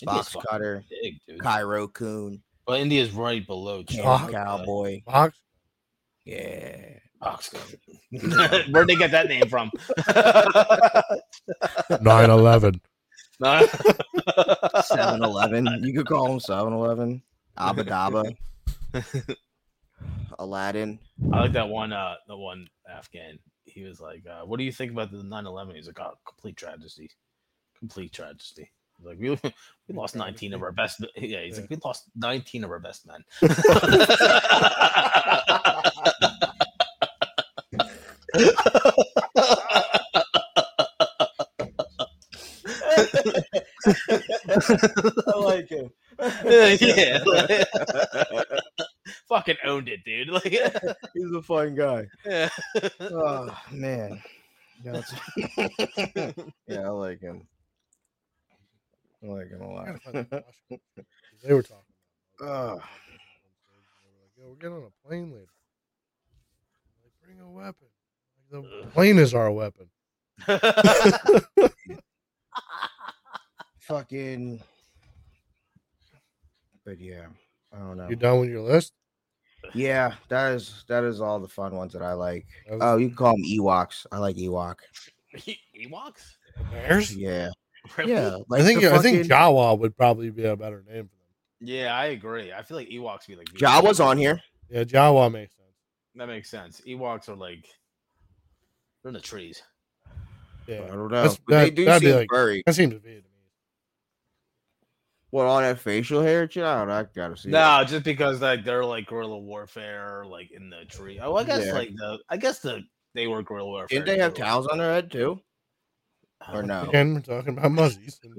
Speaker 3: India's Hmm.
Speaker 4: box
Speaker 3: fucking
Speaker 4: cutter,
Speaker 3: big, dude.
Speaker 4: Cairo coon,
Speaker 3: But India's right below China.
Speaker 1: Fuck.
Speaker 4: cowboy.
Speaker 1: Box.
Speaker 4: Yeah.
Speaker 3: Box cutter. Where'd they get that name from?
Speaker 1: 9-11.
Speaker 3: No.
Speaker 4: 7 Eleven. You could call him 7 Eleven. Abba Dabba. Aladdin.
Speaker 3: I like that one. Uh, the one Afghan. He was like, uh, "What do you think about the 9/11?" He's like, "Oh, complete tragedy, complete tragedy." He's like, "We we lost 19 of our best." Yeah, he's like, "We lost 19 of our best men."
Speaker 2: I like him.
Speaker 3: yeah, like, fucking owned it, dude. Like,
Speaker 4: He's a fun guy.
Speaker 3: yeah.
Speaker 4: Oh man. That's- yeah, I like him. I like him a
Speaker 1: I gotta find
Speaker 4: lot.
Speaker 1: that Washington trip, 'cause they were talking. About
Speaker 4: Ah.
Speaker 1: it. They were like, Yo, we're getting on a plane later. Like, bring a weapon. Like, the plane is our weapon.
Speaker 4: Fucking. But yeah, I don't know.
Speaker 1: You done with your list?
Speaker 4: Yeah, that is that is all the fun ones that I like.
Speaker 1: That was-
Speaker 4: Oh, you can call them Ewoks. I like Ewok.
Speaker 3: E- Ewoks?
Speaker 1: Bears?
Speaker 4: Yeah,
Speaker 3: Really?
Speaker 4: yeah. Like
Speaker 1: I think
Speaker 4: the
Speaker 1: I think
Speaker 4: fucking-
Speaker 1: Jawa would probably be a better name for them.
Speaker 3: Yeah, I agree. I feel like Ewoks be like
Speaker 4: Jawa's on here.
Speaker 1: Yeah, Jawa makes sense.
Speaker 3: That makes sense. Ewoks are like they're in the trees.
Speaker 4: I
Speaker 1: Yeah,
Speaker 4: don't know.
Speaker 1: That's-
Speaker 4: but they
Speaker 1: that-
Speaker 4: do
Speaker 1: that'd be
Speaker 4: seem
Speaker 1: like-
Speaker 4: very
Speaker 1: that seems Vietnamese.
Speaker 4: well on that facial hair. shit, I don't know. I gotta see. it.
Speaker 3: No, just because like they're like guerrilla warfare, like in the tree. Oh, I guess
Speaker 4: Yeah.
Speaker 3: like the I guess the they were guerrilla warfare.
Speaker 4: Didn't they have
Speaker 3: too.
Speaker 4: towels on their head too? Or no?
Speaker 1: Again, we're talking about muzzies. and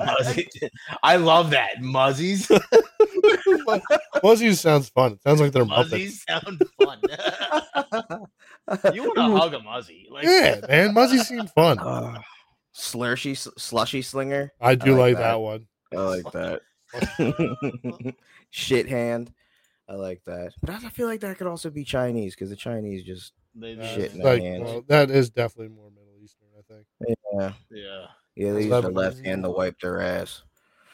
Speaker 3: Muzzies. I love that. Muzzies.
Speaker 1: muzzies sounds fun. It sounds like they're muppets.
Speaker 3: Muzzies sound fun. you want to hug a muzzy. Like
Speaker 1: Yeah, man, muzzies seem fun.
Speaker 4: Uh, slushy, slushy slinger.
Speaker 1: I do like,
Speaker 4: like
Speaker 1: that
Speaker 4: that.
Speaker 1: one.
Speaker 4: I like that. Shit hand. I like that. But I I feel like that could also be Chinese because the Chinese just
Speaker 3: they
Speaker 1: Uh,
Speaker 3: just-
Speaker 4: Shit in their
Speaker 1: like
Speaker 4: hands.
Speaker 1: well, that is definitely more Middle Eastern, I think.
Speaker 4: yeah
Speaker 3: Yeah.
Speaker 4: yeah
Speaker 1: That's
Speaker 4: they use the
Speaker 1: Lebanese.
Speaker 4: left hand to wipe their ass.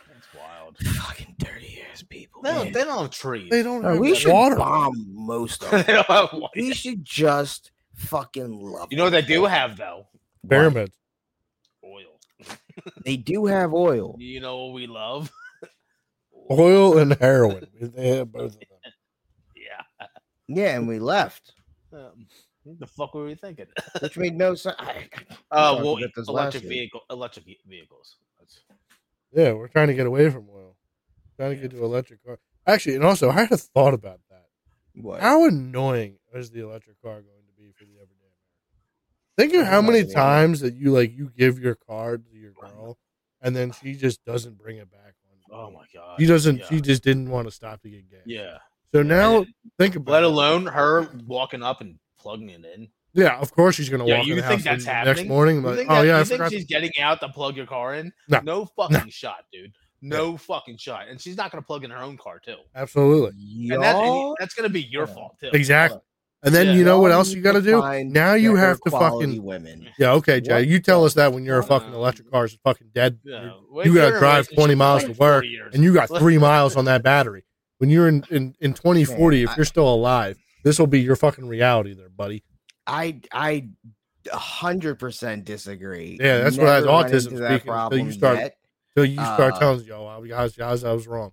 Speaker 3: That's wild.
Speaker 4: Fucking dirty ass people.
Speaker 3: They don't,
Speaker 4: man.
Speaker 3: they don't have trees.
Speaker 1: They don't.
Speaker 4: Uh,
Speaker 1: have
Speaker 4: we should
Speaker 1: water.
Speaker 4: bomb most of
Speaker 3: They
Speaker 4: them.
Speaker 3: don't have water.
Speaker 4: we should just fucking love.
Speaker 3: You know what they
Speaker 4: them.
Speaker 3: do have though?
Speaker 4: What?
Speaker 1: Pyramids.
Speaker 3: Oil.
Speaker 4: They do have oil.
Speaker 3: You know what we love?
Speaker 1: Oil and heroin. They have both of them.
Speaker 3: Yeah.
Speaker 4: Yeah, and we left,
Speaker 3: Um, what the fuck were we thinking?
Speaker 4: which made no sense. I,
Speaker 3: Uh,
Speaker 4: talked
Speaker 3: well,
Speaker 4: about this last
Speaker 3: electric
Speaker 4: year.
Speaker 3: vehicle, electric ve- vehicles. That's,
Speaker 1: Yeah, we're trying to get away from oil. Trying to get to electric car. Actually, and also, I had a thought about that.
Speaker 4: what?
Speaker 1: How annoying is the electric car going to be for the everyday American? Think of how many
Speaker 4: Annoying.
Speaker 1: times that you like you give your card to your girl, and then she just doesn't bring it back.
Speaker 3: oh my god.
Speaker 1: She doesn't.
Speaker 3: Yeah.
Speaker 1: She just didn't want to stop to get gas.
Speaker 3: yeah.
Speaker 1: So now
Speaker 3: And
Speaker 1: think about.
Speaker 3: Let
Speaker 1: it.
Speaker 3: alone her walking up and plugging it in.
Speaker 1: Yeah, of course she's gonna
Speaker 3: Yeah,
Speaker 1: walk
Speaker 3: you
Speaker 1: in the
Speaker 3: think
Speaker 1: house and
Speaker 3: that's
Speaker 1: the next
Speaker 3: happening?
Speaker 1: morning.
Speaker 3: You
Speaker 1: Like,
Speaker 3: think,
Speaker 1: oh
Speaker 3: that-
Speaker 1: yeah, I
Speaker 3: you think
Speaker 1: forgot.
Speaker 3: she's getting out to plug your car in?
Speaker 1: No.
Speaker 3: fucking shot, dude. No fucking shot. And she's not going to plug in her own car, too.
Speaker 1: Absolutely,
Speaker 3: And, that, and you-
Speaker 4: Y'all
Speaker 3: that's going to be your
Speaker 4: Yeah.
Speaker 3: fault, too.
Speaker 1: exactly. And then
Speaker 3: Yeah.
Speaker 1: you know what
Speaker 4: Y'all
Speaker 1: else you
Speaker 4: need
Speaker 1: got to
Speaker 4: to
Speaker 1: do?
Speaker 4: find
Speaker 1: Now you
Speaker 4: better
Speaker 1: have to
Speaker 4: quality
Speaker 1: fucking.
Speaker 4: women.
Speaker 1: Yeah, okay, Jay.
Speaker 4: What
Speaker 1: You tell us that when you're a fucking
Speaker 3: the-
Speaker 1: electric car is fucking dead.
Speaker 3: Yeah.
Speaker 1: You gotta drive 20 miles to work and you got
Speaker 3: What?
Speaker 1: three miles on that battery. When you're in in, in 2040, if
Speaker 4: I-
Speaker 1: you're still alive, this will be your fucking reality, there, buddy.
Speaker 4: I I a hundred percent disagree.
Speaker 1: Yeah, that's what I had
Speaker 4: Never went
Speaker 1: autism
Speaker 4: into
Speaker 1: speaking until you started- So you start
Speaker 4: Uh,
Speaker 1: telling yo, I guys, guys, I was wrong.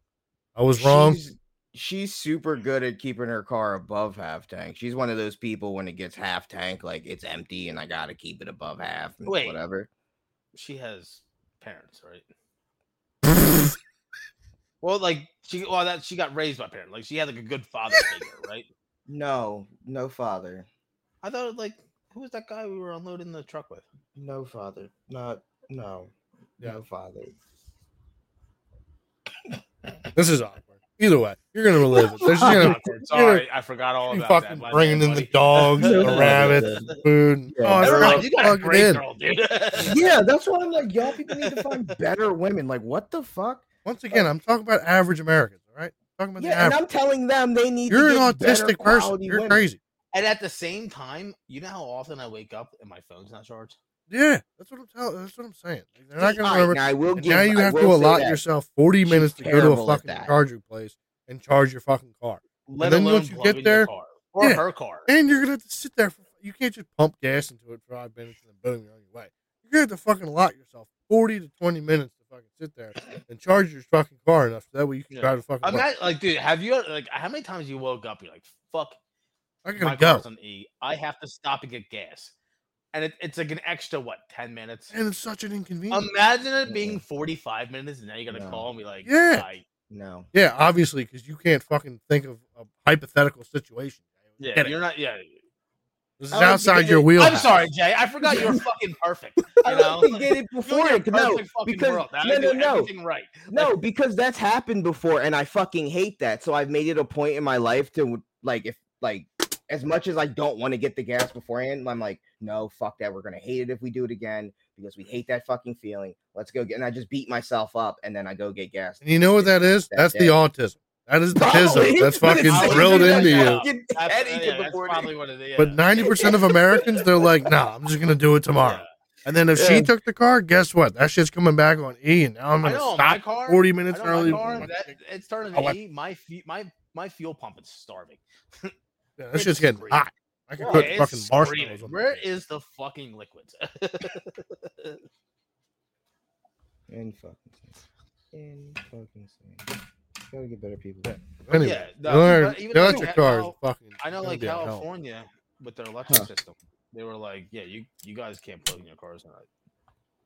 Speaker 1: I was wrong.
Speaker 4: She's, she's super good at keeping her car above half tank. She's one of those people when it gets half tank, like it's empty, and I gotta keep it above half. And
Speaker 3: Wait.
Speaker 4: whatever.
Speaker 3: She has parents, right? Well, like she well that she got raised by parents. Like she had like a good father figure, right?
Speaker 4: No, no father,
Speaker 3: I thought like who was that guy we were unloading the truck with?
Speaker 4: no father, not no,
Speaker 1: Yeah.
Speaker 4: no father.
Speaker 1: This is awkward. Either way, you're gonna relive it. There's just
Speaker 3: Awkward,
Speaker 1: gonna
Speaker 3: Sorry, I forgot all
Speaker 1: you
Speaker 3: about
Speaker 1: fucking
Speaker 3: that. My
Speaker 1: bringing
Speaker 3: bad,
Speaker 1: in the
Speaker 3: buddy.
Speaker 1: dogs and the
Speaker 4: Yeah.
Speaker 1: rabbits and the food. and-
Speaker 4: Yeah.
Speaker 1: Oh, I
Speaker 3: They were
Speaker 1: forgot
Speaker 3: like, you got
Speaker 1: to
Speaker 3: a
Speaker 1: plug it
Speaker 3: great
Speaker 1: in.
Speaker 3: girl, dude.
Speaker 4: yeah, that's why I'm like, y'all people need to find better women. Like, what the fuck?
Speaker 1: Once again, I'm talking about average Americans, all right? I'm talking about the
Speaker 4: Yeah, and
Speaker 1: average.
Speaker 4: I'm telling them they need.
Speaker 1: You're
Speaker 4: to
Speaker 1: an
Speaker 4: get better
Speaker 1: autistic person.
Speaker 4: quality
Speaker 1: You're
Speaker 4: women.
Speaker 1: crazy.
Speaker 3: And at the same time, you know how often I wake up and my phone's not charged?
Speaker 1: Yeah, that's what I'm telling. That's what I'm saying. Like, they're
Speaker 4: See,
Speaker 1: not gonna
Speaker 4: all right,
Speaker 1: remember.
Speaker 4: now I will
Speaker 1: And
Speaker 4: give-
Speaker 1: now you
Speaker 4: I
Speaker 1: have to
Speaker 4: will say
Speaker 1: allot
Speaker 4: that.
Speaker 1: yourself 40
Speaker 4: She's
Speaker 1: minutes to go to a
Speaker 4: terrible at
Speaker 1: fucking
Speaker 4: that.
Speaker 1: charging place and charge your fucking car.
Speaker 3: Let
Speaker 1: then
Speaker 3: alone
Speaker 1: once you
Speaker 3: plug
Speaker 1: get
Speaker 3: in
Speaker 1: there-
Speaker 3: your car or
Speaker 1: yeah.
Speaker 3: her car.
Speaker 1: And you're gonna have to sit there. For, you can't just pump gas into it for five minutes and then boom, you're on your way. You're gonna have to fucking allot yourself 40 to 20 minutes to fucking sit there and charge your fucking car enough so that way you can
Speaker 3: Yeah.
Speaker 1: drive the fucking.
Speaker 3: I'm
Speaker 1: work.
Speaker 3: not like, dude, have you like how many times you woke up? You're like, fuck,
Speaker 1: I gotta
Speaker 3: my
Speaker 1: go.
Speaker 3: car's on E. I have to stop and get gas. And it, it's like an extra what, ten minutes?
Speaker 1: And it's such an inconvenience.
Speaker 3: Imagine it being
Speaker 4: Mm-mm.
Speaker 3: 45 minutes and now you got to
Speaker 4: No.
Speaker 3: call and be like,
Speaker 1: Yeah.
Speaker 3: I,
Speaker 4: No,
Speaker 1: yeah, obviously, because you can't fucking think of a hypothetical situation.
Speaker 3: yeah
Speaker 1: Get it.
Speaker 3: you're not, Oh, yeah.
Speaker 1: This is
Speaker 4: I like to
Speaker 1: outside
Speaker 4: get
Speaker 1: your
Speaker 4: it- I'm
Speaker 1: wheelhouse.
Speaker 3: I'm sorry, Jay. I forgot you were fucking perfect.
Speaker 4: I
Speaker 3: You
Speaker 4: like
Speaker 3: know?
Speaker 4: to get it before
Speaker 3: You're in
Speaker 4: it
Speaker 3: a
Speaker 4: no,
Speaker 3: perfect fucking
Speaker 4: because
Speaker 3: world. I
Speaker 4: no, no,
Speaker 3: do
Speaker 4: no,
Speaker 3: everything right.
Speaker 4: no, because that's happened before, and I fucking hate that. So I've made it a point in my life to like, if like, as much as I don't want to get the gas beforehand, I'm like, no, fuck that. We're gonna hate it if we do it again because we hate that fucking feeling. Let's go get, and I just beat myself up, and then I go get gas.
Speaker 1: And you know what that is?
Speaker 4: That
Speaker 1: That's the
Speaker 4: day.
Speaker 1: autism. That is the tism. That's fucking
Speaker 3: it's
Speaker 1: drilled
Speaker 3: easier
Speaker 1: into
Speaker 3: than
Speaker 1: you.
Speaker 3: That's, yeah, that's
Speaker 4: Probably-
Speaker 3: probably what it is. Yeah.
Speaker 1: But ninety percent of Americans, they're like, "Nah, I'm just gonna do it tomorrow."
Speaker 3: Yeah.
Speaker 1: And then if
Speaker 4: Yeah.
Speaker 1: she took the car, guess what? That shit's coming back on E, and now I'm
Speaker 3: I
Speaker 1: gonna
Speaker 3: know, my
Speaker 1: stop
Speaker 3: car,
Speaker 1: forty
Speaker 3: I
Speaker 1: minutes
Speaker 3: know
Speaker 1: early.
Speaker 3: My car,
Speaker 1: Yeah,
Speaker 3: that, it's starting
Speaker 1: Oh, I-
Speaker 3: to eat. E. My, fe- my, my fuel pump is starving.
Speaker 1: that shit's getting
Speaker 3: It's
Speaker 1: hot. I could
Speaker 3: Yeah,
Speaker 1: put
Speaker 3: it's
Speaker 1: fucking marshmallows
Speaker 3: screaming.
Speaker 1: on.
Speaker 3: Where
Speaker 1: that shit.
Speaker 3: is the fucking liquid?
Speaker 4: In fucking, sin. in fucking, sin. gotta get better people.
Speaker 1: Anyway,
Speaker 3: yeah,
Speaker 1: the
Speaker 3: no,
Speaker 1: other-
Speaker 3: even- even
Speaker 1: the
Speaker 3: though
Speaker 1: electric
Speaker 3: that-
Speaker 1: cars,
Speaker 3: how-
Speaker 1: fucking.
Speaker 3: I know, like
Speaker 1: goddamn hell.
Speaker 3: California with their electric
Speaker 4: Huh.
Speaker 3: system, they were like, "Yeah, you you guys can't plug in your cars tonight."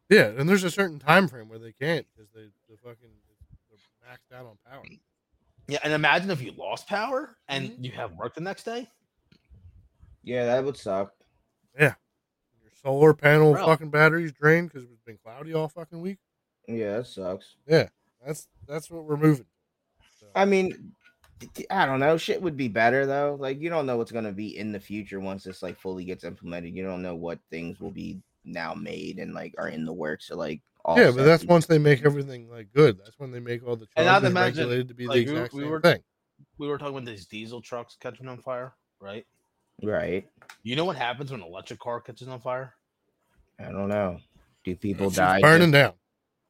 Speaker 1: Yeah, and there's a certain time frame where they can't because they the fucking they're maxed out on power.
Speaker 3: Yeah, and imagine if you lost power and
Speaker 1: Mm-hmm.
Speaker 3: you have work the next day.
Speaker 4: Yeah, that would suck.
Speaker 1: Your solar panel
Speaker 3: Bro.
Speaker 1: fucking batteries drained because it's been cloudy all fucking week.
Speaker 4: Yeah, that sucks.
Speaker 1: That's that's what we're moving. So,
Speaker 4: I mean, I don't know. Shit would be better though. Like you don't know what's gonna be in the future once this like fully gets implemented. You don't know what things will be now made and like are in the works. So like,
Speaker 1: yeah, but
Speaker 4: offset
Speaker 1: that's
Speaker 4: these-
Speaker 1: once they make everything like good. That's when they make all the
Speaker 3: And I'd
Speaker 1: charges
Speaker 3: imagine,
Speaker 1: regulated to be
Speaker 3: like,
Speaker 1: the
Speaker 3: we-
Speaker 1: exact
Speaker 3: we
Speaker 1: same
Speaker 3: were-
Speaker 1: thing.
Speaker 3: We were talking about these diesel trucks catching on fire, right?
Speaker 4: right.
Speaker 3: You know what happens when an electric car catches on fire?
Speaker 4: I don't know. Do people
Speaker 1: It's
Speaker 4: die?
Speaker 1: burning
Speaker 4: Just,
Speaker 1: down.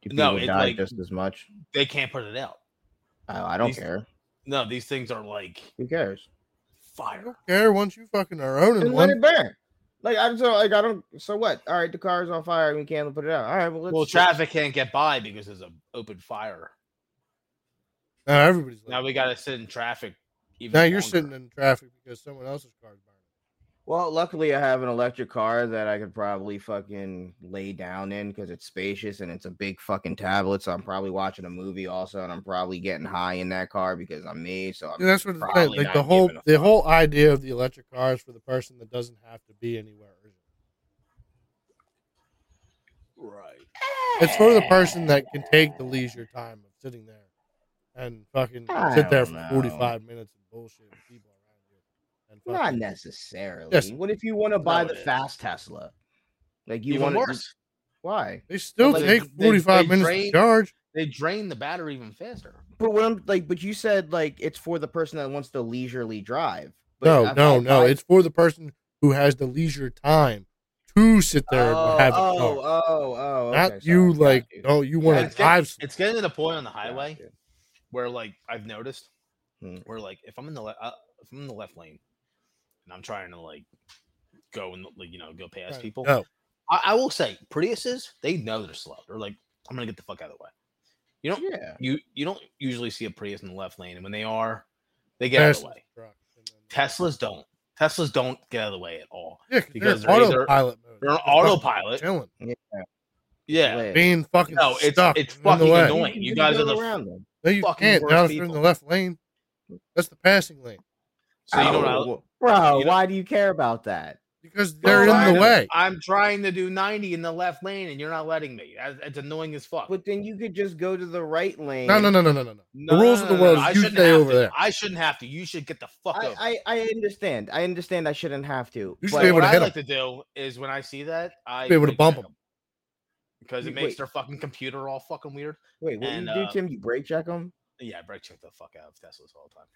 Speaker 4: do
Speaker 3: No,
Speaker 4: people
Speaker 3: it,
Speaker 4: die
Speaker 3: like-
Speaker 4: just as much?
Speaker 3: They can't put it out.
Speaker 4: Oh, I don't
Speaker 3: these-
Speaker 4: care.
Speaker 3: No, these things are like
Speaker 4: Who cares?
Speaker 1: I
Speaker 3: fire.
Speaker 1: don't care once you fucking are owning
Speaker 4: Then
Speaker 1: one.
Speaker 4: let it burn. Like I'm so like I don't. So what? All right, the car's on fire. We can't put it out. All right, well let's.
Speaker 3: Well, traffic can't get by because there's an open fire.
Speaker 1: Now everybody's like,
Speaker 3: Now we gotta sit in traffic. Even
Speaker 1: now you're
Speaker 3: longer.
Speaker 1: sitting in traffic because someone else's car's burning.
Speaker 4: Well, luckily I have an electric car that I could probably fucking lay down in because it's spacious and it's a big fucking tablet. So I'm probably watching a movie also, and I'm probably getting high in that car because I'm me. So
Speaker 1: Yeah,
Speaker 4: I'm,
Speaker 1: that's what it's saying.
Speaker 4: probably
Speaker 1: Like
Speaker 4: not
Speaker 1: the whole
Speaker 4: giving a
Speaker 1: the
Speaker 4: fuck.
Speaker 1: whole idea of the electric car is for the person that doesn't have to be anywhere. urgent.
Speaker 3: right.
Speaker 1: It's for the person that can take the leisure time of sitting there and fucking
Speaker 4: I
Speaker 1: sit there
Speaker 4: don't
Speaker 1: for
Speaker 4: know.
Speaker 1: 45 minutes and bullshit with people around you. And
Speaker 4: not
Speaker 1: fucking-
Speaker 4: necessarily.
Speaker 1: Yes.
Speaker 4: What if you want to buy
Speaker 3: No,
Speaker 4: the
Speaker 3: it is.
Speaker 4: fast Tesla? Like you
Speaker 3: Even
Speaker 4: want
Speaker 3: worse.
Speaker 4: Why?
Speaker 1: They still
Speaker 3: But they-
Speaker 1: take
Speaker 3: they-
Speaker 1: 45
Speaker 3: they
Speaker 1: minutes to
Speaker 3: drain-
Speaker 1: charge.
Speaker 3: They drain the battery even faster.
Speaker 4: But what I'm like, but you said like it's for the person that wants to leisurely drive. But
Speaker 1: No,
Speaker 4: if
Speaker 1: no,
Speaker 4: I
Speaker 1: no.
Speaker 4: buy-
Speaker 1: It's for the person who has the leisure time to sit there
Speaker 4: oh,
Speaker 1: and have it
Speaker 4: oh,
Speaker 1: charged.
Speaker 4: oh, oh,
Speaker 1: Not
Speaker 4: okay,
Speaker 1: you,
Speaker 4: sorry, got
Speaker 1: like,
Speaker 4: you,
Speaker 1: oh, you want
Speaker 3: Yeah,
Speaker 1: to
Speaker 3: it's getting-
Speaker 1: drive.
Speaker 3: It's getting to the point on the
Speaker 4: got
Speaker 3: highway
Speaker 4: you.
Speaker 3: where, like, I've noticed,
Speaker 4: Hmm.
Speaker 1: Mm.
Speaker 3: where like if I'm in the le- uh, if I'm in the left lane and I'm trying to like go and like you know go past
Speaker 1: Right.
Speaker 3: people,
Speaker 1: No.
Speaker 3: I, I will say Priuses they know they're slow. They're like, I'm gonna get the fuck out of the way. You don't
Speaker 4: Yeah.
Speaker 3: you you don't usually see a Prius in the left lane, and when they are, they get out of the
Speaker 1: Tesla's
Speaker 3: way.
Speaker 1: truck. And then-
Speaker 3: Teslas don't. Teslas don't get out of the way at all.
Speaker 1: Yeah, 'cause
Speaker 3: because
Speaker 1: they're
Speaker 3: they're either-
Speaker 1: autopilot mode.
Speaker 3: They're on
Speaker 1: fucking
Speaker 3: autopilot.
Speaker 1: Chilling.
Speaker 3: Yeah.
Speaker 4: Lit.
Speaker 1: Being fucking
Speaker 3: No, it's
Speaker 1: stuck.
Speaker 3: it's
Speaker 1: in the
Speaker 3: fucking
Speaker 1: way.
Speaker 3: annoying. You guys are the
Speaker 4: around them.
Speaker 1: No, you
Speaker 3: fucking
Speaker 1: can't.
Speaker 3: worst
Speaker 1: Now if you're in the
Speaker 3: people.
Speaker 1: left lane. That's the passing lane
Speaker 3: so you know what I,
Speaker 4: bro.
Speaker 3: you know-
Speaker 4: why do you care about that?
Speaker 1: because they're in the
Speaker 3: trying to-
Speaker 1: way.
Speaker 3: I'm trying to do 90 in the left lane and you're not letting me. That- That's annoying as fuck.
Speaker 4: But then you could just go to the right lane.
Speaker 1: No, no, no, no, no, no, no.
Speaker 3: No,
Speaker 1: the rules
Speaker 3: no,
Speaker 1: of the
Speaker 3: no,
Speaker 1: world
Speaker 3: no, I
Speaker 1: is you
Speaker 3: shouldn't
Speaker 1: stay
Speaker 3: have
Speaker 1: over
Speaker 3: to.
Speaker 1: there.
Speaker 3: I shouldn't have to. You should get the fuck over.
Speaker 4: I, I I understand. I understand. I shouldn't have to.
Speaker 1: You should
Speaker 4: but
Speaker 1: be able
Speaker 3: what
Speaker 1: to
Speaker 3: I
Speaker 1: hit
Speaker 3: like to do is when I see that, I
Speaker 1: Be able to
Speaker 3: brake
Speaker 1: bump
Speaker 3: check
Speaker 1: 'em.
Speaker 3: because it
Speaker 4: You-
Speaker 3: makes
Speaker 4: wait.
Speaker 3: their fucking computer all fucking weird.
Speaker 4: wait, what do you
Speaker 3: and,
Speaker 4: do,
Speaker 3: uh,
Speaker 4: Tim? You brake check them.
Speaker 3: Yeah, I brake check the fuck out of Teslas all the time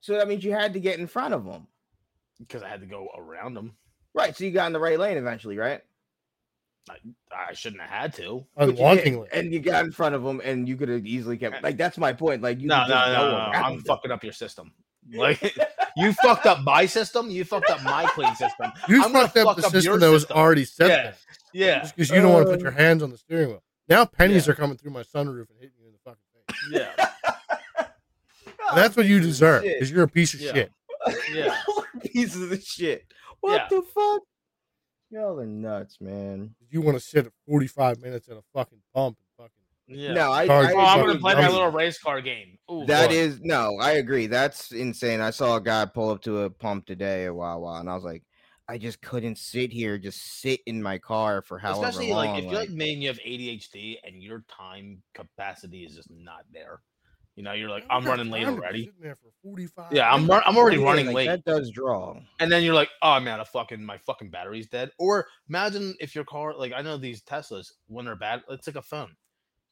Speaker 4: So that means you had to get in front of them,
Speaker 3: because I had to go around them.
Speaker 4: right? So you got in the right lane eventually, right?
Speaker 3: I shouldn't have had to.
Speaker 4: But you did,
Speaker 1: Unwantingly.
Speaker 4: and you got in front of them, and you could have easily kept. Like that's my point. Like you.
Speaker 3: No,
Speaker 4: could
Speaker 3: no,
Speaker 4: just
Speaker 3: no,
Speaker 4: go
Speaker 3: no, no,
Speaker 4: around
Speaker 3: I'm
Speaker 4: them.
Speaker 3: fucking up your system. Like you fucked up my system. You fucked up my clean system.
Speaker 1: You
Speaker 3: I'm gonna
Speaker 1: fucked up
Speaker 3: fuck
Speaker 1: the
Speaker 3: up
Speaker 1: system
Speaker 3: your
Speaker 1: that was
Speaker 3: system.
Speaker 1: already set
Speaker 3: Yeah.
Speaker 1: there.
Speaker 3: Yeah,
Speaker 1: because you don't want to put
Speaker 4: Uh,
Speaker 1: your hands on the steering wheel. Now pennies
Speaker 3: yeah.
Speaker 1: are coming through my sunroof and hitting you in the fucking face.
Speaker 3: yeah,
Speaker 1: And that's what you deserve
Speaker 4: shit.
Speaker 1: because you're a piece of
Speaker 3: Yeah.
Speaker 1: shit.
Speaker 3: yeah.
Speaker 4: pieces of shit. What
Speaker 3: Yeah.
Speaker 4: the fuck? Y'all are nuts, man.
Speaker 1: You want to sit at 45 minutes at a fucking pump and fucking.
Speaker 3: yeah.
Speaker 4: No, I.
Speaker 1: Sorry.
Speaker 4: I
Speaker 3: oh, I'm gonna
Speaker 4: agree.
Speaker 3: play my
Speaker 1: Dumb.
Speaker 3: little race car game. Ooh,
Speaker 4: That
Speaker 1: Right.
Speaker 4: is no, I agree. That's insane. I saw a guy pull up to a pump today at Wawa, and I was like, I just couldn't sit here, just sit in my car for however
Speaker 3: Especially
Speaker 4: long.
Speaker 3: like if you're like me and you have ADHD and your time capacity is just not there. You know, you're like,
Speaker 1: I don't
Speaker 3: I'm
Speaker 1: got
Speaker 3: running late
Speaker 1: time to be
Speaker 3: already.
Speaker 1: sitting there for 45
Speaker 3: Yeah, I'm run- I'm already running
Speaker 4: like,
Speaker 3: late.
Speaker 4: That does draw.
Speaker 3: and then you're like, oh man, a fucking my fucking battery's dead. Or imagine if your car, like I know these Teslas, when they're bad, it's like a phone.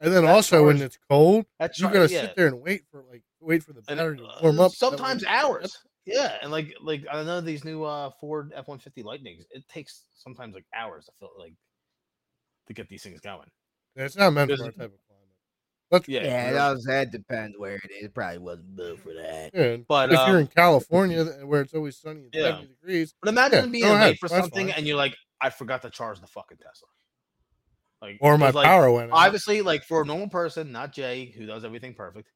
Speaker 1: And then also when
Speaker 3: charged.
Speaker 1: it's cold,
Speaker 3: That's
Speaker 1: you gotta sit there and wait for like wait for the
Speaker 3: and,
Speaker 1: battery
Speaker 3: uh,
Speaker 1: to warm up. so that way
Speaker 3: sometimes
Speaker 1: you can charge
Speaker 3: hours. Yeah, and like like I know these new uh Ford F one fifty Lightnings. It takes sometimes like hours. I feel like to get these things going.
Speaker 1: it. Yeah, it's not meant
Speaker 3: There's-
Speaker 1: for our type of climate. That's
Speaker 3: Yeah,
Speaker 4: Yeah,
Speaker 1: yeah.
Speaker 4: that, was, that depends where it is. Probably wasn't built for that.
Speaker 1: yeah. and
Speaker 3: But
Speaker 1: if you're
Speaker 3: um,
Speaker 1: in California th- where it's always sunny and
Speaker 3: Yeah.
Speaker 1: 70 degrees,
Speaker 3: but imagine
Speaker 1: yeah,
Speaker 3: being
Speaker 1: go
Speaker 3: late
Speaker 1: ahead,
Speaker 3: for
Speaker 1: that's
Speaker 3: something
Speaker 1: fine.
Speaker 3: and you're like, I forgot to charge the fucking Tesla. Like
Speaker 1: or my
Speaker 3: 'cause, like,
Speaker 1: power went out.
Speaker 3: Obviously, like for a normal person, not Jay who does everything perfect.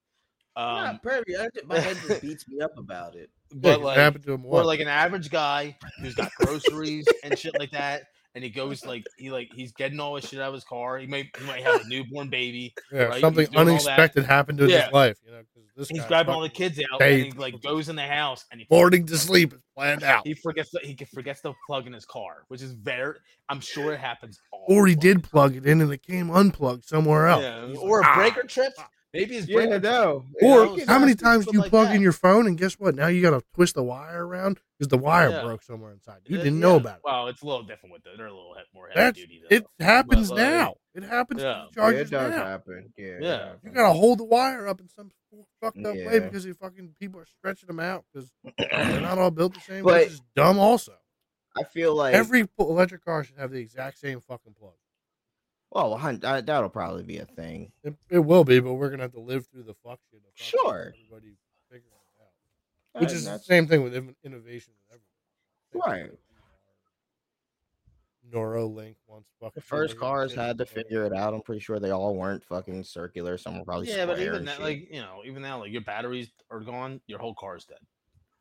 Speaker 4: I'm
Speaker 3: Um,
Speaker 4: not perfect. I just- my head just beats me up about it.
Speaker 1: Yeah,
Speaker 3: but
Speaker 1: 'cause it
Speaker 3: like
Speaker 1: happened to him
Speaker 3: or
Speaker 1: once.
Speaker 3: like an average guy who's got groceries and shit like that, and he goes like he like he's getting all his shit out of his car. He might he might have a newborn baby.
Speaker 1: yeah,
Speaker 3: right,
Speaker 1: something
Speaker 3: he's doing all that.
Speaker 1: unexpected happened to
Speaker 3: Yeah.
Speaker 1: his life, you know, because this
Speaker 3: He's
Speaker 1: guy's
Speaker 3: grabbing all the
Speaker 1: fucking
Speaker 3: kids out, and he
Speaker 1: bathed.
Speaker 3: like goes in the house and he
Speaker 1: boarding to sleep is planned out.
Speaker 3: he forgets that he forgets to plug in his car, which is very I'm sure it happens. All
Speaker 1: Or he
Speaker 3: the
Speaker 1: did plug it in and it came unplugged somewhere
Speaker 3: fucking
Speaker 1: else.
Speaker 3: time.
Speaker 1: He's
Speaker 3: Yeah, or
Speaker 1: like,
Speaker 3: a
Speaker 1: "Ah."
Speaker 3: breaker trip. Maybe his breaker. trip.
Speaker 4: no.
Speaker 1: Or
Speaker 3: know,
Speaker 1: how many
Speaker 3: exactly,
Speaker 1: times do
Speaker 3: stuff
Speaker 1: you
Speaker 3: like
Speaker 1: plug
Speaker 3: that.
Speaker 1: in your phone and guess what? Now you got to twist the wire around because the wire
Speaker 3: Yeah.
Speaker 1: broke somewhere inside. You
Speaker 3: Uh,
Speaker 1: didn't
Speaker 3: yeah.
Speaker 1: know about it.
Speaker 3: Well, it's a little different with the, they're a little he- more heavy
Speaker 1: That's-
Speaker 3: duty. Though.
Speaker 1: It happens
Speaker 3: Well, uh,
Speaker 1: now. It happens
Speaker 3: yeah.
Speaker 1: yeah.
Speaker 3: Yeah,
Speaker 1: to
Speaker 4: Yeah,
Speaker 1: charges
Speaker 4: it does
Speaker 1: now.
Speaker 4: happen. Yeah. it
Speaker 3: Yeah.
Speaker 1: You
Speaker 4: happens.
Speaker 1: got to hold the wire up in some fucked up
Speaker 4: Yeah.
Speaker 1: way because you fucking people are stretching them out because they're not all built the same.
Speaker 4: But-
Speaker 1: which is dumb. Also,
Speaker 4: I feel like
Speaker 1: every pu- electric car should have the exact same fucking plug.
Speaker 4: Well, hun- uh, that'll probably be a thing.
Speaker 1: It, it will be, but we're gonna have to live through the fuck shit. of fucking
Speaker 4: Sure.
Speaker 1: Everybody figuring it out. which
Speaker 4: Uh,
Speaker 1: is the
Speaker 4: that's-
Speaker 1: same thing with in- innovation with everything.
Speaker 4: Right.
Speaker 1: Neuralink once fucking
Speaker 4: the first cars had to figure it out. I'm pretty sure they all weren't fucking circular. Some were probably
Speaker 3: yeah, but
Speaker 4: square
Speaker 3: even
Speaker 4: and
Speaker 3: that,
Speaker 4: shit.
Speaker 3: like you know, even now, like your batteries are gone, your whole car is dead.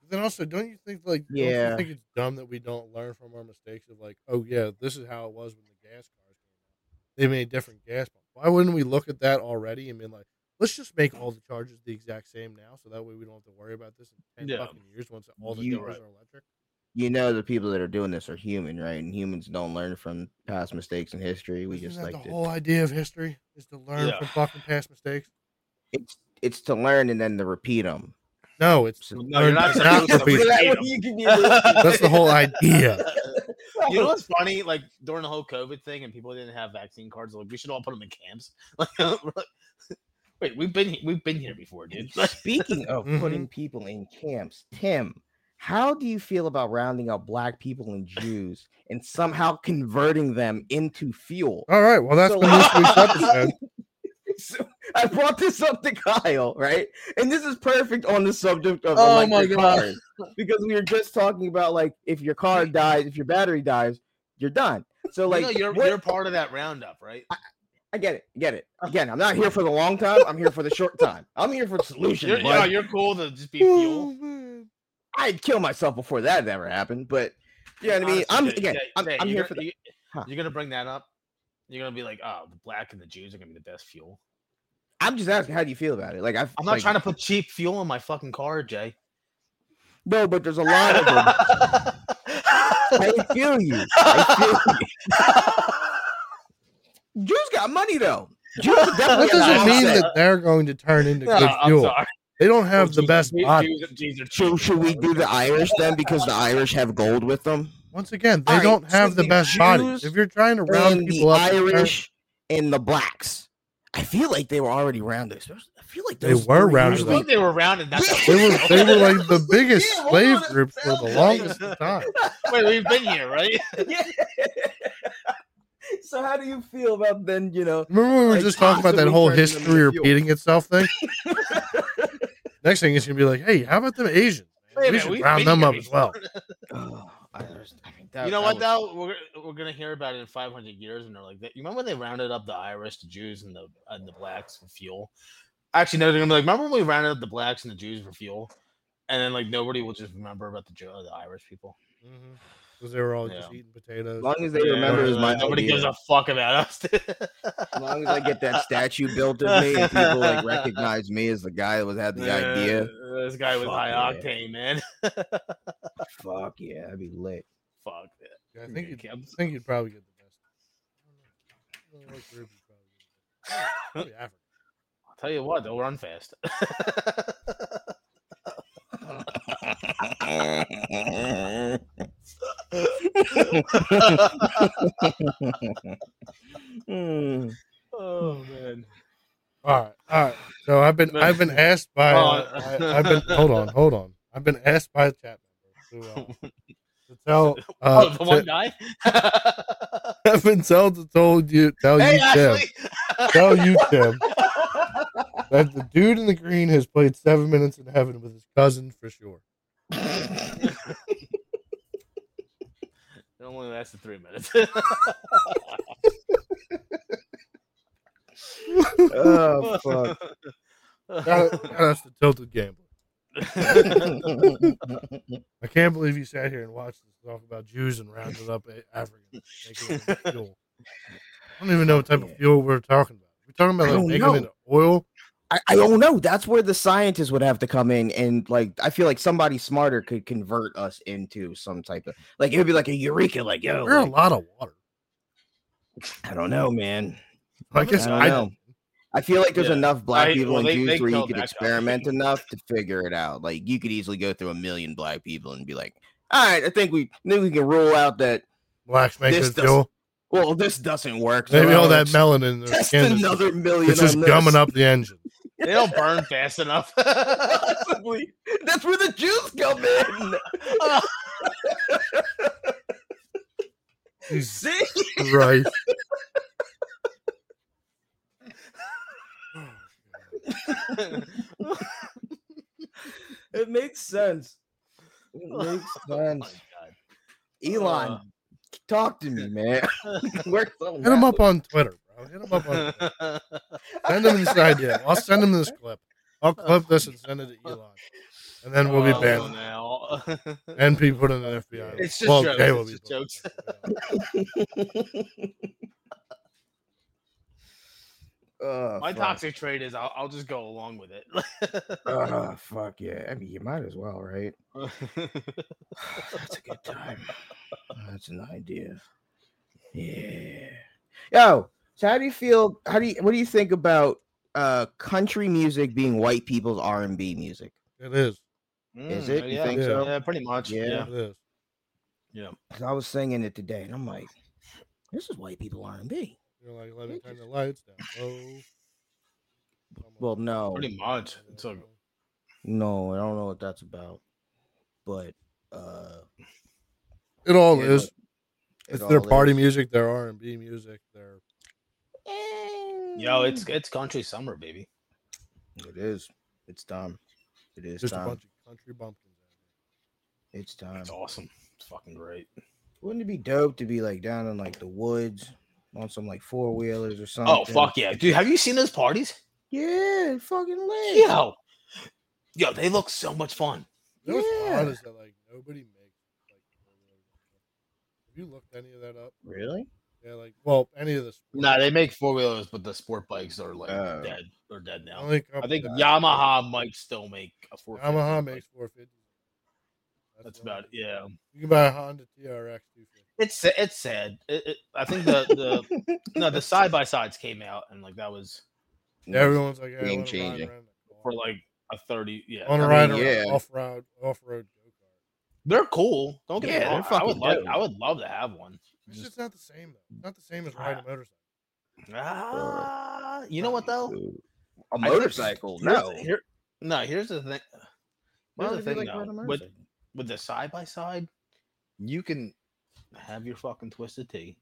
Speaker 1: Then also, don't you think like don't
Speaker 4: Yeah.
Speaker 1: you think it's dumb that we don't learn from our mistakes of like, oh yeah, this is how it was when the gas cars came out. They made different gas pumps. Why wouldn't we look at that already and be like, let's just make all the charges the exact same now, so that way we don't have to worry about this in ten
Speaker 3: Yeah.
Speaker 1: fucking years once all the
Speaker 4: You-
Speaker 1: cars are electric.
Speaker 4: you know, the people that are doing this are human, right? And humans don't learn from past mistakes in history. We
Speaker 1: Isn't
Speaker 4: just
Speaker 1: that
Speaker 4: like
Speaker 1: the
Speaker 4: to,
Speaker 1: whole idea of history is to learn
Speaker 3: Yeah.
Speaker 1: from fucking past mistakes.
Speaker 4: it's it's to learn and then to repeat them.
Speaker 1: No, it's to
Speaker 4: No,
Speaker 1: learn
Speaker 3: you're
Speaker 1: to
Speaker 3: not supposed to
Speaker 1: repeat
Speaker 3: repeat
Speaker 1: it. That's the whole idea.
Speaker 3: you know what's funny? Like during the whole COVID thing, and people didn't have vaccine cards. Like we should all put them in camps. Like, we're like, wait, we've been he- we've been here before, dude.
Speaker 4: Speaking of
Speaker 1: Mhm.
Speaker 4: putting people in camps, Tim, how do you feel about rounding up black people and Jews and somehow converting them into fuel?
Speaker 1: All right. Well, that's
Speaker 4: So,
Speaker 1: been this week's episode.
Speaker 4: So, I brought this up to Kyle, right? And this is perfect on the subject of
Speaker 3: Oh my
Speaker 4: electric
Speaker 3: God.
Speaker 4: cars, because we were just talking about like if your car dies, if your battery dies, you're done. So
Speaker 3: like
Speaker 4: like
Speaker 3: you know, you're
Speaker 4: what-
Speaker 3: you're part of that roundup, right?
Speaker 4: I get it, get it. Again, I'm not here for the long time. I'm here for the short time. I'm here for the solution.
Speaker 3: You're, yeah,
Speaker 4: bud.
Speaker 3: you're cool to just be fuel.
Speaker 4: I'd kill myself before that ever happened, but you know what I mean. I'm
Speaker 3: Honestly,
Speaker 4: again,
Speaker 3: Jay-
Speaker 4: I'm,
Speaker 3: Jay,
Speaker 4: I'm
Speaker 3: you're
Speaker 4: here
Speaker 3: gonna-
Speaker 4: for the.
Speaker 3: You,
Speaker 4: Huh.
Speaker 3: You're gonna bring that up. You're gonna be like, oh, the black and the Jews are gonna be the best fuel.
Speaker 4: I'm just asking, how do you feel about it? Like I've,
Speaker 3: I'm not trying to put cheap fuel in my fucking car, Jay.
Speaker 4: No, but there's a lot of them. I feel you. I feel you. Jews got money though. Jews are definitely
Speaker 1: That
Speaker 4: got
Speaker 1: doesn't mean
Speaker 4: mindset.
Speaker 1: that they're going to turn into
Speaker 3: No,
Speaker 1: good
Speaker 3: I'm
Speaker 1: fuel.
Speaker 3: sorry.
Speaker 1: They don't have the
Speaker 3: Jews-
Speaker 1: best
Speaker 3: Jews-
Speaker 1: body.
Speaker 3: Jews are
Speaker 4: So
Speaker 3: cheap.
Speaker 4: should we do the Irish then because the Irish have gold with them?
Speaker 1: Once again, they
Speaker 4: Alright,
Speaker 1: don't
Speaker 4: so
Speaker 1: have the
Speaker 4: the
Speaker 1: best bodies.
Speaker 4: Jews
Speaker 1: If you're trying to round
Speaker 4: And the
Speaker 1: people up, and turn-
Speaker 4: Irish and the blacks. I feel like they were already rounded. I feel like
Speaker 1: They
Speaker 4: those
Speaker 1: were
Speaker 4: three
Speaker 1: rounded
Speaker 3: I
Speaker 1: up.
Speaker 4: usually-
Speaker 3: think they were rounded. Not that
Speaker 1: they were they were like the biggest
Speaker 2: Yeah, well,
Speaker 1: slave
Speaker 2: that
Speaker 1: groups for the
Speaker 2: sounds
Speaker 1: longest
Speaker 3: like-
Speaker 1: time.
Speaker 3: Wait, we've been here, right?
Speaker 4: so how do you feel about then? You know,
Speaker 1: Remember when we were
Speaker 4: Like,
Speaker 1: just talking about that
Speaker 4: possibly
Speaker 1: whole
Speaker 4: turning them
Speaker 1: history
Speaker 4: into fuel.
Speaker 1: repeating itself thing? Next thing is gonna be like, hey, how about them Asians?
Speaker 3: Wait
Speaker 1: Man? We
Speaker 3: a minute,
Speaker 1: should
Speaker 3: we've
Speaker 1: round them
Speaker 3: been here
Speaker 1: up as well.
Speaker 4: oh, I understand. I mean, that,
Speaker 3: you know
Speaker 4: that
Speaker 3: what
Speaker 4: was-
Speaker 3: though? We're we're gonna hear about it in 500 years, and they're like, you remember when they rounded up the Irish, the Jews, and the and the blacks for fuel? Actually, no, they're gonna be like, remember when we rounded up the blacks and the Jews for fuel? And then like nobody will just remember about the Jew- the Irish people.
Speaker 1: Because Mm-hmm. they were all just
Speaker 3: Yeah.
Speaker 1: eating potatoes.
Speaker 4: As long as they
Speaker 3: Yeah,
Speaker 4: remember is
Speaker 3: like,
Speaker 4: my
Speaker 3: nobody
Speaker 4: idea.
Speaker 3: gives a fuck about us.
Speaker 4: As long as I get that statue built of me and people like recognize me as the guy that was had the idea.
Speaker 3: Yeah, This guy was
Speaker 4: Fuck
Speaker 3: high
Speaker 4: yeah.
Speaker 3: octane, man.
Speaker 4: Fuck yeah, that'd be lit.
Speaker 3: Fuck that.
Speaker 1: Yeah, I
Speaker 3: You're
Speaker 1: think
Speaker 3: good,
Speaker 1: you'd, I
Speaker 3: Cam.
Speaker 1: think you'd probably get the best. I don't know. I like rib, you'd probably get the best. Probably Africa.
Speaker 3: I'll tell you what, they'll run fast. oh man.
Speaker 1: All right, all right. So I've been I've been asked by uh,
Speaker 3: Oh.
Speaker 1: I, have been hold on hold on I've been asked by a chat member to, uh, to tell uh,
Speaker 3: oh, the
Speaker 1: to-
Speaker 3: one guy.
Speaker 4: Oh,
Speaker 1: I've been told to told you tell
Speaker 3: hey,
Speaker 1: you Tim
Speaker 3: Ashley.
Speaker 1: tell you Tim that the dude in the green has played seven minutes in heaven with his cousin for sure.
Speaker 3: It only lasted three minutes.
Speaker 4: oh fuck.
Speaker 1: Shout out- shout outs to Tilted Gambler. I can't believe you sat here and watched us talk about Jews and rounded up eh, A- Africans. making them into fuel. I don't even know what type of fuel we're talking about. We're talking
Speaker 4: I
Speaker 1: about like
Speaker 4: don't
Speaker 1: making
Speaker 4: know.
Speaker 1: it into oil.
Speaker 4: I, I don't know. That's where the scientists would have to come in and like I feel like somebody smarter could convert us into some type of like it would be like a eureka, like yo,
Speaker 1: We're a
Speaker 4: like,
Speaker 1: lot of water.
Speaker 4: I don't know, man.
Speaker 1: I guess
Speaker 4: don't
Speaker 1: I,
Speaker 4: know. I feel like there's
Speaker 3: Yeah.
Speaker 4: enough black
Speaker 3: I-
Speaker 4: people
Speaker 3: well,
Speaker 4: and
Speaker 3: they-
Speaker 4: Jews
Speaker 3: they
Speaker 4: where you
Speaker 3: killed
Speaker 4: could
Speaker 3: that guy.
Speaker 4: experiment enough to figure it out. Like you could easily go through a million black people and be like, all right, I think we think we can rule out that
Speaker 1: blacks make
Speaker 4: This
Speaker 1: good
Speaker 4: doesn't-
Speaker 1: fuel.
Speaker 4: well, this doesn't work. so
Speaker 1: Maybe all that
Speaker 4: let's
Speaker 1: melanin in their
Speaker 4: test
Speaker 1: skin is
Speaker 4: another million.
Speaker 1: it's just
Speaker 4: on this.
Speaker 1: gumming up the engine.
Speaker 3: they don't burn fast enough.
Speaker 4: Possibly. That's where the Jews come in.
Speaker 1: Jesus
Speaker 4: See?
Speaker 1: Christ.
Speaker 4: It makes sense. It makes
Speaker 3: Oh,
Speaker 4: sense. Elon,
Speaker 3: Uh.
Speaker 4: talk to me, man. Work something
Speaker 1: Hit him
Speaker 4: out.
Speaker 1: up on Twitter, bro. Hit him up on Twitter. Send him this idea. I'll send him this clip. I'll clip this and send it to Elon. And then we'll be
Speaker 3: Oh,
Speaker 1: banned.
Speaker 3: now.
Speaker 1: And be put in the FBI.
Speaker 3: It's just
Speaker 1: Jay
Speaker 3: jokes. It's
Speaker 1: put in
Speaker 3: just
Speaker 1: the FBI.
Speaker 4: Oh,
Speaker 3: My
Speaker 4: fuck.
Speaker 3: toxic trait is I'll, I'll just go along with it.
Speaker 1: Uh,
Speaker 4: Oh, fuck yeah. I mean, you might as well, right? That's a good time. That's an idea. Yeah. Yo, so how do you feel? How do you? What do you think about uh country music being white people's R and B music?
Speaker 1: It is.
Speaker 4: Is
Speaker 3: Mm,
Speaker 4: it? You
Speaker 3: Yeah,
Speaker 4: think
Speaker 3: yeah.
Speaker 4: so?
Speaker 3: pretty much.
Speaker 4: Yeah.
Speaker 3: Yeah.
Speaker 1: It is.
Speaker 4: 'Cause I was singing it today, and I'm like, this is white people R and B.
Speaker 1: You're like, let me turn the lights down. Oh.
Speaker 4: Well, no,
Speaker 3: Pretty much. It's a,
Speaker 4: no, I don't know what that's about, but uh,
Speaker 1: It all
Speaker 4: yeah,
Speaker 1: is.
Speaker 4: it
Speaker 1: It's
Speaker 4: all
Speaker 1: their party
Speaker 4: is.
Speaker 1: music, their R and B music, their
Speaker 3: yo, it's it's country summer, baby.
Speaker 4: It is. It's time. It is
Speaker 1: just a
Speaker 4: time.
Speaker 1: bunch of country bumpkins.
Speaker 4: It's time.
Speaker 3: It's awesome. It's fucking great.
Speaker 4: Wouldn't it be dope to be like down in like the woods on some like four wheelers or something?
Speaker 3: Oh fuck yeah, dude! Have you seen those parties?
Speaker 4: Yeah, fucking lit.
Speaker 3: Yo, yo, they look so much fun.
Speaker 1: You know what's odd
Speaker 4: Yeah.
Speaker 1: is that like nobody makes like. four-wheeler drive. Have you looked any of that up?
Speaker 4: Really?
Speaker 1: Yeah, like well, any of the sport-
Speaker 3: Nah, they make four wheelers, but the sport bikes are like
Speaker 4: Oh.
Speaker 3: dead. They're dead
Speaker 1: the
Speaker 3: now.
Speaker 1: only
Speaker 3: I
Speaker 1: company
Speaker 3: think
Speaker 1: that-
Speaker 3: Yamaha might still make a four.
Speaker 1: Yamaha makes four fifty.
Speaker 3: That's about it. Yeah,
Speaker 1: You can buy a Honda TRX two fifty.
Speaker 3: it's sa- it's sad. It, it, I think the the no the side by sides came out and like that was
Speaker 1: Everyone's like, hey,
Speaker 4: Game
Speaker 1: I wanna ride
Speaker 4: changing.
Speaker 1: around in a
Speaker 3: for
Speaker 1: car.
Speaker 3: like a thirty. Yeah,
Speaker 1: I want to
Speaker 4: I
Speaker 1: ride
Speaker 4: mean,
Speaker 1: around
Speaker 4: yeah.
Speaker 1: off road off road go kart.
Speaker 3: They're cool. Don't get
Speaker 4: Yeah,
Speaker 3: me
Speaker 4: they're
Speaker 3: wrong. I would
Speaker 4: fucking
Speaker 3: like.
Speaker 4: dope.
Speaker 3: I would love to have one.
Speaker 1: It's
Speaker 3: Just-
Speaker 1: just not the same though. It's not the same as riding a motorcycle.
Speaker 3: Ah, you know what though?
Speaker 4: A
Speaker 3: I think-
Speaker 4: motorcycle?
Speaker 3: Here's the-
Speaker 4: no.
Speaker 3: Here, no. Here's the thing.
Speaker 4: Why
Speaker 3: Here's the
Speaker 4: would you
Speaker 3: thing
Speaker 4: like to
Speaker 3: though.
Speaker 4: ride a
Speaker 3: with
Speaker 4: motorcycle?
Speaker 3: with the side by side, you can have your fucking twisted tea.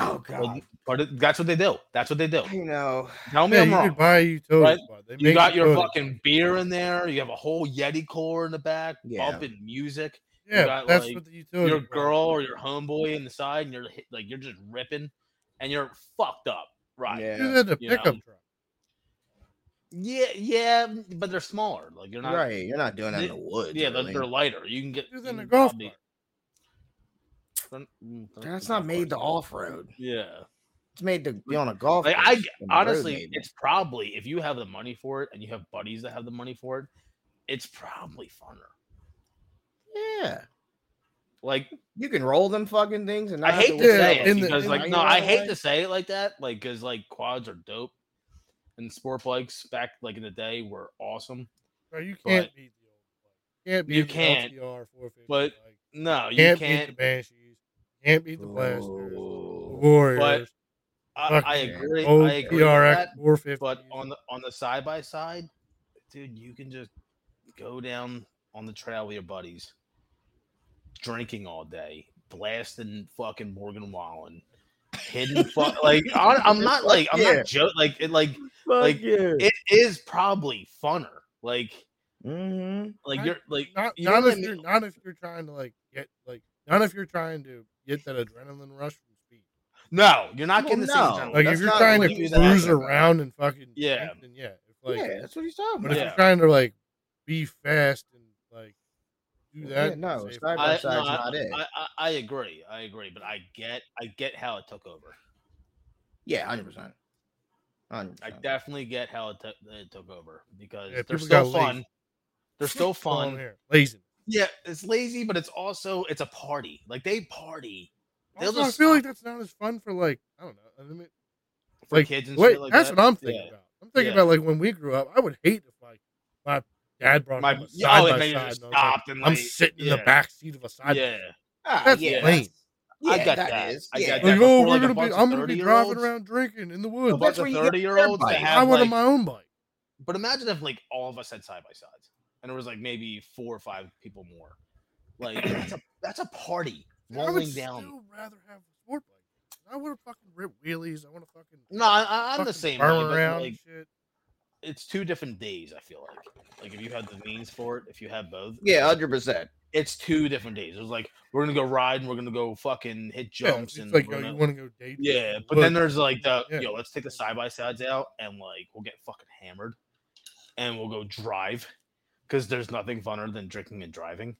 Speaker 4: Oh
Speaker 3: Well,
Speaker 4: god.
Speaker 3: But it- that's what they do. That's what they do.
Speaker 4: You know.
Speaker 3: Tell me
Speaker 1: Yeah,
Speaker 3: I'm
Speaker 1: you
Speaker 3: wrong.
Speaker 1: could buy a utility
Speaker 3: Right?
Speaker 1: spot. They
Speaker 3: You
Speaker 1: make
Speaker 3: got your
Speaker 1: utilities.
Speaker 3: fucking beer in there. You have a whole Yeti core in the back,
Speaker 4: Yeah.
Speaker 3: bumping music.
Speaker 1: Yeah,
Speaker 3: got,
Speaker 1: that's
Speaker 3: like,
Speaker 1: what the utility.
Speaker 3: Your
Speaker 1: spot-
Speaker 3: girl or your homeboy in the side, and you're hit- like you're just ripping, and you're fucked up, right?
Speaker 1: Do
Speaker 4: Yeah.
Speaker 1: that to
Speaker 3: you
Speaker 1: pickup
Speaker 3: know.
Speaker 1: truck.
Speaker 3: Yeah, yeah, but they're smaller. Like you're not.
Speaker 4: right. You're not doing that
Speaker 3: They-
Speaker 4: in the woods.
Speaker 3: Yeah, they're,
Speaker 4: really.
Speaker 3: they're lighter. You can get.
Speaker 1: Do
Speaker 3: you
Speaker 1: that in a
Speaker 3: can
Speaker 1: golf
Speaker 3: Mm, probably-
Speaker 1: cart.
Speaker 3: They're- mm, they're-
Speaker 4: That's
Speaker 3: they're
Speaker 4: not made to
Speaker 3: cars.
Speaker 4: off road.
Speaker 3: Yeah,
Speaker 4: It's made to be on a golf.
Speaker 3: like I
Speaker 4: course on the road,
Speaker 3: honestly,
Speaker 4: maybe.
Speaker 3: it's probably if you have the money for it and you have buddies that have the money for it, it's probably funner.
Speaker 4: yeah.
Speaker 3: Like
Speaker 4: You can roll them fucking things, and
Speaker 3: I
Speaker 4: not have
Speaker 3: hate
Speaker 4: to
Speaker 3: to
Speaker 1: Yeah,
Speaker 3: say it
Speaker 1: in the-
Speaker 3: because
Speaker 1: in
Speaker 3: like
Speaker 4: the-
Speaker 3: no, I
Speaker 4: Yeah.
Speaker 3: hate to say it like that, like because like quads are dope, and sport bikes back like in the day were awesome.
Speaker 1: Bro, you
Speaker 3: But-
Speaker 1: can't beat the old. Bike. Can't beat
Speaker 3: You
Speaker 1: the
Speaker 3: can't,
Speaker 1: LTR 450
Speaker 3: but
Speaker 1: bike.
Speaker 3: No, you
Speaker 1: can't,
Speaker 3: can't.
Speaker 1: beat the Banshees. Can't beat the Blasters. The
Speaker 4: Ooh.
Speaker 1: Warriors.
Speaker 3: I,
Speaker 1: Fuck
Speaker 3: I
Speaker 4: yeah.
Speaker 3: agree. I agree with
Speaker 1: OPRX
Speaker 3: that.
Speaker 1: 450.
Speaker 3: But on the on the side by side, dude, you can just go down on the trail with your buddies, drinking all day, blasting fucking Morgan Wallen, hidden fuck. like I, I'm not like I'm
Speaker 4: Yeah.
Speaker 3: not joking. Like it like
Speaker 4: Like,
Speaker 3: Like,
Speaker 4: yeah.
Speaker 3: it is probably funner. Like
Speaker 4: mm-hmm.
Speaker 3: like
Speaker 1: Right.
Speaker 3: you're like
Speaker 1: not,
Speaker 3: you know
Speaker 1: not
Speaker 3: what
Speaker 1: if
Speaker 3: I
Speaker 1: you're
Speaker 3: mean?
Speaker 1: not if you're trying to like get like not if you're trying to get that adrenaline rush from speed.
Speaker 3: no, you're not
Speaker 4: Well,
Speaker 3: getting the
Speaker 4: no.
Speaker 3: same adrenaline.
Speaker 1: Like
Speaker 4: That's
Speaker 1: if you're
Speaker 4: not
Speaker 1: trying to
Speaker 4: what
Speaker 3: you-
Speaker 1: cruise
Speaker 3: Oh, that's-
Speaker 1: around and fucking
Speaker 3: Yeah.
Speaker 1: drink, then yeah, it's like
Speaker 4: yeah, that's what he's talking
Speaker 1: but
Speaker 4: about.
Speaker 1: if
Speaker 3: Yeah.
Speaker 1: you're trying to like be fast and like do
Speaker 4: Well,
Speaker 1: that,
Speaker 4: yeah, no,
Speaker 1: safe.
Speaker 4: side by
Speaker 3: I,
Speaker 4: side's
Speaker 3: no, I,
Speaker 4: not it.
Speaker 3: I, I, I agree. I agree, but I get I get how it took over.
Speaker 4: Yeah, hundred percent.
Speaker 3: I definitely get how it, took it took over because
Speaker 1: Yeah,
Speaker 3: they're
Speaker 1: people got
Speaker 3: still fun.
Speaker 1: lazy.
Speaker 3: They're still
Speaker 1: Come on
Speaker 3: fun.
Speaker 1: here, lazy.
Speaker 3: Yeah, it's lazy, but it's also it's a party. Like they party They'll
Speaker 1: Also,
Speaker 3: just
Speaker 1: I feel
Speaker 3: stop.
Speaker 1: like that's not as fun for like I don't know. I mean,
Speaker 3: for
Speaker 1: Like,
Speaker 3: kids and
Speaker 1: wait,
Speaker 3: shit like
Speaker 1: that's
Speaker 3: that.
Speaker 1: what I'm thinking
Speaker 3: Yeah.
Speaker 1: about. I'm thinking
Speaker 3: Yeah.
Speaker 1: about like when we grew up. I would hate if like my dad brought
Speaker 3: My
Speaker 1: home a
Speaker 3: yeah,
Speaker 1: side
Speaker 3: oh, it
Speaker 1: by side.
Speaker 3: made it
Speaker 1: and I was like,
Speaker 3: stopped and like
Speaker 1: I'm sitting in the
Speaker 3: yeah,
Speaker 1: back seat of a side.
Speaker 3: Yeah,
Speaker 4: Ah,
Speaker 1: That's lame.
Speaker 3: I got that. I
Speaker 1: Like,
Speaker 3: got that. but
Speaker 1: oh,
Speaker 3: for,
Speaker 1: we're
Speaker 3: like, a
Speaker 1: gonna
Speaker 3: bunch
Speaker 1: be,
Speaker 3: of
Speaker 1: I'm gonna be driving
Speaker 3: 30-year-olds
Speaker 1: around drinking in the
Speaker 3: a
Speaker 1: woods.
Speaker 3: bunch of
Speaker 4: that's where you get
Speaker 3: thirty year olds to
Speaker 4: everybody.
Speaker 1: I
Speaker 3: have
Speaker 1: wanted
Speaker 3: like,
Speaker 1: my own bike.
Speaker 3: But imagine if like all of us had side by sides, and there was like maybe four or five people more. Like that's a that's a party
Speaker 1: I
Speaker 3: rolling
Speaker 1: would
Speaker 3: down.
Speaker 1: still rather have a sport bike. I want to fucking rip wheelies. I want to fucking
Speaker 3: No, I, I, I'm
Speaker 1: fucking
Speaker 3: the same. way,
Speaker 1: burn
Speaker 3: but,
Speaker 1: around and
Speaker 3: like,
Speaker 1: shit.
Speaker 3: it's two different days. I feel like like if you have the means for it, if you have both,
Speaker 4: Yeah, hundred percent.
Speaker 3: it's two different days. It was like we're gonna go ride and we're gonna go fucking hit
Speaker 1: Yeah,
Speaker 3: jumps
Speaker 1: it's
Speaker 3: and
Speaker 1: like
Speaker 3: we're
Speaker 1: oh, you
Speaker 3: gonna-
Speaker 1: want to go date.
Speaker 3: yeah. But then there's like the
Speaker 1: Yeah.
Speaker 3: yo, let's take the side by sides out and like we'll get fucking hammered, and we'll go drive because there's nothing funner than drinking and driving.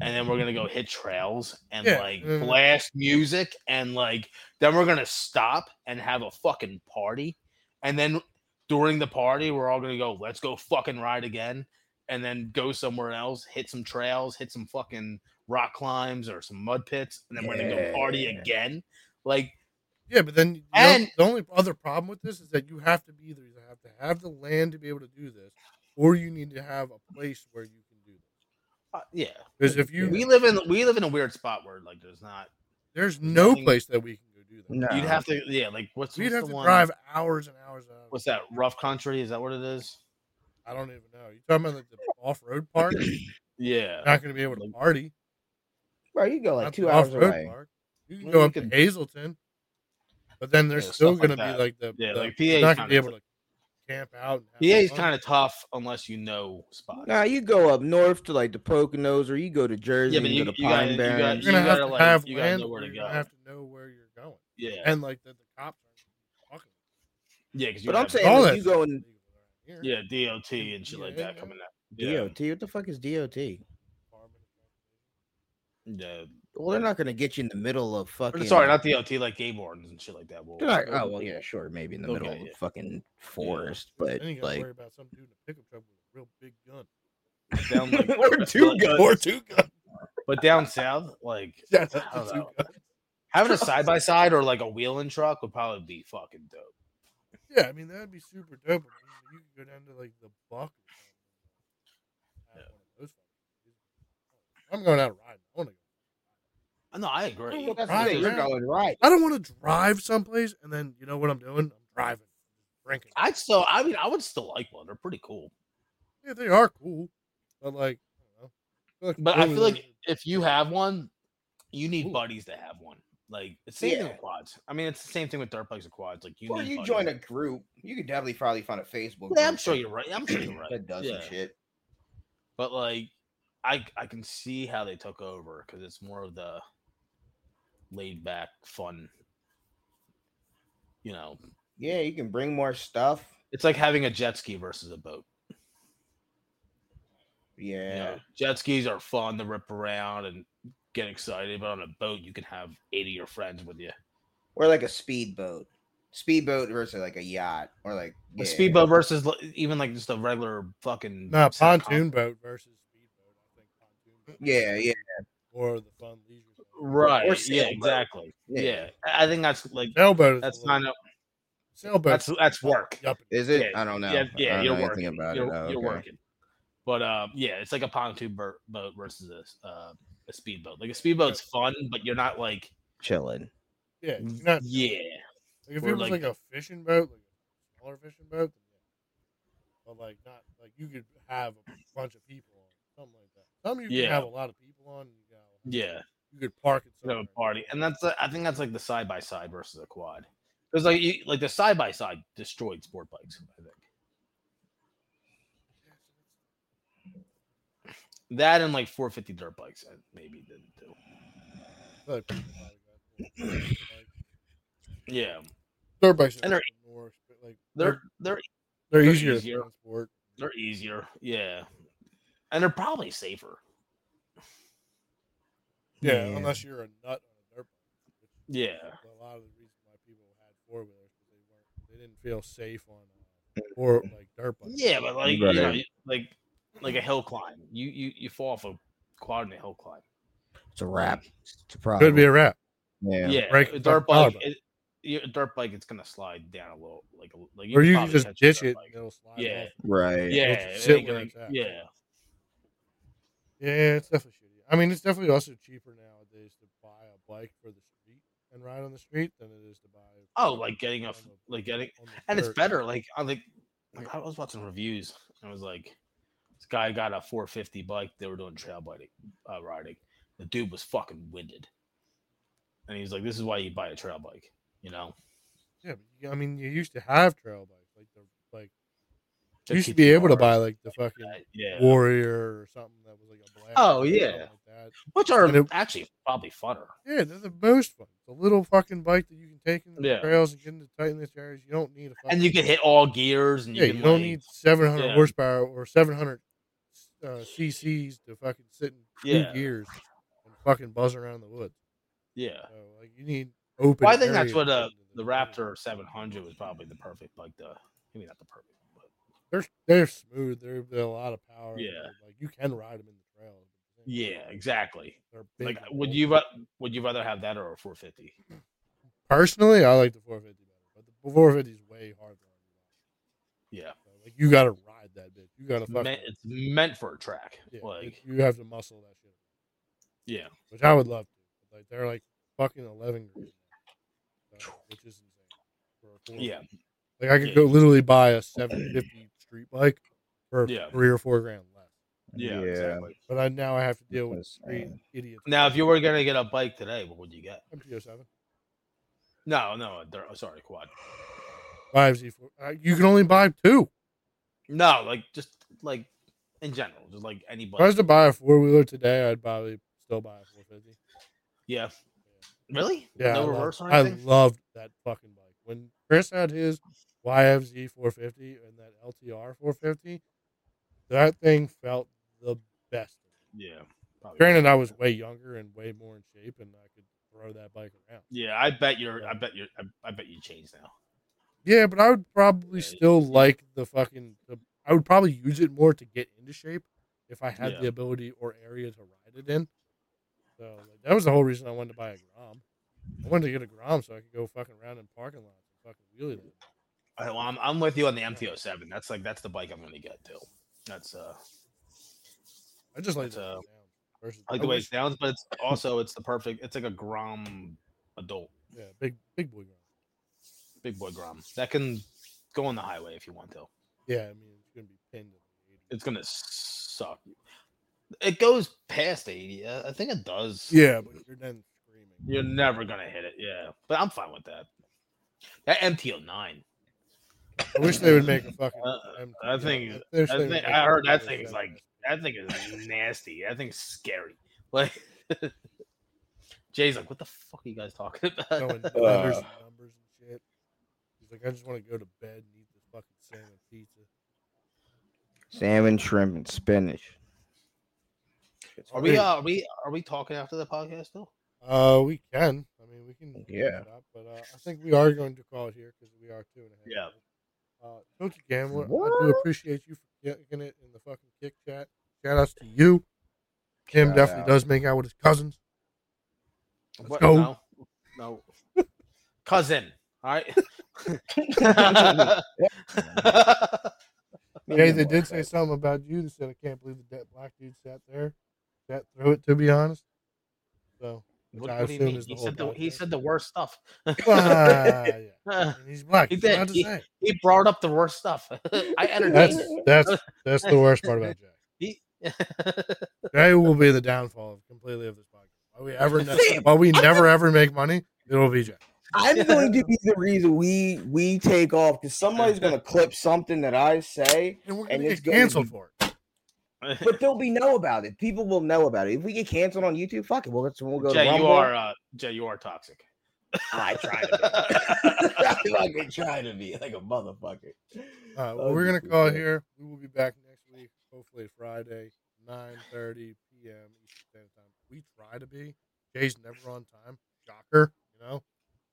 Speaker 3: And then we're gonna go hit trails and
Speaker 1: Yeah, uh,
Speaker 3: like
Speaker 1: and-
Speaker 3: blast music and like then we're gonna stop and have a fucking party. And then during the party, we're all gonna go, let's go fucking ride again, and then go somewhere else, hit some trails, hit some fucking rock climbs or some mud pits, and then we're gonna go party
Speaker 4: Yeah.
Speaker 3: again. Like,
Speaker 1: Yeah, but then you know,
Speaker 3: And-
Speaker 1: the only other problem with this is that you have to be either you have to have the land to be able to do this, or you need to have a place where you can do this.
Speaker 3: uh, yeah,
Speaker 1: Because if you
Speaker 3: we live in we live in a weird spot where like there's not
Speaker 1: there's no
Speaker 3: nothing-
Speaker 1: place that we can go do that.
Speaker 4: No.
Speaker 3: you'd have to yeah like what's,
Speaker 1: We'd
Speaker 3: what's
Speaker 1: have
Speaker 3: the
Speaker 1: to
Speaker 3: one
Speaker 1: drive hours and hours and hours.
Speaker 3: what's that rough country is that what it is
Speaker 1: I don't even know. You talking about like the off road park? You're
Speaker 3: yeah
Speaker 1: not going to be able to party.
Speaker 4: Bro, you go
Speaker 1: Not
Speaker 4: like
Speaker 1: the
Speaker 4: two hours
Speaker 1: off-road
Speaker 4: away.
Speaker 1: park. You can
Speaker 3: Well,
Speaker 1: go
Speaker 3: you
Speaker 1: up
Speaker 3: could-
Speaker 1: to Hazleton, but then there's
Speaker 3: Yeah,
Speaker 1: still
Speaker 3: stuff like
Speaker 1: going to
Speaker 3: that.
Speaker 1: be like the
Speaker 3: Yeah,
Speaker 1: the-
Speaker 3: like,
Speaker 1: you're
Speaker 3: PA 's
Speaker 1: not going to be
Speaker 3: kinda
Speaker 1: able to camp out. and have
Speaker 3: PA is
Speaker 1: fun.
Speaker 3: kind of tough unless you know spots
Speaker 4: Nah, you go up north to like the Poconos, or you go to Jersey
Speaker 3: but
Speaker 4: and
Speaker 3: you-
Speaker 4: go to
Speaker 3: you gotta-
Speaker 4: Pine
Speaker 3: you gotta-
Speaker 4: Barrens.
Speaker 1: You're gonna
Speaker 3: You
Speaker 1: have
Speaker 3: gotta,
Speaker 1: to
Speaker 3: like,
Speaker 1: have
Speaker 3: you gotta
Speaker 1: land.
Speaker 3: know where
Speaker 1: or
Speaker 3: to
Speaker 1: You're gonna
Speaker 3: go.
Speaker 1: have to know where you're going,
Speaker 3: yeah
Speaker 1: and like that the cops aren't fucking.
Speaker 3: yeah because you
Speaker 4: But I'm
Speaker 3: have
Speaker 4: saying-
Speaker 1: All
Speaker 4: if
Speaker 1: that
Speaker 4: you
Speaker 1: shit's
Speaker 4: go in-
Speaker 1: legal around here.
Speaker 3: yeah DOT and shit like
Speaker 1: Yeah,
Speaker 3: that
Speaker 1: yeah.
Speaker 3: coming out yeah
Speaker 4: DOT, what the fuck is DOT?
Speaker 1: Farming
Speaker 3: yeah
Speaker 4: Well, they're not gonna get you in the middle of
Speaker 3: Or,
Speaker 4: fucking.
Speaker 3: sorry not DOT like game wardens and shit like that well
Speaker 4: They're not- oh well, yeah, sure, maybe in the
Speaker 3: Okay,
Speaker 4: middle of
Speaker 3: yeah.
Speaker 4: fucking forest,
Speaker 1: and- Then you
Speaker 4: but
Speaker 1: gotta
Speaker 4: like
Speaker 1: worry about some dude in a pickup truck with a real big gun
Speaker 3: down, like,
Speaker 4: or two
Speaker 3: but-
Speaker 4: guns.
Speaker 1: or two guns.
Speaker 3: but down south like
Speaker 1: Yeah, that's
Speaker 3: I don't
Speaker 1: two
Speaker 3: know.
Speaker 1: guns.
Speaker 3: having a side by side or like a wheeling truck would probably be fucking dope
Speaker 1: Yeah, I mean that'd be super dope. I mean, You could go down to like the buck. Or something. I have one of those fucking- I'm going out riding. I want to go.
Speaker 3: no I agree
Speaker 4: Well, that's the
Speaker 1: Right,
Speaker 4: thing, you're
Speaker 1: right.
Speaker 4: going right.
Speaker 1: I don't want to drive someplace and then you know what I'm doing? I'm driving, drinking.
Speaker 3: I'd still, I mean, I would still like one. They're pretty cool.
Speaker 1: Yeah, they are cool, but like, I don't know. I feel
Speaker 3: But I
Speaker 1: really
Speaker 3: feel like
Speaker 1: there's-
Speaker 3: if you have one, you need
Speaker 1: Ooh.
Speaker 3: buddies to have one. Like it's the same thing
Speaker 4: Yeah.
Speaker 3: with quads. I mean, it's the same thing with dirt bikes and quads. Like you
Speaker 4: Or
Speaker 3: need
Speaker 4: you
Speaker 3: buddies.
Speaker 4: join a group, you could definitely probably find a Facebook.
Speaker 3: Yeah, I'm
Speaker 4: group
Speaker 3: sure you're right. I'm sure you're right.
Speaker 4: that does
Speaker 3: yeah.
Speaker 4: some shit.
Speaker 3: But like, I I can see how they took over because it's more of the laid back fun. You know,
Speaker 4: Yeah, you can bring more stuff.
Speaker 3: it's like having a jet ski versus a boat. you know,
Speaker 4: Yeah,
Speaker 3: jet skis are fun to rip around and get excited, but on a boat you can have eighty of your friends with you.
Speaker 4: or like a speedboat, speedboat versus like a yacht, or like
Speaker 3: A
Speaker 4: yeah.
Speaker 3: speedboat versus li- even like just a regular fucking
Speaker 1: Nah,
Speaker 3: set of
Speaker 1: pontoon boat versus speedboat. I think pontoon. Boat.
Speaker 4: Yeah, yeah.
Speaker 1: or the fun leisure. zone.
Speaker 3: Right.
Speaker 4: sail
Speaker 3: Yeah.
Speaker 4: boat.
Speaker 3: Exactly. Yeah. I I think that's like
Speaker 1: Sailboat. is
Speaker 3: that's
Speaker 1: the one.
Speaker 3: kind of
Speaker 1: sailboat.
Speaker 3: that's that's work.
Speaker 1: Yup.
Speaker 4: Is it?
Speaker 3: Yeah,
Speaker 4: I don't know.
Speaker 3: Yeah.
Speaker 4: I
Speaker 3: Yeah.
Speaker 4: don't
Speaker 3: You're
Speaker 4: know anything
Speaker 3: working.
Speaker 4: about
Speaker 3: you're,
Speaker 4: it. Oh,
Speaker 3: you're
Speaker 4: okay.
Speaker 3: working. But um, yeah, it's like a pontoon boat, boat versus a uh, a speedboat. Like a speedboat's fun, but you're not like
Speaker 4: Chilling.
Speaker 1: Yeah, you're not-
Speaker 3: yeah.
Speaker 1: Like if
Speaker 3: Or,
Speaker 1: it was like,
Speaker 3: like-
Speaker 1: a fishing boat, like a smaller fishing boat, then yeah. But like not like you could have a bunch of people on something like that. Some you
Speaker 3: Yeah.
Speaker 1: can have a lot of people on. You, got,
Speaker 3: Yeah.
Speaker 1: you could park it
Speaker 3: you know,
Speaker 1: somewhere.
Speaker 3: party, and that's uh, I think that's like the side by side versus a quad. Because like you, like the side by side destroyed sport bikes. I think that and like 450 dirt bikes uh, maybe didn't do.
Speaker 1: Like, people probably got more dirt bikes.
Speaker 3: Yeah,
Speaker 1: Dirt bikes are
Speaker 3: And they're-
Speaker 1: more sp- like
Speaker 3: they're they're
Speaker 1: they're
Speaker 3: they're
Speaker 1: easier
Speaker 3: easier.
Speaker 1: to transport.
Speaker 3: they're easier. Yeah, and they're probably safer.
Speaker 1: Yeah,
Speaker 4: Yeah.
Speaker 1: unless you're a nut on a dirt bike. which
Speaker 3: Yeah.
Speaker 1: is A lot of the reason why people had four wheelers because they weren't they didn't feel safe on uh, or like dirt bikes.
Speaker 3: Yeah, but like you know,
Speaker 4: Right.
Speaker 3: you- like like a hill climb, you you you fall off a quad in a hill climb.
Speaker 4: It's a wrap. It's a problem.
Speaker 1: Could be a wrap.
Speaker 4: yeah.
Speaker 3: Yeah,
Speaker 1: break
Speaker 3: a
Speaker 1: the power
Speaker 3: dirt bike.
Speaker 1: button.
Speaker 3: It, your dirt bike, it's gonna slide down a little, like a- like
Speaker 1: or you can
Speaker 3: probably
Speaker 1: just
Speaker 3: catch a
Speaker 1: ditch
Speaker 3: dirt
Speaker 1: it.
Speaker 3: bike.
Speaker 1: and It'll slide
Speaker 3: Yeah.
Speaker 1: off.
Speaker 4: Right.
Speaker 3: Yeah,
Speaker 1: Which is
Speaker 3: it
Speaker 1: shit
Speaker 3: ain't
Speaker 1: where
Speaker 3: gonna-
Speaker 1: it's at.
Speaker 3: yeah,
Speaker 1: Yeah, it's definitely shitty. I mean, it's definitely also cheaper nowadays to buy a bike for the street and ride on the street than it is to buy.
Speaker 3: Oh, like getting a
Speaker 1: on
Speaker 3: f-
Speaker 1: the-
Speaker 3: like getting-
Speaker 1: on the
Speaker 3: and it's
Speaker 1: dirt.
Speaker 3: better. Like I like, like I was watching reviews. And I was like, this guy got a 450 bike. They were doing trail biking, uh, riding. The dude was fucking winded, and he's like, "This is why you buy a trail bike." You know,
Speaker 1: Yeah, but you- I mean, you used to have trail bikes, like the like
Speaker 3: To
Speaker 1: you used to
Speaker 3: keep
Speaker 1: be
Speaker 3: your
Speaker 1: able to
Speaker 3: cars
Speaker 1: buy like the fucking
Speaker 3: that- Yeah,
Speaker 1: Warrior or something that was like a black.
Speaker 3: Oh,
Speaker 1: or something
Speaker 3: yeah.
Speaker 1: like that.
Speaker 3: which are
Speaker 1: and it-
Speaker 3: actually probably funner.
Speaker 1: yeah, they're the most fun. The little fucking bike that you can take into the
Speaker 3: Yeah.
Speaker 1: trails and get into tight in these areas. You don't need a fucking
Speaker 3: And you can hit all gears, and you
Speaker 1: Oh. Yeah,
Speaker 3: can
Speaker 1: you don't
Speaker 3: like-
Speaker 1: need 700
Speaker 3: yeah.
Speaker 1: horsepower or 700 uh, cc's to fucking sit in two
Speaker 3: Yeah.
Speaker 1: gears and fucking buzz around the woods.
Speaker 3: yeah.
Speaker 1: So, like, you need open.
Speaker 3: Well, I think that's
Speaker 1: areas
Speaker 3: what uh,
Speaker 1: to get
Speaker 3: the
Speaker 1: into woods.
Speaker 3: Raptor 700 was probably the perfect, like the maybe not the perfect, but
Speaker 1: They're they're smooth. They're, they're a lot of power. and
Speaker 3: Yeah.
Speaker 1: they're, Like you can ride them in the trails. but they're-
Speaker 3: yeah, exactly.
Speaker 1: They're big
Speaker 3: Like,
Speaker 1: and
Speaker 3: would
Speaker 1: bulky.
Speaker 3: you ra- would you rather have that or a 450?
Speaker 1: personally? I like the 450 better, but the 450 is way harder. on the
Speaker 3: Yeah,
Speaker 1: body. So, like you got to ride that bitch. You got to fucking.
Speaker 3: meant, it's meant for a track.
Speaker 1: yeah,
Speaker 3: Like,
Speaker 1: you have to muscle that shit.
Speaker 3: yeah,
Speaker 1: which I would love to. But like they're like fucking eleven grand, now, so, which is insane. for a four.
Speaker 3: yeah,
Speaker 1: like I could
Speaker 3: yeah.
Speaker 1: go literally buy a seven fifty street bike for
Speaker 3: Yeah.
Speaker 1: three or four grand less.
Speaker 3: yeah,
Speaker 4: Yeah.
Speaker 3: exactly.
Speaker 1: But I now I have to deal with
Speaker 4: That's
Speaker 1: street
Speaker 4: insane.
Speaker 1: idiots.
Speaker 3: Now, if you were gonna get a bike today, what would you get?
Speaker 1: MTO seven
Speaker 3: No, no, a dirt- oh, sorry, quad.
Speaker 1: five Z four, uh, you can only buy two.
Speaker 3: No, like just like in general, just like any
Speaker 1: If I was
Speaker 3: bike.
Speaker 1: to buy a four wheeler today, I'd probably still buy a four fifty.
Speaker 3: Yeah, really?
Speaker 1: Yeah, I
Speaker 3: no
Speaker 1: loved-
Speaker 3: reverse or
Speaker 1: I
Speaker 3: anything.
Speaker 1: loved that fucking bike when Chris had his YFZ 450 and that LTR 450. That thing felt the best.
Speaker 3: yeah, probably.
Speaker 1: Granted, I was way younger and way more in shape, and I could throw that bike around.
Speaker 3: Yeah, I bet you're. I bet you're. I, I bet you change now.
Speaker 1: Yeah, but I would probably
Speaker 3: Yeah,
Speaker 1: still like the fucking. The, I would probably use it more to get into shape if I had
Speaker 3: Yeah.
Speaker 1: the ability or area to ride it in. So like, that was the whole reason I wanted to buy a Grom. I wanted to get a Grom so I could go fucking around in parking lots and fucking wheelie. That.
Speaker 3: I, well, I'm, I'm with you on the MT07. That's like that's the bike I'm gonna get too. That's uh,
Speaker 1: I just like
Speaker 3: But,
Speaker 1: the
Speaker 3: uh,
Speaker 1: way it sounds versus
Speaker 3: I like
Speaker 1: I
Speaker 3: the way it
Speaker 1: wish-
Speaker 3: sounds, but it's also it's the perfect. It's like a Grom adult,
Speaker 1: yeah, big big boy ground.
Speaker 3: big boy Grom that can go on the highway if you want to.
Speaker 1: Yeah, I mean it's gonna be pinned. at the eighty.
Speaker 3: It's gonna suck. It goes past 80. I I think it does.
Speaker 1: yeah, but you're then screaming.
Speaker 3: You're never gonna hit it. Yeah, but I'm fine with that. That MT09.
Speaker 1: I wish they would make a fucking.
Speaker 3: Uh,
Speaker 1: MT,
Speaker 3: I
Speaker 1: yeah,
Speaker 3: think-
Speaker 1: they're
Speaker 3: I
Speaker 1: saying
Speaker 3: think-
Speaker 1: make
Speaker 3: I heard
Speaker 1: a
Speaker 3: that
Speaker 1: fucking
Speaker 3: thing's
Speaker 1: MT.
Speaker 3: like- That thing is nasty. That thing's scary. Like Jay's like, what the fuck are you guys talking
Speaker 1: going
Speaker 3: about?
Speaker 1: letters and numbers and shit. He's like, I just want to go to bed and eat this fucking salmon pizza.
Speaker 4: Salmon, shrimp, and spinach.
Speaker 3: Are we? Uh, are we? Are we talking after the podcast though?
Speaker 1: Uh, we can. I mean, we can. wrap
Speaker 4: Yeah.
Speaker 1: it up, but uh, I think we are going to call it here because we are two and a half.
Speaker 3: Yeah.
Speaker 1: minutes. Uh, Tilted Gambler, I do
Speaker 4: What?
Speaker 1: appreciate you for getting it in the fucking kick chat. Shout outs to you. Kim
Speaker 4: Shout
Speaker 1: definitely
Speaker 4: out.
Speaker 1: does make out with his cousins.
Speaker 3: Let's
Speaker 1: go.
Speaker 3: No. no. Cousin. All right.
Speaker 1: Hey, they did say something about you. They said, "I can't believe the that black dude sat there, sat through it." To be honest, so which
Speaker 3: what,
Speaker 1: I
Speaker 3: what do you
Speaker 1: assume
Speaker 3: mean?
Speaker 1: is the
Speaker 3: He
Speaker 1: whole
Speaker 3: said the, he
Speaker 1: podcast.
Speaker 3: said the worst stuff.
Speaker 1: Ah, yeah. And he's black.
Speaker 3: He
Speaker 1: He's
Speaker 3: did.
Speaker 1: allowed to
Speaker 3: He-
Speaker 1: say.
Speaker 3: he brought up the worst stuff. I
Speaker 1: That's
Speaker 3: entertained. him.
Speaker 1: that's that's the worst part about Jack.
Speaker 3: He-
Speaker 1: Jay will be the downfall of completely of this podcast. While we ever, ne- while we never ever make money, it'll be Jack.
Speaker 4: I'm going to be the reason we we take off because somebody's going to clip something that I say,
Speaker 1: And we're
Speaker 4: And
Speaker 1: gonna
Speaker 4: it's
Speaker 1: get
Speaker 4: gonna
Speaker 1: canceled
Speaker 4: be-
Speaker 1: for it.
Speaker 4: but there'll be no about it. People will know about it. If we get canceled on YouTube, fuck it. Well, that's when we'll go to
Speaker 3: Jay, you
Speaker 4: Rumble.
Speaker 3: are uh, Jay, you are toxic.
Speaker 4: I try to be. I fucking try to be like a motherfucker. Oh,
Speaker 1: Uh, well, we're gonna call here. We will be back next week, hopefully Friday, nine thirty p.m. Eastern Standard Time. We try to be. Jay's never on time. Shocker, you know.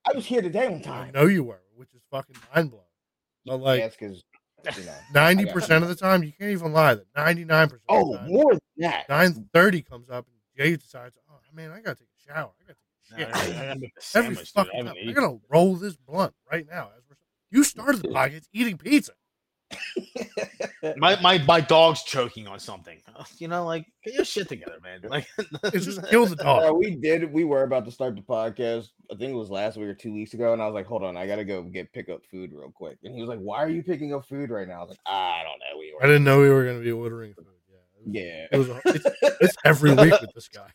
Speaker 4: I was here today on
Speaker 1: I
Speaker 4: time.
Speaker 1: know you were, which is fucking mind blowing. But like
Speaker 4: Yes, 'cause, you know.
Speaker 1: ninety percent of the time, you can't even lie. That ninety nine percent.
Speaker 4: Oh, more than that.
Speaker 1: nine thirty comes up, and Jay decides, oh man, I gotta take a shower. I gotta
Speaker 3: No,
Speaker 1: take a shit.
Speaker 3: I- I gotta make a
Speaker 1: Every
Speaker 3: sandwich, dude. I
Speaker 1: fucking
Speaker 3: haven't
Speaker 1: time. I
Speaker 3: eaten.
Speaker 1: gotta roll this blunt right now. As we're, you started the podcast eating pizza.
Speaker 3: My, my my dog's choking on something. You know, like get your shit together, man. Like
Speaker 1: It's just kill the dog.
Speaker 4: Yeah, we did. We were about to start the podcast. I think it was last week or two weeks ago, and I was like, "Hold on, I gotta go get pick up food real quick." And he was like, "Why are you picking up food right now?" I was like, "I don't know. We
Speaker 1: I
Speaker 4: were."
Speaker 1: didn't know we were going to be ordering food. Yeah.
Speaker 4: Yeah.
Speaker 1: It was, it was, it's, it's every week with this guy.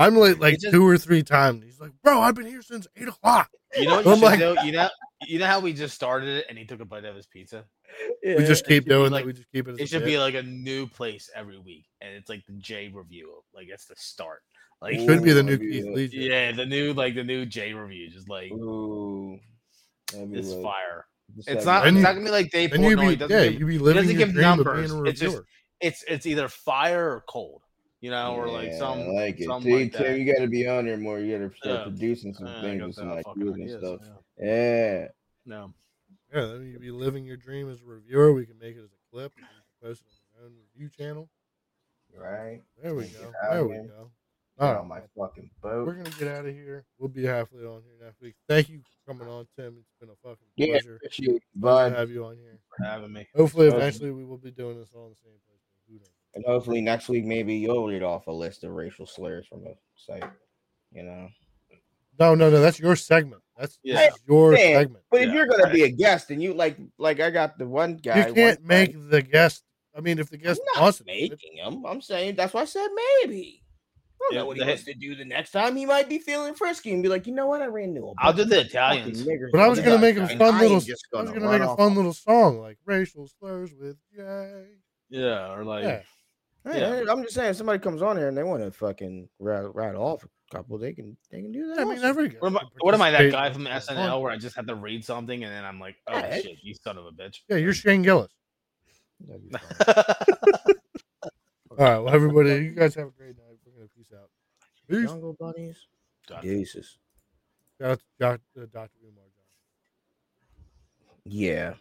Speaker 1: I'm late like
Speaker 3: It just-
Speaker 1: two or three times. He's like, bro, I've been here since eight o'clock.
Speaker 3: you know, what
Speaker 1: I'm
Speaker 3: you, should
Speaker 1: like-
Speaker 3: do? you know, you know how we just started it and he took a bite of his pizza.
Speaker 1: We just keep doing that.
Speaker 3: like-
Speaker 1: We just keep it. As
Speaker 3: It should be like a new place every week, and it's like the J review. Like that's the start. Like
Speaker 1: it should be the
Speaker 4: Ooh,
Speaker 1: new
Speaker 4: that'd be
Speaker 1: Keith
Speaker 4: good.
Speaker 1: Lee. joke.
Speaker 3: yeah, the new like the new J review. Just like
Speaker 4: Ooh. Let me
Speaker 3: it's
Speaker 4: look.
Speaker 3: fire.
Speaker 4: Just
Speaker 3: It's
Speaker 4: have
Speaker 3: not.
Speaker 4: a-
Speaker 1: Then
Speaker 3: it's
Speaker 1: you-
Speaker 3: not gonna be like Dave
Speaker 1: Then you
Speaker 3: Portnoy.
Speaker 1: be
Speaker 3: It doesn't
Speaker 1: yeah,
Speaker 3: give-
Speaker 1: you be living
Speaker 3: doesn't
Speaker 1: your
Speaker 3: give
Speaker 1: dream of
Speaker 3: numbers.
Speaker 1: being a
Speaker 3: It's just-
Speaker 1: reviewer.
Speaker 3: it's it's either fire or cold. You know, or like
Speaker 4: Yeah,
Speaker 3: some.
Speaker 4: I like it.
Speaker 3: some
Speaker 4: See,
Speaker 3: like
Speaker 4: Tim,
Speaker 3: that.
Speaker 4: you gotta be on there more. You gotta start
Speaker 3: Yeah.
Speaker 4: producing some
Speaker 3: Yeah, Eh, I
Speaker 4: things
Speaker 3: got
Speaker 4: and some
Speaker 3: that
Speaker 4: like
Speaker 3: fucking
Speaker 4: food and
Speaker 3: ideas,
Speaker 4: stuff.
Speaker 3: yeah.
Speaker 4: Yeah.
Speaker 3: No.
Speaker 1: Yeah, then you be living your dream as a reviewer. We can make it as a clip. We can post it on our own review channel.
Speaker 4: Right.
Speaker 1: There we
Speaker 4: Make it
Speaker 1: go.
Speaker 4: out,
Speaker 1: There we
Speaker 4: man.
Speaker 1: go. Oh,
Speaker 4: Get
Speaker 1: All
Speaker 4: on
Speaker 1: right.
Speaker 4: my fucking
Speaker 1: We're
Speaker 4: boat.
Speaker 1: gonna get out of here. We'll be halfway on here next week. Thank you for coming on, Tim. It's been a fucking
Speaker 4: Yeah.
Speaker 1: pleasure
Speaker 4: appreciate it.
Speaker 1: to
Speaker 4: Bye.
Speaker 1: have you on here.
Speaker 3: for having me.
Speaker 1: Hopefully,
Speaker 4: Awesome.
Speaker 1: eventually, we will be doing this all in the same place. Who knows?
Speaker 4: And hopefully next week, maybe you'll read off a list of racial slurs from the site. You know,
Speaker 1: No, no, no. That's your segment. That's
Speaker 3: Yeah.
Speaker 1: that's your
Speaker 4: Man,
Speaker 1: segment.
Speaker 4: but if
Speaker 3: Yeah,
Speaker 4: you're gonna
Speaker 3: right.
Speaker 4: be a guest and you like, like I got the one guy.
Speaker 1: You
Speaker 4: one
Speaker 1: can't
Speaker 4: time-
Speaker 1: make the guest. I mean, if the
Speaker 4: I'm
Speaker 1: guest wants
Speaker 4: not
Speaker 1: to, do it,
Speaker 4: making him. I'm saying that's why I said maybe. I don't
Speaker 3: Yeah,
Speaker 4: know what he
Speaker 3: they-
Speaker 4: wants to do the next time. He might be feeling frisky and be like, you know what, I ran into a.
Speaker 3: I'll
Speaker 4: bunch
Speaker 3: do
Speaker 4: of
Speaker 3: the
Speaker 4: fucking
Speaker 3: Italians.
Speaker 4: niggers
Speaker 1: but I was
Speaker 4: the
Speaker 1: gonna
Speaker 4: other
Speaker 1: make a
Speaker 4: night,
Speaker 1: fun
Speaker 4: and I
Speaker 1: little.
Speaker 4: ain't just
Speaker 1: I was gonna
Speaker 4: run
Speaker 1: make a
Speaker 4: off
Speaker 1: fun
Speaker 4: on-
Speaker 1: little song like racial slurs with Jay.
Speaker 3: Yeah, or like
Speaker 1: Yeah.
Speaker 4: Hey,
Speaker 3: yeah.
Speaker 4: I'm just saying, if somebody comes on here and they want to fucking ride, ride off a couple, they can they can do that.
Speaker 1: I mean,
Speaker 4: also.
Speaker 1: every guest
Speaker 3: What am, I,
Speaker 1: can
Speaker 3: what am I, that
Speaker 1: participate
Speaker 3: guy
Speaker 1: in
Speaker 3: from
Speaker 1: this
Speaker 3: SNL
Speaker 1: song.
Speaker 3: where I just have to read something and then I'm like, oh
Speaker 4: Yeah,
Speaker 3: shit, you son of a bitch.
Speaker 1: Yeah, you're Shane Gillis.
Speaker 4: That'd be fun.
Speaker 1: All right, well, everybody, you guys have a great night. We're gonna peace out. Peace.
Speaker 4: Jungle bunnies.
Speaker 3: God.
Speaker 4: Jesus.
Speaker 1: Shout out to Doc- uh, Dr. Umar. Johnson.
Speaker 4: Yeah.